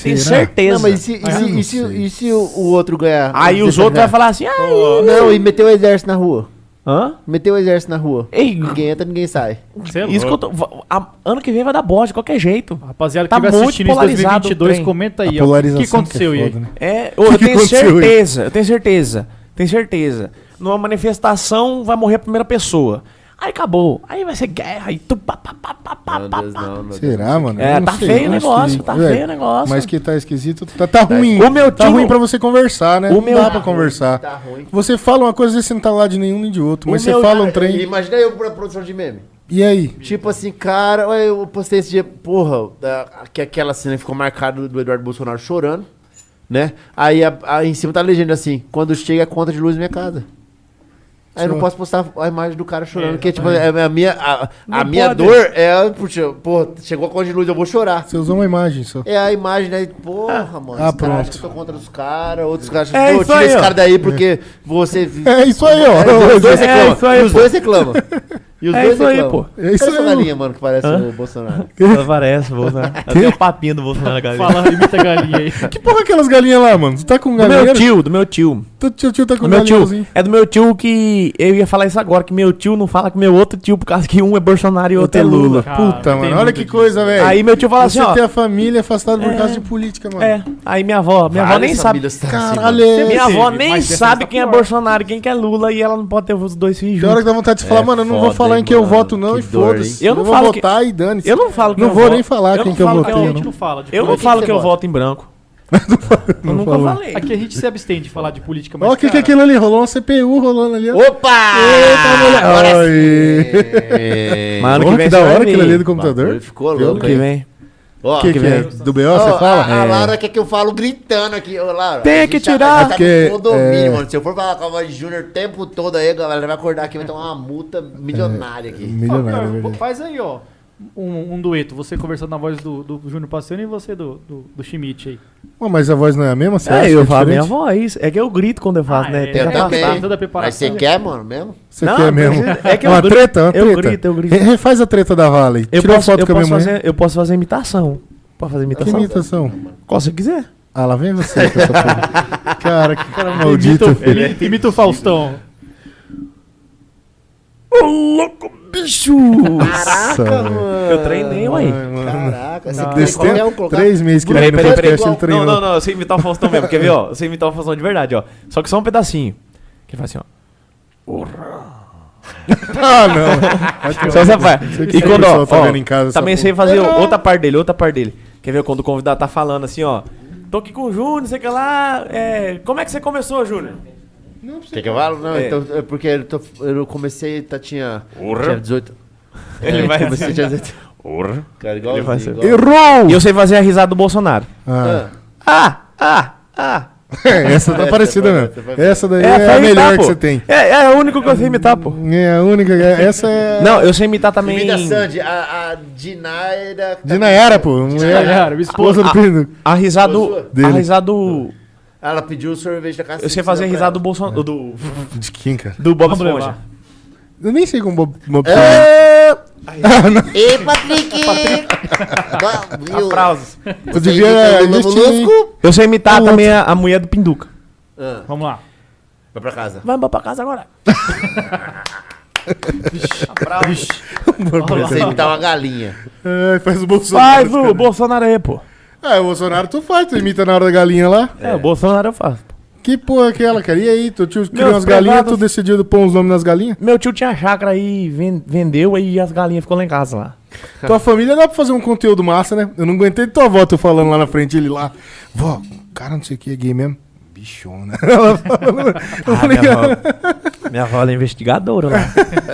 Speaker 5: Tem
Speaker 1: Será?
Speaker 5: certeza.
Speaker 2: Não, mas e se, e
Speaker 1: Ah,
Speaker 2: se-
Speaker 1: eu não
Speaker 2: e se-
Speaker 1: sei.
Speaker 2: e se o, o outro ganhar?
Speaker 5: Aí os outros vão falar assim, ai.
Speaker 2: Não, e meter o exército na rua.
Speaker 5: Hã?
Speaker 2: Meter o exército na rua.
Speaker 5: Ei,
Speaker 2: Ninguém entra, ninguém sai.
Speaker 1: Tipo,
Speaker 4: Cê é
Speaker 5: isso que eu
Speaker 4: louco.
Speaker 5: tô. va- a- ano que vem vai dar bosta de qualquer jeito.
Speaker 4: Rapaziada, que
Speaker 5: Tá
Speaker 4: estiver
Speaker 5: muito
Speaker 4: assistindo isso em
Speaker 5: polarizado o
Speaker 4: 2022,
Speaker 5: trem.
Speaker 4: comenta aí.
Speaker 1: a
Speaker 4: ó, O
Speaker 1: polarização
Speaker 4: que aconteceu
Speaker 1: que é
Speaker 4: aí?
Speaker 1: foda, né?
Speaker 5: É, ô, eu
Speaker 1: que
Speaker 5: tenho
Speaker 1: aconteceu aí?
Speaker 5: certeza, eu tenho certeza, tenho certeza. Numa manifestação vai morrer a primeira pessoa. Aí acabou. Aí vai ser guerra e tu pá, pá, pá, pá, pá, pá, pá.
Speaker 1: Será, mano?
Speaker 5: É,
Speaker 1: Eu não
Speaker 5: tá
Speaker 1: sei,
Speaker 5: feio
Speaker 1: eu
Speaker 5: o
Speaker 1: acho
Speaker 5: negócio, tá feio o negócio.
Speaker 1: Mas que tá esquisito, tá, tá ruim.
Speaker 5: O meu
Speaker 1: tá
Speaker 5: tio-
Speaker 1: ruim pra você conversar, né?
Speaker 5: O
Speaker 1: não
Speaker 5: meu-
Speaker 1: dá
Speaker 5: Tá
Speaker 1: pra
Speaker 5: ruim,
Speaker 1: conversar.
Speaker 2: tá ruim.
Speaker 1: Você fala uma coisa e você não tá lá de nenhum nem de outro,
Speaker 5: O
Speaker 1: mas
Speaker 5: meu- é
Speaker 1: você fala um
Speaker 2: E
Speaker 1: trem.
Speaker 2: Imagina eu pra produção de meme.
Speaker 1: E aí?
Speaker 2: Tipo assim, cara, olha, eu postei esse dia, porra, da- que aquela cena que ficou marcada do Eduardo Bolsonaro chorando, né? Aí a- aí em cima tá a legenda assim, quando chega a conta de luz na minha casa. Aí eu não
Speaker 1: Só.
Speaker 2: posso postar a imagem do cara chorando, porque tipo, é- é a minha, a, a
Speaker 5: Não
Speaker 2: minha
Speaker 5: pode.
Speaker 2: dor é, puxa, porra, chegou a conta de luz, eu vou chorar.
Speaker 1: Você usou uma imagem só.
Speaker 2: É a imagem, né? Porra, mano.
Speaker 1: ah,
Speaker 2: os caras acham
Speaker 1: pronto.
Speaker 2: que eu tô contra os caras, outros caras acham
Speaker 5: É
Speaker 2: que eu
Speaker 5: isso
Speaker 2: tiro
Speaker 5: aí,
Speaker 2: esse
Speaker 5: ó.
Speaker 2: cara daí porque você.
Speaker 1: É isso aí, ó.
Speaker 2: É, os dois
Speaker 5: É
Speaker 2: reclamam.
Speaker 5: isso aí,
Speaker 2: e os
Speaker 5: pô.
Speaker 2: dois reclamam. E os
Speaker 5: É
Speaker 2: dois
Speaker 5: isso aí,
Speaker 2: reclamam.
Speaker 5: pô.
Speaker 1: É isso
Speaker 2: Cadê
Speaker 1: aí,
Speaker 2: essa
Speaker 1: mano.
Speaker 2: galinha, mano, que parece o Bolsonaro?
Speaker 5: Parece, Bolsonaro. Tem o papinho do Bolsonaro, galera.
Speaker 4: Fala, imita a galinha aí.
Speaker 1: Que porra é aquelas galinhas lá, mano? Tu tá com
Speaker 5: Do meu
Speaker 1: galinheiro?
Speaker 5: tio, do meu tio.
Speaker 1: Teu tio, tio tá com
Speaker 5: Do meu
Speaker 1: galinhãozinho.
Speaker 5: tio. É do meu tio que. Eu ia falar isso agora, que meu tio não fala com meu outro tio, por causa que um é Bolsonaro e o outro é Lula.
Speaker 1: Puta,
Speaker 4: Cara, tem
Speaker 1: mano. Olha
Speaker 4: muito
Speaker 1: que
Speaker 4: disso.
Speaker 1: coisa, velho.
Speaker 5: Aí meu tio fala assim,
Speaker 1: Você
Speaker 5: ó.
Speaker 1: tem a família afastada por causa de política, mano.
Speaker 5: É, aí minha avó, minha avó nem sabe.
Speaker 2: assim,
Speaker 1: Caralho, é-
Speaker 5: Minha
Speaker 4: Teve,
Speaker 5: avó
Speaker 4: mas
Speaker 5: nem
Speaker 4: dessa
Speaker 5: sabe
Speaker 4: tá
Speaker 5: quem é
Speaker 4: pior.
Speaker 5: Bolsonaro, quem que é Lula, e ela não pode ter os dois filhos
Speaker 1: Tem hora que
Speaker 5: juntos.
Speaker 1: dá vontade de falar,
Speaker 2: É
Speaker 1: mano, eu não vou
Speaker 2: foda,
Speaker 1: falar em
Speaker 2: hein,
Speaker 1: que eu
Speaker 2: mano.
Speaker 1: voto, não,
Speaker 2: Que
Speaker 1: e
Speaker 2: dor,
Speaker 1: foda-se.
Speaker 5: hein? Eu não
Speaker 1: vou
Speaker 5: falo que-
Speaker 1: votar e dane-se.
Speaker 5: Eu não falo que
Speaker 1: Não
Speaker 5: eu
Speaker 1: vou
Speaker 5: voto.
Speaker 1: nem falar
Speaker 5: Eu
Speaker 1: quem
Speaker 5: não
Speaker 1: que eu
Speaker 5: falo
Speaker 4: Aqui
Speaker 1: votei.
Speaker 4: a
Speaker 1: Eu
Speaker 4: gente
Speaker 1: não-
Speaker 4: não fala tipo, de
Speaker 5: Eu não
Speaker 4: política.
Speaker 5: falo
Speaker 2: você
Speaker 5: que eu
Speaker 2: vota?
Speaker 5: voto em branco. Eu
Speaker 1: não
Speaker 5: nunca
Speaker 1: falou.
Speaker 5: falei.
Speaker 4: Aqui a gente se abstém de falar de política, mas.
Speaker 1: Olha o que que é
Speaker 4: cara,
Speaker 1: aquilo ali, rolou uma CPU rolando ali. ó.
Speaker 2: Opa!
Speaker 1: Eita, mulher. Ai.
Speaker 2: É.
Speaker 5: Mano,
Speaker 1: Porra, que
Speaker 5: que vem
Speaker 1: da
Speaker 5: você vai
Speaker 1: hora aquilo
Speaker 5: ver.
Speaker 1: ali do
Speaker 2: Bagulho
Speaker 1: computador.
Speaker 2: Ficou
Speaker 1: Viu?
Speaker 2: louco,
Speaker 5: Que
Speaker 2: hein?
Speaker 5: vem.
Speaker 2: Ó,
Speaker 1: que que é? Do BO, você
Speaker 2: ó,
Speaker 1: fala?
Speaker 2: A, a
Speaker 1: É.
Speaker 2: Laura quer que eu falo gritando aqui. Ô, Laura,
Speaker 5: Tem
Speaker 2: a gente
Speaker 5: que
Speaker 2: tá-
Speaker 5: tirar.
Speaker 2: a gente Tá,
Speaker 1: Porque,
Speaker 2: no condomínio,
Speaker 1: é.
Speaker 2: mano. Se eu for falar com a voz de Júnior o tempo todo aí, a galera vai acordar aqui, vai tomar uma multa milionária aqui.
Speaker 4: ó,
Speaker 1: Milionário, é
Speaker 4: cara,
Speaker 1: verdade.
Speaker 4: Faz aí, ó. Um, um dueto, você conversando na voz do, do Júnior Passiano e você do, do, do Schmidt aí.
Speaker 1: Ué, mas a voz não é a mesma? Você acha
Speaker 5: É,
Speaker 1: que
Speaker 5: eu falo, minha
Speaker 1: diferente?
Speaker 5: avó é isso. É que eu grito quando eu faço,
Speaker 4: Ah,
Speaker 5: né?
Speaker 4: é.
Speaker 5: Tem que
Speaker 4: Eu
Speaker 5: afastar.
Speaker 4: também. toda a preparação.
Speaker 2: Mas você quer, mano, mesmo?
Speaker 1: Você
Speaker 5: Não,
Speaker 1: quer
Speaker 5: não
Speaker 1: mesmo?
Speaker 5: precisa- é que eu
Speaker 1: uma
Speaker 5: grito-
Speaker 1: treta? Uma
Speaker 5: eu
Speaker 1: treta?
Speaker 5: grito, eu grito.
Speaker 1: Re- Refaz a treta da Vale.
Speaker 5: Eu
Speaker 1: Tirou
Speaker 5: posso,
Speaker 1: foto
Speaker 5: eu,
Speaker 1: com a minha mãe.
Speaker 5: posso fazer, eu posso fazer imitação. Posso fazer
Speaker 1: Que
Speaker 5: imitação?
Speaker 1: imitação.
Speaker 5: Qual você quiser.
Speaker 1: Ah, lá vem você com essa porra. Cara, que cara Ah, maldito.
Speaker 4: Imita o-
Speaker 1: filho.
Speaker 4: ele imita o Faustão.
Speaker 5: Ô, louco, bicho!
Speaker 1: Nossa, velho.
Speaker 5: eu treinei, uai.
Speaker 1: Ai, mano.
Speaker 2: Caraca,
Speaker 4: Não,
Speaker 1: Desse
Speaker 2: qualquer
Speaker 1: tempo,
Speaker 2: um colocar-
Speaker 1: três meses que ele
Speaker 5: é Peraí,
Speaker 1: veio no
Speaker 5: peraí, peraí.
Speaker 1: podcast, ele
Speaker 5: Não,
Speaker 1: treinou.
Speaker 5: não, não, eu sei imitar o Faustão mesmo, quer ver, ó? Eu sei imitar o Faustão de verdade, ó. Só que só um pedacinho. Que ele faz assim, ó.
Speaker 1: Ah, não.
Speaker 5: Só essa parte.
Speaker 1: Sei que
Speaker 5: E
Speaker 1: o
Speaker 5: quando,
Speaker 1: pessoal
Speaker 5: ó,
Speaker 1: tá
Speaker 5: ó,
Speaker 1: vendo em casa
Speaker 5: também
Speaker 1: essa
Speaker 5: sei fazer outra parte dele, outra parte dele. Quer ver quando o convidado tá falando assim, ó. Tô aqui com o Júnior, sei que lá. é, como é que você começou, Júnior?
Speaker 2: Quer que eu falo? Não,
Speaker 5: É.
Speaker 2: então, é porque eu, tô, eu comecei, tá, tinha, tinha 18.
Speaker 5: Uhum. Ele
Speaker 2: É,
Speaker 5: vai
Speaker 2: comecei,
Speaker 5: assim.
Speaker 2: tinha 18. Cara, igual
Speaker 5: Ele vai assim.
Speaker 1: Errou!
Speaker 5: E eu sei fazer a risada do Bolsonaro.
Speaker 1: Ah,
Speaker 5: Ah, ah, ah.
Speaker 1: é, essa tá
Speaker 2: Essa
Speaker 1: parecida
Speaker 2: foi-
Speaker 1: mesmo.
Speaker 2: essa foi-
Speaker 1: Essa daí é,
Speaker 5: pra
Speaker 1: a
Speaker 5: imitar,
Speaker 1: melhor
Speaker 5: tá, pô.
Speaker 1: que você tem.
Speaker 5: É, é a única que eu sei imitar, pô.
Speaker 1: É a única. é- Essa é.
Speaker 5: Não, eu sei imitar também.
Speaker 2: Imita a Sandy, a, a Dinaira. tá-
Speaker 1: De Nayara, pô. Mulher,
Speaker 4: Nayara, minha
Speaker 1: É, esposa
Speaker 5: Ah.
Speaker 1: do Pedro.
Speaker 5: A risada do.
Speaker 1: Dele.
Speaker 5: A risada do.
Speaker 2: Ela pediu o sorvete da casa.
Speaker 5: Eu sei fazer a risada do Bolsonaro. Do,
Speaker 1: De quem, cara?
Speaker 5: do Bob
Speaker 4: Vamos
Speaker 5: Esponja.
Speaker 4: levar.
Speaker 1: Eu nem sei como Bob. Bob
Speaker 5: É,
Speaker 2: Ei, Patrick! Viu?
Speaker 5: Aplausos.
Speaker 1: eu
Speaker 5: tá
Speaker 1: devia é, investir. hein?
Speaker 5: Eu sei
Speaker 1: Um
Speaker 5: imitar também a, a mulher do Pinduca.
Speaker 2: Ah,
Speaker 4: Vamos lá.
Speaker 2: vai pra casa.
Speaker 5: Vamos pra casa agora.
Speaker 2: Eu sei imitar uma galinha.
Speaker 1: É, faz o Bolsonaro.
Speaker 5: Faz o Bolsonaro aí, pô.
Speaker 1: Ah, o Bolsonaro tu faz, tu imita na hora da galinha lá.
Speaker 5: É, o Bolsonaro eu faço. pô.
Speaker 1: Que porra é aquela, cara? E aí, tu tio criou
Speaker 5: Meus
Speaker 1: umas galinhas,
Speaker 5: prezados-
Speaker 1: tu decidiu pôr os nomes nas galinhas?
Speaker 5: Meu tio tinha chácara aí, ven- vendeu aí e as galinhas ficou lá em casa lá.
Speaker 1: Tua família dá pra fazer um conteúdo massa, né? Eu não aguentei de tua avó tu falando lá na frente, ele lá. Vó, cara, não sei o que é gay mesmo. bichona. Ela falou. Eu falei,
Speaker 5: Ah, minha, avó, minha avó ela é investigadora lá.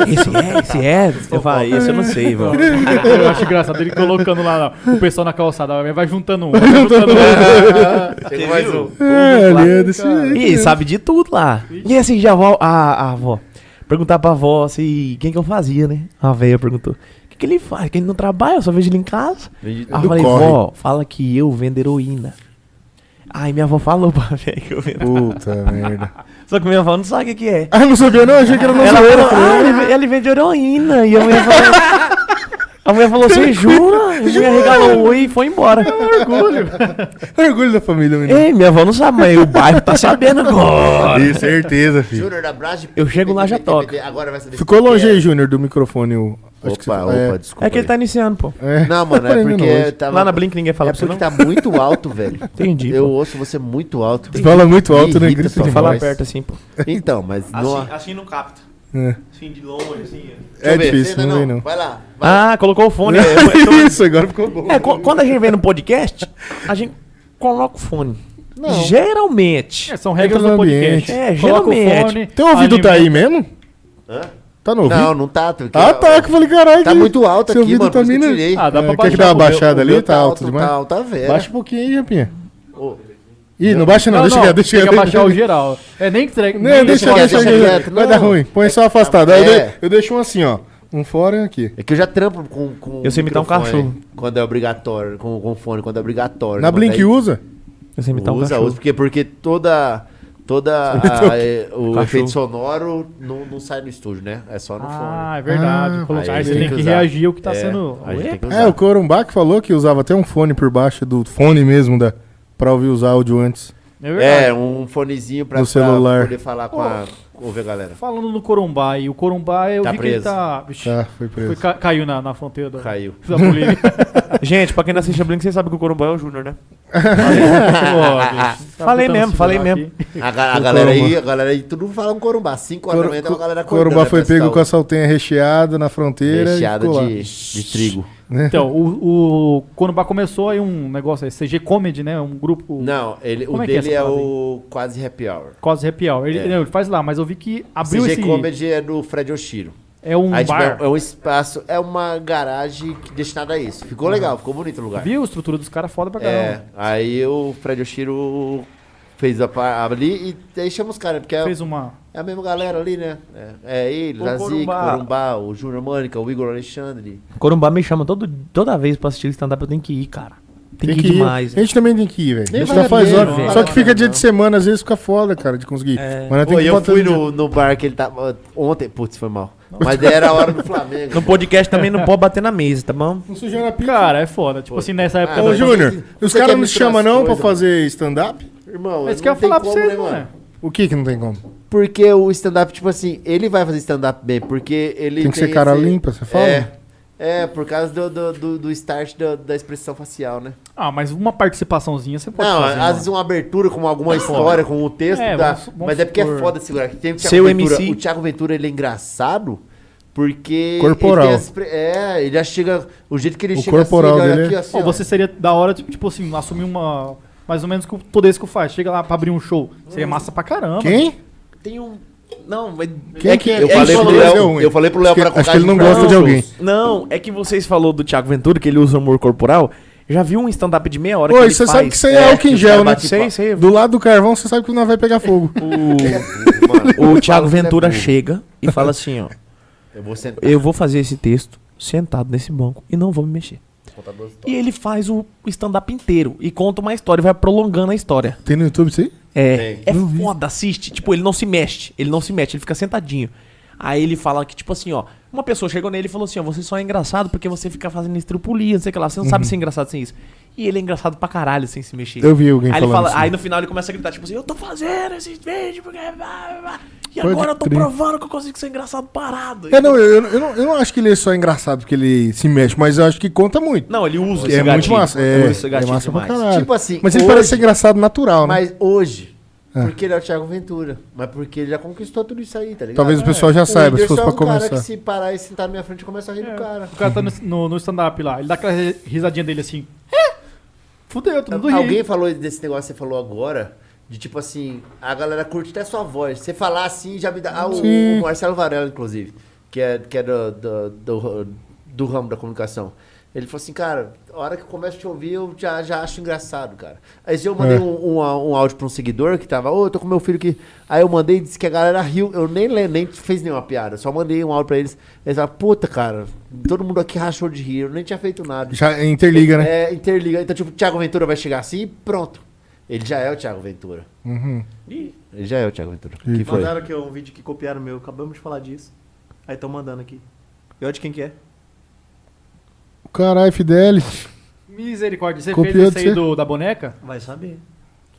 Speaker 5: Esse é, esse é. Eu falei, esse eu não sei, vó.
Speaker 4: Eu acho engraçado ele colocando lá, lá, o pessoal na calçada, vai juntando um, vai juntando outro.
Speaker 2: Chega mais um.
Speaker 1: é, ali é desse jeito.
Speaker 5: E sabe de tudo lá. E assim, já avó, a, a avó. Perguntar pra avó se quem que eu fazia, né? A velha perguntou. O que, que ele faz? Que ele não trabalha, eu só vejo ele em casa.
Speaker 2: Vende-
Speaker 5: Aí eu
Speaker 1: do
Speaker 5: falei,
Speaker 1: corre.
Speaker 5: vó, fala que eu vendo heroína. Aí minha avó falou pra velha que eu vendo.
Speaker 1: Puta merda.
Speaker 5: Só que minha avó não sabe o que, que é.
Speaker 1: Ah, não sabia não? Achei que era não
Speaker 5: Ela
Speaker 1: zoeira.
Speaker 5: falou, ah, ele, ve- ele vende heroína. E a mulher falou. A mulher falou, você jura? É um E a mulher regalou o oi e foi embora.
Speaker 1: Orgulho da família, menino.
Speaker 5: Ei, minha avó não sabe, mas o bairro tá sabendo agora.
Speaker 1: Ih, certeza, filho.
Speaker 2: Júnior da Brás de
Speaker 5: Eu chego lá, já toca.
Speaker 2: Agora vai saber
Speaker 1: Ficou
Speaker 2: quem
Speaker 1: longe
Speaker 2: é.
Speaker 1: aí, Júnior, do microfone. o- acho que você-
Speaker 2: Opa, opa,
Speaker 1: é,
Speaker 2: desculpa.
Speaker 5: É que ele tá iniciando, pô.
Speaker 1: é.
Speaker 2: Não, mano, é
Speaker 1: Porém, não,
Speaker 2: porque
Speaker 1: hoje.
Speaker 2: tava...
Speaker 5: Lá na Blink ninguém fala
Speaker 2: É
Speaker 5: pra você
Speaker 2: porque
Speaker 5: não.
Speaker 2: tá muito alto, velho.
Speaker 5: Entendi,
Speaker 2: Eu
Speaker 5: pô.
Speaker 2: ouço você muito alto.
Speaker 1: Você fala muito
Speaker 2: Me
Speaker 1: alto, né?
Speaker 2: é irrita
Speaker 1: Grita
Speaker 2: sua
Speaker 1: demais.
Speaker 2: voz.
Speaker 5: Fala perto assim, pô.
Speaker 2: Então, mas... não-
Speaker 3: Assim, não capta.
Speaker 1: É.
Speaker 3: Assim, de longe, assim.
Speaker 2: Deixa eu
Speaker 1: É,
Speaker 2: ver,
Speaker 1: difícil,
Speaker 2: você
Speaker 1: não vem não.
Speaker 2: Vai É, lá. vai.
Speaker 5: Ah, colocou o fone.
Speaker 1: É. Isso, agora ficou bom.
Speaker 5: É, qu- quando a gente vem no podcast, a gente coloca o fone. Geralmente.
Speaker 4: É, são regras
Speaker 1: Entra no
Speaker 4: do
Speaker 5: ambiente.
Speaker 4: podcast.
Speaker 5: É,
Speaker 4: Coloca o
Speaker 5: geralmente.
Speaker 4: fone,
Speaker 1: Teu ouvido tá aí mesmo?
Speaker 2: Hã?
Speaker 1: Tá no ouvido?
Speaker 2: Não, não tá. porque-
Speaker 1: Ah, tá, que eu falei, caralho.
Speaker 2: Tá
Speaker 1: que-
Speaker 2: muito alto
Speaker 1: seu
Speaker 2: aqui,
Speaker 1: ouvido
Speaker 2: mano.
Speaker 1: tá
Speaker 2: por isso que eu
Speaker 1: mina-
Speaker 2: tirei.
Speaker 4: Ah, dá
Speaker 1: É,
Speaker 4: pra
Speaker 1: Quer que dá
Speaker 4: baixar
Speaker 1: uma
Speaker 4: o meu-
Speaker 1: baixada
Speaker 2: O
Speaker 1: ali?
Speaker 2: meu
Speaker 1: Tá alto demais?
Speaker 2: Tá alto, tá velho.
Speaker 1: Baixa um pouquinho aí, Rampinha.
Speaker 2: Ô,
Speaker 1: Ih, não baixa não,
Speaker 4: Não,
Speaker 1: deixa
Speaker 4: não,
Speaker 1: quieto, deixa
Speaker 4: tem que
Speaker 1: quieto.
Speaker 4: abaixar o geral. É nem que tre-
Speaker 1: Não, deixa
Speaker 2: quieto,
Speaker 1: quieto, deixa
Speaker 2: deixa
Speaker 1: quieto.
Speaker 2: quieto,
Speaker 1: Vai
Speaker 2: não.
Speaker 1: dar ruim. Põe só afastado. Aí eu
Speaker 2: É.
Speaker 1: de- Eu deixo um assim, ó. Um fora e um aqui.
Speaker 2: É que eu já trampo com. com
Speaker 5: Eu sei imitar um
Speaker 2: microfone
Speaker 5: cachorro.
Speaker 2: Quando é obrigatório, com, com fone, quando é obrigatório.
Speaker 1: Na
Speaker 2: mano,
Speaker 1: Blink
Speaker 2: aí-
Speaker 1: usa?
Speaker 5: Eu sei imitar um
Speaker 2: usa,
Speaker 5: cachorro.
Speaker 2: usa, porque, porque toda. Toda
Speaker 1: um
Speaker 2: a- é, o
Speaker 5: Cachorro.
Speaker 2: efeito sonoro não, não sai no estúdio, né? É só no
Speaker 4: Ah, é verdade.
Speaker 1: Ah,
Speaker 4: colocar.
Speaker 2: aí
Speaker 4: Aí você
Speaker 2: tem
Speaker 4: tem
Speaker 2: que
Speaker 4: que
Speaker 2: usar.
Speaker 4: reagir ao que tá
Speaker 2: fone. É,
Speaker 4: sendo.
Speaker 2: a gente tem que usar.
Speaker 1: É, o Corumbá que falou que usava até um fone por baixo do fone mesmo da pra ouvir os áudio antes.
Speaker 4: É
Speaker 2: É, um fonezinho pra,
Speaker 1: No
Speaker 2: pra
Speaker 1: celular.
Speaker 2: poder falar com a. Ouvir a galera.
Speaker 4: Falando no Corumbá, e o Corumbá eu
Speaker 2: Tá
Speaker 4: vi
Speaker 2: preso.
Speaker 4: que ele tá. Vixe,
Speaker 1: Tá, foi
Speaker 4: foi,
Speaker 1: preso.
Speaker 4: ca- caiu na, na fronteira da,
Speaker 2: Caiu.
Speaker 4: da Bolívia.
Speaker 5: Gente, pra quem não assiste a Blink, vocês sabem que o Corumbá é o Júnior, né?
Speaker 4: Ó, bicho, tá
Speaker 5: Falei
Speaker 4: tentando
Speaker 5: mesmo,
Speaker 4: se
Speaker 5: falei
Speaker 4: jogar
Speaker 5: mesmo.
Speaker 4: aqui.
Speaker 2: A, ga- a
Speaker 1: O
Speaker 2: galera aí,
Speaker 1: Corumbá.
Speaker 2: a galera aí, tudo fala um corumbá. 5 horas da manhã tava a galera acordando.
Speaker 1: Corumbá
Speaker 2: né,
Speaker 1: foi
Speaker 2: pra
Speaker 1: pego
Speaker 2: essa
Speaker 1: com a
Speaker 2: hora.
Speaker 1: saltenha recheada na fronteira.
Speaker 2: recheada
Speaker 1: e ficou lá.
Speaker 2: de, de trigo.
Speaker 4: Então, o, o Corumbá começou aí um negócio aí, CG Comedy, né? Um grupo.
Speaker 2: Não, ele, o
Speaker 4: Como é que é
Speaker 2: dele é,
Speaker 4: essa parada
Speaker 2: o quase happy hour.
Speaker 4: Quase Happy Hour. Ele,
Speaker 2: É.
Speaker 4: não, ele faz lá, mas eu vi que abriu
Speaker 2: CG
Speaker 4: esse.
Speaker 2: Comedy é do Fred Oshiro.
Speaker 4: É um
Speaker 2: Aí, tipo,
Speaker 4: bar.
Speaker 2: é é um espaço, é uma garagem que- destinada a isso.
Speaker 1: Uhum.
Speaker 2: Ficou legal, ficou bonito o lugar.
Speaker 4: Viu a estrutura dos caras foda pra
Speaker 2: É,
Speaker 4: caramba.
Speaker 2: aí o Fred Oshiro fez a par- ali e aí chama os caras, porque é,
Speaker 4: Fez uma.
Speaker 2: é a mesma galera ali, né? É, é ele,
Speaker 5: O
Speaker 2: Lazic,
Speaker 5: Corumbá.
Speaker 2: Corumbá, o Júnior Mânica, o Igor Alexandre.
Speaker 5: Corumbá me chama todo, toda vez pra assistir stand-up, eu tenho que ir, cara. Tem, que ir demais.
Speaker 1: A gente também tem que ir, velho. A gente
Speaker 2: vale
Speaker 1: já
Speaker 2: a
Speaker 1: faz
Speaker 2: pena,
Speaker 1: hora.
Speaker 2: não vale
Speaker 1: Só
Speaker 2: a
Speaker 1: que
Speaker 2: pena,
Speaker 1: fica dia
Speaker 2: não.
Speaker 1: de semana, às vezes fica foda, cara, de conseguir. Mas não tem
Speaker 2: Pô,
Speaker 1: que
Speaker 2: eu
Speaker 1: botar
Speaker 2: fui
Speaker 1: no-
Speaker 2: no, no bar que ele tava. Ontem, putz, foi mal. Mas era a hora do Flamengo.
Speaker 5: No podcast também não pode bater na mesa, tá bom?
Speaker 1: Não sujou na pia.
Speaker 4: Cara, é foda. Tipo assim,
Speaker 2: Ah,
Speaker 4: nessa época.
Speaker 1: Ô,
Speaker 4: da-
Speaker 1: Júnior, os
Speaker 2: Você
Speaker 1: caras
Speaker 2: quer
Speaker 1: não te
Speaker 2: misturar
Speaker 1: chamam
Speaker 2: as
Speaker 1: não pra
Speaker 2: coisas,
Speaker 1: fazer stand-up?
Speaker 2: Irmão,
Speaker 4: Mas É isso
Speaker 2: não
Speaker 4: que eu ia
Speaker 2: tem
Speaker 4: falar pra
Speaker 2: como,
Speaker 4: vocês,
Speaker 2: né,
Speaker 4: mano.
Speaker 2: mano?
Speaker 1: O que que não tem como?
Speaker 2: Porque o stand-up, tipo assim, ele vai fazer stand-up bem, porque ele.
Speaker 1: Tem que ser cara limpa, você fala?
Speaker 2: É, é por causa do, do, do, do start da- da expressão facial, né?
Speaker 4: Ah, mas uma participaçãozinha você pode
Speaker 2: não,
Speaker 4: fazer.
Speaker 2: às
Speaker 4: mano.
Speaker 2: vezes uma abertura com alguma história, com um texto,
Speaker 4: É,
Speaker 2: dá,
Speaker 4: vamos su- vamos
Speaker 2: mas é porque é
Speaker 4: supor.
Speaker 2: foda segurar. Tem o Thiago
Speaker 5: Seu
Speaker 2: Ventura,
Speaker 5: MC.
Speaker 2: O Thiago Ventura, ele é engraçado porque...
Speaker 1: Corporal.
Speaker 2: Ele tem as pre- é, ele já chega... O jeito que ele
Speaker 1: O
Speaker 2: chega assim,
Speaker 1: corporal
Speaker 2: ele
Speaker 1: dele é-
Speaker 4: Pô,
Speaker 2: ó.
Speaker 4: você seria da hora, tipo, tipo assim, assumir uma. Mais ou menos com o poder que eu faço. Chega lá pra abrir um show.
Speaker 2: Hum.
Speaker 4: Seria massa pra caramba.
Speaker 1: Quem?
Speaker 5: Tem um. Não, mas.
Speaker 1: Quem que é?
Speaker 2: é Eu,
Speaker 1: isso
Speaker 2: falei pro
Speaker 1: falou, deu
Speaker 2: Léo,
Speaker 1: ruim.
Speaker 2: eu falei pro Léo
Speaker 1: Acho que-
Speaker 2: pra
Speaker 1: acho que
Speaker 2: colocar
Speaker 1: ele não
Speaker 2: pra
Speaker 1: gosta de
Speaker 2: shows.
Speaker 1: alguém.
Speaker 5: Não, é que vocês falou do Thiago Ventura, que ele usa humor corporal. Já viu um stand-up de meia hora que
Speaker 1: Oi,
Speaker 5: ele
Speaker 1: você
Speaker 5: faz?
Speaker 1: sabe que isso aí é
Speaker 2: é,
Speaker 1: álcool em
Speaker 2: que
Speaker 1: gel,
Speaker 2: vai
Speaker 1: né?
Speaker 2: bater
Speaker 5: Sei, sei.
Speaker 1: Do lado do carvão, você sabe que não vai pegar fogo.
Speaker 2: Mano, falo
Speaker 5: O Thiago
Speaker 2: que ele é
Speaker 5: Ventura
Speaker 2: burro.
Speaker 5: chega e fala assim, ó.
Speaker 2: Eu vou sentar.
Speaker 5: Eu vou fazer esse texto sentado nesse banco e não vou me mexer.
Speaker 2: contar duas histórias.
Speaker 5: E ele faz o stand-up inteiro e conta uma história, e vai prolongando a história.
Speaker 1: Tem no YouTube isso aí?
Speaker 5: É, é foda, assiste. Tipo, ele não se mexe. Ele não se mexe, ele fica sentadinho. Aí ele fala que, tipo assim, ó. Uma pessoa chegou nele e falou assim: ó, você só é engraçado porque você fica fazendo estripulia, não sei o que lá. Você não sabe ser engraçado sem isso. E ele é engraçado pra caralho sem se mexer.
Speaker 1: Uhum. Eu vi alguém
Speaker 5: aí ele
Speaker 1: falando
Speaker 5: fala,
Speaker 1: isso.
Speaker 5: Aí no final ele começa a gritar, tipo assim: eu tô fazendo esses vídeos porque. blá, blá, blá, E
Speaker 1: Pode
Speaker 5: agora eu tô
Speaker 1: crer.
Speaker 5: provando que eu consigo ser engraçado parado.
Speaker 1: É, não, eu, eu não- eu não, eu não acho que ele é só engraçado porque ele se mexe, mas eu acho que conta muito.
Speaker 5: Não, ele usa
Speaker 1: é muito massa.
Speaker 5: Ele
Speaker 1: É,
Speaker 5: usa esse
Speaker 1: é
Speaker 5: gatilho
Speaker 1: massa pra
Speaker 5: demais.
Speaker 1: caralho.
Speaker 2: Tipo assim,
Speaker 1: mas ele
Speaker 2: hoje-
Speaker 1: parece ser engraçado natural, né?
Speaker 2: Mas hoje,
Speaker 1: Ah.
Speaker 2: porque ele é o Thiago Ventura. Mas porque ele já conquistou tudo isso aí, tá ligado?
Speaker 1: Talvez o pessoal já saiba, se
Speaker 2: Whindersson
Speaker 1: fosse pra
Speaker 2: é um cara
Speaker 1: começar.
Speaker 2: que se parar e sentar na minha frente, começa a rir
Speaker 4: É,
Speaker 2: do cara.
Speaker 4: O cara tá no, no- no stand-up lá. Ele dá aquela risadinha dele assim. É. Fudeu, todo mundo rindo.
Speaker 2: Tá Alguém falou desse negócio que você falou agora, De tipo assim, a galera curte até sua voz. Você falar assim já me dá. Ah, o,
Speaker 1: Sim.
Speaker 2: o Marcelo Varela, inclusive, que é, que é do, do, do, do ramo da comunicação. Ele falou assim, cara, a hora que eu começo a te ouvir, eu já, já acho engraçado, cara. Aí eu mandei
Speaker 1: É.
Speaker 2: um, um, um áudio pra um seguidor que tava, ô, eu tô com meu filho aqui. Aí eu mandei e disse que a galera riu. Eu nem, le- nem fiz nenhuma piada, eu só mandei um áudio pra eles. Eles falaram, puta, cara, todo mundo aqui rachou de rir, eu nem tinha feito nada.
Speaker 1: Já interliga, né?
Speaker 2: É, interliga. Então, tipo, o Thiago Ventura vai chegar assim e pronto. Ele já é o Thiago Ventura.
Speaker 1: Uhum.
Speaker 2: Ele já é o Thiago Ventura.
Speaker 1: Ih.
Speaker 2: Que foi?
Speaker 5: Mandaram aqui um vídeo que copiaram meu, acabamos de falar disso. Aí estão mandando aqui. E olha de quem que é.
Speaker 1: Caralho, Fidelis.
Speaker 4: Misericórdia. Você
Speaker 1: Copiou
Speaker 4: fez
Speaker 1: de
Speaker 4: isso aí
Speaker 1: você?
Speaker 4: do, da boneca?
Speaker 5: Vai saber.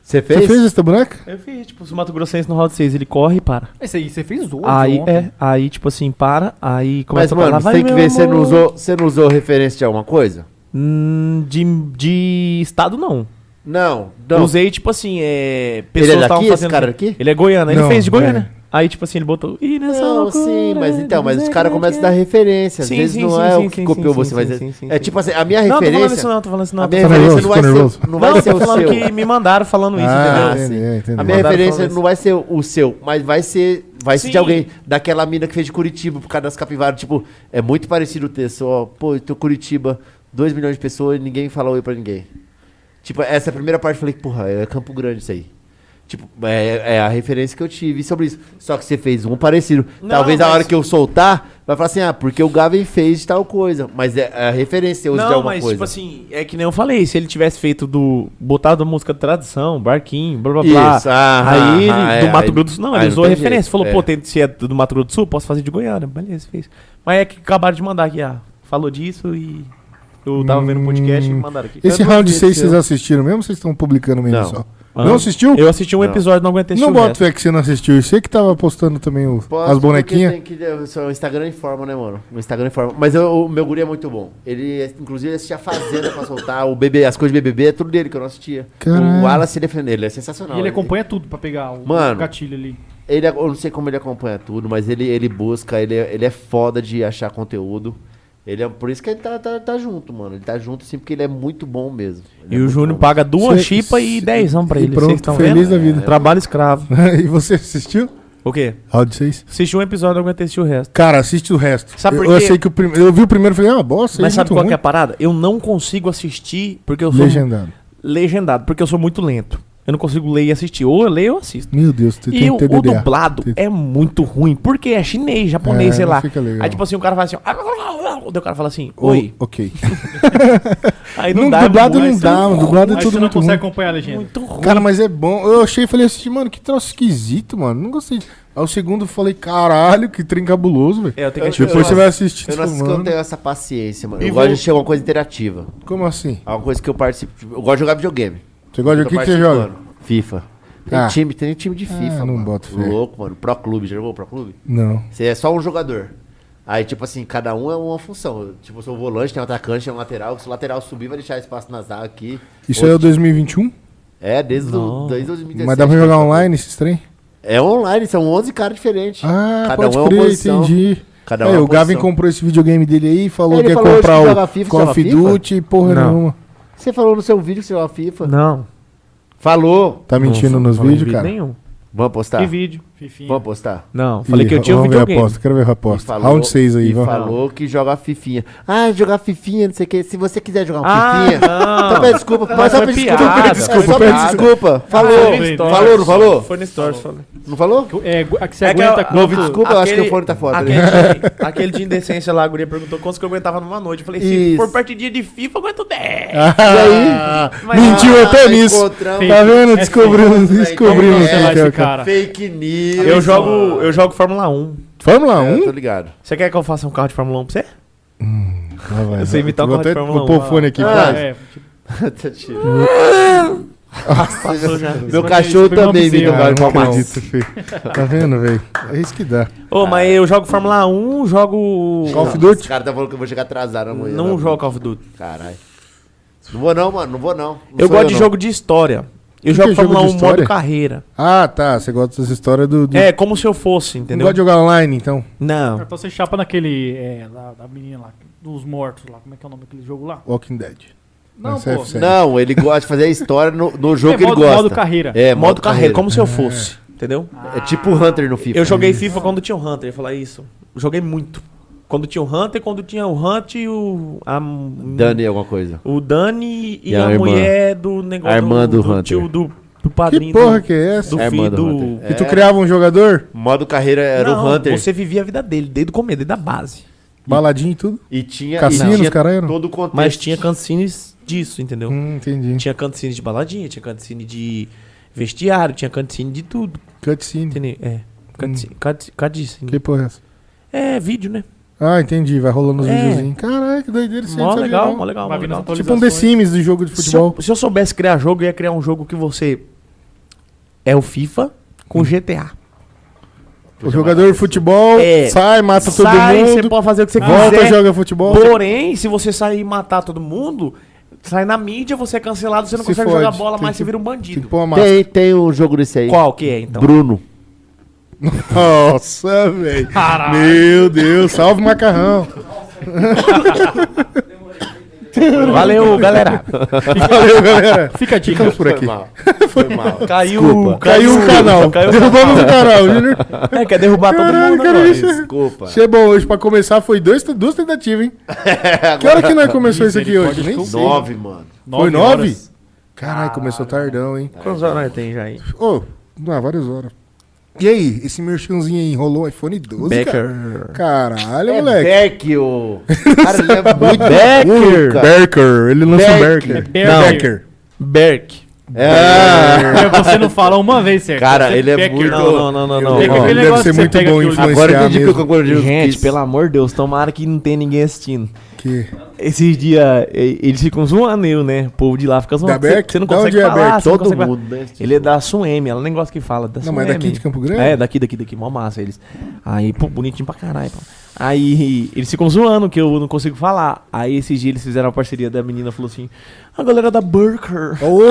Speaker 2: Você
Speaker 1: Você
Speaker 2: fez?
Speaker 1: fez essa boneca?
Speaker 5: Eu fiz, tipo, se o Mato Grossense no round 6, ele corre e para.
Speaker 4: Esse aí você fez hoje.
Speaker 5: Aí,
Speaker 4: ontem.
Speaker 5: é, aí, tipo assim, para, aí
Speaker 2: Mas,
Speaker 5: começa a
Speaker 2: mano,
Speaker 5: falar,
Speaker 2: você
Speaker 5: vai,
Speaker 2: tem que
Speaker 5: meu
Speaker 2: ver, você não,
Speaker 5: amor.
Speaker 2: usou, você não usou referência de alguma coisa?
Speaker 5: Hum, de, de estado, não.
Speaker 2: Não, não.
Speaker 5: Usei, tipo assim,
Speaker 2: Ele
Speaker 5: é.
Speaker 2: é
Speaker 5: Pessoas estavam
Speaker 2: daqui, esse
Speaker 5: fazendo-
Speaker 2: cara aqui?
Speaker 5: Ele é goiano, ele
Speaker 1: Não,
Speaker 5: fez de
Speaker 1: é.
Speaker 5: Goiânia. Aí, tipo assim, ele botou. "Ih, nessa
Speaker 2: Não,
Speaker 5: loucura,
Speaker 2: sim, mas então, mas os
Speaker 5: dizer
Speaker 2: caras
Speaker 5: que
Speaker 2: começam a
Speaker 5: é".
Speaker 2: dar referência. Às
Speaker 5: Sim,
Speaker 2: vezes
Speaker 5: sim,
Speaker 2: não
Speaker 5: sim,
Speaker 2: é
Speaker 5: sim,
Speaker 2: o que
Speaker 5: sim,
Speaker 2: copiou
Speaker 5: sim,
Speaker 2: você,
Speaker 5: sim,
Speaker 2: mas
Speaker 5: sim,
Speaker 2: é-
Speaker 5: sim, sim,
Speaker 2: é
Speaker 5: sim.
Speaker 2: tipo assim, a minha
Speaker 5: Não, tô falando
Speaker 2: referência.
Speaker 5: isso não, tô falando isso
Speaker 2: A
Speaker 5: não.
Speaker 2: minha
Speaker 5: tô falando-
Speaker 2: referência não vai
Speaker 1: nervoso,
Speaker 2: ser,
Speaker 1: tô
Speaker 2: não vai
Speaker 5: não,
Speaker 2: ser
Speaker 5: tô
Speaker 2: o
Speaker 5: falando
Speaker 2: seu.
Speaker 5: que me mandaram falando isso,
Speaker 1: Ah,
Speaker 5: entendeu?
Speaker 1: entendi, entendi.
Speaker 2: A minha
Speaker 5: Mandaram
Speaker 2: referência
Speaker 5: falando
Speaker 2: não vai ser o seu, mas vai ser, vai ser de
Speaker 5: Sim.
Speaker 2: alguém daquela mina que fez de Curitiba por causa das capivaras. Tipo, é muito parecido o texto. Ó, pô, eu tô em Curitiba, 2 milhões de pessoas e ninguém fala oi pra ninguém. Tipo, essa primeira parte eu falei, porra, é Campo Grande isso aí. Tipo, é, é a referência que eu tive sobre isso. Só que você fez um parecido.
Speaker 5: Não,
Speaker 2: Talvez na
Speaker 5: mas-
Speaker 2: hora que eu soltar, vai falar assim, ah, porque o Gavin fez tal coisa. Mas é a referência, eu uso de
Speaker 5: Não,
Speaker 2: alguma
Speaker 5: mas
Speaker 2: coisa.
Speaker 5: tipo assim, é que nem eu falei, se ele tivesse feito do. botado a música de tradição, barquinho, blá blá blá.
Speaker 2: Isso, ah, ah,
Speaker 5: aí ele,
Speaker 2: ah,
Speaker 5: do
Speaker 2: é,
Speaker 5: Mato
Speaker 2: aí-
Speaker 5: Grosso do Sul, não,
Speaker 2: aí
Speaker 5: ele
Speaker 2: não
Speaker 5: usou a
Speaker 2: tem
Speaker 5: referência.
Speaker 2: jeito,
Speaker 5: falou,
Speaker 2: é.
Speaker 5: pô, tem, se é do Mato Grosso do Sul, posso fazer de Goiânia. Beleza, fez. Mas é que acabaram de mandar aqui, ah, falou disso e. Eu tava vendo o podcast e mandaram aqui.
Speaker 1: Esse
Speaker 5: Eu não
Speaker 1: round
Speaker 5: vi
Speaker 1: 6
Speaker 5: seu.
Speaker 1: vocês assistiram mesmo ou vocês estão publicando mesmo
Speaker 2: Não.
Speaker 1: só?
Speaker 5: Ah.
Speaker 1: Não assistiu?
Speaker 5: Eu assisti um
Speaker 2: Não.
Speaker 5: episódio, não aguentei
Speaker 1: não
Speaker 5: assistir o
Speaker 1: boto fé que você não assistiu. E Você que tava postando também o-
Speaker 2: Posso,
Speaker 1: as bonequinhas.
Speaker 2: porque tem que- só O Instagram informa, né, mano? O Instagram informa. Mas eu- o meu guri é muito bom. Ele, inclusive, assistia a Fazenda pra soltar. O bebê, as coisas de BBB é tudo dele que eu não assistia.
Speaker 1: Caralho.
Speaker 2: O Wallace se defendendo, ele é sensacional.
Speaker 4: E ele acompanha tudo pra pegar o
Speaker 2: Mano.
Speaker 4: o gatilho ali.
Speaker 2: ele- eu não sei como ele acompanha tudo, mas ele, ele busca, ele, é- ele é foda de achar conteúdo. Ele é, por isso que ele tá, tá, tá junto, mano. Ele tá junto, sim, porque ele é muito bom mesmo. Ele
Speaker 5: E
Speaker 2: é
Speaker 5: o
Speaker 2: muito
Speaker 5: Júnior
Speaker 2: bom.
Speaker 5: paga duas
Speaker 1: Cê-
Speaker 5: chipas e
Speaker 1: cê-
Speaker 5: dezão pra
Speaker 1: e
Speaker 5: ele.
Speaker 1: pronto,
Speaker 5: Vocês estão
Speaker 1: feliz
Speaker 5: vendo?
Speaker 1: da
Speaker 5: É.
Speaker 1: vida.
Speaker 5: Trabalho escravo.
Speaker 1: e você assistiu?
Speaker 5: O quê?
Speaker 1: Round 6?
Speaker 5: Assisti um episódio, não aguentei assistir o resto.
Speaker 1: Cara, assiste o resto.
Speaker 5: Sabe
Speaker 1: eu,
Speaker 5: por
Speaker 1: eu
Speaker 5: quê?
Speaker 1: sei que o primeiro. Eu vi o primeiro e falei, ah, bosta,
Speaker 5: Mas
Speaker 1: isso é
Speaker 5: sabe
Speaker 1: muito
Speaker 5: qual que é
Speaker 1: ruim.
Speaker 5: a parada? Eu não consigo assistir porque eu sou
Speaker 1: Legendado.
Speaker 5: legendado, porque eu sou muito lento. Eu não consigo ler e assistir. Ou eu leio ou assisto.
Speaker 1: Meu Deus, tem
Speaker 5: E
Speaker 1: tem
Speaker 5: o, o
Speaker 1: TDDA.
Speaker 5: dublado
Speaker 1: Tem-
Speaker 5: é muito ruim, porque é chinês,
Speaker 1: É,
Speaker 5: japonês, sei
Speaker 1: não
Speaker 5: lá.
Speaker 1: fica legal.
Speaker 5: Aí tipo assim, o cara fala assim, ó, daí o cara fala assim,
Speaker 1: O-
Speaker 5: oi.
Speaker 1: Ok.
Speaker 5: Aí
Speaker 1: Não,
Speaker 5: não dá,
Speaker 1: dublado
Speaker 5: é
Speaker 1: não
Speaker 5: muito-
Speaker 1: dá, mano. dublado é
Speaker 4: Mas você
Speaker 1: tudo
Speaker 4: não
Speaker 1: muito
Speaker 4: consegue
Speaker 1: ruim.
Speaker 4: acompanhar a legenda.
Speaker 5: Muito ruim.
Speaker 1: Cara, mas é bom. Eu achei e falei assim, mano, que troço esquisito, mano. Não gostei. Aí o segundo eu falei, caralho, que trem cabuloso, velho.
Speaker 5: É, eu tenho que assistir.
Speaker 1: Depois você vai assistir
Speaker 2: Eu
Speaker 1: e fala,
Speaker 2: não assisto que eu não
Speaker 1: mano,
Speaker 2: tenho essa paciência, mano. Eu
Speaker 5: E
Speaker 2: gosto
Speaker 5: vou-
Speaker 2: de ser uma coisa interativa.
Speaker 1: Como assim?
Speaker 2: É uma coisa que eu participo. tipo, Eu gosto de jogar videogame.
Speaker 1: Você gosta de
Speaker 2: é
Speaker 1: o que, que você joga?
Speaker 2: FIFA. Tem
Speaker 1: Ah.
Speaker 2: time, tem time de FIFA,
Speaker 1: não
Speaker 2: mano.
Speaker 1: boto fé.
Speaker 2: Louco, mano. Pro clube, já jogou pro clube?
Speaker 1: Não.
Speaker 2: Você é só um jogador. Aí, tipo assim, cada um é uma função. Tipo, eu sou volante, tem um atacante, tem um lateral. Se o lateral subir, vai deixar espaço na zaga aqui.
Speaker 1: Isso aí é o
Speaker 2: Outro-
Speaker 1: 2021?
Speaker 2: É, desde, o, desde 2017.
Speaker 1: Mas dá pra jogar online esses trem?
Speaker 2: tipo, É online, são 11 caras diferentes.
Speaker 1: Ah,
Speaker 2: Cada
Speaker 1: pode
Speaker 2: um é uma
Speaker 1: crer,
Speaker 2: posição.
Speaker 1: entendi.
Speaker 2: Cada um
Speaker 1: Aí,
Speaker 2: é uma
Speaker 1: o Gavin
Speaker 2: posição.
Speaker 1: comprou esse videogame dele aí, falou
Speaker 2: Ele
Speaker 1: que ia
Speaker 2: falou hoje
Speaker 1: comprar
Speaker 2: que
Speaker 1: o
Speaker 2: joga FIFA,
Speaker 1: Call
Speaker 2: joga
Speaker 1: of
Speaker 2: FIFA?
Speaker 1: Duty e porra
Speaker 5: Não.
Speaker 1: nenhuma.
Speaker 2: Você falou no seu vídeo que você joga FIFA.
Speaker 5: Não.
Speaker 2: Falou.
Speaker 1: Tá mentindo
Speaker 5: Não,
Speaker 1: nos
Speaker 5: não vi
Speaker 1: vídeos, cara?
Speaker 5: Nenhum.
Speaker 2: Vamos apostar?
Speaker 4: Que vídeo. Fifinha.
Speaker 2: Tá. Vamos apostar?
Speaker 5: Não, falei
Speaker 1: Ih,
Speaker 5: que eu tinha um
Speaker 1: vamos ver a
Speaker 5: videogame.
Speaker 1: aposta, quero ver a
Speaker 2: E
Speaker 1: aposta.
Speaker 2: falou-
Speaker 1: Round 6 aí,
Speaker 2: e
Speaker 1: vamos.
Speaker 2: falou que joga fifinha. Ah, jogar fifinha, não sei o que. Se você quiser jogar uma
Speaker 5: Ah,
Speaker 2: fifinha...
Speaker 5: não.
Speaker 2: Então pede desculpa, mas só
Speaker 5: foi
Speaker 2: pede
Speaker 5: piada,
Speaker 2: desculpa, pede
Speaker 5: foi
Speaker 2: desculpa, só pede
Speaker 5: piada.
Speaker 2: desculpa. Falou,
Speaker 4: foi no
Speaker 2: falou, não falou?
Speaker 5: Foi no Stories, falei.
Speaker 2: Não falou?
Speaker 4: É, gu- a que você
Speaker 5: É que
Speaker 4: aguenta
Speaker 5: eu-
Speaker 4: quanto-
Speaker 2: Não ouvi desculpa, eu acho que
Speaker 5: Aquele-
Speaker 2: o fone tá foda.
Speaker 5: Aquele,
Speaker 2: né?
Speaker 5: de- aquele de indecência lá, a guria perguntou quantos que eu aguentava numa noite. Eu falei, se
Speaker 2: Isso.
Speaker 5: for partidinha de FIFA, eu aguento 10.
Speaker 1: Ah,
Speaker 5: Mas-
Speaker 1: Mentiu até
Speaker 2: Ah,
Speaker 1: nisso.
Speaker 2: encontramos.
Speaker 1: Tá vendo?
Speaker 4: É
Speaker 1: Descobrimos,
Speaker 2: famoso,
Speaker 1: descobrimos. quem
Speaker 2: né?
Speaker 4: Cancelar
Speaker 1: que é o
Speaker 4: esse
Speaker 1: cara.
Speaker 4: cara.
Speaker 2: Fake news.
Speaker 5: Eu jogo, eu jogo Fórmula 1.
Speaker 1: Fórmula
Speaker 2: É, eu
Speaker 1: 1?
Speaker 2: tô ligado.
Speaker 5: Você quer que eu faça um carro de Fórmula 1 pra você?
Speaker 1: Ah, vai,
Speaker 5: Eu sei
Speaker 1: vai.
Speaker 5: imitar o
Speaker 1: Vou
Speaker 5: carro de
Speaker 1: até
Speaker 5: Fórmula
Speaker 1: vou
Speaker 5: 1,
Speaker 1: pôr o
Speaker 5: vai.
Speaker 1: fone aqui.
Speaker 2: Ah,
Speaker 1: vai.
Speaker 4: É, tipo,
Speaker 2: Tá tirando. Meu cachorro
Speaker 4: Isso foi
Speaker 2: também me
Speaker 4: uma
Speaker 2: deu
Speaker 1: Ah,
Speaker 2: um
Speaker 1: não
Speaker 2: palmaço.
Speaker 1: acredito, filho. Tá vendo, velho? É isso que dá.
Speaker 5: Ô, mas eu jogo Fórmula 1, jogo...
Speaker 1: Call of
Speaker 2: Não,
Speaker 1: Duty?
Speaker 2: Os caras tá falando que eu vou chegar atrasado amanhã.
Speaker 5: Não
Speaker 2: né?
Speaker 5: jogo Call of Duty.
Speaker 2: Caralho. Não vou não, mano. Não vou não. Não
Speaker 5: Eu
Speaker 2: sou
Speaker 5: gosto de
Speaker 2: não.
Speaker 5: jogo de história. Eu
Speaker 1: Que
Speaker 5: jogo
Speaker 1: que é jogo
Speaker 5: Fórmula
Speaker 1: de
Speaker 5: 1 modo
Speaker 1: história?
Speaker 5: carreira.
Speaker 1: Ah, tá. Você gosta dessas histórias do. do...
Speaker 5: É, como se eu fosse,
Speaker 1: não
Speaker 5: entendeu?
Speaker 1: gosta de jogar online, então?
Speaker 5: Não.
Speaker 4: então você chapa naquele. É, da, da menina lá, dos mortos lá. Como é que é o nome daquele jogo lá?
Speaker 1: Walking Dead. Não,
Speaker 4: Não, pô.
Speaker 1: CF7.
Speaker 2: Não, ele gosta de fazer a história no, no jogo
Speaker 4: É
Speaker 2: que ele
Speaker 4: modo-
Speaker 2: gosta.
Speaker 4: modo carreira.
Speaker 2: É,
Speaker 5: modo, carreira, como se eu fosse. Entendeu?
Speaker 2: É tipo Hunter no FIFA. né?
Speaker 5: Eu joguei FIFA quando tinha o Hunter, eu falar isso. Joguei muito. Quando tinha o Hunter, quando tinha o Hunt e o. A,
Speaker 2: Dani alguma coisa.
Speaker 5: O Dani e,
Speaker 2: E
Speaker 5: a,
Speaker 2: a irmã.
Speaker 5: mulher do negócio.
Speaker 2: A irmã do Hunter.
Speaker 5: tio do, do
Speaker 1: Que
Speaker 5: padrinho.
Speaker 1: porra
Speaker 5: do,
Speaker 1: que é essa?
Speaker 5: do
Speaker 2: É a irmã
Speaker 5: filho
Speaker 2: do
Speaker 5: do.
Speaker 2: Hunter.
Speaker 1: E tu criava um jogador?
Speaker 2: Modo carreira era
Speaker 5: Não,
Speaker 2: o Hunter.
Speaker 5: Você vivia a vida dele, desde o começo, desde a base.
Speaker 1: Baladinho e tudo?
Speaker 2: E tinha,
Speaker 1: Cassinos,
Speaker 2: e tinha
Speaker 1: caralho, não.
Speaker 2: todo o contexto.
Speaker 5: Mas tinha cutscenes disso, entendeu?
Speaker 1: Hum, entendi.
Speaker 5: Tinha cutscene de baladinha, tinha cutscene de vestiário, tinha cutscene de tudo.
Speaker 1: Cutscene.
Speaker 5: Entendeu? É. Cutscene. cutscene- cutscene.
Speaker 1: Hum. Que porra é essa?
Speaker 5: É, vídeo, né?
Speaker 1: Ah, entendi. Vai rolando os
Speaker 5: É.
Speaker 1: videozinhos. Caralho, que doideira isso aí,
Speaker 5: Mó
Speaker 1: não sabia
Speaker 5: legal,
Speaker 1: não.
Speaker 5: mó legal, mó
Speaker 4: Vai vir nas
Speaker 5: legal.
Speaker 1: Tipo um The
Speaker 4: atualizações.
Speaker 1: Sims de jogo de
Speaker 5: Se eu,
Speaker 1: futebol.
Speaker 5: se eu soubesse criar jogo, eu ia criar um jogo que você é o FIFA
Speaker 1: Hum.
Speaker 5: com GTA.
Speaker 1: O jogador de futebol
Speaker 5: É.
Speaker 1: sai, mata
Speaker 5: Sai,
Speaker 1: todo
Speaker 5: você
Speaker 1: mundo,
Speaker 5: pode fazer o que você
Speaker 1: volta,
Speaker 5: quiser.
Speaker 1: joga futebol.
Speaker 5: Porém, se você sair e matar todo mundo, sai na mídia, você é cancelado, você não
Speaker 1: Se
Speaker 5: consegue
Speaker 1: fode.
Speaker 5: jogar bola
Speaker 1: Tem
Speaker 5: mais,
Speaker 1: que-
Speaker 5: você vira um
Speaker 1: Tem que
Speaker 5: bandido.
Speaker 1: pôr Tipo uma máscara.
Speaker 2: Tem, tem um jogo desse aí.
Speaker 5: Qual que é, então?
Speaker 2: Bruno.
Speaker 1: Nossa, velho. Meu Deus, salve macarrão.
Speaker 5: Valeu, galera.
Speaker 1: Valeu, galera.
Speaker 4: Fica a dica.
Speaker 1: Ficamos por aqui.
Speaker 2: Foi mal.
Speaker 5: Caiu,
Speaker 2: Desculpa.
Speaker 1: Caiu o canal.
Speaker 5: Caiu o
Speaker 1: Derrubamos o canal, Júnior.
Speaker 5: É, quer derrubar todo
Speaker 1: Caralho,
Speaker 5: mundo
Speaker 1: cara,
Speaker 5: agora.
Speaker 1: isso é-
Speaker 2: Desculpa.
Speaker 1: Isso é bom hoje. Pra começar, foi dois, duas tentativas, hein? Que hora que nós começou isso aqui hoje? Nem sei.
Speaker 2: Nove, mano.
Speaker 1: Foi nove?
Speaker 4: horas.
Speaker 1: Caralho, começou tardão, hein?
Speaker 5: Quantas horas nós tem já aí?
Speaker 1: Ô, ah, várias horas. E aí, esse merchanzinho aí enrolou o iPhone 12, cara? Caralho, moleque.
Speaker 2: Beck, ô. Cara, ele é muito burro, cara.
Speaker 1: Berker, ele lança o
Speaker 2: Berker.
Speaker 1: Berker.
Speaker 4: É
Speaker 1: Não,
Speaker 4: Berker.
Speaker 1: Berker.
Speaker 5: Berk.
Speaker 2: É.
Speaker 4: É, Você não fala uma vez, certo?
Speaker 2: Cara,
Speaker 4: Você
Speaker 2: ele é
Speaker 4: peca.
Speaker 2: muito...
Speaker 5: Não, não, não, não.
Speaker 4: Pega
Speaker 1: Ó,
Speaker 5: não.
Speaker 4: aquele
Speaker 1: deve
Speaker 4: negócio
Speaker 1: ser
Speaker 4: que você
Speaker 1: muito
Speaker 4: pega
Speaker 1: bom
Speaker 4: aquilo.
Speaker 2: Agora eu
Speaker 1: influenciar
Speaker 2: entendi o que o
Speaker 1: mesmo.
Speaker 2: Canguru
Speaker 5: Gente, pelo amor de Deus, tomara que não tenha ninguém assistindo.
Speaker 1: Que...
Speaker 5: Esses dias, e- eles ficam zoando eu, né? O povo de lá fica zoando.
Speaker 1: Da Berk?
Speaker 5: Você não
Speaker 1: Da
Speaker 5: consegue
Speaker 1: onde é a
Speaker 5: falar,
Speaker 1: Berk?
Speaker 5: você não
Speaker 2: Todo
Speaker 5: consegue falar.
Speaker 2: mundo, né?
Speaker 5: Ele é da Suemi, ela nem gosta que fala. Da
Speaker 1: Não, mas
Speaker 5: Suemi.
Speaker 1: daqui de Campo Grande?
Speaker 5: É, daqui, daqui, daqui. Mó massa eles. Aí, pô, bonitinho pra caralho. pô. Aí eles ficam zoando que eu não consigo falar. Aí esses dias eles fizeram uma parceria da menina falou assim: a galera da Burker.
Speaker 1: Ô,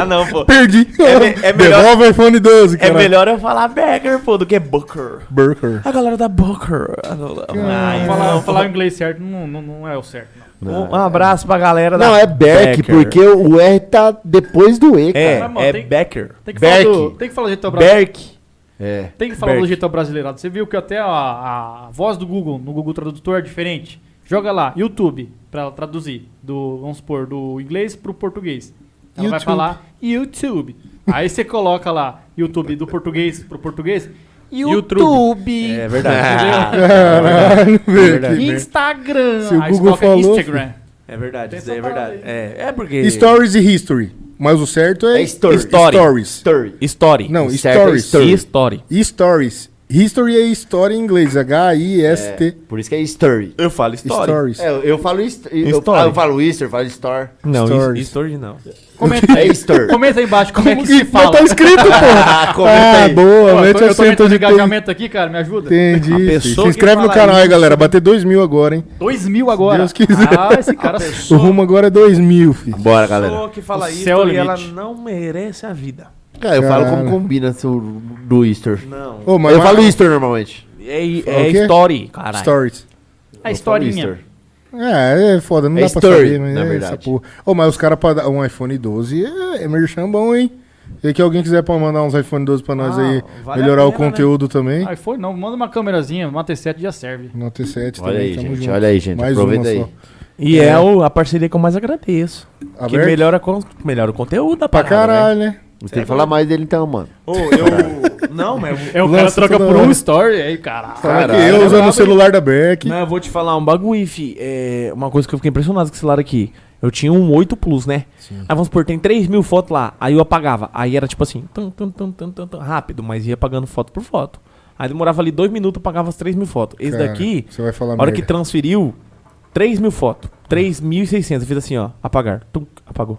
Speaker 5: ah, não, pô.
Speaker 1: perdi.
Speaker 5: É me- é melhor-
Speaker 1: Devolve o iPhone 12,
Speaker 5: É
Speaker 1: cara.
Speaker 5: melhor eu falar Burger, pô, do que Booker.
Speaker 1: Berker.
Speaker 5: A galera da Booker. Ah, não, não. Ai,
Speaker 4: Falar,
Speaker 5: não.
Speaker 4: falar o inglês certo não, não, não é o certo. Não.
Speaker 5: Um um abraço pra galera da
Speaker 2: Não, é Beck,
Speaker 5: Becker.
Speaker 2: porque o R tá depois do E,
Speaker 5: É,
Speaker 4: Mas, mano,
Speaker 5: é
Speaker 4: tem-
Speaker 5: Becker.
Speaker 4: Tem, que falar
Speaker 2: Berk.
Speaker 4: do, tem que falar do jeito brasileiro.
Speaker 5: Berk.
Speaker 2: É.
Speaker 4: Tem que falar
Speaker 5: Berk.
Speaker 4: do jeito brasileirado. Você viu que até a, a voz do Google, no Google Tradutor, é diferente? Joga lá, YouTube, pra traduzir. Do, vamos supor, do inglês pro português. Ela vai
Speaker 1: YouTube.
Speaker 4: falar YouTube. Aí você coloca lá, YouTube do português pro português. YouTube.
Speaker 5: É verdade.
Speaker 1: Caralho,
Speaker 5: verdade.
Speaker 1: velho.
Speaker 4: Instagram.
Speaker 1: É Se o
Speaker 4: Aí você
Speaker 1: Google
Speaker 4: coloca
Speaker 1: falou,
Speaker 4: Instagram.
Speaker 5: É verdade, isso daí é
Speaker 4: Tem essa
Speaker 5: verdade.
Speaker 4: parada
Speaker 5: É, é porque.
Speaker 1: que- Stories e History. Mas o certo é...
Speaker 2: É story.
Speaker 5: Story.
Speaker 1: Stories.
Speaker 2: Story.
Speaker 5: Story.
Speaker 1: Não,
Speaker 2: O certo é
Speaker 1: stories.
Speaker 2: story.
Speaker 5: Story.
Speaker 1: Stories. History é história em inglês.
Speaker 2: É,
Speaker 1: H-I-S-T.
Speaker 2: por isso que é Story.
Speaker 5: Eu falo story.
Speaker 1: Stories.
Speaker 2: É, eu- eu falo Easter. Eu,
Speaker 5: Story.
Speaker 2: ah, eu falo Easter, eu falo Store.
Speaker 5: Não,
Speaker 1: Stories.
Speaker 5: is- story não.
Speaker 4: Comenta,
Speaker 2: É Easter.
Speaker 4: comenta aí embaixo como é que
Speaker 1: Ih,
Speaker 4: se fala.
Speaker 1: Mas tá escrito, porra.
Speaker 2: Ah,
Speaker 1: Ah,
Speaker 2: comenta aí.
Speaker 1: boa.
Speaker 4: Ó, eu
Speaker 1: Mete
Speaker 4: tô, eu tô
Speaker 1: acento
Speaker 4: aumentando o
Speaker 1: onde tem.
Speaker 4: engajamento aqui, cara, me ajuda.
Speaker 1: Entendi.
Speaker 5: pessoa
Speaker 1: filho.
Speaker 5: que
Speaker 1: Se inscreve no
Speaker 5: fala
Speaker 1: canal aí,
Speaker 5: isso-
Speaker 1: galera. Bater dois mil agora, hein?
Speaker 4: Dois mil agora.
Speaker 1: Deus quiser.
Speaker 4: Ah, esse cara.
Speaker 1: O rumo agora é dois mil, filho.
Speaker 2: Bora, galera.
Speaker 5: que fala
Speaker 4: O
Speaker 5: isso
Speaker 4: céu é o
Speaker 5: e ela
Speaker 4: limite.
Speaker 5: não merece a vida.
Speaker 2: Cara, eu falo como
Speaker 1: Caralho.
Speaker 2: combina seu, do Easter.
Speaker 5: Não.
Speaker 1: Ô,
Speaker 2: eu falo
Speaker 1: vai-
Speaker 2: Easter normalmente.
Speaker 5: É,
Speaker 1: Fala o quê?
Speaker 5: é story, caralho.
Speaker 1: Stories.
Speaker 4: A
Speaker 2: Eu falo
Speaker 4: historinha.
Speaker 2: Easter.
Speaker 1: É, é foda, não
Speaker 2: É
Speaker 1: dá pra
Speaker 2: story,
Speaker 1: saber, mas
Speaker 2: na
Speaker 1: é
Speaker 2: verdade.
Speaker 1: essa porra. Ô, mas os caras pra dar um iPhone 12 é, é merchan bom, hein? Se que alguém quiser pra mandar uns iPhone 12 pra nós
Speaker 5: Ah,
Speaker 1: aí,
Speaker 5: vale a
Speaker 1: melhorar o
Speaker 5: pena, né?
Speaker 1: conteúdo também.
Speaker 4: Aí foi, não. Manda uma câmerazinha, uma T7 já serve.
Speaker 1: No T7
Speaker 2: Olha
Speaker 1: também,
Speaker 2: aí,
Speaker 1: tamo
Speaker 2: gente.
Speaker 1: junto.
Speaker 2: Olha aí, gente.
Speaker 1: Mais
Speaker 2: Aproveita aí.
Speaker 1: uma
Speaker 5: E é, o- a parceria que eu mais agradeço.
Speaker 1: só.
Speaker 5: Que
Speaker 1: Aberto?
Speaker 5: melhora, con- melhora o conteúdo da
Speaker 1: Pra
Speaker 5: parada,
Speaker 1: caralho, né?
Speaker 2: Não tem que falar mais dele então, mano.
Speaker 5: Ô, eu. não, mas. eu-
Speaker 4: É, o
Speaker 1: Lança
Speaker 4: cara troca
Speaker 1: toda
Speaker 4: por um
Speaker 1: hora.
Speaker 4: story, aí, caralho.
Speaker 1: Fala que
Speaker 2: Caralho,
Speaker 1: eu usando
Speaker 5: brabo,
Speaker 1: o celular da Beck.
Speaker 5: Não, eu vou te falar um bagulho, fi. É, uma coisa que eu fiquei impressionado com esse celular aqui. Eu tinha um 8 Plus, né? Aí vamos supor, tem 3 mil fotos lá. Aí eu apagava. Aí era tipo assim, tum, tum, tum, tum, tum, tum, rápido, mas ia apagando foto por foto. Aí demorava ali 2 minutos, eu apagava as 3 mil fotos. Esse
Speaker 1: Cara,
Speaker 5: daqui,
Speaker 1: Você vai falar
Speaker 5: a hora que
Speaker 1: merda.
Speaker 5: transferiu, 3 mil fotos. 3.600. Eu fiz assim, ó, apagar. Tum, apagou.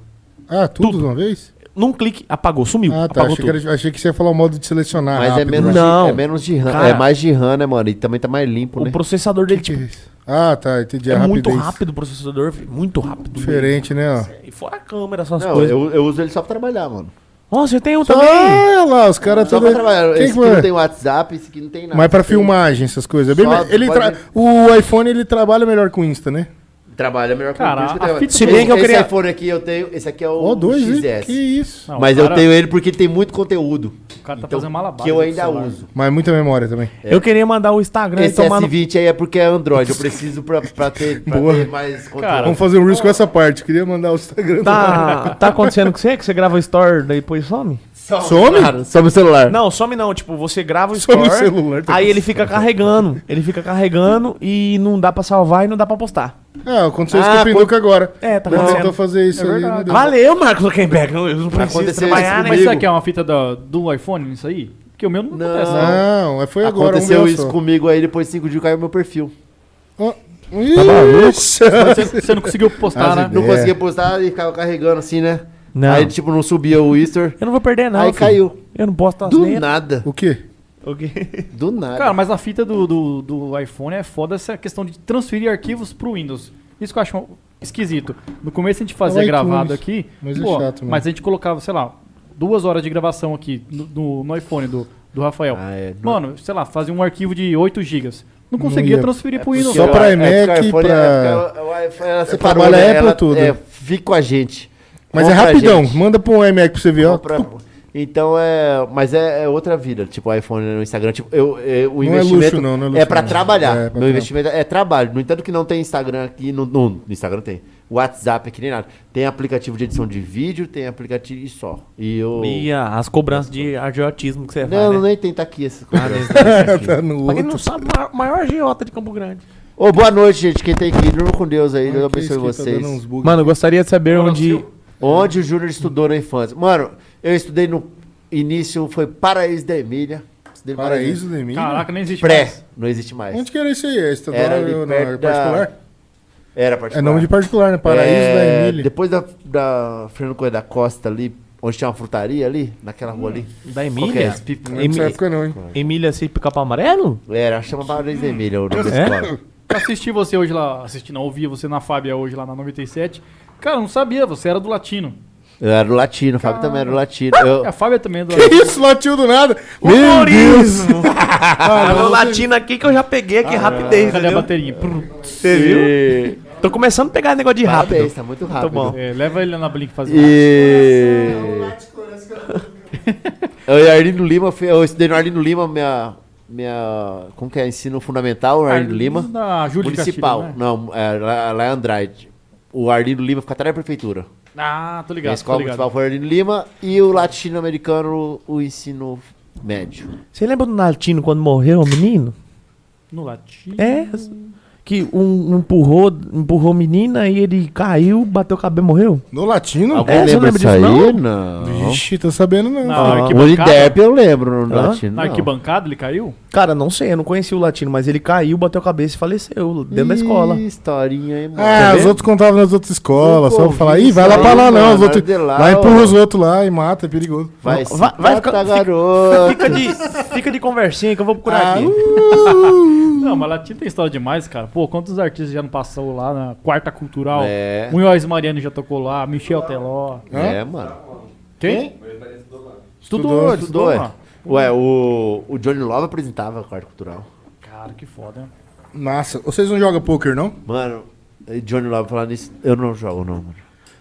Speaker 1: Ah, tudo, de uma vez?
Speaker 5: Num clique, apagou, sumiu.
Speaker 1: Ah, tá.
Speaker 5: apagou
Speaker 1: Achei que,
Speaker 5: tudo.
Speaker 1: era- achei que você ia falar o modo de selecionar.
Speaker 2: Mas é
Speaker 1: rápido,
Speaker 2: menos,
Speaker 1: né?
Speaker 5: Não.
Speaker 2: De, é menos de RAM.
Speaker 5: Cara.
Speaker 2: é mais de RAM, né, mano? E também tá mais limpo,
Speaker 5: O
Speaker 2: né?
Speaker 5: processador dele,
Speaker 1: Que
Speaker 5: tipo,
Speaker 1: é isso? Ah, tá. Entendi.
Speaker 5: é,
Speaker 1: a
Speaker 5: muito
Speaker 1: rapidez.
Speaker 5: rápido o processador, fi, muito rápido.
Speaker 1: Diferente, né? Ó.
Speaker 5: E fora a câmera, essas
Speaker 2: Não,
Speaker 5: coisas.
Speaker 2: eu, eu uso ele só pra trabalhar, mano.
Speaker 5: Nossa, eu tenho um
Speaker 1: Só
Speaker 5: também.
Speaker 1: olha lá, os caras
Speaker 2: Só
Speaker 1: tudo.
Speaker 2: pra trabalhar.
Speaker 1: Quem
Speaker 2: esse
Speaker 1: que
Speaker 2: aqui não
Speaker 1: vai-
Speaker 2: tem WhatsApp, esse aqui não tem nada.
Speaker 1: Mas pra
Speaker 2: Tem-
Speaker 1: filmagem, essas coisas. é bem
Speaker 2: Só
Speaker 1: me- ele
Speaker 2: pode-
Speaker 1: tra- O iPhone ele trabalha melhor com o Insta, né?
Speaker 2: Trabalha melhor que
Speaker 4: Cara,
Speaker 2: o Cris. que
Speaker 4: a
Speaker 2: trabalha.
Speaker 4: fita-
Speaker 5: Se bem que eu
Speaker 2: Esse
Speaker 5: queria-
Speaker 2: iPhone aqui eu tenho. Esse aqui é o
Speaker 1: Ó, dois, hein?
Speaker 2: XS.
Speaker 1: Que isso.
Speaker 4: Não,
Speaker 2: Mas
Speaker 4: o
Speaker 2: eu
Speaker 4: cara-
Speaker 2: tenho ele porque ele tem muito conteúdo.
Speaker 4: O cara tá
Speaker 2: Então,
Speaker 4: fazendo malabar.
Speaker 2: que eu
Speaker 4: no
Speaker 2: ainda
Speaker 4: celular.
Speaker 2: uso.
Speaker 1: Mas é muita memória também.
Speaker 2: Tá.
Speaker 5: Eu queria mandar o Instagram e
Speaker 2: Esse
Speaker 5: tomar no...
Speaker 2: S20 aí é porque é Android. Eu preciso pra, pra ter, pra
Speaker 1: Boa.
Speaker 2: ter mais conteúdo.
Speaker 4: Cara,
Speaker 1: Vamos fazer um risco com essa parte. Queria mandar o Instagram.
Speaker 5: Tá, tá acontecendo com você? Que você grava o story, daí depois some?
Speaker 1: Some?
Speaker 2: sobe o celular.
Speaker 5: Não, some não. Tipo, você grava o
Speaker 1: Some
Speaker 5: story,
Speaker 1: o celular, tá
Speaker 5: aí
Speaker 1: com
Speaker 5: ele fica carregando. Ele fica carregando e não dá pra salvar e não dá pra postar.
Speaker 1: Ah, aconteceu isso
Speaker 2: Ah,
Speaker 1: com o Pinduca agora.
Speaker 5: É, tá
Speaker 1: Ele
Speaker 5: acontecendo.
Speaker 1: tentou fazer isso
Speaker 4: É
Speaker 1: ali.
Speaker 4: verdade.
Speaker 1: não deu.
Speaker 5: Valeu, Marcos Zuckerberg. Eu não preciso
Speaker 2: Aconteceu
Speaker 5: trabalhar,
Speaker 2: isso
Speaker 5: né?
Speaker 4: Mas
Speaker 2: comigo.
Speaker 4: será que é uma fita da- do iPhone isso aí? Porque o meu não,
Speaker 2: Não.
Speaker 4: acontece. né?
Speaker 1: Não, é- foi agora.
Speaker 2: Aconteceu
Speaker 1: um
Speaker 2: isso comigo aí, depois de cinco dias caiu meu perfil. Tá
Speaker 1: Isso.
Speaker 4: Mas Você, você não conseguiu postar,
Speaker 1: As
Speaker 4: né?
Speaker 1: ideias.
Speaker 2: Não
Speaker 1: É.
Speaker 2: conseguia postar e ficava carregando assim, né?
Speaker 5: Não.
Speaker 2: Aí, tipo, não subia o Easter.
Speaker 5: Eu não vou perder, não.
Speaker 2: aí
Speaker 5: filho.
Speaker 2: caiu.
Speaker 5: Eu não posto as
Speaker 2: Do
Speaker 5: lenhas.
Speaker 2: nada.
Speaker 1: O quê?
Speaker 5: O quê?
Speaker 2: Do nada.
Speaker 4: Cara, mas a fita do, do, do iPhone é foda essa questão de transferir arquivos pro Windows. Isso que eu acho esquisito. No começo a gente fazia
Speaker 1: iTunes,
Speaker 4: gravado aqui,
Speaker 1: mas é
Speaker 4: pô,
Speaker 1: chato mesmo.
Speaker 4: mas a gente colocava, sei lá, duas horas de gravação aqui no, no- no iPhone do, do Rafael.
Speaker 2: Ah, é.
Speaker 4: Mano, sei lá, fazia um arquivo de 8 GB. Não
Speaker 1: Não
Speaker 4: conseguia
Speaker 1: ia.
Speaker 4: transferir pro
Speaker 2: Porque
Speaker 4: Windows.
Speaker 1: Só
Speaker 2: o-
Speaker 1: pra
Speaker 2: é porque o
Speaker 1: iMac,
Speaker 2: iPhone-
Speaker 1: pra-
Speaker 2: é porque o- o iPhone, Ela separou,
Speaker 1: trabalho
Speaker 2: né?
Speaker 1: Apple,
Speaker 2: Ela-
Speaker 1: tudo.
Speaker 2: É, fica com a gente.
Speaker 1: Mas
Speaker 2: Compra
Speaker 1: é
Speaker 2: a
Speaker 1: rapidão.
Speaker 2: gente.
Speaker 1: Manda pra um iMac pra você ver, ó.
Speaker 2: Compra- Então é. Mas é, é outra vida. Tipo, o iPhone no Instagram. Tipo, eu, eu- o
Speaker 1: é
Speaker 2: investimento.
Speaker 1: luxo, não, não é luxo,
Speaker 2: pra
Speaker 1: não.
Speaker 2: trabalhar.
Speaker 1: É, pra
Speaker 2: Meu
Speaker 1: trabalhar.
Speaker 2: investimento é trabalho. No entanto, que não tem Instagram aqui. No, no- no Instagram tem. WhatsApp aqui nem nada. Tem aplicativo de edição de vídeo, tem aplicativo e só. E eu.
Speaker 5: E ah, as cobranças de agiotismo que você faz,
Speaker 2: Não,
Speaker 5: né?
Speaker 2: nem tem tá aqui essas coisas.
Speaker 1: tá no
Speaker 5: Pra
Speaker 1: outro.
Speaker 5: quem não sabe, o maior- maior agiota de Campo Grande.
Speaker 2: Ô, boa noite, gente. Quem tem que ir, durma com Deus aí. Deus abençoe
Speaker 1: Isso aqui tá
Speaker 2: vocês.
Speaker 1: dando uns bugs.
Speaker 5: Mano, eu gostaria de saber onde...
Speaker 2: Onde o Júnior estudou na infância? Mano, eu estudei no início, foi Paraíso da Emília. Estudei no
Speaker 1: Paraíso do Emílio?
Speaker 4: Caraca, nem existe mais.
Speaker 2: Pré, não existe mais.
Speaker 1: Onde que era isso aí? É estadual
Speaker 2: Era ali
Speaker 1: ou não?
Speaker 2: perto
Speaker 1: É particular?
Speaker 2: Era particular.
Speaker 1: É nome de particular, né? Paraíso
Speaker 2: É,
Speaker 1: da Emília.
Speaker 2: Depois da, da Fernando Coelho da Costa ali, onde tinha uma frutaria ali, naquela rua ali. Qual que
Speaker 5: Da
Speaker 2: é?
Speaker 5: Emília?
Speaker 2: Espí-
Speaker 1: Não é dessa época não, hein?
Speaker 5: Emília se pica amarelo?
Speaker 2: Era, chama Paraíso da Emília o nome da
Speaker 5: É?
Speaker 2: escola.
Speaker 4: Eu assisti você hoje lá, assisti não, ouvia você na Fábia hoje lá na 97. Cara, eu não sabia, você era do latino.
Speaker 2: Eu era do latino, o Fábio também era do latino.
Speaker 4: A
Speaker 2: Eu,
Speaker 4: Fábia também é do
Speaker 1: Que
Speaker 4: latino.
Speaker 1: isso, latiu do nada. Meu Deus.
Speaker 5: Humorismo! É o latino aqui que eu já peguei aqui rapidez,
Speaker 4: Cadê a
Speaker 5: entendeu?
Speaker 4: bateria? Prr.
Speaker 5: Você viu? Tô começando a pegar negócio de
Speaker 2: Parabéns,
Speaker 5: rápido.
Speaker 2: tá muito rápido.
Speaker 5: bom.
Speaker 4: É, leva ele lá na Blink fazer.
Speaker 2: E. Eu e Arlindo Lima, fui- eu estudei no Arlindo Lima, minha. minha como que é? Ensino fundamental, Arlindo Lima.
Speaker 4: Na Júlio de
Speaker 2: municipal.
Speaker 4: Castilho, né?
Speaker 2: Não, é, lá, lá é Andrade. O Arlindo Lima fica atrás da prefeitura.
Speaker 4: Ah, tô ligado.
Speaker 2: É a escola
Speaker 4: tô ligado.
Speaker 2: municipal foi Arlindo Lima e o latino-americano, o ensino médio.
Speaker 5: Você lembra do latino quando morreu o menino?
Speaker 4: No latino.
Speaker 5: É. Que um um empurrou, empurrou a menina e ele caiu, bateu o cabelo e morreu?
Speaker 1: No latino?
Speaker 2: Alguém
Speaker 5: É, você
Speaker 2: lembra
Speaker 5: lembra
Speaker 2: disso
Speaker 5: disso,
Speaker 2: aí?
Speaker 5: não?
Speaker 2: Não.
Speaker 1: Vixe, tá sabendo não.
Speaker 4: Não. Na
Speaker 2: O
Speaker 4: arquibancada?
Speaker 2: Uniderp eu lembro no
Speaker 5: Hã?
Speaker 2: latino.
Speaker 4: Na
Speaker 2: não.
Speaker 4: arquibancada ele caiu?
Speaker 5: Cara, não sei, eu não conheci o latino, mas ele caiu, bateu a cabeça e faleceu dentro da
Speaker 2: Ih,
Speaker 5: escola.
Speaker 2: historinha, hein, mano? Tá
Speaker 1: Ah,
Speaker 5: Quer
Speaker 1: os
Speaker 5: ver?
Speaker 1: outros contavam nas outras escolas,
Speaker 2: Nunca
Speaker 1: só pra falar,
Speaker 2: ouvi
Speaker 1: ih, vai lá
Speaker 2: isso
Speaker 1: pra
Speaker 2: aí,
Speaker 1: lá não,
Speaker 2: mano,
Speaker 1: os outros,
Speaker 2: olha lá,
Speaker 1: vai
Speaker 2: ó.
Speaker 1: empurra os outros lá e mata, é perigoso.
Speaker 2: Vai,
Speaker 5: Vai- vai- vai ficar- fica-
Speaker 2: garoto.
Speaker 5: Fica de, fica de conversinha que eu vou procurar
Speaker 1: Ah,
Speaker 5: aqui.
Speaker 4: Não, mas latino tem história demais, cara. Pô, quantos artistas já não passou lá na Quarta Cultural?
Speaker 2: É.
Speaker 4: Munhoz Mariano já tocou lá, Michel Teló.
Speaker 2: É, mano.
Speaker 4: Quem?
Speaker 1: Estudou,
Speaker 4: Estudou, ele estudou,
Speaker 2: Dois.
Speaker 4: lá.
Speaker 2: Ué, o, o Johnny Love apresentava a quarta cultural.
Speaker 4: Cara, que foda. né?
Speaker 1: Nossa, vocês não jogam poker não?
Speaker 2: Mano, e Johnny Love falando isso, eu não jogo, não, mano.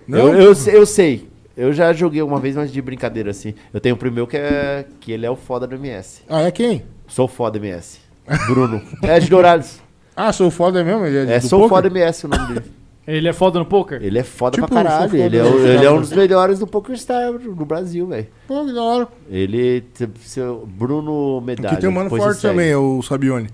Speaker 1: Não?
Speaker 2: Eu, eu, sei- eu sei. Eu já joguei uma vez, mas de brincadeira, assim. Eu tenho um primo meu que é. que ele é o foda do MS.
Speaker 1: Ah, é quem?
Speaker 2: Sou foda MS. Bruno. é de Dourados.
Speaker 1: Ah, sou foda mesmo? Ele
Speaker 2: É,
Speaker 1: do
Speaker 2: sou
Speaker 1: poker?
Speaker 2: foda MS o nome dele.
Speaker 4: Ele é foda no poker?
Speaker 2: Ele é foda
Speaker 1: Tipo,
Speaker 2: pra caralho.
Speaker 1: sou foda
Speaker 2: ele, é, o-
Speaker 1: mesmo.
Speaker 2: ele é um dos melhores do Poker Star no Brasil, velho.
Speaker 1: Pô, que da hora.
Speaker 2: Ele. Seu Bruno Medalha.
Speaker 1: Aqui tem um mano
Speaker 2: depois
Speaker 1: forte
Speaker 2: você segue.
Speaker 1: também, o Sabione.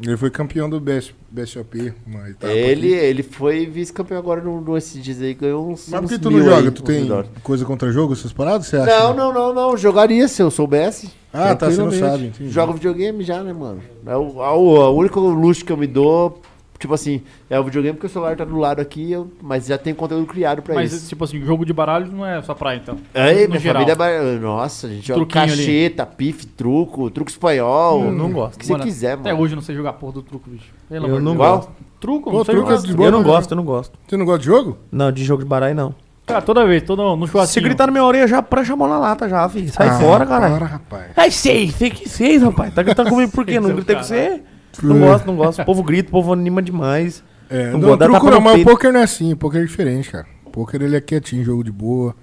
Speaker 1: Ele foi campeão do BS, BSOP, uma etapa
Speaker 2: Ele,
Speaker 1: aqui.
Speaker 2: ele foi vice-campeão agora no, no SDGs aí, ganhou
Speaker 5: é
Speaker 2: uns.
Speaker 1: Mas por que
Speaker 2: uns
Speaker 1: tu não
Speaker 2: mil
Speaker 1: joga?
Speaker 2: aí,
Speaker 1: tu
Speaker 2: uns
Speaker 1: tem
Speaker 2: mil dólares.
Speaker 1: coisa contra jogo, essas paradas, você acha? né?
Speaker 2: Não, não, não, não. Jogaria se eu soubesse.
Speaker 1: Ah, tá, você não
Speaker 2: tranquilamente.
Speaker 1: sabe, entendi.
Speaker 2: Jogo videogame já, né, mano? É o, é o, é o único luxo que eu me dou, tipo assim, é o videogame porque o celular tá do lado aqui, eu- mas já tem conteúdo criado pra
Speaker 4: Mas,
Speaker 2: isso.
Speaker 4: tipo assim, jogo de baralho não é só praia, então.
Speaker 2: Aí,
Speaker 4: no
Speaker 2: minha
Speaker 4: geral.
Speaker 2: família é ba- Nossa, a gente joga
Speaker 4: Truquinho ali. Hum,
Speaker 2: cacheta, pife, truco, truco espanhol.
Speaker 5: não gosto.
Speaker 2: O que você
Speaker 4: Mano,
Speaker 2: quiser, mano.
Speaker 4: Até hoje eu não sei jogar a porra do truco, bicho. Pelo
Speaker 5: Eu
Speaker 4: amor de
Speaker 5: não
Speaker 4: Deus.
Speaker 2: Qual?
Speaker 4: Truco?
Speaker 1: Pô,
Speaker 4: não sei
Speaker 1: truco é
Speaker 4: jogar.
Speaker 1: de boa, Tipo
Speaker 5: Eu não
Speaker 1: mas-
Speaker 5: gosto, eu não gosto.
Speaker 1: Você não gosta de jogo?
Speaker 5: Não, de jogo de baralho não.
Speaker 4: Cara, toda vez, todo no
Speaker 5: Se
Speaker 4: churrasquinho.
Speaker 5: gritar na minha orelha, já prancha a mão na lata já, filho. Sai
Speaker 1: assim, Ah,
Speaker 5: fora, caralho.
Speaker 1: Para, rapaz.
Speaker 5: É seis, tem que seis, rapaz. Tá gritando comigo por quê? Não gritei com você?
Speaker 1: Hum.
Speaker 5: Não gosto, não gosto. O povo grita, o povo anima demais.
Speaker 1: É,
Speaker 5: Não
Speaker 1: não,
Speaker 5: vou dar tapa
Speaker 1: procura,
Speaker 5: no
Speaker 1: mas o
Speaker 5: peito.
Speaker 1: poker não é assim, o poker é diferente, cara. O poker ele é quietinho, jogo de boa.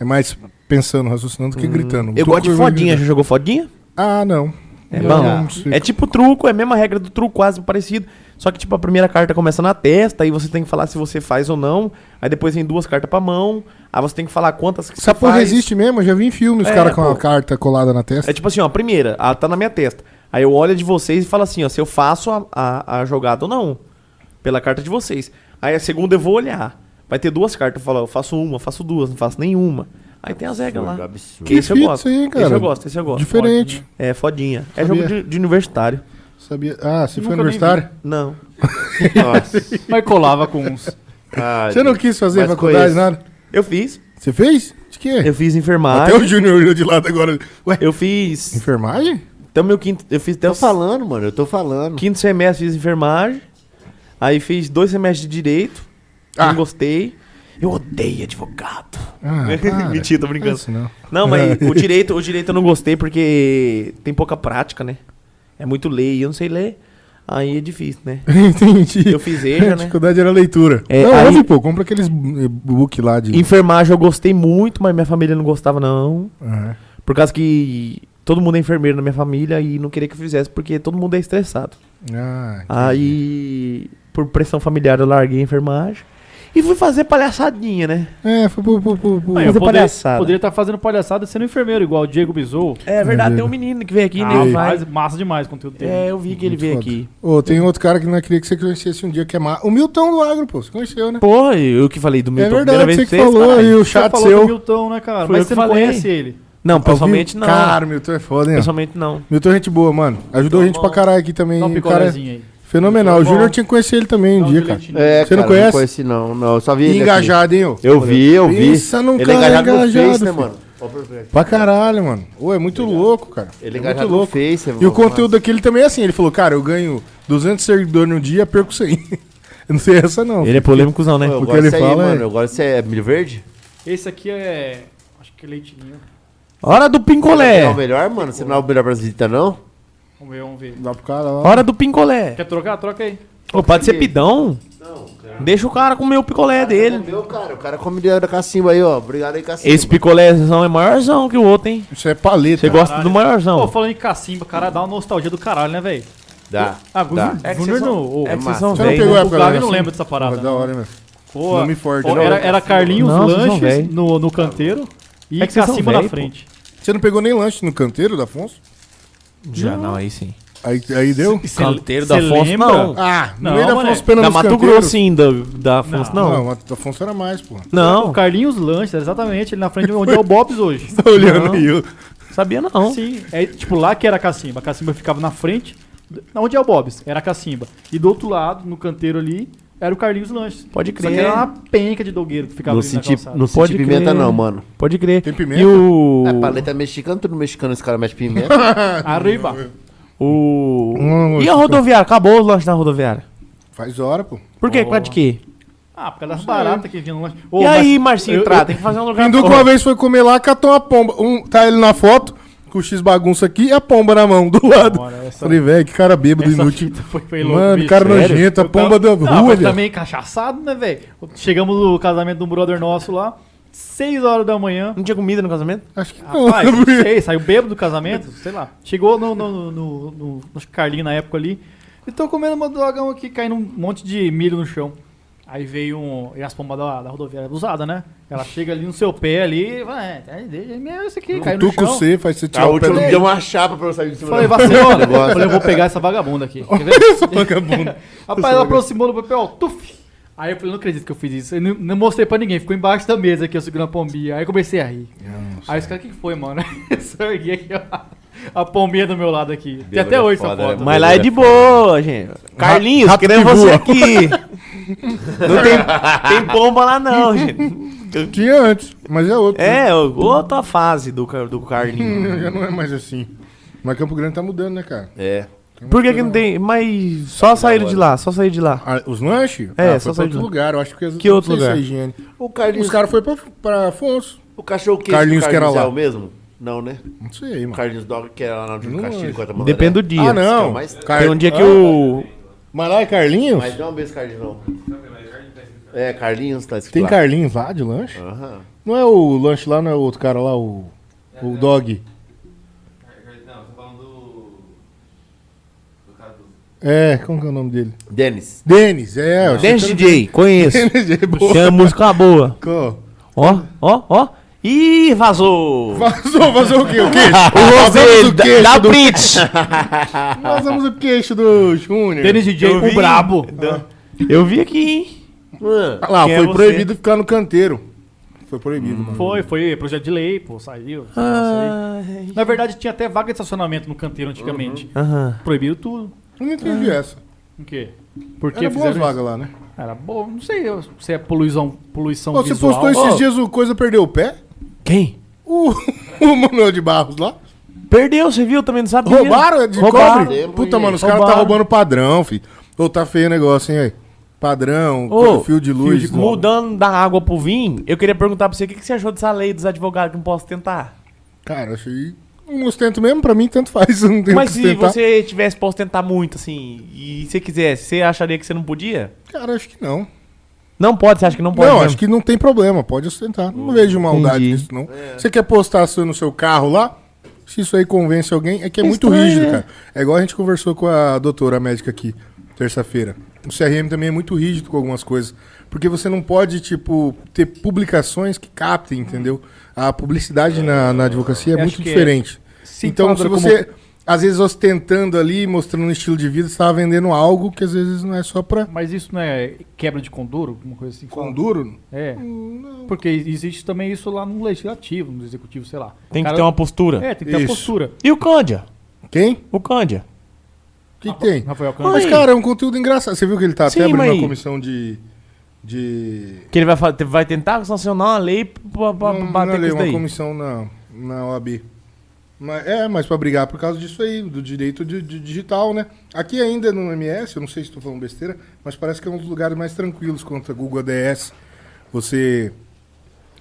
Speaker 1: É mais pensando, raciocinando do que gritando. O
Speaker 5: Hum. Eu gosto de
Speaker 1: truco vai
Speaker 5: fodinha. Já
Speaker 1: gritando.
Speaker 5: jogou fodinha?
Speaker 1: Ah, não.
Speaker 5: É
Speaker 1: Eu
Speaker 5: bom.
Speaker 1: não sei.
Speaker 5: É tipo truco, é a mesma regra do truco, quase parecido. Só que, tipo, a primeira carta começa na testa, aí você tem que falar se você faz ou não. Aí depois vem duas cartas pra mão. Aí você tem que falar quantas que
Speaker 1: Essa
Speaker 5: você
Speaker 1: porra
Speaker 5: faz.
Speaker 1: existe mesmo, eu já vi em filme os
Speaker 5: É,
Speaker 1: caras com
Speaker 5: pô.
Speaker 1: a carta colada na testa.
Speaker 5: É tipo assim, ó, a primeira, ela tá na minha testa. Aí eu olho a de vocês e falo assim, ó, se eu faço a, a, a jogada ou não. Pela carta de vocês. Aí a segunda eu vou olhar. Vai ter duas cartas, eu falo, ó, eu faço uma, eu faço duas, não faço nenhuma. Aí tem as regras lá.
Speaker 2: É um absurdo.
Speaker 5: Que esse eu
Speaker 1: Fita
Speaker 5: gosto.
Speaker 1: aí,
Speaker 5: Esse
Speaker 1: cara.
Speaker 5: eu gosto, esse eu gosto.
Speaker 1: Diferente.
Speaker 5: É, fodinha. É
Speaker 1: Sabia.
Speaker 5: jogo de, de universitário.
Speaker 1: Sabia? Ah, você foi
Speaker 4: Nunca nem vi.
Speaker 1: universitário?
Speaker 5: Não.
Speaker 2: Nossa.
Speaker 4: Mas colava com uns.
Speaker 2: Ai,
Speaker 1: Você não quis fazer
Speaker 2: Mas
Speaker 1: faculdade,
Speaker 2: conheço.
Speaker 1: nada?
Speaker 5: Eu fiz.
Speaker 1: Você fez? De quê?
Speaker 5: Eu fiz
Speaker 1: Até
Speaker 5: enfermagem.
Speaker 1: o Júnior olhou de lado agora. Ué,
Speaker 5: Eu fiz.
Speaker 1: enfermagem?
Speaker 5: Até o meu quinto. Eu fiz até
Speaker 2: Tô
Speaker 5: o
Speaker 2: falando, mano, eu tô falando.
Speaker 5: quinto semestre, fiz enfermagem. Aí fiz dois semestres de direito.
Speaker 1: Ah.
Speaker 5: Não gostei. Eu odeio advogado.
Speaker 1: Ah, para.
Speaker 5: Mentira, tô brincando.
Speaker 1: Isso não.
Speaker 5: Não, mas o direito, o direito eu não gostei porque tem pouca prática, né? É muito lei, eu não sei ler. Aí é difícil, né?
Speaker 1: Entendi.
Speaker 5: Eu fiz EJA,
Speaker 1: A
Speaker 5: né?
Speaker 1: dificuldade era a leitura.
Speaker 5: É,
Speaker 1: não,
Speaker 5: aí-
Speaker 1: ouve, pô, compra aqueles eh, book lá de.
Speaker 5: Enfermagem eu gostei muito, mas minha família não gostava, não.
Speaker 1: Aham.
Speaker 5: Por causa que todo mundo é enfermeiro na minha família e não queria que eu fizesse, porque todo mundo é estressado.
Speaker 1: Ah,
Speaker 5: Aí, por pressão familiar, eu larguei a enfermagem e fui fazer palhaçadinha, né?
Speaker 1: É, foi pro. pro, pro, pro-
Speaker 4: Aí,
Speaker 5: Fazer
Speaker 4: eu poderia estar
Speaker 5: palhaçada.
Speaker 4: fazendo palhaçada e sendo enfermeiro, igual o Diego Bizou.
Speaker 5: É verdade, tem um menino que veio aqui,
Speaker 4: Ah,
Speaker 5: né?
Speaker 4: mas
Speaker 5: Vai.
Speaker 4: massa demais o conteúdo dele.
Speaker 5: É, eu vi que ele
Speaker 1: Muito
Speaker 5: veio
Speaker 1: foda.
Speaker 5: aqui.
Speaker 1: Ô, tem outro cara que não queria que você conhecesse um dia, que é ma... O Milton do Agro, pô. Você conheceu, né?
Speaker 5: Porra, eu que falei do meu
Speaker 1: é verdade, você que falou. é E o chat
Speaker 4: falou do
Speaker 1: seu.
Speaker 4: Milton, né, cara?
Speaker 5: Fui eu que
Speaker 4: Mas você não
Speaker 5: falei.
Speaker 4: conhece ele.
Speaker 5: Não, pessoalmente
Speaker 1: Ouviu?
Speaker 5: não.
Speaker 1: Cara, o Milton é foda, hein? ó.
Speaker 5: Pessoalmente não.
Speaker 1: Milton é gente boa, mano. Ajudou a gente pra caralho aqui também.
Speaker 4: Dá um
Speaker 1: O cara é
Speaker 4: picolézinho aí.
Speaker 1: fenomenal. O
Speaker 4: Milton é bom.
Speaker 1: Júnior tinha que conhecer ele também um
Speaker 4: Dá um
Speaker 1: dia, cara.
Speaker 4: direitinho.
Speaker 2: É,
Speaker 1: Você não
Speaker 2: cara,
Speaker 1: conhece?
Speaker 2: Não conheci, não, não. Eu só vi ele. aqui.
Speaker 1: Engajado, hein, ô.
Speaker 2: Eu vi, eu vi.
Speaker 1: Pensa num
Speaker 2: ele é
Speaker 1: cara
Speaker 2: engajado, no
Speaker 1: engajado,
Speaker 2: Face, né,
Speaker 1: filho.
Speaker 2: mano? Ó pro
Speaker 4: É
Speaker 2: Face.
Speaker 1: Pra caralho, mano. Ô, é muito louco, cara.
Speaker 2: Ele é
Speaker 1: é
Speaker 2: engajado
Speaker 1: muito
Speaker 2: no
Speaker 1: louco.
Speaker 2: Face, né,
Speaker 1: E
Speaker 2: mano.
Speaker 1: o conteúdo daquele também é assim. Ele falou, cara, eu ganho 200 seguidores no dia, perco 100. eu não sei essa, não.
Speaker 5: Ele é polêmicozão, né?
Speaker 2: Pô, eu
Speaker 1: porque
Speaker 2: gosto
Speaker 1: ele
Speaker 2: disso aí,
Speaker 1: fala é-
Speaker 2: mano. Eu gosto disso aí. É milho verde?
Speaker 4: Esse aqui é. Acho que é leitinho.
Speaker 5: Hora
Speaker 2: Não
Speaker 5: do
Speaker 2: é o
Speaker 5: pincolé!
Speaker 2: melhor, mano? Você não é o melhor brasileiro, não?
Speaker 4: Vamos ver, vamos ver.
Speaker 1: Dá pro cara lá.
Speaker 5: Hora do pincolé!
Speaker 4: Quer trocar? Troca aí.
Speaker 5: Ô, pode ser pidão?
Speaker 2: Não, cara.
Speaker 5: Deixa o cara comer o picolé dele.
Speaker 2: Comeu, cara. O cara come da cacimba aí, ó. Obrigado aí, cacimba.
Speaker 5: Esse picolézão é maiorzão que o outro, hein?
Speaker 1: Isso é paleta.
Speaker 5: Você gosta do
Speaker 4: Pô,
Speaker 5: maiorzão.
Speaker 4: falando em cacimba, cara, dá uma nostalgia do caralho, né, velho?
Speaker 2: Dá.
Speaker 4: Ah,
Speaker 2: dá.
Speaker 4: o Júnior não. ô,
Speaker 5: é que vocês
Speaker 2: massa.
Speaker 5: são
Speaker 1: Você não
Speaker 5: velho.
Speaker 1: pegou a
Speaker 4: o
Speaker 1: época
Speaker 4: Flávio
Speaker 1: da
Speaker 4: não
Speaker 1: cacimba?
Speaker 4: lembra dessa parada.
Speaker 1: Pô, da hora, meu.
Speaker 4: Pô,
Speaker 1: Nome forte,
Speaker 4: pô,
Speaker 1: né?
Speaker 4: era, era Carlinhos
Speaker 5: Não, vocês são
Speaker 4: Lanches
Speaker 5: velho.
Speaker 4: no, no canteiro e
Speaker 5: É que vocês são
Speaker 4: cacimba
Speaker 5: velho,
Speaker 4: na frente.
Speaker 1: Você não pegou nem lanche no canteiro da Afonso?
Speaker 5: Já não, aí sim.
Speaker 1: Aí, aí deu?
Speaker 5: Canteiro
Speaker 4: cê
Speaker 5: da Afonso,
Speaker 4: lembra?
Speaker 5: não.
Speaker 1: Ah, no
Speaker 4: Não,
Speaker 1: meio da
Speaker 4: mané.
Speaker 1: Afonso Pena
Speaker 5: Da
Speaker 1: nos
Speaker 5: Mato
Speaker 1: canteiros?
Speaker 5: Grosso, sim, da, da Afonso, não.
Speaker 1: Não, a da Afonso era mais, pô.
Speaker 5: Não,
Speaker 4: O Carlinhos Lanches, era exatamente, ele na frente de onde é o Bob's hoje.
Speaker 1: Tá olhando aí. eu-
Speaker 5: sabia não.
Speaker 4: Sim, é tipo lá que era a cacimba. A cacimba ficava na frente, na onde é o Bob's, era a cacimba. E do outro lado, no canteiro ali, era o Carlinhos Lanches.
Speaker 5: Pode
Speaker 4: Só que
Speaker 5: crer.
Speaker 4: era uma penca de dogueiro que ficava
Speaker 2: Não
Speaker 4: ali na
Speaker 2: senti,
Speaker 4: calçada.
Speaker 2: não senti
Speaker 5: Pode
Speaker 2: pimenta,
Speaker 5: crer.
Speaker 2: não, mano.
Speaker 5: Pode crer.
Speaker 1: Tem pimenta?
Speaker 5: E o...
Speaker 2: É paleta mexicana, tudo mexicano, esse cara mete pimenta.
Speaker 4: Arriba.
Speaker 5: o...
Speaker 1: Hum,
Speaker 5: E a rodoviária? Acabou o lanche na rodoviária.
Speaker 1: Faz hora, pô.
Speaker 5: Por quê? Por causa de quê?
Speaker 4: Ah, por causa das baratas que vinham no lanche. Ô,
Speaker 5: e
Speaker 4: mas-
Speaker 5: aí, Marcinho
Speaker 4: eu-
Speaker 5: Trata? Tem que fazer um lugar...
Speaker 1: Pinduca
Speaker 5: pra-
Speaker 1: uma vez foi comer lá, catou uma pomba. Um, tá ele na foto, com o X bagunça aqui e a pomba na mão do lado.
Speaker 4: Ora, essa-
Speaker 1: Falei, velho, que cara bêbado,
Speaker 4: Essa
Speaker 1: inútil.
Speaker 4: fita foi, foi louco,
Speaker 1: Mano,
Speaker 4: bicho.
Speaker 1: cara
Speaker 4: Sério?
Speaker 1: nojento, a
Speaker 4: Eu tava-
Speaker 1: pomba da
Speaker 4: Não,
Speaker 1: rua,
Speaker 4: mas
Speaker 1: velho.
Speaker 4: também cachaçado, né, velho? Chegamos no casamento do brother nosso lá, 6 horas da manhã.
Speaker 5: Não tinha comida no casamento?
Speaker 1: Acho que não.
Speaker 4: Ah, Rapaz, não sei, saiu bêbado do casamento, sei lá. Chegou no, no, no, no, no- acho que Carlinho na época ali. E tô comendo uma drogão aqui, caindo um monte de milho no chão. Aí veio um. E as pombas da, da rodoviária usada, né? Ela chega ali no seu pé ali e fala, é, tá, deixa meu, isso aqui, caiu no
Speaker 1: Cutuca
Speaker 4: chão.
Speaker 1: o C, faz
Speaker 5: Tá,
Speaker 1: você
Speaker 2: A
Speaker 1: tirar o pé
Speaker 2: última
Speaker 1: do
Speaker 2: me deu uma chapa pra eu sair de cima
Speaker 4: Falei,
Speaker 2: da-
Speaker 4: vacilona.
Speaker 2: Negócio.
Speaker 4: Falei, eu vou pegar essa vagabunda aqui. Quer ver?
Speaker 1: vagabundo.
Speaker 4: Rapaz, ela aproximou do papel, ó, tuf! Aí eu falei, não acredito que eu fiz isso. Eu não, não mostrei pra ninguém, ficou embaixo da mesa aqui, eu segurando a pombinha. Aí eu comecei a rir. Aí os caras, o que que foi, mano? Eu só ergui aqui, ó, a pombinha do meu lado aqui. Tem
Speaker 2: Bêbado
Speaker 4: até
Speaker 2: é
Speaker 4: hoje essa
Speaker 2: foda,
Speaker 4: foto.
Speaker 2: né,
Speaker 5: Mas lá é de boa, gente. Carlinhos,
Speaker 1: Rato
Speaker 5: queremos
Speaker 1: que
Speaker 5: você
Speaker 1: voa.
Speaker 5: aqui. Não tem, tem pomba lá não, gente.
Speaker 1: Tinha antes, mas é outro. né?
Speaker 5: É, outra fase do, Car- do Carlinhos.
Speaker 1: Já não é mais assim. Mas Campo Grande tá mudando, né, cara?
Speaker 2: É.
Speaker 5: Por que que não tem? Mas só saíram de lá, só saíram de lá.
Speaker 1: Ah, os lanches?
Speaker 5: É,
Speaker 1: ah,
Speaker 5: só
Speaker 1: foi pra
Speaker 5: saiu
Speaker 1: outro
Speaker 5: de lá.
Speaker 1: lugar. Eu acho que
Speaker 5: Que outro
Speaker 1: não sei se
Speaker 5: lugar?
Speaker 1: é higiene.
Speaker 2: O Carlinhos,
Speaker 1: Os caras foram pra, pra Afonso.
Speaker 2: o cachorro quente
Speaker 1: Carlinhos
Speaker 2: do
Speaker 1: que era
Speaker 2: Carlinhos
Speaker 1: lá.
Speaker 2: é o mesmo? Não, né?
Speaker 1: Não sei,
Speaker 2: O
Speaker 1: mano.
Speaker 2: Carlinhos Dog que era lá na Júlio
Speaker 1: Não
Speaker 2: Castilho
Speaker 1: manjo.
Speaker 5: é
Speaker 2: contra a Mandaré.
Speaker 5: Depende do um dia.
Speaker 1: Ah, não.
Speaker 2: Mas-
Speaker 1: Car-
Speaker 5: Tem um dia que
Speaker 1: Ah,
Speaker 5: o.
Speaker 1: Mas lá é Carlinhos?
Speaker 2: Mas não é um beijo, Carlinhos, não. É, Carlinhos tá escrito
Speaker 1: Tem
Speaker 2: lá.
Speaker 1: Carlinhos lá de lanche?
Speaker 2: Aham.
Speaker 1: Não é o lanche lá, não é o outro cara lá, o,
Speaker 7: É,
Speaker 1: o dog.
Speaker 7: Não, tô falando do. Do cara do.
Speaker 1: É, como que é o nome dele?
Speaker 2: Denis.
Speaker 1: Denis, é. eu achei
Speaker 5: Dance
Speaker 1: que era-
Speaker 5: DJ, conheço.
Speaker 1: Denis, é boa.
Speaker 5: Tem a música boa.
Speaker 1: Co-
Speaker 5: Ó, ó, ó. Ih, vazou!
Speaker 1: Vazou, vazou o quê? O queixo?
Speaker 5: O rosto
Speaker 1: Vazamos
Speaker 5: dele,
Speaker 1: o queixo
Speaker 5: dá
Speaker 1: do...
Speaker 5: print!
Speaker 1: Vazamos o queixo do Júnior.
Speaker 4: Tênis DJ,
Speaker 5: Eu
Speaker 4: o
Speaker 5: vi.
Speaker 4: brabo.
Speaker 5: Eu vi aqui, hein?
Speaker 1: Ah lá,
Speaker 5: Quem é
Speaker 1: foi
Speaker 5: você?
Speaker 1: proibido ficar no canteiro. Foi proibido,
Speaker 5: um-
Speaker 1: mano.
Speaker 4: Foi, foi projeto de lei, pô, saiu. esse
Speaker 1: Ah.
Speaker 4: negócio aí. Na verdade, tinha até vaga de estacionamento no canteiro antigamente.
Speaker 5: Uhum. Aham.
Speaker 4: Proibiram tudo.
Speaker 1: Eu não entendi essa.
Speaker 4: O quê? Porque
Speaker 1: Era boas
Speaker 4: isso?
Speaker 1: vagas lá, né?
Speaker 4: Era bom, não sei eu, se é poluição, poluição
Speaker 1: Ô, você
Speaker 4: Um visual.
Speaker 1: postou esses dias o Coisa Perdeu o Pé?
Speaker 5: Quem?
Speaker 1: O, o Manuel de Barros lá.
Speaker 5: Perdeu, você viu? Também não sabe.
Speaker 1: Roubaram de
Speaker 5: Roubaram.
Speaker 1: cobre?
Speaker 2: Roubaram.
Speaker 1: Puta, mano, os caras tá
Speaker 5: Roubaram.
Speaker 1: roubando padrão, filho. Ô, tá feio o negócio, hein, aí. Padrão,
Speaker 5: Ô,
Speaker 1: fio de luz.
Speaker 5: Fio de- Mudando da água pro vinho, eu queria perguntar pra você o que, que você achou dessa lei dos advogados que não posso tentar?
Speaker 1: Cara, achei um ostento mesmo, pra mim tanto faz. eu Não tenho
Speaker 5: Mas
Speaker 1: que
Speaker 5: se
Speaker 1: ostentar.
Speaker 5: você tivesse pra ostentar muito, assim, e você quisesse, você acharia que você não podia?
Speaker 1: Cara, acho que não.
Speaker 5: Não pode, você acha que não pode?
Speaker 1: não,
Speaker 5: mesmo?
Speaker 1: acho que não tem problema, pode ostentar.
Speaker 4: Hum,
Speaker 1: Não vejo maldade
Speaker 5: entendi.
Speaker 1: nisso, não. Você quer postar isso no seu carro lá? Se isso aí convence alguém, é que é muito
Speaker 5: estranho,
Speaker 1: rígido,
Speaker 5: né?
Speaker 1: cara. É igual a gente conversou com a doutora médica aqui, terça-feira. O CRM também é muito rígido com algumas coisas. Porque você não pode, tipo, ter publicações que captem, entendeu? A publicidade na, na advocacia é
Speaker 4: Eu acho
Speaker 1: muito
Speaker 4: que é.
Speaker 1: diferente.
Speaker 4: Se
Speaker 1: então, se
Speaker 4: enquadra como-
Speaker 1: você, às vezes, ostentando ali, mostrando um estilo de vida, você tá vendendo algo que às vezes não é só pra.
Speaker 4: Mas isso não é quebra de conduro, alguma coisa assim?
Speaker 1: Conduro?
Speaker 4: É. Porque existe também isso lá no legislativo, no executivo, sei lá.
Speaker 5: Tem que
Speaker 4: Cara-
Speaker 5: ter uma postura.
Speaker 4: É, tem que ter uma
Speaker 1: Isso.
Speaker 4: postura.
Speaker 5: E o Cândia?
Speaker 1: Quem?
Speaker 5: O Cândia.
Speaker 1: O que, que tem?
Speaker 4: Rafael Cândido.
Speaker 1: Mas,
Speaker 5: Mãe.
Speaker 1: cara, é um conteúdo engraçado. Você viu que ele tá
Speaker 5: Sim,
Speaker 1: até abrindo
Speaker 5: mãe.
Speaker 1: uma comissão de. de...
Speaker 5: Que ele vai, fa- vai tentar sancionar uma lei pra, pra- pra
Speaker 1: não, não é lei,
Speaker 5: bater com isso
Speaker 1: uma
Speaker 5: daí.
Speaker 1: comissão na, na OAB. Mas, é, mas pra brigar por causa disso aí, do direito de, de digital, né? Aqui ainda no MS, eu não sei se estou falando besteira, mas parece que é um dos lugares mais tranquilos contra Google ADS. Você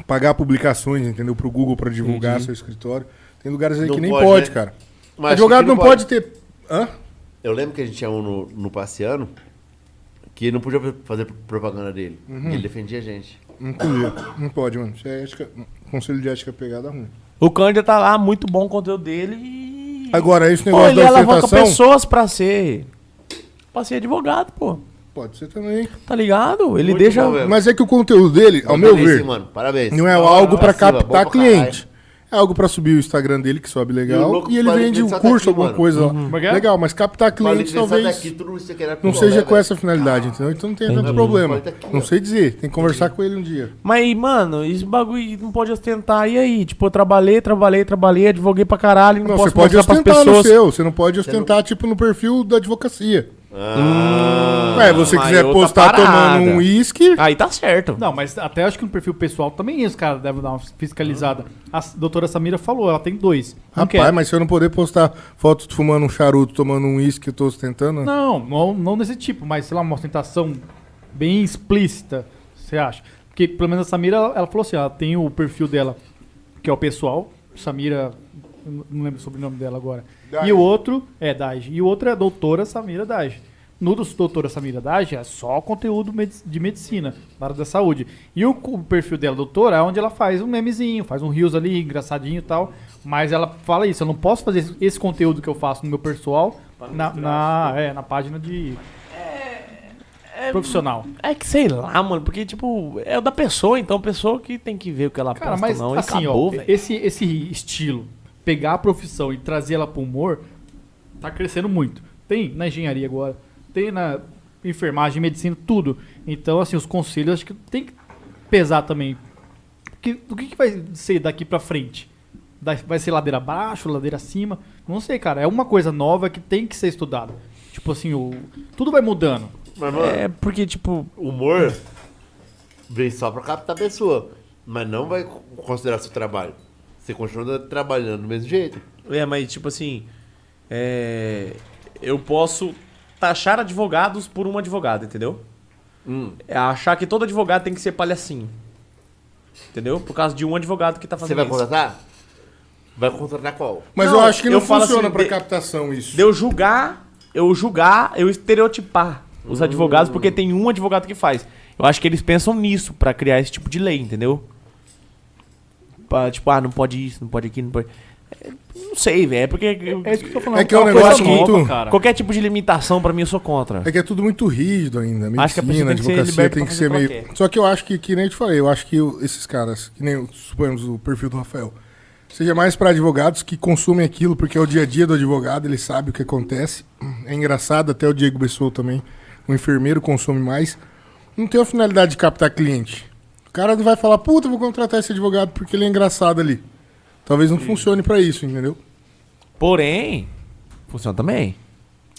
Speaker 1: pagar publicações, entendeu? Pro Google pra divulgar seu escritório. Tem lugares aí
Speaker 2: Não
Speaker 1: que nem pode,
Speaker 2: pode, né?
Speaker 1: cara.
Speaker 2: Mas
Speaker 1: Advogado
Speaker 2: aqui
Speaker 1: não pode. ter. Hã?
Speaker 2: Eu lembro que a gente tinha um no, no Passeano que não podia fazer propaganda dele.
Speaker 1: Uhum.
Speaker 2: E ele defendia a gente.
Speaker 1: Não podia. Não pode, mano. Isso é ética. Conselho de ética pegada ruim.
Speaker 5: O Cândia tá lá, muito bom o conteúdo dele e.
Speaker 1: Agora, esse
Speaker 5: pô,
Speaker 1: negócio
Speaker 5: ele
Speaker 1: da
Speaker 5: alavanca
Speaker 1: ostentação.
Speaker 5: pessoas pra ser. pra ser advogado, pô.
Speaker 1: Pode ser também.
Speaker 5: Tá ligado? Ele
Speaker 2: Muito
Speaker 5: deixa.
Speaker 2: bom, velho.
Speaker 1: Mas é que o conteúdo dele, ao meu
Speaker 2: Parabéns,
Speaker 1: ver,
Speaker 2: hein, mano. Parabéns.
Speaker 1: não é
Speaker 2: Tá
Speaker 1: algo pra
Speaker 2: cima, bom
Speaker 1: captar
Speaker 2: pra caralho.
Speaker 1: cliente. É algo pra subir o Instagram dele, que sobe
Speaker 2: E o
Speaker 1: legal.
Speaker 2: louco
Speaker 1: E ele
Speaker 2: pra
Speaker 1: vende um
Speaker 2: liderança
Speaker 1: curso,
Speaker 2: daqui,
Speaker 1: alguma
Speaker 2: mano.
Speaker 1: coisa
Speaker 5: Uhum.
Speaker 1: lá.
Speaker 4: Como é que é?
Speaker 1: Legal, mas captar
Speaker 2: Pra
Speaker 1: cliente
Speaker 2: liderança
Speaker 1: talvez
Speaker 2: daqui, tudo isso que era
Speaker 1: não
Speaker 2: pior,
Speaker 1: seja
Speaker 2: né,
Speaker 1: com
Speaker 2: velho?
Speaker 1: essa finalidade, entendeu? Então não tem tanto
Speaker 5: Entendi.
Speaker 1: problema.
Speaker 2: Pode é. daqui,
Speaker 1: Não
Speaker 2: ó.
Speaker 1: sei dizer, tem que conversar com ele um dia.
Speaker 5: Mas, mano, esse bagulho não pode ostentar. E aí? Tipo, eu trabalhei, trabalhei, trabalhei, advoguei pra caralho. Não,
Speaker 1: Não,
Speaker 5: posso
Speaker 1: você pode
Speaker 5: mostrar pras
Speaker 1: ostentar no
Speaker 5: pessoas.
Speaker 1: seu, você não pode ostentar, tipo, no perfil da advocacia.
Speaker 2: Ah.
Speaker 1: é, você
Speaker 5: mas
Speaker 1: quiser
Speaker 5: outra
Speaker 1: postar
Speaker 5: parada.
Speaker 1: tomando um uísque,
Speaker 5: Aí tá certo.
Speaker 4: Não, mas até acho que no perfil pessoal também isso, cara, deve dar uma fiscalizada. A s- doutora Samira falou, ela tem dois. Não
Speaker 1: Rapaz,
Speaker 4: quer.
Speaker 1: mas se eu não poder postar foto de fumando um charuto, tomando um uísque, eu tô ostentando?
Speaker 4: Não, não, não desse tipo, mas sei lá, uma ostentação bem explícita, você acha? Porque pelo menos a Samira, ela, ela falou assim, ela tem o perfil dela, que é o pessoal, Samira, eu não- não lembro o sobrenome dela agora.
Speaker 1: Dage.
Speaker 4: E o outro, é Daj, e o outro é a doutora Samira Daj. No dos doutora Samira Daj é só conteúdo medi- de medicina, na área da saúde. E o, cu- o perfil dela, doutora, é onde ela faz um memezinho, faz um rios ali, engraçadinho e tal. Mas ela fala isso, eu não posso fazer esse- esse conteúdo que eu faço no meu pessoal na, na, é, na página de profissional.
Speaker 5: É que sei lá, mano, porque, tipo, é o da pessoa, então, pessoa que tem que ver o que ela
Speaker 4: Cara,
Speaker 5: posta
Speaker 4: mas
Speaker 5: ou não. e
Speaker 4: assim,
Speaker 5: acabou,
Speaker 4: ó,
Speaker 5: velho.
Speaker 4: esse, esse estilo, pegar a profissão e trazer ela pro humor, tá crescendo muito. Tem na engenharia agora, tem na enfermagem, medicina, tudo. Então, assim, os conselhos acho que tem que pesar também. Porque, o que, que vai ser daqui pra frente? Da- Vai ser ladeira abaixo, ladeira acima? Não sei, cara. É uma coisa nova que tem que ser estudada. Tipo assim, o... tudo vai mudando.
Speaker 2: Mas, mano,
Speaker 5: É porque, tipo,
Speaker 2: humor vem só pra captar a pessoa. Mas não vai considerar seu trabalho. Você continua trabalhando do mesmo jeito.
Speaker 5: É, mas tipo assim, é, eu posso taxar advogados por um advogado, entendeu?
Speaker 2: Hum.
Speaker 5: É achar que todo advogado tem que ser palhacinho. Entendeu? Por causa de um advogado que tá
Speaker 2: Você
Speaker 5: fazendo
Speaker 2: vai
Speaker 5: isso.
Speaker 2: contratar? Vai contratar qual?
Speaker 1: Mas
Speaker 5: Não,
Speaker 1: eu acho que não
Speaker 5: eu falo
Speaker 1: funciona
Speaker 5: assim,
Speaker 1: pra
Speaker 5: de-
Speaker 1: captação isso.
Speaker 5: De eu julgar eu julgar, eu estereotipar os
Speaker 1: Hum.
Speaker 5: advogados, porque tem um advogado que faz. Eu acho que eles pensam nisso pra criar esse tipo de lei, entendeu? Pra, tipo, ah, não pode isso, não pode aquilo, não pode. É, Não sei, velho. É porque.
Speaker 4: É isso que eu tô falando.
Speaker 1: É que é um
Speaker 4: uma
Speaker 1: negócio
Speaker 4: coisa nova,
Speaker 1: muito-
Speaker 4: cara.
Speaker 5: Qualquer tipo de limitação, pra mim, eu sou contra.
Speaker 1: É que é tudo muito rígido ainda. Medicina,
Speaker 5: Acho que a pessoa tem que ser
Speaker 1: advocacia
Speaker 5: liberta
Speaker 1: tem
Speaker 5: pra
Speaker 1: que ser
Speaker 5: fazer o que
Speaker 1: meio.
Speaker 5: ela
Speaker 1: Só que eu acho que, que nem eu te falei, eu acho que o- esses caras, que nem suponhamos o perfil do Rafael, seja mais pra advogados que consomem aquilo, porque é o dia a dia do advogado, ele sabe o que acontece. É engraçado, até o Diego Bessou também, o enfermeiro consome mais. Não tem a finalidade de captar cliente. O cara não vai falar, puta, vou contratar esse advogado porque ele é engraçado ali. Talvez não funcione pra isso, entendeu?
Speaker 5: Porém, funciona também.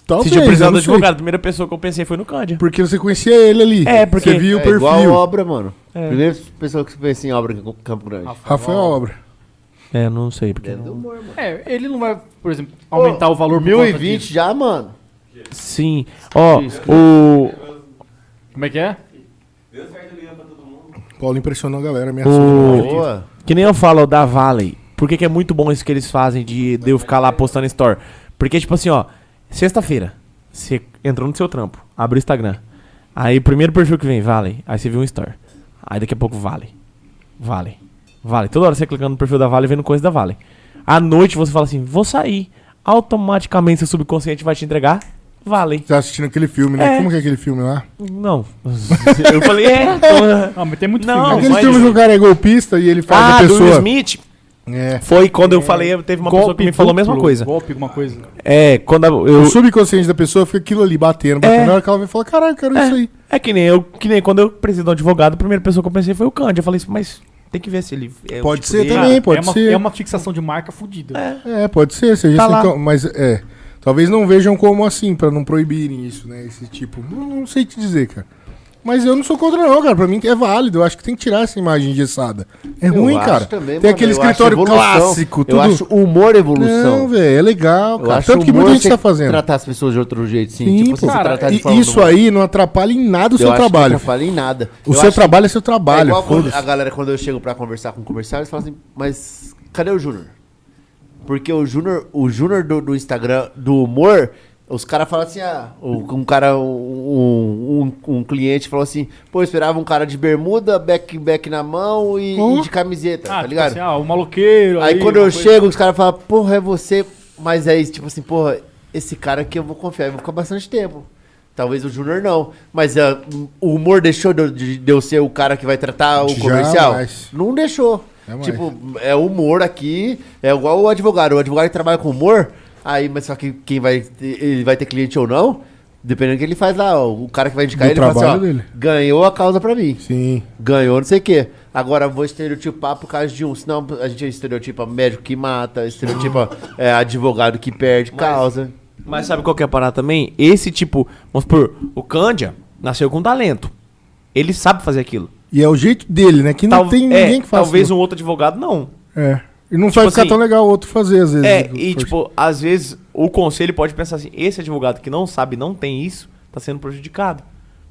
Speaker 1: Talvez.
Speaker 5: Se eu precisar
Speaker 1: eu
Speaker 5: do
Speaker 1: não sei.
Speaker 5: advogado, a primeira pessoa que eu pensei foi no Cândido.
Speaker 1: Porque você conhecia ele ali.
Speaker 5: É, porque-
Speaker 1: Você viu o
Speaker 2: é
Speaker 1: perfil.
Speaker 2: igual obra, mano.
Speaker 5: É.
Speaker 2: Primeira pessoa que você pensa em obra em Campo Grande.
Speaker 4: Ah,
Speaker 1: Rafael Obra.
Speaker 5: É, não sei. Porque
Speaker 2: Dentro do humor, mano.
Speaker 4: É, ele não vai, por exemplo, aumentar o valor por conta
Speaker 2: 1020 já, mano.
Speaker 5: Sim. Ó, o.
Speaker 4: disso. Como é que é?
Speaker 7: Deu certo ligando pra todo mundo.
Speaker 1: Paulo impressionou a galera, me
Speaker 2: Boa.
Speaker 5: Que nem eu falo da Valley. Por que, que é muito bom isso que eles fazem de, de eu ficar lá postando store? Porque, tipo assim, ó, sexta-feira, você entrou no seu trampo, abre o Instagram. Aí, primeiro perfil que vem, Valley. Aí você viu um store. Aí daqui a pouco, Valley. Valley. Valley. Toda hora você clicando no perfil da Valley, vendo coisa da Valley. À noite você fala assim, vou sair. Automaticamente seu subconsciente vai te entregar Valley.
Speaker 1: Tá assistindo aquele filme, né?
Speaker 5: É.
Speaker 1: Como que é aquele filme lá?
Speaker 5: Não. Eu falei, é. tô-
Speaker 4: Ah, mas tem muito
Speaker 5: Não,
Speaker 4: filme.
Speaker 1: aquele
Speaker 5: mas-
Speaker 1: filme que o cara é golpista e ele faz
Speaker 5: Ah,
Speaker 1: a
Speaker 5: do Will
Speaker 1: pessoa.
Speaker 5: Smith.
Speaker 1: É.
Speaker 5: Foi quando eu falei, teve uma pessoa que me falou a mesma
Speaker 4: duplo,
Speaker 5: coisa.
Speaker 4: Golpe, alguma coisa.
Speaker 5: É, quando eu,
Speaker 1: O subconsciente da pessoa fica aquilo ali batendo, batendo.
Speaker 5: É.
Speaker 1: Na hora que ela vai falar, caralho, eu quero isso aí.
Speaker 5: É que nem eu, que nem quando eu preciso de um advogado, a primeira pessoa que eu pensei foi o Cândido. Eu falei assim, mas tem que ver se ele. é o
Speaker 1: Pode
Speaker 5: tipo
Speaker 1: ser
Speaker 5: dele.
Speaker 1: também,
Speaker 4: é,
Speaker 1: pode
Speaker 4: uma,
Speaker 1: ser.
Speaker 4: é uma fixação de marca fodida. Ah,
Speaker 5: É.
Speaker 1: É, pode ser. Seja
Speaker 5: Tá
Speaker 1: assim,
Speaker 5: lá.
Speaker 1: então, mas é. Talvez não vejam como assim, pra não proibirem isso, né? Esse tipo. Não, não sei te dizer, cara. Mas eu não sou contra, não, cara. Pra mim é válido. Eu acho que tem que tirar essa imagem engessada. É
Speaker 2: Eu
Speaker 1: ruim,
Speaker 2: acho
Speaker 1: cara.
Speaker 2: também,
Speaker 1: Tem
Speaker 2: mano,
Speaker 1: aquele
Speaker 2: eu acho
Speaker 1: escritório
Speaker 2: evolução.
Speaker 1: clássico, tudo.
Speaker 2: Eu acho humor evolução.
Speaker 1: Não, velho, é legal,
Speaker 2: Eu
Speaker 1: cara.
Speaker 2: acho
Speaker 1: Tanto que muita
Speaker 2: humor
Speaker 1: gente
Speaker 2: você
Speaker 1: tá fazendo.
Speaker 2: Tratar as pessoas de outro jeito, sim.
Speaker 1: Sim,
Speaker 2: tipo,
Speaker 1: pô.
Speaker 2: você tratar de
Speaker 1: E
Speaker 2: forma
Speaker 1: isso
Speaker 2: do-
Speaker 1: aí não atrapalha em nada o
Speaker 2: Eu
Speaker 1: seu
Speaker 2: acho que
Speaker 1: trabalho.
Speaker 2: Não falei em nada.
Speaker 1: O
Speaker 2: Eu
Speaker 1: seu
Speaker 2: acho
Speaker 1: trabalho é seu
Speaker 2: que é
Speaker 1: trabalho.
Speaker 2: igual quando
Speaker 1: foda-se.
Speaker 2: a galera, quando eu chego pra conversar com comerciários, fala assim, mas cadê o Júnior? Porque o Júnior, o Júnior do, do Instagram, do humor, os caras falam assim, ah, o- um cara, um, um, um cliente falou assim, pô, eu esperava um cara de bermuda, back, back na mão e,
Speaker 1: Hum?
Speaker 2: e de camiseta,
Speaker 4: Ah,
Speaker 2: tá
Speaker 4: tipo
Speaker 2: ligado?
Speaker 4: assim, ah, o maloqueiro.
Speaker 2: Aí quando eu
Speaker 4: uma coisa-
Speaker 2: chego, os caras falam, porra, é você. Mas aí, tipo assim, porra, esse cara aqui eu vou confiar, eu vou ficar bastante tempo. Talvez o Júnior não. Mas ah, o humor deixou de, eu- de- de eu ser o cara que vai tratar o
Speaker 1: Jamais.
Speaker 2: comercial? Não deixou.
Speaker 1: Jamais.
Speaker 2: Tipo, é humor aqui, é igual o advogado. O advogado que trabalha com humor, aí, mas só que quem vai. ter- Ele vai ter cliente ou não, dependendo do que ele faz lá. ó, O cara que vai indicar
Speaker 1: Do
Speaker 2: ele fala assim, ó,
Speaker 1: trabalho dele.
Speaker 2: ganhou a causa pra mim
Speaker 1: Sim.
Speaker 2: ganhou não sei o quê. Agora vou estereotipar por causa de um. Senão a gente estereotipa médico que mata, estereotipa é, advogado que perde causa.
Speaker 5: Mas sabe qual que é a parada também? Esse tipo, vamos supor, o Cândido nasceu com talento. Ele sabe fazer aquilo.
Speaker 1: E é o jeito dele, né? Que não
Speaker 5: Tal-
Speaker 1: tem
Speaker 5: é,
Speaker 1: ninguém que faça.
Speaker 5: Talvez
Speaker 1: isso.
Speaker 5: um outro advogado não.
Speaker 1: É. E não vai ficar
Speaker 5: assim,
Speaker 1: tão legal o outro fazer, às vezes.
Speaker 5: É,
Speaker 1: do-
Speaker 5: e
Speaker 1: do-
Speaker 5: tipo, às vezes o conselho pode pensar assim, esse advogado que não sabe, não tem isso, tá sendo prejudicado.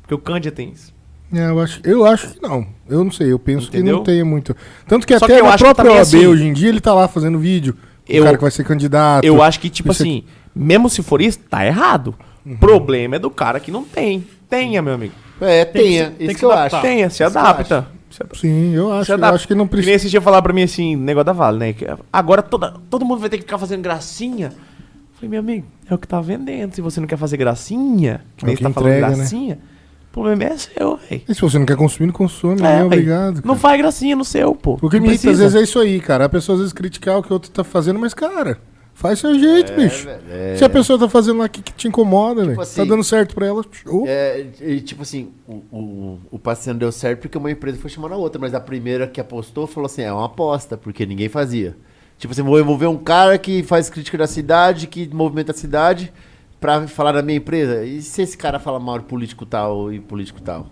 Speaker 5: Porque o Cândido tem isso.
Speaker 1: É, eu, acho, eu acho que não. Eu não sei, eu penso que não
Speaker 5: Entendeu?
Speaker 1: tem muito. Tanto que
Speaker 5: Só
Speaker 1: até
Speaker 5: que eu
Speaker 1: a
Speaker 5: acho que
Speaker 1: própria OAB
Speaker 5: também assim-
Speaker 1: hoje em dia ele tá lá fazendo vídeo.
Speaker 5: Eu-
Speaker 1: o cara que vai ser candidato.
Speaker 5: Eu acho que, tipo
Speaker 1: Isso Uhum.
Speaker 5: assim, mesmo se for isso, tá errado. Problema é do cara que não tem. Tenha, meu amigo.
Speaker 2: É,
Speaker 4: Tem que
Speaker 2: tenha.
Speaker 4: se- tem
Speaker 2: isso
Speaker 4: que
Speaker 2: que eu
Speaker 4: se
Speaker 2: acho.
Speaker 4: adaptar.
Speaker 5: Tenha, se
Speaker 2: Isso que eu
Speaker 5: adapta. Se adapta.
Speaker 1: Sim, eu Tá. acho.
Speaker 5: Se
Speaker 1: Eu
Speaker 5: adapta.
Speaker 1: acho que não
Speaker 5: Que nem
Speaker 1: precisa.
Speaker 5: Esse dia falar pra mim assim, negócio da Vale, né? Que agora toda, todo mundo vai ter que ficar fazendo gracinha. Eu Falei, meu amigo, é o que tá vendendo. Se você não quer fazer gracinha, que
Speaker 1: É
Speaker 5: nem
Speaker 1: o
Speaker 5: você
Speaker 1: que
Speaker 5: tá
Speaker 1: entrega,
Speaker 5: falando
Speaker 1: né?
Speaker 5: gracinha, o problema é seu, véi.
Speaker 1: E se você não quer consumir, não consome,
Speaker 5: É,
Speaker 1: né?
Speaker 5: véi.
Speaker 1: Obrigado.
Speaker 5: Não
Speaker 1: cara.
Speaker 5: faz gracinha no seu, pô.
Speaker 1: O que
Speaker 5: Não
Speaker 1: me irrita, às
Speaker 5: precisa.
Speaker 1: vezes, é isso aí, cara. A pessoa às vezes criticar o que o outro tá fazendo, mas, cara, faz seu jeito,
Speaker 2: É,
Speaker 1: bicho. Se a pessoa tá fazendo lá que, que te incomoda, velho. tá
Speaker 2: assim,
Speaker 1: dando certo pra ela, show.
Speaker 2: É, e, tipo assim, o, o, o passe não deu certo porque uma empresa foi chamando a outra, mas a primeira que apostou falou assim: é uma aposta, porque ninguém fazia. Tipo assim, vou envolver um cara que faz crítica da cidade, que movimenta a cidade, pra falar da minha empresa. E se esse cara fala mal de político tal e político tal?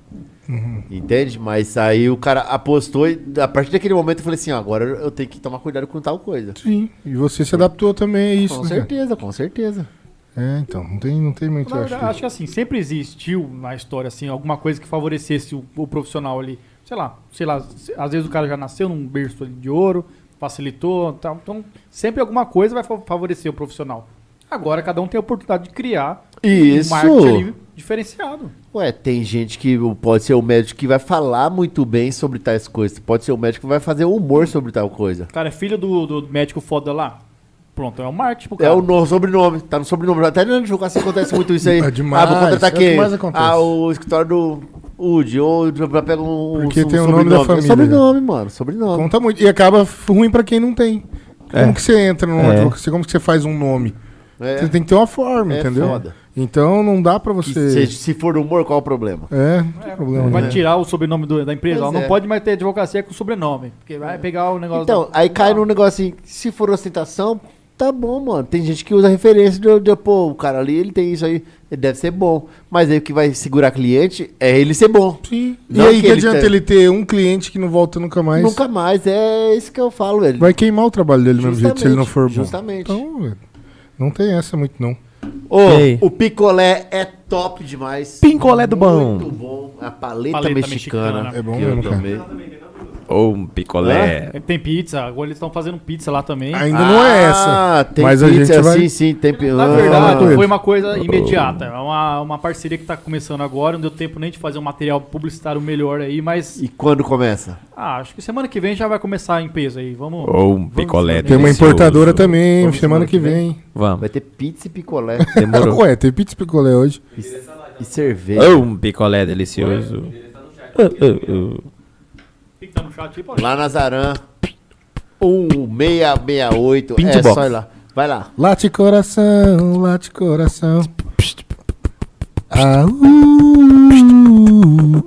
Speaker 4: Uhum.
Speaker 2: Entende? Mas aí o cara apostou e a partir daquele momento eu falei assim: ó, agora eu tenho que tomar cuidado com tal coisa.
Speaker 1: Sim. E você se adaptou também, é isso.
Speaker 2: com
Speaker 1: né, cara?
Speaker 2: certeza, com certeza.
Speaker 1: É, então, não tem, não tem muito,
Speaker 4: Na
Speaker 1: eu
Speaker 4: verdade,
Speaker 1: acho.
Speaker 4: acho que assim, sempre existiu na história, assim, alguma coisa que favorecesse o, o profissional ali. Sei lá, sei lá, se- às vezes o cara já nasceu num berço ali de ouro, facilitou, tal. então sempre alguma coisa vai fa- favorecer o profissional. Agora cada um tem a oportunidade de criar
Speaker 2: Isso.
Speaker 4: um marketing ali diferenciado.
Speaker 2: Ué, tem gente que pode ser o médico que vai falar muito bem sobre tais coisas. Pode ser o médico que vai fazer humor sobre tal coisa.
Speaker 4: O cara é filho do, do médico foda lá. Pronto, é o marketing pro cara.
Speaker 2: É o no sobrenome, tá no sobrenome. Até no advocacia acontece muito isso aí.
Speaker 1: É demais,
Speaker 2: Ah, vou contratar
Speaker 1: é o
Speaker 2: quem?
Speaker 1: que mais acontece.
Speaker 2: Ah, o escritório do Ud, ou já pega um,
Speaker 1: Porque
Speaker 2: um
Speaker 1: tem o nome da família,
Speaker 2: É sobrenome, mano, sobrenome.
Speaker 1: Conta muito. E acaba f- ruim pra quem não tem. Como que você entra numa
Speaker 5: É.
Speaker 1: advocacia? Como que você faz um nome?
Speaker 2: É.
Speaker 1: Você tem que ter uma forma,
Speaker 2: É
Speaker 1: entendeu?
Speaker 2: foda.
Speaker 1: Então não dá pra
Speaker 2: E Se,
Speaker 1: você.
Speaker 2: se for humor, qual o problema?
Speaker 1: É, não tem problema.
Speaker 4: Vai
Speaker 1: né?
Speaker 4: tirar o sobrenome do- da empresa.
Speaker 2: Pois
Speaker 4: Ela não
Speaker 2: é.
Speaker 4: pode mais ter advocacia com sobrenome. Porque vai pegar o negócio.
Speaker 2: Então,
Speaker 4: da-
Speaker 2: aí cai num negócio assim, se for ostentação, tá bom, mano. Tem gente que usa referência de, de, pô, o cara ali, ele tem isso aí, ele deve ser bom. Mas aí o que vai segurar cliente é ele ser bom.
Speaker 1: Sim.
Speaker 2: Não
Speaker 1: e aí
Speaker 2: que
Speaker 1: que
Speaker 2: ele
Speaker 1: adianta
Speaker 2: tem-
Speaker 1: ele ter um cliente que não volta nunca mais?
Speaker 2: Nunca mais, é isso que eu falo, velho.
Speaker 1: Vai queimar o trabalho dele do mesmo jeito se ele não for bom.
Speaker 2: Justamente.
Speaker 1: Então, velho, não tem essa muito, não.
Speaker 2: Ô,
Speaker 5: Ei.
Speaker 2: o picolé é top demais.
Speaker 5: Pincolé do bom.
Speaker 2: Muito bom. A
Speaker 3: tá
Speaker 2: paleta,
Speaker 4: Paleta
Speaker 2: mexicana.
Speaker 4: mexicana.
Speaker 1: É bom
Speaker 2: que eu
Speaker 1: mesmo, cara.
Speaker 2: tomei.
Speaker 5: Ou um
Speaker 1: É,
Speaker 5: picolé.
Speaker 4: É, Tem pizza, agora eles estão fazendo pizza lá também.
Speaker 1: Ainda não é
Speaker 2: Ah,
Speaker 1: essa.
Speaker 2: tem
Speaker 1: mas
Speaker 2: pizza, assim,
Speaker 1: a gente vai.
Speaker 2: sim, sim, tem Ah. pizza.
Speaker 3: é
Speaker 4: Na
Speaker 1: falar com
Speaker 4: verdade,
Speaker 1: ele.
Speaker 4: foi uma coisa imediata. É uma, uma parceria que tá começando agora. Não deu tempo nem de fazer um material publicitário melhor aí, mas
Speaker 2: E quando começa?
Speaker 4: ah, acho que semana que vem já vai começar em peso aí. Vamos.
Speaker 5: Ou um picolé.
Speaker 1: Tem uma
Speaker 5: delicioso.
Speaker 1: importadora também,
Speaker 2: Vamos
Speaker 1: semana
Speaker 2: semana que
Speaker 1: que vem.
Speaker 5: Vamos.
Speaker 2: Vai ter pizza e picolé
Speaker 5: Demorou.
Speaker 1: Ué, tem pizza e picolé hoje.
Speaker 2: e cerveja.
Speaker 5: Ou um picolé delicioso. Uh, uh, uh.
Speaker 4: Tem que tá no chat aí, pode.
Speaker 2: Lá na Zaran. 1668.
Speaker 5: Pinto
Speaker 2: é
Speaker 5: box.
Speaker 2: só ir lá. Vai lá.
Speaker 1: Late coração, late coração. Aú.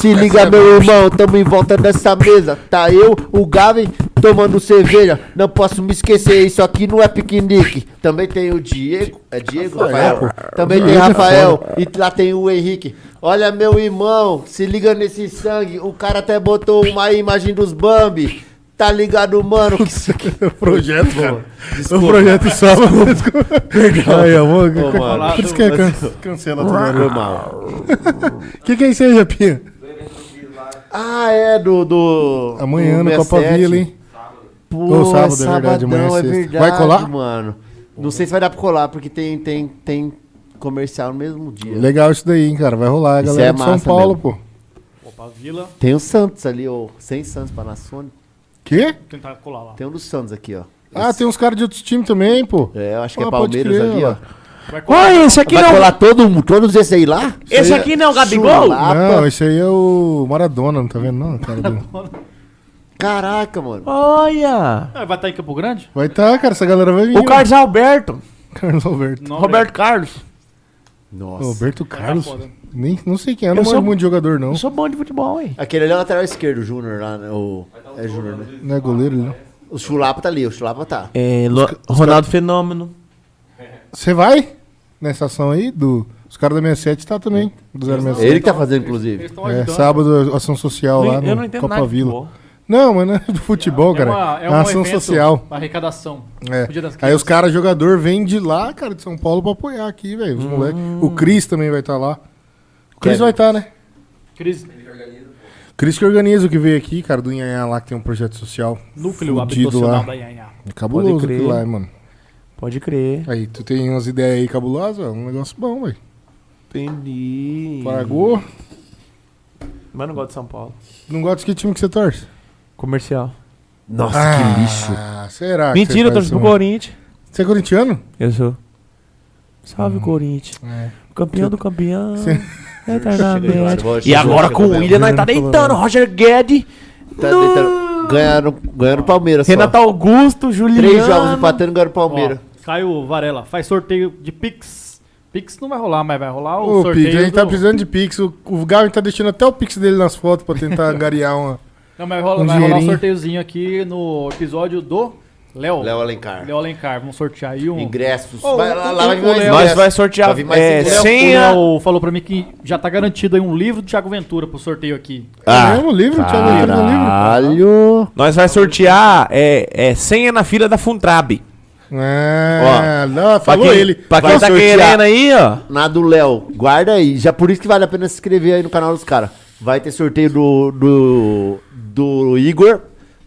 Speaker 2: Se liga, meu irmão, tamo em volta dessa mesa. Tá eu, o Gavin, tomando cerveja. Não posso me esquecer, isso aqui não é piquenique. Também tem o Diego. É Diego, Rafael? Também tem
Speaker 1: Diego é
Speaker 2: Rafael. E lá tem o Henrique. Olha, meu irmão, se liga nesse sangue. O cara até botou uma imagem dos Bambi. Tá ligado, mano? Que isso aqui.
Speaker 1: O projeto, cara.
Speaker 2: Desculpa.
Speaker 1: O projeto só. Perdão. Aí, amor.
Speaker 2: Ô, mano.
Speaker 1: Por isso que é can- cancela tudo.
Speaker 2: Foi mal.
Speaker 1: O que, que é isso aí, Japinha?
Speaker 2: Ah, é, do. do
Speaker 1: Amanhã
Speaker 2: do
Speaker 1: no Copa
Speaker 2: 67.
Speaker 1: Vila, hein?
Speaker 2: Pô,
Speaker 1: Ou sábado, é verdade, amanhã é
Speaker 2: sabadão,
Speaker 1: sexta. Vai colar?
Speaker 2: mano. Não sei se vai dar pra colar, porque tem, tem, tem comercial no mesmo dia.
Speaker 1: Legal isso daí, hein, cara. Vai rolar, a
Speaker 2: Isso
Speaker 1: galera
Speaker 2: é
Speaker 1: de São
Speaker 2: massa
Speaker 1: Paulo,
Speaker 2: mesmo.
Speaker 1: pô.
Speaker 4: Opa, Vila,
Speaker 2: Tem o Santos ali, ó. Sem Santos, Panasonic.
Speaker 1: Quê?
Speaker 4: tentar colar lá.
Speaker 2: Tem um do Santos aqui, ó.
Speaker 1: Ah, tem uns caras de outros times também, pô.
Speaker 2: É, eu acho que
Speaker 1: Ah,
Speaker 2: é
Speaker 1: pode
Speaker 2: Palmeiras
Speaker 1: crer,
Speaker 2: ali, ó.
Speaker 1: ó.
Speaker 4: Vai colar.
Speaker 5: Olha, esse aqui
Speaker 2: vai
Speaker 5: não.
Speaker 2: colar todo, mu- todos esses aí lá?
Speaker 5: Esse aqui não é o Gabigol?
Speaker 2: Chulapa.
Speaker 1: Não, esse aí é o Maradona, não tá vendo não, cara? do-
Speaker 2: Caraca, mano.
Speaker 5: Olha.
Speaker 4: Ah, Vai estar em Campo Grande?
Speaker 1: Vai tá, cara, essa galera vai vir.
Speaker 5: O
Speaker 1: ó.
Speaker 5: Carlos Alberto.
Speaker 1: Carlos Alberto.
Speaker 4: Não, né?
Speaker 5: Roberto Carlos.
Speaker 2: Nossa.
Speaker 1: Alberto
Speaker 4: tá
Speaker 1: Carlos?
Speaker 4: foda.
Speaker 1: Nem, não sei quem é, não
Speaker 5: Eu
Speaker 1: sou
Speaker 5: sou-
Speaker 1: muito de jogador, não.
Speaker 5: Eu sou bom de futebol, hein?
Speaker 2: Aquele ali é o lateral esquerdo, o Júnior lá, né? O... É Júnior, né?
Speaker 1: Não é goleiro, ele não.
Speaker 2: O Chulapa tá ali, o Chulapa tá.
Speaker 5: É, Lo- Ronaldo Fenômeno.
Speaker 1: Você vai nessa ação aí do... Os caras da 67 tá também, do 067.
Speaker 2: Ele que tá fazendo, inclusive.
Speaker 4: Eles estão
Speaker 1: É,
Speaker 4: ajudando.
Speaker 1: sábado, ação social lá
Speaker 5: eu
Speaker 1: no
Speaker 5: não entendo
Speaker 1: Copa
Speaker 5: nada de
Speaker 1: Vila.
Speaker 5: futebol.
Speaker 1: Não, mas não é do futebol,
Speaker 4: É
Speaker 1: cara.
Speaker 4: uma, é
Speaker 1: é
Speaker 4: um
Speaker 1: uma ação
Speaker 4: evento,
Speaker 1: social.
Speaker 4: Uma arrecadação.
Speaker 1: É.
Speaker 4: O Dia das
Speaker 1: Aí os
Speaker 4: Crianças.
Speaker 1: caras, jogador, vem de lá, cara, de São Paulo pra apoiar aqui, velho.
Speaker 5: Hum.
Speaker 1: Os moleque. O Cris também vai estar lá. O Cris
Speaker 2: Kevin.
Speaker 1: vai estar, né?
Speaker 4: Cris,
Speaker 1: O Cris que organiza o que veio aqui, cara, do Inhanhá lá, que tem um projeto social.
Speaker 4: núcleo
Speaker 1: Fudido
Speaker 4: habitacional
Speaker 1: lá.
Speaker 4: da Ianhá.
Speaker 1: É Cabuloso
Speaker 5: Pode crer.
Speaker 1: aquilo lá, hein, mano.
Speaker 5: Pode crer.
Speaker 1: Aí, tu tem umas ideias aí cabulosas, é um negócio bom, velho.
Speaker 5: Entendi.
Speaker 1: Pagou.
Speaker 5: Mas não gosto de São Paulo.
Speaker 1: Não gosta de que time que você torce?
Speaker 5: Comercial.
Speaker 2: Nossa, que lixo.
Speaker 1: Ah, será que
Speaker 5: Mentira, eu
Speaker 1: você faz
Speaker 5: torço pro
Speaker 1: isso, mano?
Speaker 5: Corinthians.
Speaker 1: Você é corintiano?
Speaker 5: Eu sou. Salve, Corinthians.
Speaker 1: É.
Speaker 5: Campeão do campeão.
Speaker 1: Sim.
Speaker 5: Eternamente.
Speaker 2: Chega,
Speaker 5: E agora
Speaker 2: chega,
Speaker 5: com o
Speaker 2: Gabriel.
Speaker 5: William, nós tá deitando. Roger Guedes.
Speaker 2: Tá deitando. Ganharam, ganharam o Palmeiras. só.
Speaker 5: Renato Augusto, Juliano.
Speaker 2: Três jogos empatando, ganharam o Palmeiras.
Speaker 4: Ó, Caio Varela, faz sorteio de Pix. Pix não vai rolar, mas vai rolar o
Speaker 1: Ô,
Speaker 4: sorteio.
Speaker 1: Pix, a gente tá
Speaker 4: do-
Speaker 1: precisando de Pix. O, o Gavin tá deixando até o Pix dele nas fotos pra tentar angariar uma.
Speaker 4: Não, mas rola,
Speaker 1: um
Speaker 4: vai rolar um
Speaker 1: dinheirinho.
Speaker 4: sorteiozinho aqui no episódio do Léo.
Speaker 2: Léo Alencar.
Speaker 4: Léo Alencar. Vamos sortear aí um.
Speaker 2: Ingressos.
Speaker 4: Ô,
Speaker 2: vai lá, lá vai
Speaker 4: o
Speaker 2: vir mais
Speaker 4: Léo-
Speaker 5: Nós
Speaker 2: ingressos.
Speaker 5: vai sortear
Speaker 2: Vai vir mais
Speaker 5: é,
Speaker 2: cinco
Speaker 4: Léo-
Speaker 2: ingressos.
Speaker 5: sem
Speaker 4: o
Speaker 5: a...
Speaker 4: Léo falou pra mim que já tá garantido aí um livro do Thiago Ventura pro sorteio aqui.
Speaker 5: Ah,
Speaker 1: é mesmo livro? Thiago Ventura no livro?
Speaker 5: né,
Speaker 2: Caralho.
Speaker 5: Nós vai sortear é, é, senha na fila da Funtrab.
Speaker 1: Ah, não, falou
Speaker 5: pra quem,
Speaker 1: ele.
Speaker 5: Pra quem
Speaker 1: Vai
Speaker 5: tá
Speaker 1: sortear.
Speaker 5: querendo aí, ó.
Speaker 2: Na do Léo. Guarda aí. Já por isso que vale a pena se inscrever aí no canal dos caras. Vai ter sorteio do, do, do Igor,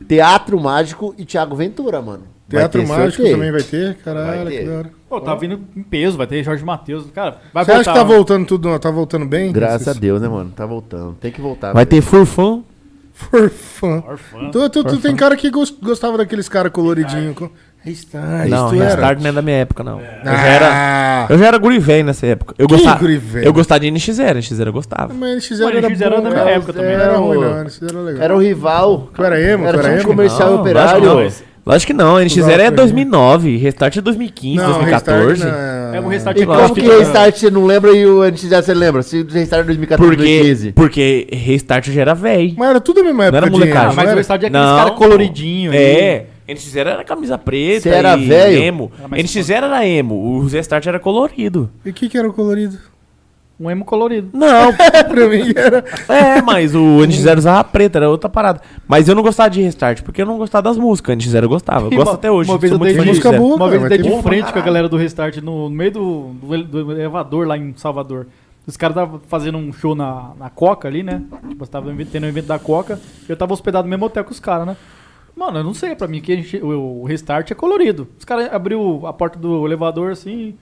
Speaker 2: Teatro Mágico e Thiago Ventura, mano. Vai
Speaker 1: Teatro
Speaker 2: ter
Speaker 1: Mágico
Speaker 2: sorteio.
Speaker 1: também vai ter? Caralho,
Speaker 2: Vai ter.
Speaker 1: que da hora.
Speaker 4: Pô, tá vindo em peso, vai ter Jorge Matheus. Cara, vai
Speaker 1: Você acha que tá
Speaker 4: né?
Speaker 1: voltando tudo, tá voltando bem?
Speaker 3: Graças a Deus, né, mano? Tá voltando. Tem que voltar.
Speaker 5: Vai
Speaker 3: velho.
Speaker 5: ter Furfão.
Speaker 1: Forfã.
Speaker 4: Orfã.
Speaker 1: Tu, tu, tu tem cara que gos- gostava daqueles caras coloridinhos. Restart.
Speaker 5: não,
Speaker 1: É tu era.
Speaker 5: Restart não é da minha época, não. Eu já era,
Speaker 1: Ah,
Speaker 5: eu já era guri velho nessa época. Eu
Speaker 1: Que
Speaker 5: gostava,
Speaker 1: guri velho?
Speaker 5: eu gostava de NX0, NX0 eu gostava.
Speaker 1: mas eles fizeram
Speaker 4: Mas
Speaker 1: era
Speaker 4: eles fizeram
Speaker 1: bom,
Speaker 4: na
Speaker 1: cara.
Speaker 4: minha época também, um
Speaker 1: Era
Speaker 3: né?
Speaker 1: ruim,
Speaker 3: O-
Speaker 1: não. Eles fizeram legal.
Speaker 5: um-
Speaker 3: Era o rival.
Speaker 1: Tu era emo, tu
Speaker 3: Era
Speaker 1: era
Speaker 3: time
Speaker 1: emo?
Speaker 3: comercial e
Speaker 5: Não,
Speaker 3: operário.
Speaker 5: lógico que não. Lógico que não, NX0 é
Speaker 1: Ah, Lógico que
Speaker 5: 2009, Restart é 2015,
Speaker 1: Não, Restart
Speaker 5: 2014.
Speaker 1: não
Speaker 4: É o restart
Speaker 3: E
Speaker 5: Lógico
Speaker 3: como que
Speaker 5: que não.
Speaker 4: tá
Speaker 3: restart você não lembra e o NX já você lembra? Se o restart é 2014,
Speaker 5: Porque,
Speaker 3: 2015.
Speaker 5: porque Restart já era velho.
Speaker 1: Mas era tudo a mesma
Speaker 5: Não
Speaker 1: época
Speaker 5: era
Speaker 1: de emo,
Speaker 5: molecagem.
Speaker 4: Ah, mas
Speaker 1: não
Speaker 4: o
Speaker 1: era?
Speaker 4: estádio é aqueles
Speaker 5: Não,
Speaker 4: caras
Speaker 5: pô.
Speaker 4: coloridinhos.
Speaker 5: É. NX0 era camisa preta.
Speaker 3: Você era
Speaker 5: e
Speaker 3: velho?
Speaker 5: Emo.
Speaker 4: Era mais
Speaker 5: NX0 era emo. O Restart era colorido.
Speaker 1: E o que que era o colorido?
Speaker 4: Um emo colorido.
Speaker 5: Não,
Speaker 1: pra mim era...
Speaker 5: é, mas o NX0 usava preta, era outra parada. Mas eu não gostava de Restart, porque eu não gostava das músicas. NX0 eu gostava. Eu
Speaker 4: E
Speaker 5: gosto
Speaker 4: uma-
Speaker 5: até hoje.
Speaker 4: uma vez
Speaker 5: sou
Speaker 4: eu
Speaker 5: muito é.
Speaker 4: dei
Speaker 5: fã de
Speaker 1: música
Speaker 5: NX0.
Speaker 1: boa.
Speaker 4: Uma
Speaker 1: cara,
Speaker 4: vez eu
Speaker 1: mas
Speaker 4: dei
Speaker 1: tem
Speaker 4: de
Speaker 1: bom pra
Speaker 4: frente com a galera do Restart no, no meio do, do ele- do elevador lá em Salvador. Os caras estavam fazendo um show na, na Coca ali, né? Tipo, estavam tendo um evento da Coca. Eu tava hospedado no mesmo hotel que os caras, né? Mano, eu não sei, pra mim que a gente- o, o Restart é colorido. Os caras abriu a porta do elevador assim.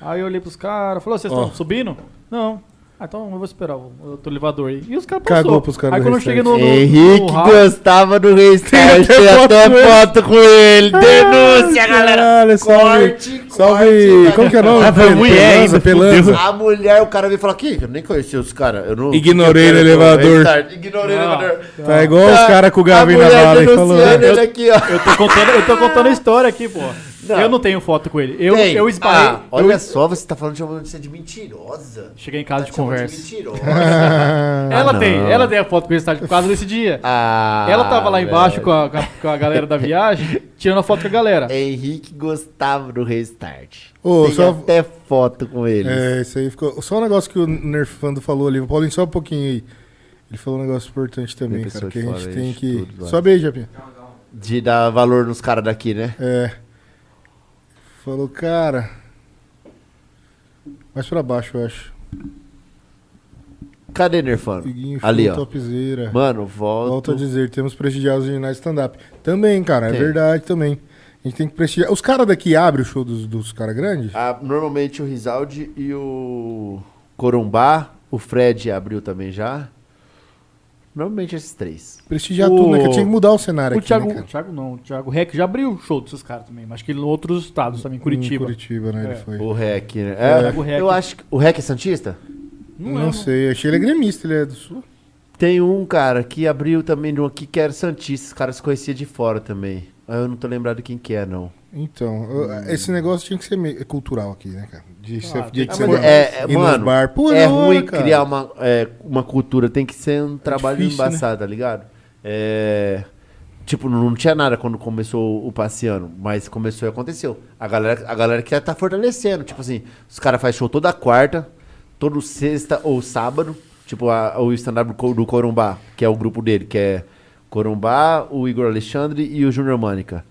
Speaker 4: Aí eu olhei pros caras, falou, vocês estão subindo? Não. Ah, então eu vou esperar o outro elevador aí. E os caras
Speaker 1: Cagou
Speaker 4: passou.
Speaker 1: pros caras
Speaker 4: Aí
Speaker 1: do
Speaker 4: quando eu
Speaker 1: Restart.
Speaker 4: cheguei no, no,
Speaker 3: Henrique
Speaker 4: no hall,
Speaker 3: gostava do restart. Tem
Speaker 1: foto
Speaker 3: até
Speaker 1: com ele.
Speaker 3: foto com ele. Denúncia, galera.
Speaker 1: Caralho, salve. Salve. Como que é o nome?
Speaker 5: Ah, foi
Speaker 1: dele?
Speaker 5: mulher ainda,
Speaker 1: Pelanza.
Speaker 3: A mulher, o cara veio falar, que eu nem conhecia os caras. Eu não...
Speaker 1: Ignorei no
Speaker 3: eu quero-
Speaker 1: elevador.
Speaker 3: Restart, Ignorei no
Speaker 4: Não.
Speaker 3: elevador.
Speaker 1: Tá igual os caras com o Gavi
Speaker 3: Ah, A
Speaker 1: na
Speaker 3: mulher
Speaker 1: bala e falou... né?
Speaker 3: denunciando ele aqui, ó.
Speaker 4: Eu tô contando, eu tô contando a história aqui, pô. Eu não tenho foto com ele. Eu,
Speaker 3: Tem.
Speaker 4: eu esbarrei.
Speaker 3: Ah, olha só, você tá falando chamando você de mentirosa.
Speaker 4: Cheguei em casa de
Speaker 3: Tá chamando
Speaker 4: conversa.
Speaker 3: mentirosa.
Speaker 4: Ela
Speaker 3: não.
Speaker 4: tem, ela tem a foto com o estádio por causa desse dia.
Speaker 3: Ah,
Speaker 4: ela tava lá embaixo
Speaker 3: velho.
Speaker 4: com a, com a- com a galera da viagem, tirando a foto com a galera.
Speaker 3: Henrique gostava do restart.
Speaker 1: Ô,
Speaker 3: Tem
Speaker 1: só-
Speaker 3: até foto com ele.
Speaker 1: É, isso aí ficou. Só um negócio que o Nerfando falou ali, Paulinho, só um pouquinho aí. Ele falou um negócio importante também,
Speaker 3: Tem
Speaker 1: cara,
Speaker 3: pessoas
Speaker 1: que a
Speaker 3: que
Speaker 1: gente
Speaker 3: falam
Speaker 1: tem
Speaker 3: isso
Speaker 1: que.
Speaker 3: tudo lá.
Speaker 1: Sobe aí, Japinha.
Speaker 3: De dar valor nos caras daqui, né?
Speaker 1: É. Falou, cara. Mais pra baixo, eu acho.
Speaker 3: Cadê Nerfano?
Speaker 1: Figuinho,
Speaker 3: Ali,
Speaker 1: show,
Speaker 3: ó.
Speaker 1: topzera.
Speaker 3: Mano, volta.
Speaker 1: Volto a dizer, temos prestigiados originais stand-up. Também, cara, é
Speaker 3: Tem.
Speaker 1: verdade também. A gente tem que prestigiar. Os caras daqui abrem o show dos, dos caras grandes?
Speaker 3: Ah, normalmente o Rizaldi e o Corumbá. O Fred abriu também já. Normalmente esses três.
Speaker 1: Prestigiar
Speaker 4: O-
Speaker 1: tudo, né? Que tinha que mudar o cenário
Speaker 4: O
Speaker 1: aqui. né,
Speaker 4: Thiago, o
Speaker 1: cara?
Speaker 4: Thiago não, o Thiago Rec já abriu o show desses caras também, mas acho que em outros estados também, Curitiba.
Speaker 1: Em Curitiba, né? Ele
Speaker 4: É.
Speaker 1: foi.
Speaker 3: O Rec, né? É,
Speaker 4: O Rec.
Speaker 3: Eu acho que. O Rec é Santista?
Speaker 1: Não,
Speaker 3: né?
Speaker 1: sei, achei ele é gremista, ele é do sul.
Speaker 3: Tem um, cara, que abriu também de um aqui que era Santista. Os caras se conheciam de fora também. Ah, Eu não tô lembrado quem que é, não.
Speaker 1: Então, eu-
Speaker 3: Hum.
Speaker 1: esse negócio tinha que ser meio- é cultural aqui, né, cara? De ser, de
Speaker 4: tem que
Speaker 1: ser
Speaker 4: ser
Speaker 1: no-
Speaker 3: é, é,
Speaker 1: ir nos
Speaker 3: mano,
Speaker 1: bar. Pô,
Speaker 3: é
Speaker 1: da hora,
Speaker 3: ruim
Speaker 1: cara. É
Speaker 3: criar uma, é, uma cultura, tem que ser um trabalho
Speaker 1: difícil, né?
Speaker 3: embaçado, tá ligado? É, tipo, não tinha nada quando começou o passeano, mas começou e aconteceu. A galera, a galera que tá fortalecendo, tipo assim, os caras fazem show toda quarta, todo sexta ou sábado, tipo a- o stand-up do Co- do Corumbá, que é o grupo dele, que é Corumbá, o Igor Alexandre e o Júnior Mânica.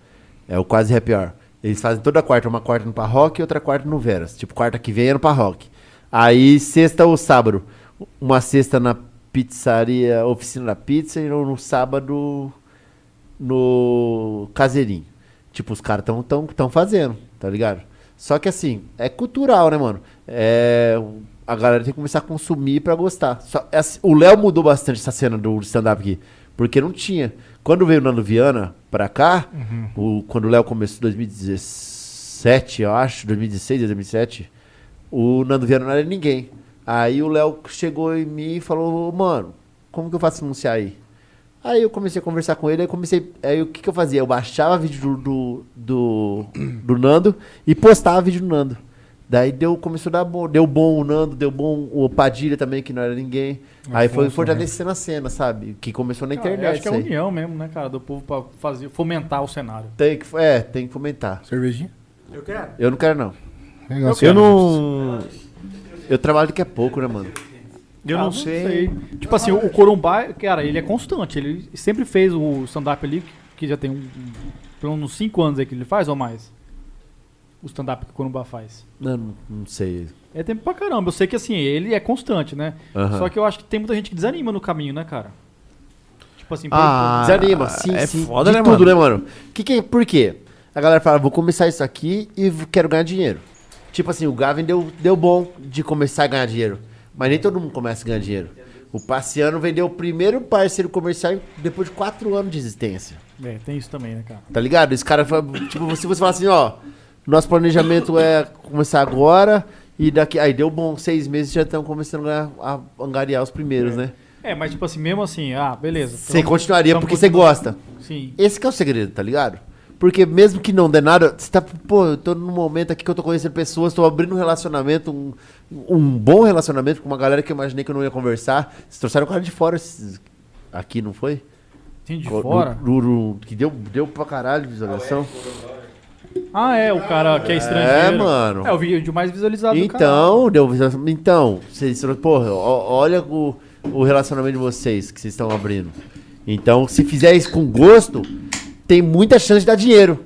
Speaker 3: É o quase happy hour. Eles fazem toda quarta, uma quarta no Parroque e outra quarta no Veras. Tipo, quarta que vem é no Parroque. Aí, sexta ou sábado, uma sexta na pizzaria, oficina da pizza, e no, no sábado no caseirinho. Tipo, os caras tão, tão, tão fazendo, tá ligado? Só que assim, é cultural, né, mano? É, a galera tem que começar a consumir pra gostar. Só- é assim, o Léo mudou bastante essa cena do stand-up aqui, porque não tinha. Quando veio o Nando Viana pra cá, o, quando o Léo começou em 2017, eu acho, 2016, 2017, o Nando Viana não era ninguém. Aí o Léo chegou em mim e falou, mano, como que eu faço pra anunciar aí? Aí eu comecei a conversar com ele, aí comecei. Aí o que, que eu fazia? Eu baixava vídeo do, do, do, do Nando e postava vídeo do Nando. Daí deu, começou a dar bom. Deu bom o Nando, deu bom o Padilha também, que não era ninguém. aí foi fortalecendo a cena, sabe? Que começou na
Speaker 4: Cara, eu
Speaker 3: internet.
Speaker 4: acho que é a
Speaker 3: isso aí.
Speaker 4: união mesmo, né, cara, do povo pra fazer, fomentar o cenário.
Speaker 3: Tem que, é, tem que fomentar.
Speaker 1: Cervejinha?
Speaker 3: Eu não quero, não.
Speaker 1: Legal,
Speaker 5: Eu
Speaker 1: cerveja.
Speaker 5: não.
Speaker 3: Eu trabalho daqui a pouco, né, mano?
Speaker 5: Eu
Speaker 4: Ah,
Speaker 5: não sei.
Speaker 4: Tipo assim, o Corumbá, cara, ele é constante. Ele sempre fez o stand-up ali, que já tem um, um- pelo menos uns 5 anos aí que ele faz ou mais. O stand-up que o Corumbá faz.
Speaker 3: Não, não- não sei.
Speaker 4: É tempo pra caramba. Eu sei que assim, ele é constante, né?
Speaker 3: Aham.
Speaker 4: Só que eu acho que tem muita gente que desanima no caminho, né, cara? Tipo assim, por-
Speaker 5: Ah,
Speaker 3: Desanima, sim,
Speaker 5: é
Speaker 3: sim.
Speaker 5: foda,
Speaker 3: de
Speaker 5: né,
Speaker 3: tudo,
Speaker 5: mano?
Speaker 3: né, mano? Que, que, por quê? A galera fala, vou começar isso aqui e v- quero ganhar dinheiro. Tipo assim, o Gavin deu, deu bom de começar a ganhar dinheiro. Mas nem todo mundo começa a ganhar dinheiro. O Passeano vendeu o primeiro parceiro comercial depois de quatro anos de existência.
Speaker 4: É, tem isso também, né, cara?
Speaker 3: Tá ligado? Esse cara, fala- tipo, se você falar assim, ó, nosso planejamento é começar agora e daqui. Aí deu bom, seis meses já estão começando a, a angariar os primeiros, né?
Speaker 4: É, mas tipo assim, mesmo assim, ah, beleza.
Speaker 3: Você
Speaker 4: então-
Speaker 3: continuaria
Speaker 4: então
Speaker 3: porque você
Speaker 4: continua-
Speaker 3: gosta.
Speaker 4: Sim.
Speaker 3: Esse que é o segredo, tá ligado? Porque mesmo que não dê nada, você tá, pô, eu tô num momento aqui que eu tô conhecendo pessoas, tô abrindo um relacionamento, um, um bom relacionamento com uma galera que eu imaginei que eu não ia conversar. Vocês trouxeram o cara de fora esses- aqui, não foi?
Speaker 4: Tem de
Speaker 3: Co-
Speaker 4: fora?
Speaker 3: no- no- no- que deu, deu pra caralho de visualização.
Speaker 4: Ah, é, o cara que é estrangeiro.
Speaker 3: mano.
Speaker 4: É o vídeo mais visualizado do canal.
Speaker 3: Então, deu visualização. Então, vocês trouxeram, porra, ó- olha o, o relacionamento de vocês que vocês estão abrindo. Então, se fizer isso com gosto, tem muita chance de dar dinheiro.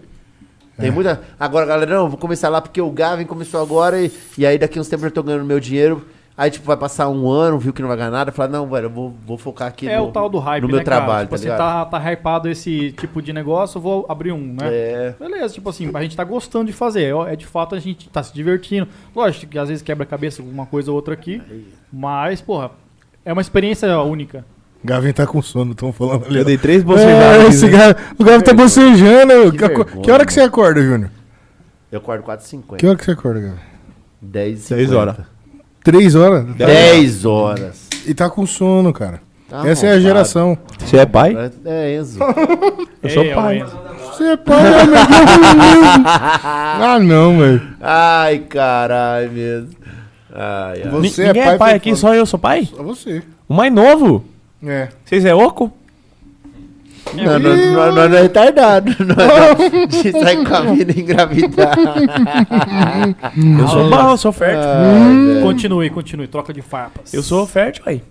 Speaker 3: Tem
Speaker 4: É.
Speaker 3: muita. Agora, galera, não, vou começar lá porque o Gavin começou agora e, e aí daqui uns tempos eu tô ganhando meu dinheiro. Aí, tipo, vai passar um ano, viu que não vai ganhar nada, fala, não, velho, eu vou, vou focar aqui
Speaker 4: É o tal do hype,
Speaker 3: no meu
Speaker 4: né,
Speaker 3: trabalho,
Speaker 4: cara? Tipo
Speaker 3: tá
Speaker 4: assim,
Speaker 3: ligado?
Speaker 4: tá, tá hypado esse tipo de negócio, eu vou abrir um, né?
Speaker 3: É.
Speaker 4: Beleza, tipo assim, a gente tá gostando de fazer. É é de fato, a gente tá se divertindo. Lógico que às vezes quebra a cabeça alguma coisa ou outra aqui. Mas, porra, é uma experiência única.
Speaker 1: Gavin tá com sono, estão falando ali.
Speaker 5: Eu dei três
Speaker 1: É,
Speaker 5: bolsas
Speaker 1: esse Gav- o Gavin tá bocejando. Que,
Speaker 3: né? É, vergonha,
Speaker 1: que hora que você acorda, Júnior?
Speaker 3: Eu acordo
Speaker 1: Que
Speaker 3: 4h50.
Speaker 1: hora que você acorda, Gavin?
Speaker 3: 10
Speaker 5: Seis horas.
Speaker 1: Três horas?
Speaker 3: 10 horas.
Speaker 1: E tá com sono, cara.
Speaker 3: Tá
Speaker 1: Essa é a
Speaker 3: arrombado.
Speaker 1: geração.
Speaker 5: Você é pai?
Speaker 3: É, Enzo.
Speaker 5: Eu sou
Speaker 4: É,
Speaker 5: pai.
Speaker 4: é uma-
Speaker 1: Você é pai, meu Deus. Ah, não, velho.
Speaker 3: Ai, caralho mesmo. Ai, ai.
Speaker 1: Você
Speaker 5: Ninguém é pai,
Speaker 1: foi
Speaker 5: aqui,
Speaker 1: foda.
Speaker 5: só eu sou pai?
Speaker 1: Só você.
Speaker 5: O mais novo?
Speaker 1: É.
Speaker 5: Vocês é oco?
Speaker 3: Não, não, não, não, não é retardado. Não, não. De sair com a vida e engravidar.
Speaker 5: Eu sou bom, eu sou fértil.
Speaker 1: É.
Speaker 3: Ai, velho.
Speaker 4: Continue, continue, troca de farpas.
Speaker 5: Eu sou fértil, aí.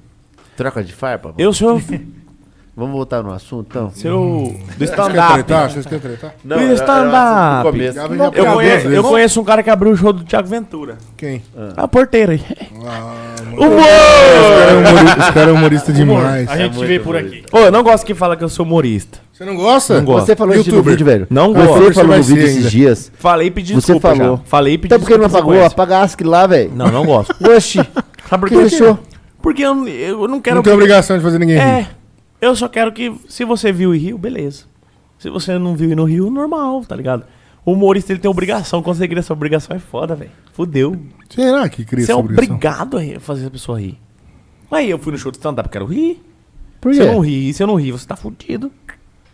Speaker 3: Troca de farpa?
Speaker 5: Eu sou.
Speaker 3: Vamos voltar no assunto, então?
Speaker 5: Seu. Do
Speaker 1: Vocês querem
Speaker 5: stand-up.
Speaker 1: tretar? Vocês querem tretar?
Speaker 3: Não,
Speaker 5: Do
Speaker 3: era- era
Speaker 5: stand-up.
Speaker 3: o começo.
Speaker 1: Gavin já
Speaker 5: Eu
Speaker 1: apanhou duas
Speaker 5: conheço, eu
Speaker 1: vezes.
Speaker 5: conheço um cara que abriu o show do Thiago Ventura. É
Speaker 1: Quem?
Speaker 5: A porteira aí.
Speaker 1: Ah, mano.
Speaker 5: Humor!
Speaker 1: Esse cara é humorista, esse cara é humorista demais.
Speaker 4: A
Speaker 3: É
Speaker 4: gente vê por aqui.
Speaker 5: Ô, eu não gosto que fala que eu sou humorista.
Speaker 1: Você não gosta?
Speaker 5: Não gosto.
Speaker 3: Você falou isso no
Speaker 1: Youtuber.
Speaker 3: vídeo, velho.
Speaker 5: Não
Speaker 3: Você
Speaker 5: gosto.
Speaker 3: falou
Speaker 1: vai
Speaker 3: no vídeo
Speaker 1: ser ainda.
Speaker 3: esses dias.
Speaker 5: Falei e pedi
Speaker 3: Você
Speaker 5: desculpa
Speaker 3: falou.
Speaker 5: já. Falei e pedi
Speaker 3: Então por que não
Speaker 5: desculpa
Speaker 3: apagou?
Speaker 5: consequência.
Speaker 3: Apaga a ASC lá, velho.
Speaker 5: Não, não gosto.
Speaker 3: Oxi.
Speaker 5: Sabe por
Speaker 3: Que
Speaker 5: quê?
Speaker 3: fechou?
Speaker 5: Porque eu, eu não quero...
Speaker 1: Não tem obrigação de fazer ninguém rir.
Speaker 5: É, eu só quero que... Se você viu e riu, beleza. Se você não viu e não riu, normal, tá ligado? O humorista, ele tem obrigação. Conseguir essa obrigação é foda, velho. Fudeu.
Speaker 1: Será que cria
Speaker 5: Você é
Speaker 1: essa obrigação?
Speaker 5: obrigado a rir- fazer a pessoa rir. Mas eu fui no show de stand-up, quero rir.
Speaker 3: Por
Speaker 5: Se
Speaker 3: quê?
Speaker 5: eu não rir, se eu não rir, você tá fudido.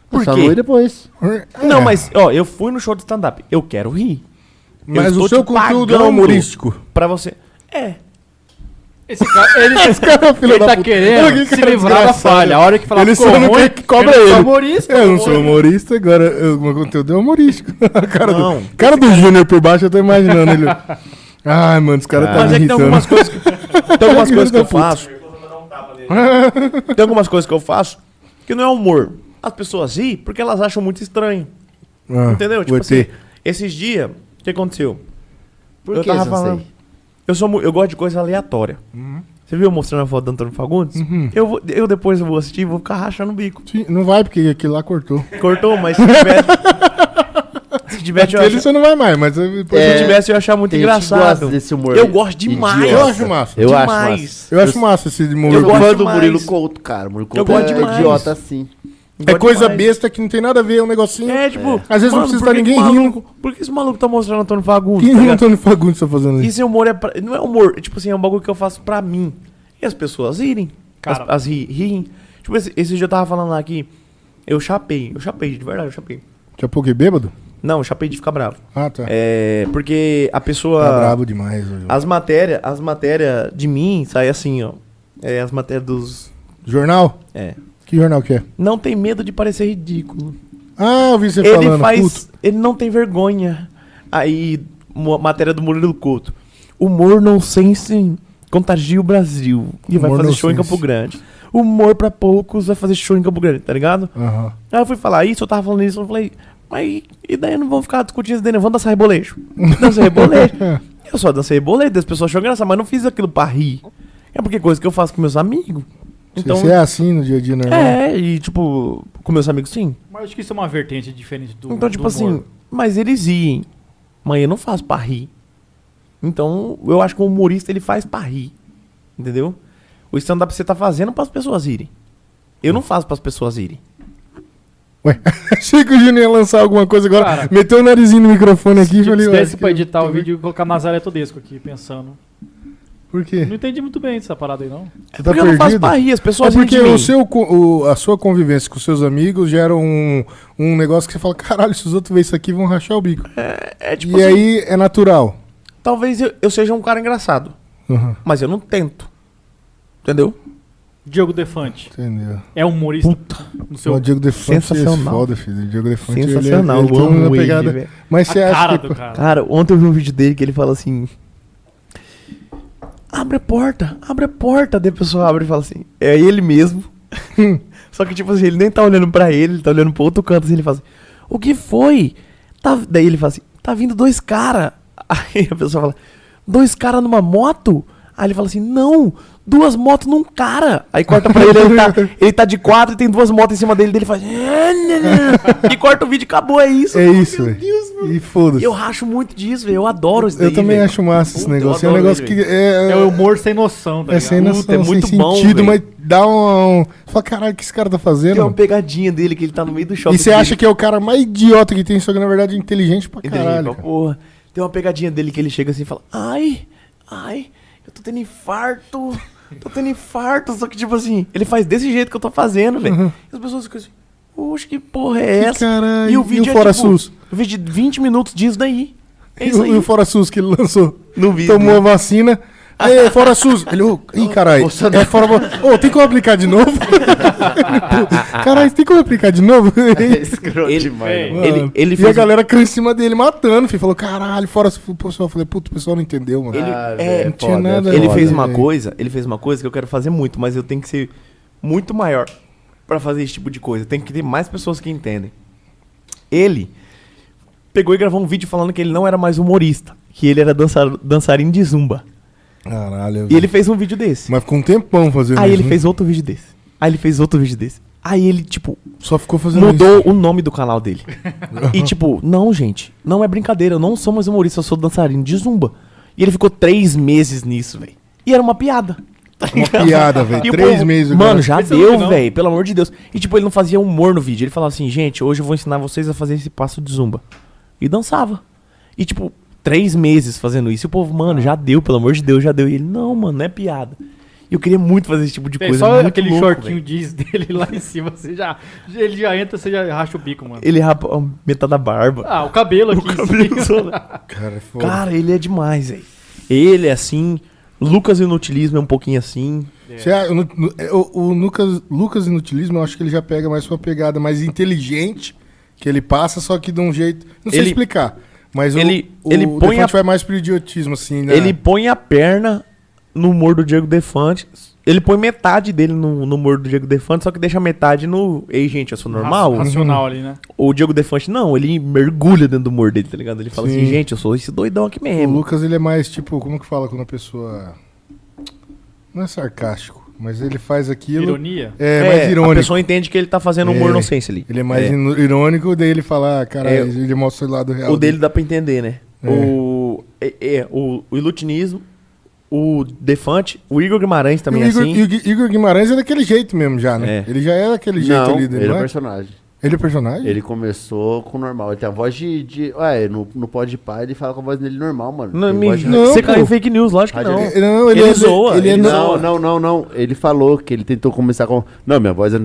Speaker 5: Por
Speaker 3: Só
Speaker 5: quê?
Speaker 3: não ir depois.
Speaker 1: tá É.
Speaker 5: um- Não, mas, ó, eu fui no show de stand-up. Eu quero rir. eu
Speaker 1: Mas
Speaker 5: estou
Speaker 1: o seu
Speaker 5: te
Speaker 1: conteúdo é
Speaker 5: pagando.
Speaker 1: humorístico.
Speaker 5: Pra você. É.
Speaker 4: Esse cara, ele,
Speaker 1: Esse cara é filho
Speaker 4: ele
Speaker 1: da
Speaker 4: tá
Speaker 1: puta.
Speaker 4: querendo
Speaker 1: Olha que
Speaker 4: se
Speaker 1: cara
Speaker 4: livrar da
Speaker 1: desgraçado.
Speaker 4: falha. A hora que falar
Speaker 1: Ele
Speaker 4: ficou
Speaker 1: só não
Speaker 4: ruim,
Speaker 1: quer que cobra
Speaker 4: eu não sou
Speaker 1: ele. É,
Speaker 4: humorista,
Speaker 5: é
Speaker 1: Eu não sou humorista, agora eu- o meu conteúdo é humorístico. A cara
Speaker 5: Não.
Speaker 1: do, cara do Júnior por baixo, eu tô imaginando ele. Ai, mano, os caras tá
Speaker 5: Mas
Speaker 1: me
Speaker 5: é que tem
Speaker 1: irritando.
Speaker 5: algumas coisas que, tem algumas coisas que eu faço. Tem algumas coisas que eu faço que não é humor. As pessoas riem porque elas acham muito estranho.
Speaker 1: Ah,
Speaker 5: Entendeu?
Speaker 1: o
Speaker 5: Tipo
Speaker 1: ET.
Speaker 5: assim, esses dias, o que aconteceu?
Speaker 3: Por
Speaker 5: eu
Speaker 3: que,
Speaker 5: tava
Speaker 3: Sansei? Uhum.
Speaker 5: falando. Eu, sou, mu- eu gosto de coisa aleatória. Você viu eu mostrando a foto do Antônio Fagundes? Eu, vou- eu depois vou assistir e vou ficar rachando o bico.
Speaker 1: Sim, Não vai, porque aquilo lá cortou.
Speaker 5: Cortou, mas se tivesse. se tivesse, eu
Speaker 1: Ele
Speaker 5: achar,
Speaker 1: você não vai mais, mas eu- depois
Speaker 5: se
Speaker 3: É.
Speaker 1: eu,
Speaker 5: tivesse, eu ia achar muito
Speaker 3: Tem gente que gosta
Speaker 5: engraçado.
Speaker 3: desse humor
Speaker 5: eu gosto demais.
Speaker 1: eu acho massa. Eu,
Speaker 3: Eu acho
Speaker 5: Demais.
Speaker 3: massa.
Speaker 1: acho massa esse humor.
Speaker 5: Eu gosto
Speaker 3: fã do
Speaker 5: demais.
Speaker 3: Murilo Couto, cara. Murilo Couto
Speaker 5: gosto
Speaker 3: é
Speaker 5: demais.
Speaker 3: idiota assim.
Speaker 1: é
Speaker 5: Gosto
Speaker 1: coisa
Speaker 5: demais.
Speaker 1: besta que não tem nada a ver, é um negocinho.
Speaker 5: É, tipo.
Speaker 1: Às vezes não precisa
Speaker 5: por
Speaker 1: estar
Speaker 5: que que
Speaker 1: ninguém
Speaker 5: o
Speaker 1: rindo.
Speaker 5: maluco- Por que esse maluco tá mostrando Antônio Fagundes?
Speaker 1: Quem
Speaker 5: tá
Speaker 1: não
Speaker 5: ligado?
Speaker 1: Antônio Fagundes tá fazendo isso?
Speaker 5: Esse humor é pra- não é humor, é tipo assim, é um bagulho que eu faço pra mim. E as pessoas irem,
Speaker 4: Cara.
Speaker 5: as, as ri, riem. Tipo, esse, esse dia eu tava falando lá que eu chapei, eu chapei, de verdade, eu chapei.
Speaker 1: Já pouquei é bêbado?
Speaker 5: Não, eu chapei de ficar bravo.
Speaker 1: Ah, tá.
Speaker 5: É, porque a pessoa...
Speaker 1: Tá brabo demais hoje.
Speaker 5: As matérias, as matérias de mim saem assim, ó. É, as matérias dos...
Speaker 1: Jornal?
Speaker 5: É.
Speaker 1: Que jornal que é?
Speaker 5: Não tem medo de parecer ridículo.
Speaker 1: Ah, eu vi você
Speaker 5: ele
Speaker 1: falando.
Speaker 5: faz.
Speaker 1: puto.
Speaker 5: Ele não tem vergonha. Aí, mo- matéria do Murilo Couto. Humor nonsense contagia o Brasil. E vai
Speaker 1: Humor
Speaker 5: fazer show em
Speaker 1: nonsense.
Speaker 5: Campo Grande. Humor pra poucos vai fazer show em Campo Grande, tá ligado?
Speaker 1: Aham.
Speaker 5: Aí eu fui falar isso, eu tava falando isso, eu falei, mas e daí não vamos ficar discutindo isso daí, não? Vamos dançar rebolejo. Dançar rebolejo. eu só dancei rebolejo, as pessoas acham engraçado, mas não fiz aquilo pra rir. É porque é coisa que eu faço com meus amigos. Então,
Speaker 1: Você é assim no dia a dia, normal?
Speaker 5: é, e tipo, com meus amigos sim.
Speaker 4: Mas acho que isso é uma vertente diferente do
Speaker 3: assim,
Speaker 5: Então, tipo
Speaker 4: do humor.
Speaker 5: assim, mas eles riem. Mas eu não faço pra rir. Então, eu acho que o humorista ele faz pra rir. Entendeu? O stand-up você tá fazendo pras pessoas irem. Eu não faço pras pessoas irem.
Speaker 1: Ué, achei que o Júnior ia lançar alguma coisa agora.
Speaker 4: Cara.
Speaker 1: meteu o narizinho no microfone aqui e
Speaker 4: Tipo,
Speaker 1: falei, ué,
Speaker 4: esquece
Speaker 1: acho
Speaker 4: pra
Speaker 1: que-
Speaker 4: editar o vídeo e colocar Nazaré Todesco aqui, pensando.
Speaker 1: Por quê?
Speaker 4: Não entendi muito bem essa parada aí, não.
Speaker 1: Você
Speaker 5: porque eu não faço pra rir, as
Speaker 1: tá É
Speaker 5: pessoas riem
Speaker 1: porque
Speaker 5: de mim.
Speaker 1: o seu, co- o- a sua convivência com seus amigos gera um, um negócio que você fala, caralho, se os outros verem isso aqui, vão rachar o bico.
Speaker 5: É tipo
Speaker 1: e
Speaker 5: assim,
Speaker 1: aí é natural.
Speaker 5: talvez eu, eu seja um cara engraçado,
Speaker 1: Uhum,
Speaker 5: mas eu não tento. Entendeu?
Speaker 4: Diogo Defante
Speaker 1: entendeu.
Speaker 4: é humorista. No seu
Speaker 1: O Diego Defante é
Speaker 5: Sensacional.
Speaker 1: foda, filho. O Diego Defante ele é-
Speaker 5: Sensacional,
Speaker 1: ele,
Speaker 5: eu
Speaker 1: tem uma
Speaker 5: amo ele,
Speaker 1: pegada.
Speaker 5: velho.
Speaker 1: Mas
Speaker 4: a
Speaker 1: você
Speaker 4: cara
Speaker 1: acha que...
Speaker 4: do cara.
Speaker 5: Cara, ontem eu vi um vídeo dele que ele fala assim: Abre a porta, abre a porta. Daí a pessoa abre e fala assim: É ele mesmo. Só que, tipo assim, ele nem tá olhando pra ele, ele tá olhando pro outro canto. Assim, ele fala assim: O que foi? Tá... Daí ele fala assim: Tá vindo dois caras. Aí a pessoa fala: Dois caras numa moto? Aí ele fala assim: Não, duas motos num cara. Aí corta pra ele, ele tá, ele tá de quatro e tem duas motos em cima dele. Daí ele assim, "É, faz: né, E corta o vídeo, acabou, é isso.
Speaker 1: É isso, velho. E
Speaker 5: E
Speaker 1: foda-se.
Speaker 5: eu
Speaker 1: Eu,
Speaker 5: racho muito disso, velho. Eu adoro isso daí,
Speaker 1: também
Speaker 5: velho.
Speaker 1: acho massa esse
Speaker 5: Puta, eu
Speaker 1: negócio. É um
Speaker 5: adoro
Speaker 1: negócio
Speaker 5: ele,
Speaker 1: que é...
Speaker 4: É o humor sem noção, tá
Speaker 1: É
Speaker 4: ligado?
Speaker 1: sem
Speaker 5: Puta,
Speaker 1: noção,
Speaker 5: é muito
Speaker 1: sem
Speaker 5: bom,
Speaker 1: sentido,
Speaker 5: velho.
Speaker 1: mas dá um... um- Fala, caralho, o que esse cara tá fazendo?
Speaker 5: Tem uma
Speaker 1: mano?"
Speaker 5: pegadinha dele que ele tá no meio do shopping.
Speaker 1: E você acha que é o cara mais idiota que tem, só que na verdade é inteligente pra
Speaker 5: Entendi,
Speaker 1: caralho.
Speaker 5: pra porra. Tem uma pegadinha dele que ele chega assim e fala: Ai, ai, eu tô tendo infarto. Tô tendo infarto. Só que, tipo assim, ele faz desse jeito que eu tô fazendo, velho. E as pessoas ficam assim: Oxe, que porra é
Speaker 1: Uhum. Que
Speaker 5: essa?
Speaker 1: caralho,
Speaker 5: E
Speaker 1: e o
Speaker 5: o vídeo é
Speaker 1: Fora
Speaker 5: tipo,
Speaker 1: SUS?
Speaker 5: um vídeo de 20 minutos disso daí. É
Speaker 1: E
Speaker 5: isso
Speaker 1: o,
Speaker 5: aí.
Speaker 1: e o Fora SUS que ele lançou?
Speaker 5: No vídeo.
Speaker 1: Tomou a vacina. Ê, Fora SUS! Ele, ô, ih, caralho. É fora. Ô, tem como aplicar de novo? caralho, tem como aplicar de novo?
Speaker 2: É escroto
Speaker 5: Ele-
Speaker 2: demais. mano.
Speaker 5: Ele-
Speaker 1: Mano,
Speaker 5: ele
Speaker 1: e a
Speaker 5: fez um-
Speaker 1: galera caiu em cima dele matando, filho. Falou, caralho, fora. O pessoal, eu falei, puto, o pessoal não entendeu, mano.
Speaker 5: Ele-
Speaker 2: Ah,
Speaker 5: é,
Speaker 2: velho,
Speaker 5: não
Speaker 1: tinha
Speaker 2: foda,
Speaker 1: nada,
Speaker 2: é
Speaker 5: Ele
Speaker 1: Foda,
Speaker 5: fez
Speaker 1: né,
Speaker 5: uma
Speaker 1: velho?
Speaker 5: coisa, ele fez uma coisa que eu quero fazer muito, mas eu tenho que ser muito maior pra fazer esse tipo de coisa. Tem que ter mais pessoas que entendem. Ele pegou e gravou um vídeo falando que ele não era mais humorista, que ele era dançar- dançarino de zumba.
Speaker 1: Caralho.
Speaker 5: E
Speaker 1: velho.
Speaker 5: ele fez um vídeo desse.
Speaker 1: Mas ficou um tempão fazendo
Speaker 5: Aí
Speaker 1: isso,
Speaker 5: ele
Speaker 1: né?
Speaker 5: fez outro vídeo desse. Aí ele fez outro vídeo desse. Aí ele, tipo,
Speaker 1: Só ficou fazendo
Speaker 5: mudou o nome do canal dele. e tipo, não, gente, não é brincadeira, eu não sou mais humorista, eu sou dançarino de zumba. E ele ficou três meses nisso, velho. E era uma piada. tá
Speaker 1: Uma
Speaker 5: ligado?
Speaker 1: piada, velho.
Speaker 5: E o
Speaker 1: Três
Speaker 5: povo,
Speaker 1: meses,
Speaker 5: Mano,
Speaker 1: cara.
Speaker 5: já
Speaker 4: Mas você não viu,
Speaker 5: deu,
Speaker 4: não?
Speaker 5: velho, pelo amor de Deus. E tipo, ele não fazia humor no vídeo. Ele falava assim, gente, hoje eu vou ensinar vocês a fazer esse passo de zumba. E dançava. E tipo, três meses fazendo isso. E o povo, mano, já deu, pelo amor de Deus, já deu. E ele, não, mano, não é piada. E eu queria muito fazer esse tipo de
Speaker 4: Véi,
Speaker 5: coisa.
Speaker 4: só
Speaker 5: muito
Speaker 4: aquele
Speaker 5: louco,
Speaker 4: shortinho
Speaker 5: véi.
Speaker 4: jeans dele lá em cima, você já, ele já entra, você já racha o bico, mano.
Speaker 5: Ele rapa a metade da barba.
Speaker 4: Ah, o cabelo aqui. em cima.
Speaker 1: isso. Cara, é foda.
Speaker 5: Cara, ele é demais, velho. Ele é assim. Lucas Inutilismo é um pouquinho assim.
Speaker 1: Você a- o, nu- é, o- o Lucas, Lucas Inutilismo, eu acho que ele já pega mais uma pegada mais inteligente que ele passa, só que de um jeito. Não sei
Speaker 5: Ele-
Speaker 1: explicar. Mas o-
Speaker 5: ele-
Speaker 1: o,
Speaker 5: ele
Speaker 1: o
Speaker 5: põe
Speaker 1: Defante
Speaker 5: a-
Speaker 1: vai mais pro idiotismo, assim, né?
Speaker 5: Ele põe a perna no humor do Diego Defante. Ele põe metade dele no, no humor do Diego Defante, só que deixa metade no. Ei, gente, eu sou normal?
Speaker 4: Racional ali, né?
Speaker 5: O Diego Defante não, ele mergulha dentro do humor dele, tá ligado? Ele fala
Speaker 1: Sim.
Speaker 5: assim, gente, eu sou esse doidão aqui
Speaker 1: O
Speaker 5: mesmo.
Speaker 1: Lucas, ele é mais tipo, como que fala quando a pessoa. Não é sarcástico, mas ele faz aquilo.
Speaker 4: Ironia.
Speaker 1: É, mais
Speaker 5: A
Speaker 1: irônico.
Speaker 5: pessoa entende que ele tá fazendo humor
Speaker 1: É.
Speaker 5: nonsense ali.
Speaker 1: Ele é mais
Speaker 5: É.
Speaker 1: ino- irônico, daí ele fala, ah, caralho,
Speaker 5: É.
Speaker 1: ele mostra o lado real.
Speaker 5: O dele dá pra entender, né?
Speaker 1: É.
Speaker 5: O. É, é, o, o Ilutinismo, o Defante, o Igor Guimarães também
Speaker 1: E o Igor,
Speaker 5: assim.
Speaker 1: e o Gui- Igor Guimarães é daquele jeito mesmo já, né?
Speaker 5: É.
Speaker 1: Ele já é daquele jeito
Speaker 2: Não,
Speaker 1: ali,
Speaker 2: ele é
Speaker 1: não é?
Speaker 2: personagem.
Speaker 1: Ele é personagem?
Speaker 2: Ele começou com o normal. Ele tem a voz de. de ué, no, no pode pai ele fala com a voz dele normal, mano.
Speaker 5: Não, é
Speaker 2: Tem
Speaker 5: me-
Speaker 2: voz de-
Speaker 1: Não,
Speaker 5: você
Speaker 1: pô.
Speaker 5: caiu em fake news, lógico que
Speaker 2: Rádio
Speaker 5: não.
Speaker 2: é-
Speaker 1: Não, ele,
Speaker 5: Ele
Speaker 1: é,
Speaker 5: zoa,
Speaker 1: Ele, é
Speaker 5: ele
Speaker 1: no-
Speaker 2: Não, não, não, não. Ele falou que ele tentou começar com. Não, minha voz é.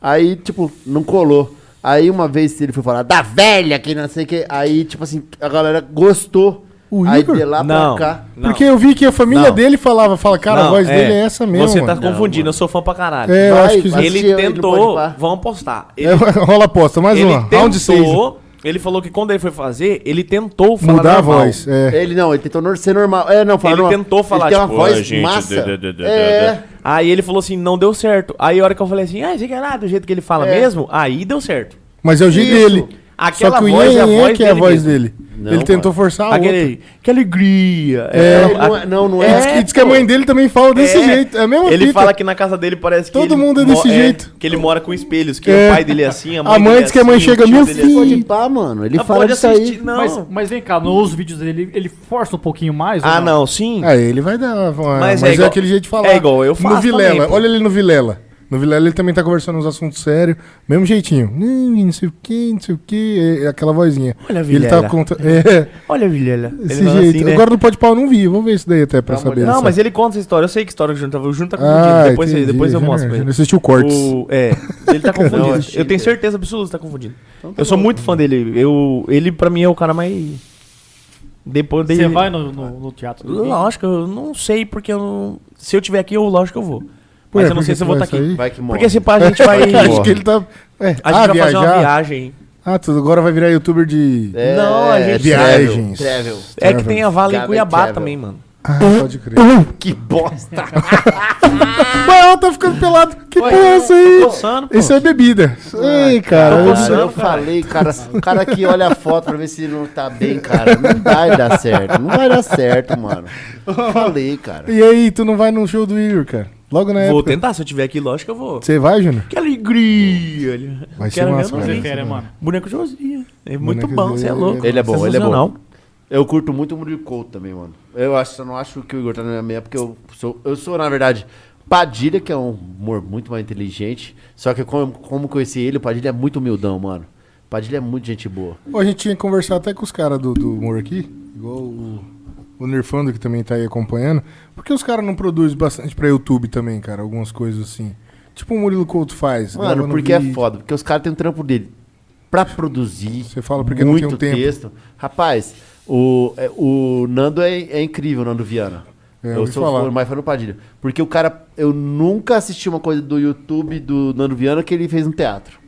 Speaker 2: Aí, tipo, não colou. Aí uma vez ele foi falar da velha, que não sei o que. Aí, tipo assim, a galera gostou.
Speaker 1: O
Speaker 2: aí
Speaker 1: Igor?
Speaker 2: de lá
Speaker 5: Não,
Speaker 2: pra cá.
Speaker 5: não.
Speaker 1: Porque eu vi que a família
Speaker 5: Não.
Speaker 1: dele falava, fala, cara, a
Speaker 5: Não,
Speaker 1: voz dele é essa mesmo.
Speaker 5: Você tá
Speaker 1: mano.
Speaker 5: confundindo, eu sou fã pra caralho.
Speaker 1: É, eu
Speaker 2: Vai,
Speaker 1: acho que
Speaker 2: vai.
Speaker 5: ele
Speaker 2: assistiu, ele não
Speaker 5: tentou,
Speaker 2: pode pá.
Speaker 5: vamos postar. Ele,
Speaker 1: É, rola aposta, mais
Speaker 5: ele um
Speaker 1: uma. Round 6.
Speaker 5: tentou, ele falou que quando ele foi fazer, ele tentou falar
Speaker 1: Mudar a
Speaker 5: normal.
Speaker 1: voz. É.
Speaker 2: Ele não, ele tentou nor- ser normal. É, não,
Speaker 5: Ele
Speaker 2: falou.
Speaker 5: tentou falar,
Speaker 2: ele tem uma
Speaker 5: tipo, "Oi,
Speaker 2: voz
Speaker 5: gente,
Speaker 2: massa.
Speaker 5: dê, dê, dê, dê,
Speaker 2: É.
Speaker 5: Aí ele falou assim, não deu certo. Aí a hora que eu falei assim, ah, você quer lá do jeito que ele fala
Speaker 2: É.
Speaker 5: mesmo? Aí deu certo.
Speaker 1: Mas é o jeito
Speaker 2: Isso.
Speaker 1: dele.
Speaker 5: Aquela
Speaker 1: Só que o
Speaker 5: voz é a
Speaker 1: Ian é
Speaker 5: voz
Speaker 1: que é a
Speaker 5: dele
Speaker 1: voz
Speaker 5: mesmo.
Speaker 1: dele.
Speaker 3: Não,
Speaker 1: ele tentou
Speaker 3: mano.
Speaker 1: forçar a outra.
Speaker 5: Aquele, que alegria.
Speaker 3: É,
Speaker 1: É,
Speaker 3: ele não, é- não, não é.
Speaker 1: É, diz, que, diz que a mãe dele também fala desse
Speaker 5: É.
Speaker 1: jeito. É a mesma
Speaker 5: Ele
Speaker 1: fita.
Speaker 5: fala que na casa dele parece que.
Speaker 1: Todo
Speaker 5: ele
Speaker 1: mundo é desse
Speaker 5: mo-
Speaker 1: jeito.
Speaker 5: que ele mora com espelhos, que
Speaker 1: É.
Speaker 5: o pai dele é assim, a mãe
Speaker 1: A mãe
Speaker 5: dele
Speaker 1: diz que a mãe
Speaker 5: assim, o
Speaker 1: chega,
Speaker 5: tio
Speaker 1: "Meu
Speaker 5: dele é
Speaker 1: filho".
Speaker 3: Pode pá, mano. Ele
Speaker 5: Não
Speaker 3: fala
Speaker 5: pode
Speaker 3: isso
Speaker 5: assistir,
Speaker 3: aí.
Speaker 5: não.
Speaker 4: Mas, mas vem cá, nos vídeos dele ele força um pouquinho mais? ou
Speaker 5: ah, não, sim.
Speaker 1: Ah, ele vai dar. Uma, mas
Speaker 5: Mas
Speaker 1: é,
Speaker 5: é igual-
Speaker 1: aquele jeito de falar.
Speaker 5: é igual eu faço
Speaker 1: No Vilela.
Speaker 5: também, pô.
Speaker 1: olha ele no Vilela. No Vilela ele também tá conversando uns assuntos sérios. Mesmo jeitinho. Hum, Não sei o que, não sei o que. Aquela vozinha.
Speaker 5: Olha,
Speaker 1: E Ele
Speaker 5: Vilela.
Speaker 1: tá conta. É,
Speaker 5: Olha, Vilela. Ele
Speaker 1: esse
Speaker 5: fala
Speaker 1: jeito.
Speaker 5: assim, né?
Speaker 1: Agora no Pode Pau eu não vi. Vou ver isso daí até pra
Speaker 3: Dá uma
Speaker 1: saber.
Speaker 3: olhada.
Speaker 5: Não,
Speaker 1: essa-
Speaker 5: mas é ele conta essa história. Eu sei que história que o Júnior tava. O Júnior tá
Speaker 1: Ah,
Speaker 5: confundido. Depois,
Speaker 1: entendi.
Speaker 5: depois eu
Speaker 1: Já-
Speaker 5: mostro pra
Speaker 1: já
Speaker 5: ele.
Speaker 1: assistiu cortes.
Speaker 5: O- é, ele tá
Speaker 3: Não, eu
Speaker 5: confundido.
Speaker 3: achei
Speaker 5: eu
Speaker 1: é.
Speaker 5: tenho
Speaker 3: mesmo.
Speaker 5: certeza absoluta que tá confundido.
Speaker 4: Então
Speaker 5: eu sou muito fã dele. Eu, ele, pra mim, é o cara mais. Depois dele.
Speaker 4: Você vai no, no- no teatro? do Henrique?
Speaker 5: Lógico, eu não sei, porque eu não. Se eu tiver aqui, eu lógico que eu vou.
Speaker 1: Ué,
Speaker 5: Mas eu não
Speaker 1: por
Speaker 5: sei
Speaker 1: que
Speaker 5: se eu vou
Speaker 1: tu
Speaker 5: estar
Speaker 1: vai
Speaker 5: aqui.
Speaker 1: sair?
Speaker 3: Vai que
Speaker 1: assim,
Speaker 3: morre.
Speaker 5: Porque se pá, a gente vai.
Speaker 3: Vai que
Speaker 5: a
Speaker 1: Acho
Speaker 3: morre.
Speaker 1: que ele tá. É,
Speaker 5: gente vai
Speaker 1: ah,
Speaker 5: fazer uma
Speaker 1: viajar.
Speaker 5: viagem.
Speaker 1: Ah, tudo. Agora vai virar youtuber de.
Speaker 3: É,
Speaker 5: Não, a gente-
Speaker 3: travel,
Speaker 1: Viagens.
Speaker 3: travel.
Speaker 5: É que tem a vala em
Speaker 3: Gabi
Speaker 5: Cuiabá
Speaker 3: Travel.
Speaker 5: também, mano.
Speaker 1: Ah, pode crer.
Speaker 5: Uhum.
Speaker 3: Que bosta.
Speaker 1: Ué, tá ficando pelado. Que porra é isso aí?
Speaker 5: Coçando, pô.
Speaker 1: Isso é bebida. Ei, cara.
Speaker 3: Cara,
Speaker 1: eu-
Speaker 3: eu falei, cara, o cara que olha a foto pra ver se ele não tá bem, cara, não vai dar certo. Não vai dar certo, mano. Falei, cara.
Speaker 1: E aí, tu não vai num show do Igor, cara? Logo na
Speaker 5: Vou
Speaker 1: época.
Speaker 5: tentar, se eu tiver aqui, lógico que eu vou.
Speaker 1: Você vai, Júnior?
Speaker 5: Que alegria! olha.
Speaker 1: Vai ser
Speaker 5: Quero ver
Speaker 1: massa,
Speaker 5: no
Speaker 1: vai.
Speaker 4: Você é
Speaker 5: vídeo.
Speaker 4: fera, mano.
Speaker 5: Boneco Josinha. É muito
Speaker 1: Boneco
Speaker 5: bom,
Speaker 1: Josinha,
Speaker 5: você é louco.
Speaker 3: ele é bom, ele é bom.
Speaker 5: Sensacional.
Speaker 3: Eu curto muito o Murilo Couto também, mano. Eu acho, eu não acho que o Igor tá na minha meia, porque eu sou, eu sou, na verdade, Padilha, que é um humor muito mais inteligente. Só que como, como conheci ele, o Padilha é muito humildão, mano. Padilha é muito gente boa.
Speaker 1: Pô, a gente tinha que conversar até com os caras do, do humor aqui, igual o, o Nirfando, que também tá aí acompanhando. Por que os caras não produzem bastante pra YouTube também, cara? Algumas coisas assim. Tipo o Murilo Couto faz.
Speaker 3: Mano,
Speaker 1: gravando
Speaker 3: porque é
Speaker 1: vídeo.
Speaker 3: foda, porque os caras têm um trampo dele pra produzir.
Speaker 1: Você fala porque não tem um tempo.
Speaker 3: texto. Rapaz, o, é, o Nando é, é incrível, o Nando Viana.
Speaker 1: É, eu
Speaker 3: eu
Speaker 1: ouvi
Speaker 3: sou
Speaker 1: falar.
Speaker 3: fã, mais fã do Padilha. Porque o cara, eu nunca assisti uma coisa do YouTube do Nando Viana que ele fez no teatro.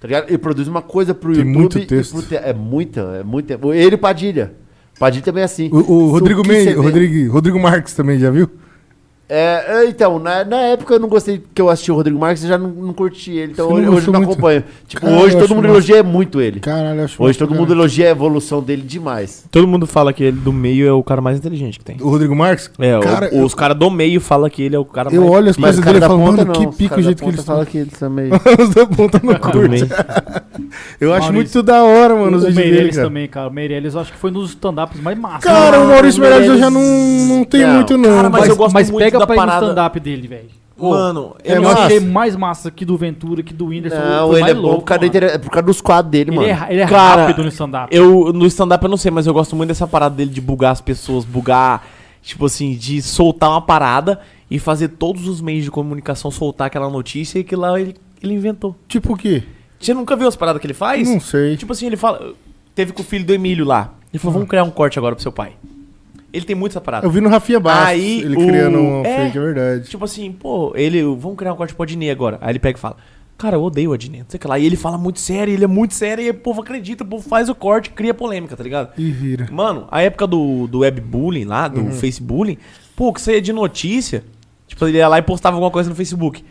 Speaker 3: Tá ligado? Ele produz uma coisa pro
Speaker 1: Tem
Speaker 3: YouTube.
Speaker 1: muito
Speaker 3: e
Speaker 1: texto.
Speaker 3: pro te- É muita, é muita. Ele e o Padilha. Padilha também é assim.
Speaker 1: O, o Rodrigo
Speaker 3: que
Speaker 1: Mendes,
Speaker 3: você
Speaker 1: o
Speaker 3: vê-
Speaker 1: Rodrigo, Rodrigo Marques também, já viu?
Speaker 3: é, é, então, na, na época eu não gostei que eu assisti o Rodrigo Marques, eu já não, não curti ele, então
Speaker 1: Você não
Speaker 3: hoje, hoje eu
Speaker 1: gostou
Speaker 3: não
Speaker 1: muito?
Speaker 3: acompanho. Tipo,
Speaker 1: Cara,
Speaker 3: hoje
Speaker 1: eu acho
Speaker 3: todo mundo
Speaker 1: massa.
Speaker 3: elogia muito ele.
Speaker 1: Caralho, acho massa,
Speaker 3: hoje todo mundo
Speaker 1: cara.
Speaker 3: elogia a evolução dele demais.
Speaker 5: Todo mundo fala que ele do meio é o cara mais inteligente que tem.
Speaker 1: O Rodrigo Marques?
Speaker 5: É, o-
Speaker 1: cara,
Speaker 5: os caras do meio falam que ele é o cara
Speaker 1: eu, eu
Speaker 5: mais
Speaker 1: olho as coisas
Speaker 3: o
Speaker 1: dele e
Speaker 3: da
Speaker 1: falo,
Speaker 3: ponta
Speaker 1: mano,
Speaker 3: não,
Speaker 1: que
Speaker 3: os
Speaker 1: pica
Speaker 3: cara
Speaker 1: o
Speaker 3: da
Speaker 1: jeito que
Speaker 3: ponta
Speaker 1: eles
Speaker 3: fala que eles também.
Speaker 1: Os da ponta não
Speaker 5: do
Speaker 1: curte.
Speaker 5: meio.
Speaker 1: Eu acho
Speaker 4: Maurício.
Speaker 1: muito da hora, mano, os
Speaker 4: o
Speaker 1: vídeos dele,
Speaker 4: Meirelles
Speaker 1: cara.
Speaker 4: também, cara. O Meirelles eu acho que foi nos stand-ups mais massa. né?
Speaker 1: Cara, o Maurício
Speaker 3: o
Speaker 1: Meirelles eu já não,
Speaker 3: Meirelles-
Speaker 1: não tenho
Speaker 3: Não.
Speaker 1: muito, não.
Speaker 5: Cara,
Speaker 4: mas,
Speaker 5: mas eu gosto
Speaker 4: mas
Speaker 5: muito
Speaker 4: pega
Speaker 5: da
Speaker 4: pra ir no
Speaker 5: parada-
Speaker 4: stand-up dele, velho.
Speaker 5: Mano,
Speaker 1: É
Speaker 4: eu
Speaker 1: massa.
Speaker 4: achei mais massa que do Ventura, que do Whindersson.
Speaker 3: Não,
Speaker 4: foi
Speaker 3: ele
Speaker 4: mais
Speaker 3: é bom por causa,
Speaker 4: mano.
Speaker 3: da intera- é por causa dos quadros dele,
Speaker 4: Ele
Speaker 3: mano.
Speaker 4: é, ele é
Speaker 5: Cara,
Speaker 4: rápido no stand-up.
Speaker 5: Eu, no stand-up eu não sei, mas eu gosto muito dessa parada dele de bugar as pessoas, bugar, tipo assim, de soltar uma parada e fazer todos os meios de comunicação soltar aquela notícia e que lá ele, ele inventou.
Speaker 1: Tipo o quê?
Speaker 5: Você nunca viu as paradas que ele faz?
Speaker 1: Não sei.
Speaker 5: Tipo assim, ele fala. Teve com o filho do Emílio lá. Ele falou, vamos criar um corte agora pro seu pai. Ele tem muito essa parada.
Speaker 1: Eu vi no Rafinha Bastos,
Speaker 5: Aí,
Speaker 1: ele
Speaker 5: o-
Speaker 1: criando um
Speaker 5: é.
Speaker 1: fake, é verdade.
Speaker 5: Tipo assim, pô, ele. Vamos criar um corte pro Adnê agora. Aí ele pega e fala. Cara, eu odeio o Adnê. Não sei o que lá. E ele fala muito sério, ele é muito sério, e o povo acredita, o povo faz o corte, cria polêmica, tá ligado?
Speaker 1: E vira.
Speaker 5: Mano, a época do, do webbullying lá, do
Speaker 4: Uhum.
Speaker 5: Facebooking, pô, que saía de notícia. Tipo, ele ia lá e postava alguma coisa no Facebook.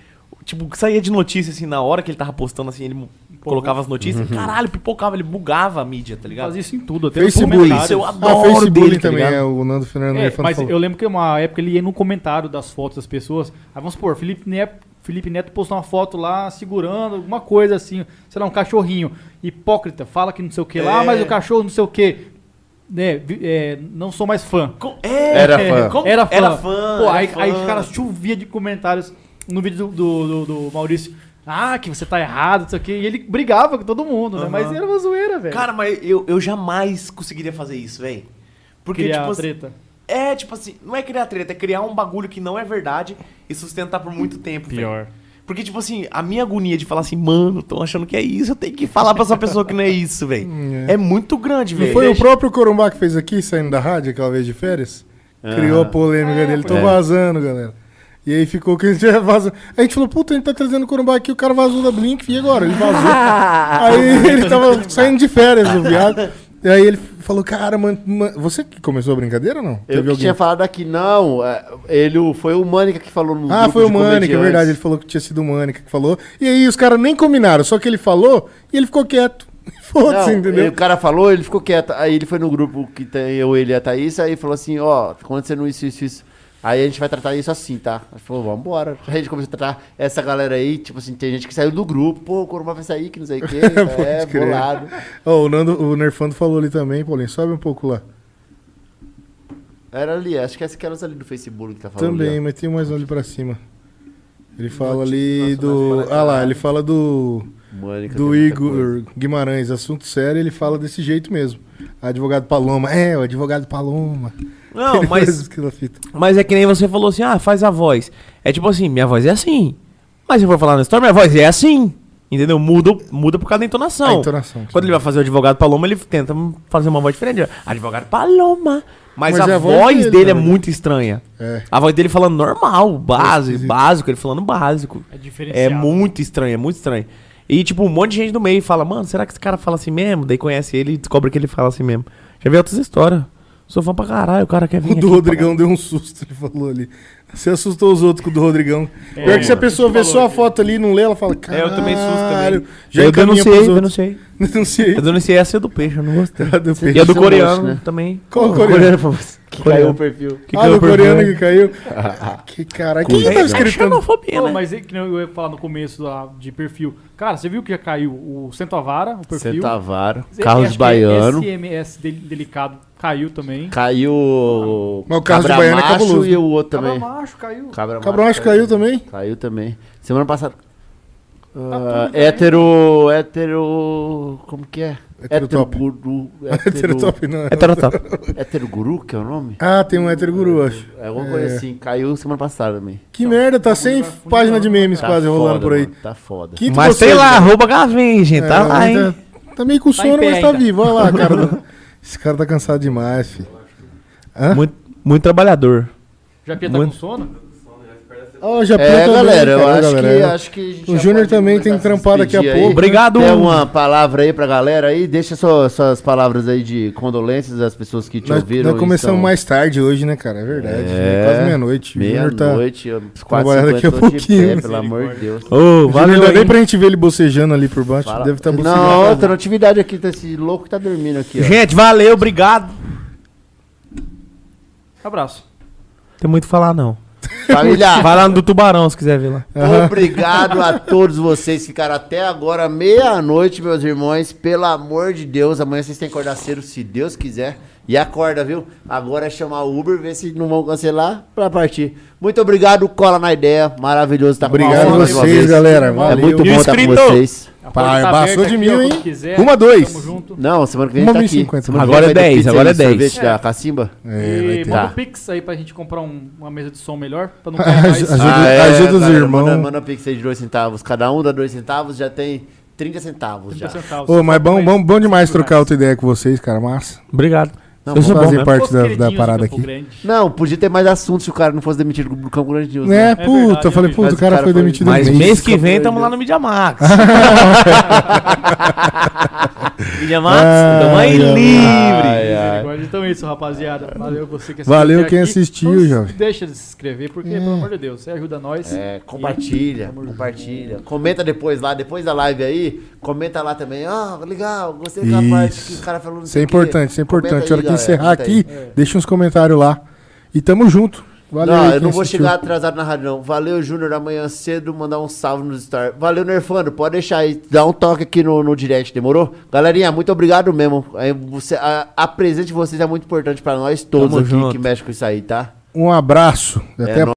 Speaker 5: Tipo, que saía de notícia, assim, na hora que ele tava postando, assim, ele colocava as notícias.
Speaker 4: Uhum.
Speaker 5: Caralho, pipocava, ele bugava a mídia, tá ligado?
Speaker 4: Faz isso em tudo, até nos
Speaker 1: Facebook.
Speaker 4: comentários.
Speaker 5: Eu
Speaker 1: Ah,
Speaker 5: adoro
Speaker 1: Facebook
Speaker 5: dele, tá
Speaker 1: também
Speaker 5: ligado?
Speaker 1: é o Nando Fernando
Speaker 4: É,
Speaker 1: Nerfano
Speaker 4: mas
Speaker 1: falou.
Speaker 4: eu lembro que uma época ele ia no comentário das fotos das pessoas. Aí vamos supor, Felipe Neto, Felipe Neto postou uma foto lá segurando alguma coisa assim, sei lá, um cachorrinho. Hipócrita, fala que não sei o que
Speaker 1: É.
Speaker 4: lá, mas o cachorro não sei o que. Né, vi- é, não sou mais fã.
Speaker 5: Co- É,
Speaker 3: Era
Speaker 4: É,
Speaker 3: fã.
Speaker 5: Como-
Speaker 4: Era fã.
Speaker 5: era fã,
Speaker 4: Pô,
Speaker 5: era
Speaker 4: aí,
Speaker 5: fã.
Speaker 4: aí, cara, chovia de comentários no vídeo do, do, do- do Maurício. Ah, que você tá errado, isso aqui. E ele brigava com todo mundo, né? Mas era uma zoeira, velho.
Speaker 5: Cara, mas eu, eu jamais conseguiria fazer isso, velho. Porque,
Speaker 4: Criar
Speaker 5: tipo assim,
Speaker 4: treta.
Speaker 5: É, tipo assim, não é criar treta, é criar um bagulho que não é verdade e sustentar por muito tempo. velho.
Speaker 4: Pior.
Speaker 5: Porque, tipo assim, a minha agonia de falar assim, mano, tô achando que é isso, eu tenho que falar pra essa pessoa que não é isso, velho. É. muito grande,
Speaker 1: Não
Speaker 5: velho.
Speaker 1: foi o
Speaker 5: Deixa-
Speaker 1: próprio Corumbá que fez aqui, saindo da rádio aquela vez de férias?
Speaker 3: Ah.
Speaker 1: Criou a polêmica dele. Tô vazando, galera. E aí ficou que a gente vazando. A gente falou, puta, a gente tá trazendo o Corumbá aqui, o cara vazou da Blink, e agora? Ele vazou. aí ele tava saindo de férias, o viado. E aí ele falou, cara, man, man- você que começou a brincadeira ou não?
Speaker 3: Eu que tinha falado aqui, não, é, ele o- foi o Mânica que falou no
Speaker 1: Ah,
Speaker 3: um grupo
Speaker 1: foi o
Speaker 3: de
Speaker 1: Mânica, é
Speaker 3: comediantes.
Speaker 1: verdade. Ele falou que tinha sido o Mânica que falou. E aí os caras nem combinaram, só que ele falou e ele ficou quieto. Foda-se,
Speaker 3: Não, e
Speaker 1: entendeu?
Speaker 3: O cara falou, ele ficou quieto. Aí ele foi no grupo que tem eu, ele e a Thaís, aí falou assim, ó, tá acontecendo isso, isso, isso. Aí a gente vai tratar isso assim, tá? A gente falou, vambora. Aí a gente começou a tratar essa galera aí, tipo assim, tem gente que saiu do grupo, pô, o Corumba vai sair, que não sei o quê, é,
Speaker 1: crer.
Speaker 3: bolado.
Speaker 1: Ó, o, Nando, o Nerfando falou ali também, Paulinho. Sobe um pouco lá.
Speaker 3: Era ali, acho que é aquelas ali do Facebook que tá falando.
Speaker 1: também,
Speaker 3: ali,
Speaker 1: mas tem mais um ali pra cima. Ele fala
Speaker 3: Notícias
Speaker 1: ali do.
Speaker 3: nacionais para
Speaker 1: Ah lá,
Speaker 3: caralho.
Speaker 5: tá
Speaker 1: ele fala do.
Speaker 3: ó. Mônica,
Speaker 1: Do
Speaker 3: tem muita coisa.
Speaker 1: Igor Guimarães, assunto sério, ele fala desse jeito mesmo. Advogado Paloma. É, o advogado Paloma.
Speaker 5: Não,
Speaker 1: Ele faz
Speaker 5: mas,
Speaker 1: isso que ela fita.
Speaker 5: mas é que nem você falou assim, ah, faz a voz. É tipo assim, minha voz é assim. Mas se eu for falar na história, minha voz é assim. Entendeu? Muda, muda por causa da
Speaker 1: A
Speaker 5: entonação.
Speaker 1: entonação.
Speaker 5: Quando ele vai fazer o advogado Paloma, ele tenta fazer uma voz diferente. Advogado Paloma. Mas, a, voz, dele, é
Speaker 1: né?
Speaker 5: muito estranha.
Speaker 1: É.
Speaker 5: A voz dele falando normal, base,
Speaker 1: esquisito.
Speaker 5: básico, ele falando básico.
Speaker 4: É
Speaker 5: É
Speaker 4: diferenciado.
Speaker 5: muito estranho, é muito estranho. E, tipo, um monte de gente no meio fala, mano, será que esse cara fala assim mesmo? Daí conhece ele e descobre que ele fala assim mesmo. Já vi outras histórias. Sou fã pra caralho, o cara quer vir.
Speaker 1: O do
Speaker 5: aqui
Speaker 1: Rodrigão deu um susto, ele falou ali. Você assustou os outros com o do Rodrigão. Pior que se a pessoa vê só a foto ali e não lê, ela fala,
Speaker 5: É,
Speaker 1: caralho.
Speaker 5: eu tomei susto também.
Speaker 1: Já
Speaker 5: eu
Speaker 1: encaminha
Speaker 5: denunciei,
Speaker 1: pros
Speaker 5: eu
Speaker 1: outros.
Speaker 5: denunciei.
Speaker 1: Denunciei.
Speaker 5: Eu denunciei essa e a do peixe, eu não gostei.
Speaker 1: Ah, do
Speaker 5: E a
Speaker 1: peixe.
Speaker 5: do
Speaker 3: Isso eu gosto,
Speaker 5: coreano
Speaker 3: né?
Speaker 5: também.
Speaker 1: Qual o
Speaker 5: Coreano
Speaker 1: coreano?
Speaker 5: pra você.
Speaker 3: Que caiu né? o perfil.
Speaker 5: Que
Speaker 1: ah, do
Speaker 5: caiu pra-
Speaker 1: coreano que caiu? Ah, que caralho. Quem tá que
Speaker 5: É,
Speaker 1: tava
Speaker 5: é
Speaker 1: escritando?
Speaker 5: xenofobia,
Speaker 4: Pô,
Speaker 5: né?
Speaker 4: mas é que nem eu ia falar no começo lá de perfil. Cara, você viu que já caiu o Centavara, o perfil.
Speaker 3: Centavaro,
Speaker 4: Zé- acho
Speaker 3: tá Carlos
Speaker 4: que é
Speaker 3: Baiano,
Speaker 4: SMS del- delicado caiu também.
Speaker 3: caiu o
Speaker 1: Mas o Carlos Baiano é
Speaker 3: Macho
Speaker 1: cabuloso.
Speaker 3: e o outro
Speaker 4: Cabra
Speaker 3: também.
Speaker 4: macho caiu.
Speaker 3: Cabra
Speaker 1: Cabrão, acho que caiu também.
Speaker 3: Caiu também. Semana passada. Ah,
Speaker 4: tudo bem.
Speaker 3: hétero. Hétero. Como que é?
Speaker 1: Hétero top.
Speaker 3: guru.
Speaker 1: Hétero
Speaker 3: Hétero,
Speaker 1: top, não.
Speaker 5: É tarotá.
Speaker 1: tá.
Speaker 3: hétero guru, que é o nome?
Speaker 1: Ah, tem um hétero guru, acho.
Speaker 3: É alguma coisa assim. Caiu semana passada também.
Speaker 1: Que merda, tá sem página de memes
Speaker 3: Tá
Speaker 1: quase rolando
Speaker 3: foda,
Speaker 1: por aí.
Speaker 3: mano, tá foda.
Speaker 1: Que
Speaker 5: Mas
Speaker 1: você- né?
Speaker 5: sei lá, arroba Gavin, gente. Tá
Speaker 1: É,
Speaker 5: lá, hein?
Speaker 1: ainda- Tá meio com
Speaker 4: em
Speaker 1: sono,
Speaker 4: pé
Speaker 1: mas tá
Speaker 4: ainda.
Speaker 1: vivo. Olha lá, cara. do- Esse cara tá cansado demais, filho. Hã?
Speaker 5: Muito, muito trabalhador.
Speaker 4: Já Pia tá com
Speaker 5: Muito.
Speaker 4: sono?
Speaker 1: Ó, o Japinha
Speaker 3: É,
Speaker 1: também,
Speaker 3: galera, eu
Speaker 1: cara,
Speaker 3: acho, Que,
Speaker 1: galera.
Speaker 3: acho que. a gente
Speaker 1: O
Speaker 3: já
Speaker 1: Júnior
Speaker 3: pode
Speaker 1: também
Speaker 3: começar
Speaker 1: tem
Speaker 3: se
Speaker 1: trampar daqui a
Speaker 3: despedir
Speaker 1: pouco.
Speaker 5: Obrigado.
Speaker 3: Tem alguma palavra aí pra galera aí? Deixa sua- suas palavras aí de condolências às pessoas que te
Speaker 1: Nós,
Speaker 3: ouviram.
Speaker 1: nós
Speaker 3: e
Speaker 1: começamos
Speaker 3: estão-
Speaker 1: mais tarde hoje, né, cara? É verdade.
Speaker 3: É,
Speaker 1: quase meia-noite. O Júnior tá.
Speaker 3: Meia-noite, eu- quase
Speaker 1: trabalhando
Speaker 3: 50
Speaker 1: daqui a
Speaker 3: tô de pé,
Speaker 1: pouquinho.
Speaker 3: pelo amor de Deus.
Speaker 5: Ô,
Speaker 1: O Júnior,
Speaker 5: valeu.
Speaker 1: ainda bem
Speaker 5: hein?
Speaker 1: pra gente ver ele bocejando ali por baixo. Deve estar tá bocejando.
Speaker 3: Não, outra notividade aqui, tá esse louco que tá dormindo aqui, ó.
Speaker 5: Gente, valeu, obrigado.
Speaker 4: Abraço.
Speaker 5: Tem muito o que falar, não.
Speaker 3: Família,
Speaker 5: Vai lá no do Tubarão se quiser ver lá.
Speaker 3: obrigado a todos vocês que ficaram até agora meia-noite, meus irmãos. Pelo amor de Deus, amanhã vocês têm que acordar cedo, se Deus quiser. E acorda, viu? Agora é chamar o Uber, ver se não vão cancelar pra partir. Muito obrigado, cola na ideia. Maravilhoso tá
Speaker 1: Obrigado
Speaker 3: com
Speaker 1: a
Speaker 3: mais uma
Speaker 1: vocês,
Speaker 3: vez.
Speaker 1: galera.
Speaker 3: É
Speaker 1: Valeu.
Speaker 3: muito bom estar com
Speaker 5: inscrito?
Speaker 3: vocês.
Speaker 4: A
Speaker 1: Pá,
Speaker 4: porta tá
Speaker 1: passou
Speaker 4: aberta
Speaker 1: de
Speaker 4: aqui,
Speaker 1: mil,
Speaker 4: ó,
Speaker 1: hein?
Speaker 4: quando quiser.
Speaker 1: Uma, dois.
Speaker 4: Tamo junto.
Speaker 3: Não, semana que vem a gente tá aqui.
Speaker 1: 1,50.
Speaker 3: Semana que
Speaker 5: Agora
Speaker 3: vem
Speaker 5: é
Speaker 3: vai ter
Speaker 5: 10,
Speaker 3: pizza
Speaker 5: agora
Speaker 3: e um
Speaker 5: é 10.
Speaker 3: Sorvete da Cacimba?
Speaker 1: É, vai
Speaker 4: e
Speaker 1: ter.
Speaker 4: manda
Speaker 3: Tá.
Speaker 4: um pix aí pra gente comprar um- uma mesa de som melhor. Pra não
Speaker 1: Ah,
Speaker 4: cair mais.
Speaker 1: ajuda- ajuda os irmãos.
Speaker 3: é, Manda, manda pix aí de 2 centavos. Cada um dá 2 centavos, já tem 30 centavos.
Speaker 4: 30
Speaker 3: Já.
Speaker 4: centavos.
Speaker 1: um- Ô, mas bom, bom, bom demais
Speaker 4: Cinco
Speaker 1: trocar
Speaker 4: reais.
Speaker 1: outra ideia com vocês, cara. Massa.
Speaker 5: Obrigado.
Speaker 3: Não,
Speaker 5: Eu
Speaker 3: vamos
Speaker 5: sou bom,
Speaker 1: fazer
Speaker 5: né?
Speaker 1: parte
Speaker 4: Os
Speaker 1: da- da
Speaker 4: queridinhos do
Speaker 1: parada
Speaker 4: Campo
Speaker 1: aqui.
Speaker 4: Grande.
Speaker 3: Não, podia ter mais assunto se o cara não fosse demitido do Campo Grande News.
Speaker 1: É,
Speaker 3: né?
Speaker 1: puta,
Speaker 4: verdade,
Speaker 1: eu falei,
Speaker 4: eu
Speaker 1: puta,
Speaker 3: vi.
Speaker 1: o cara
Speaker 3: Mas
Speaker 1: foi
Speaker 3: o cara
Speaker 1: demitido
Speaker 5: Mas
Speaker 1: mesmo.
Speaker 5: mês que vem
Speaker 3: Deus.
Speaker 5: tamo lá no Media Max. Media Max,
Speaker 1: Ai,
Speaker 5: tamo aí
Speaker 1: ai,
Speaker 5: livre.
Speaker 4: Misericórdia. Então é isso, rapaziada. Valeu você que
Speaker 1: Valeu
Speaker 4: até
Speaker 1: quem
Speaker 4: aqui.
Speaker 1: assistiu,
Speaker 4: Não
Speaker 1: jovem. É.
Speaker 4: Deixa de se inscrever, porque, pelo amor de Deus, você ajuda nós.
Speaker 3: É, compartilha, compartilha. Comenta depois lá, depois da live aí. Comenta lá também. Ah, legal, gostei da parte que
Speaker 1: Isso.
Speaker 3: o cara falou. não
Speaker 1: Isso
Speaker 3: sei
Speaker 1: é
Speaker 3: o quê.
Speaker 1: importante, isso é
Speaker 3: Comenta
Speaker 1: importante.
Speaker 3: aí,
Speaker 1: A hora que
Speaker 3: galera,
Speaker 1: encerrar
Speaker 3: comenta aí. É.
Speaker 1: aqui, deixa uns comentários lá. E tamo junto. Valeu. aí
Speaker 3: não, eu
Speaker 1: quem
Speaker 3: não vou
Speaker 1: assistiu.
Speaker 3: chegar atrasado na rádio, não. Valeu, Júnior, amanhã cedo, mandar um salve nos Star. Valeu, Nerfando, pode deixar aí, dá um toque aqui no, no direct, demorou? Galerinha, muito obrigado mesmo. Aí você- a, a presença de vocês é muito importante pra nós todos
Speaker 5: Tamo
Speaker 3: aqui
Speaker 5: junto.
Speaker 3: que mexem com isso aí, tá?
Speaker 1: Um abraço. e
Speaker 3: É
Speaker 1: Até a
Speaker 3: nóis.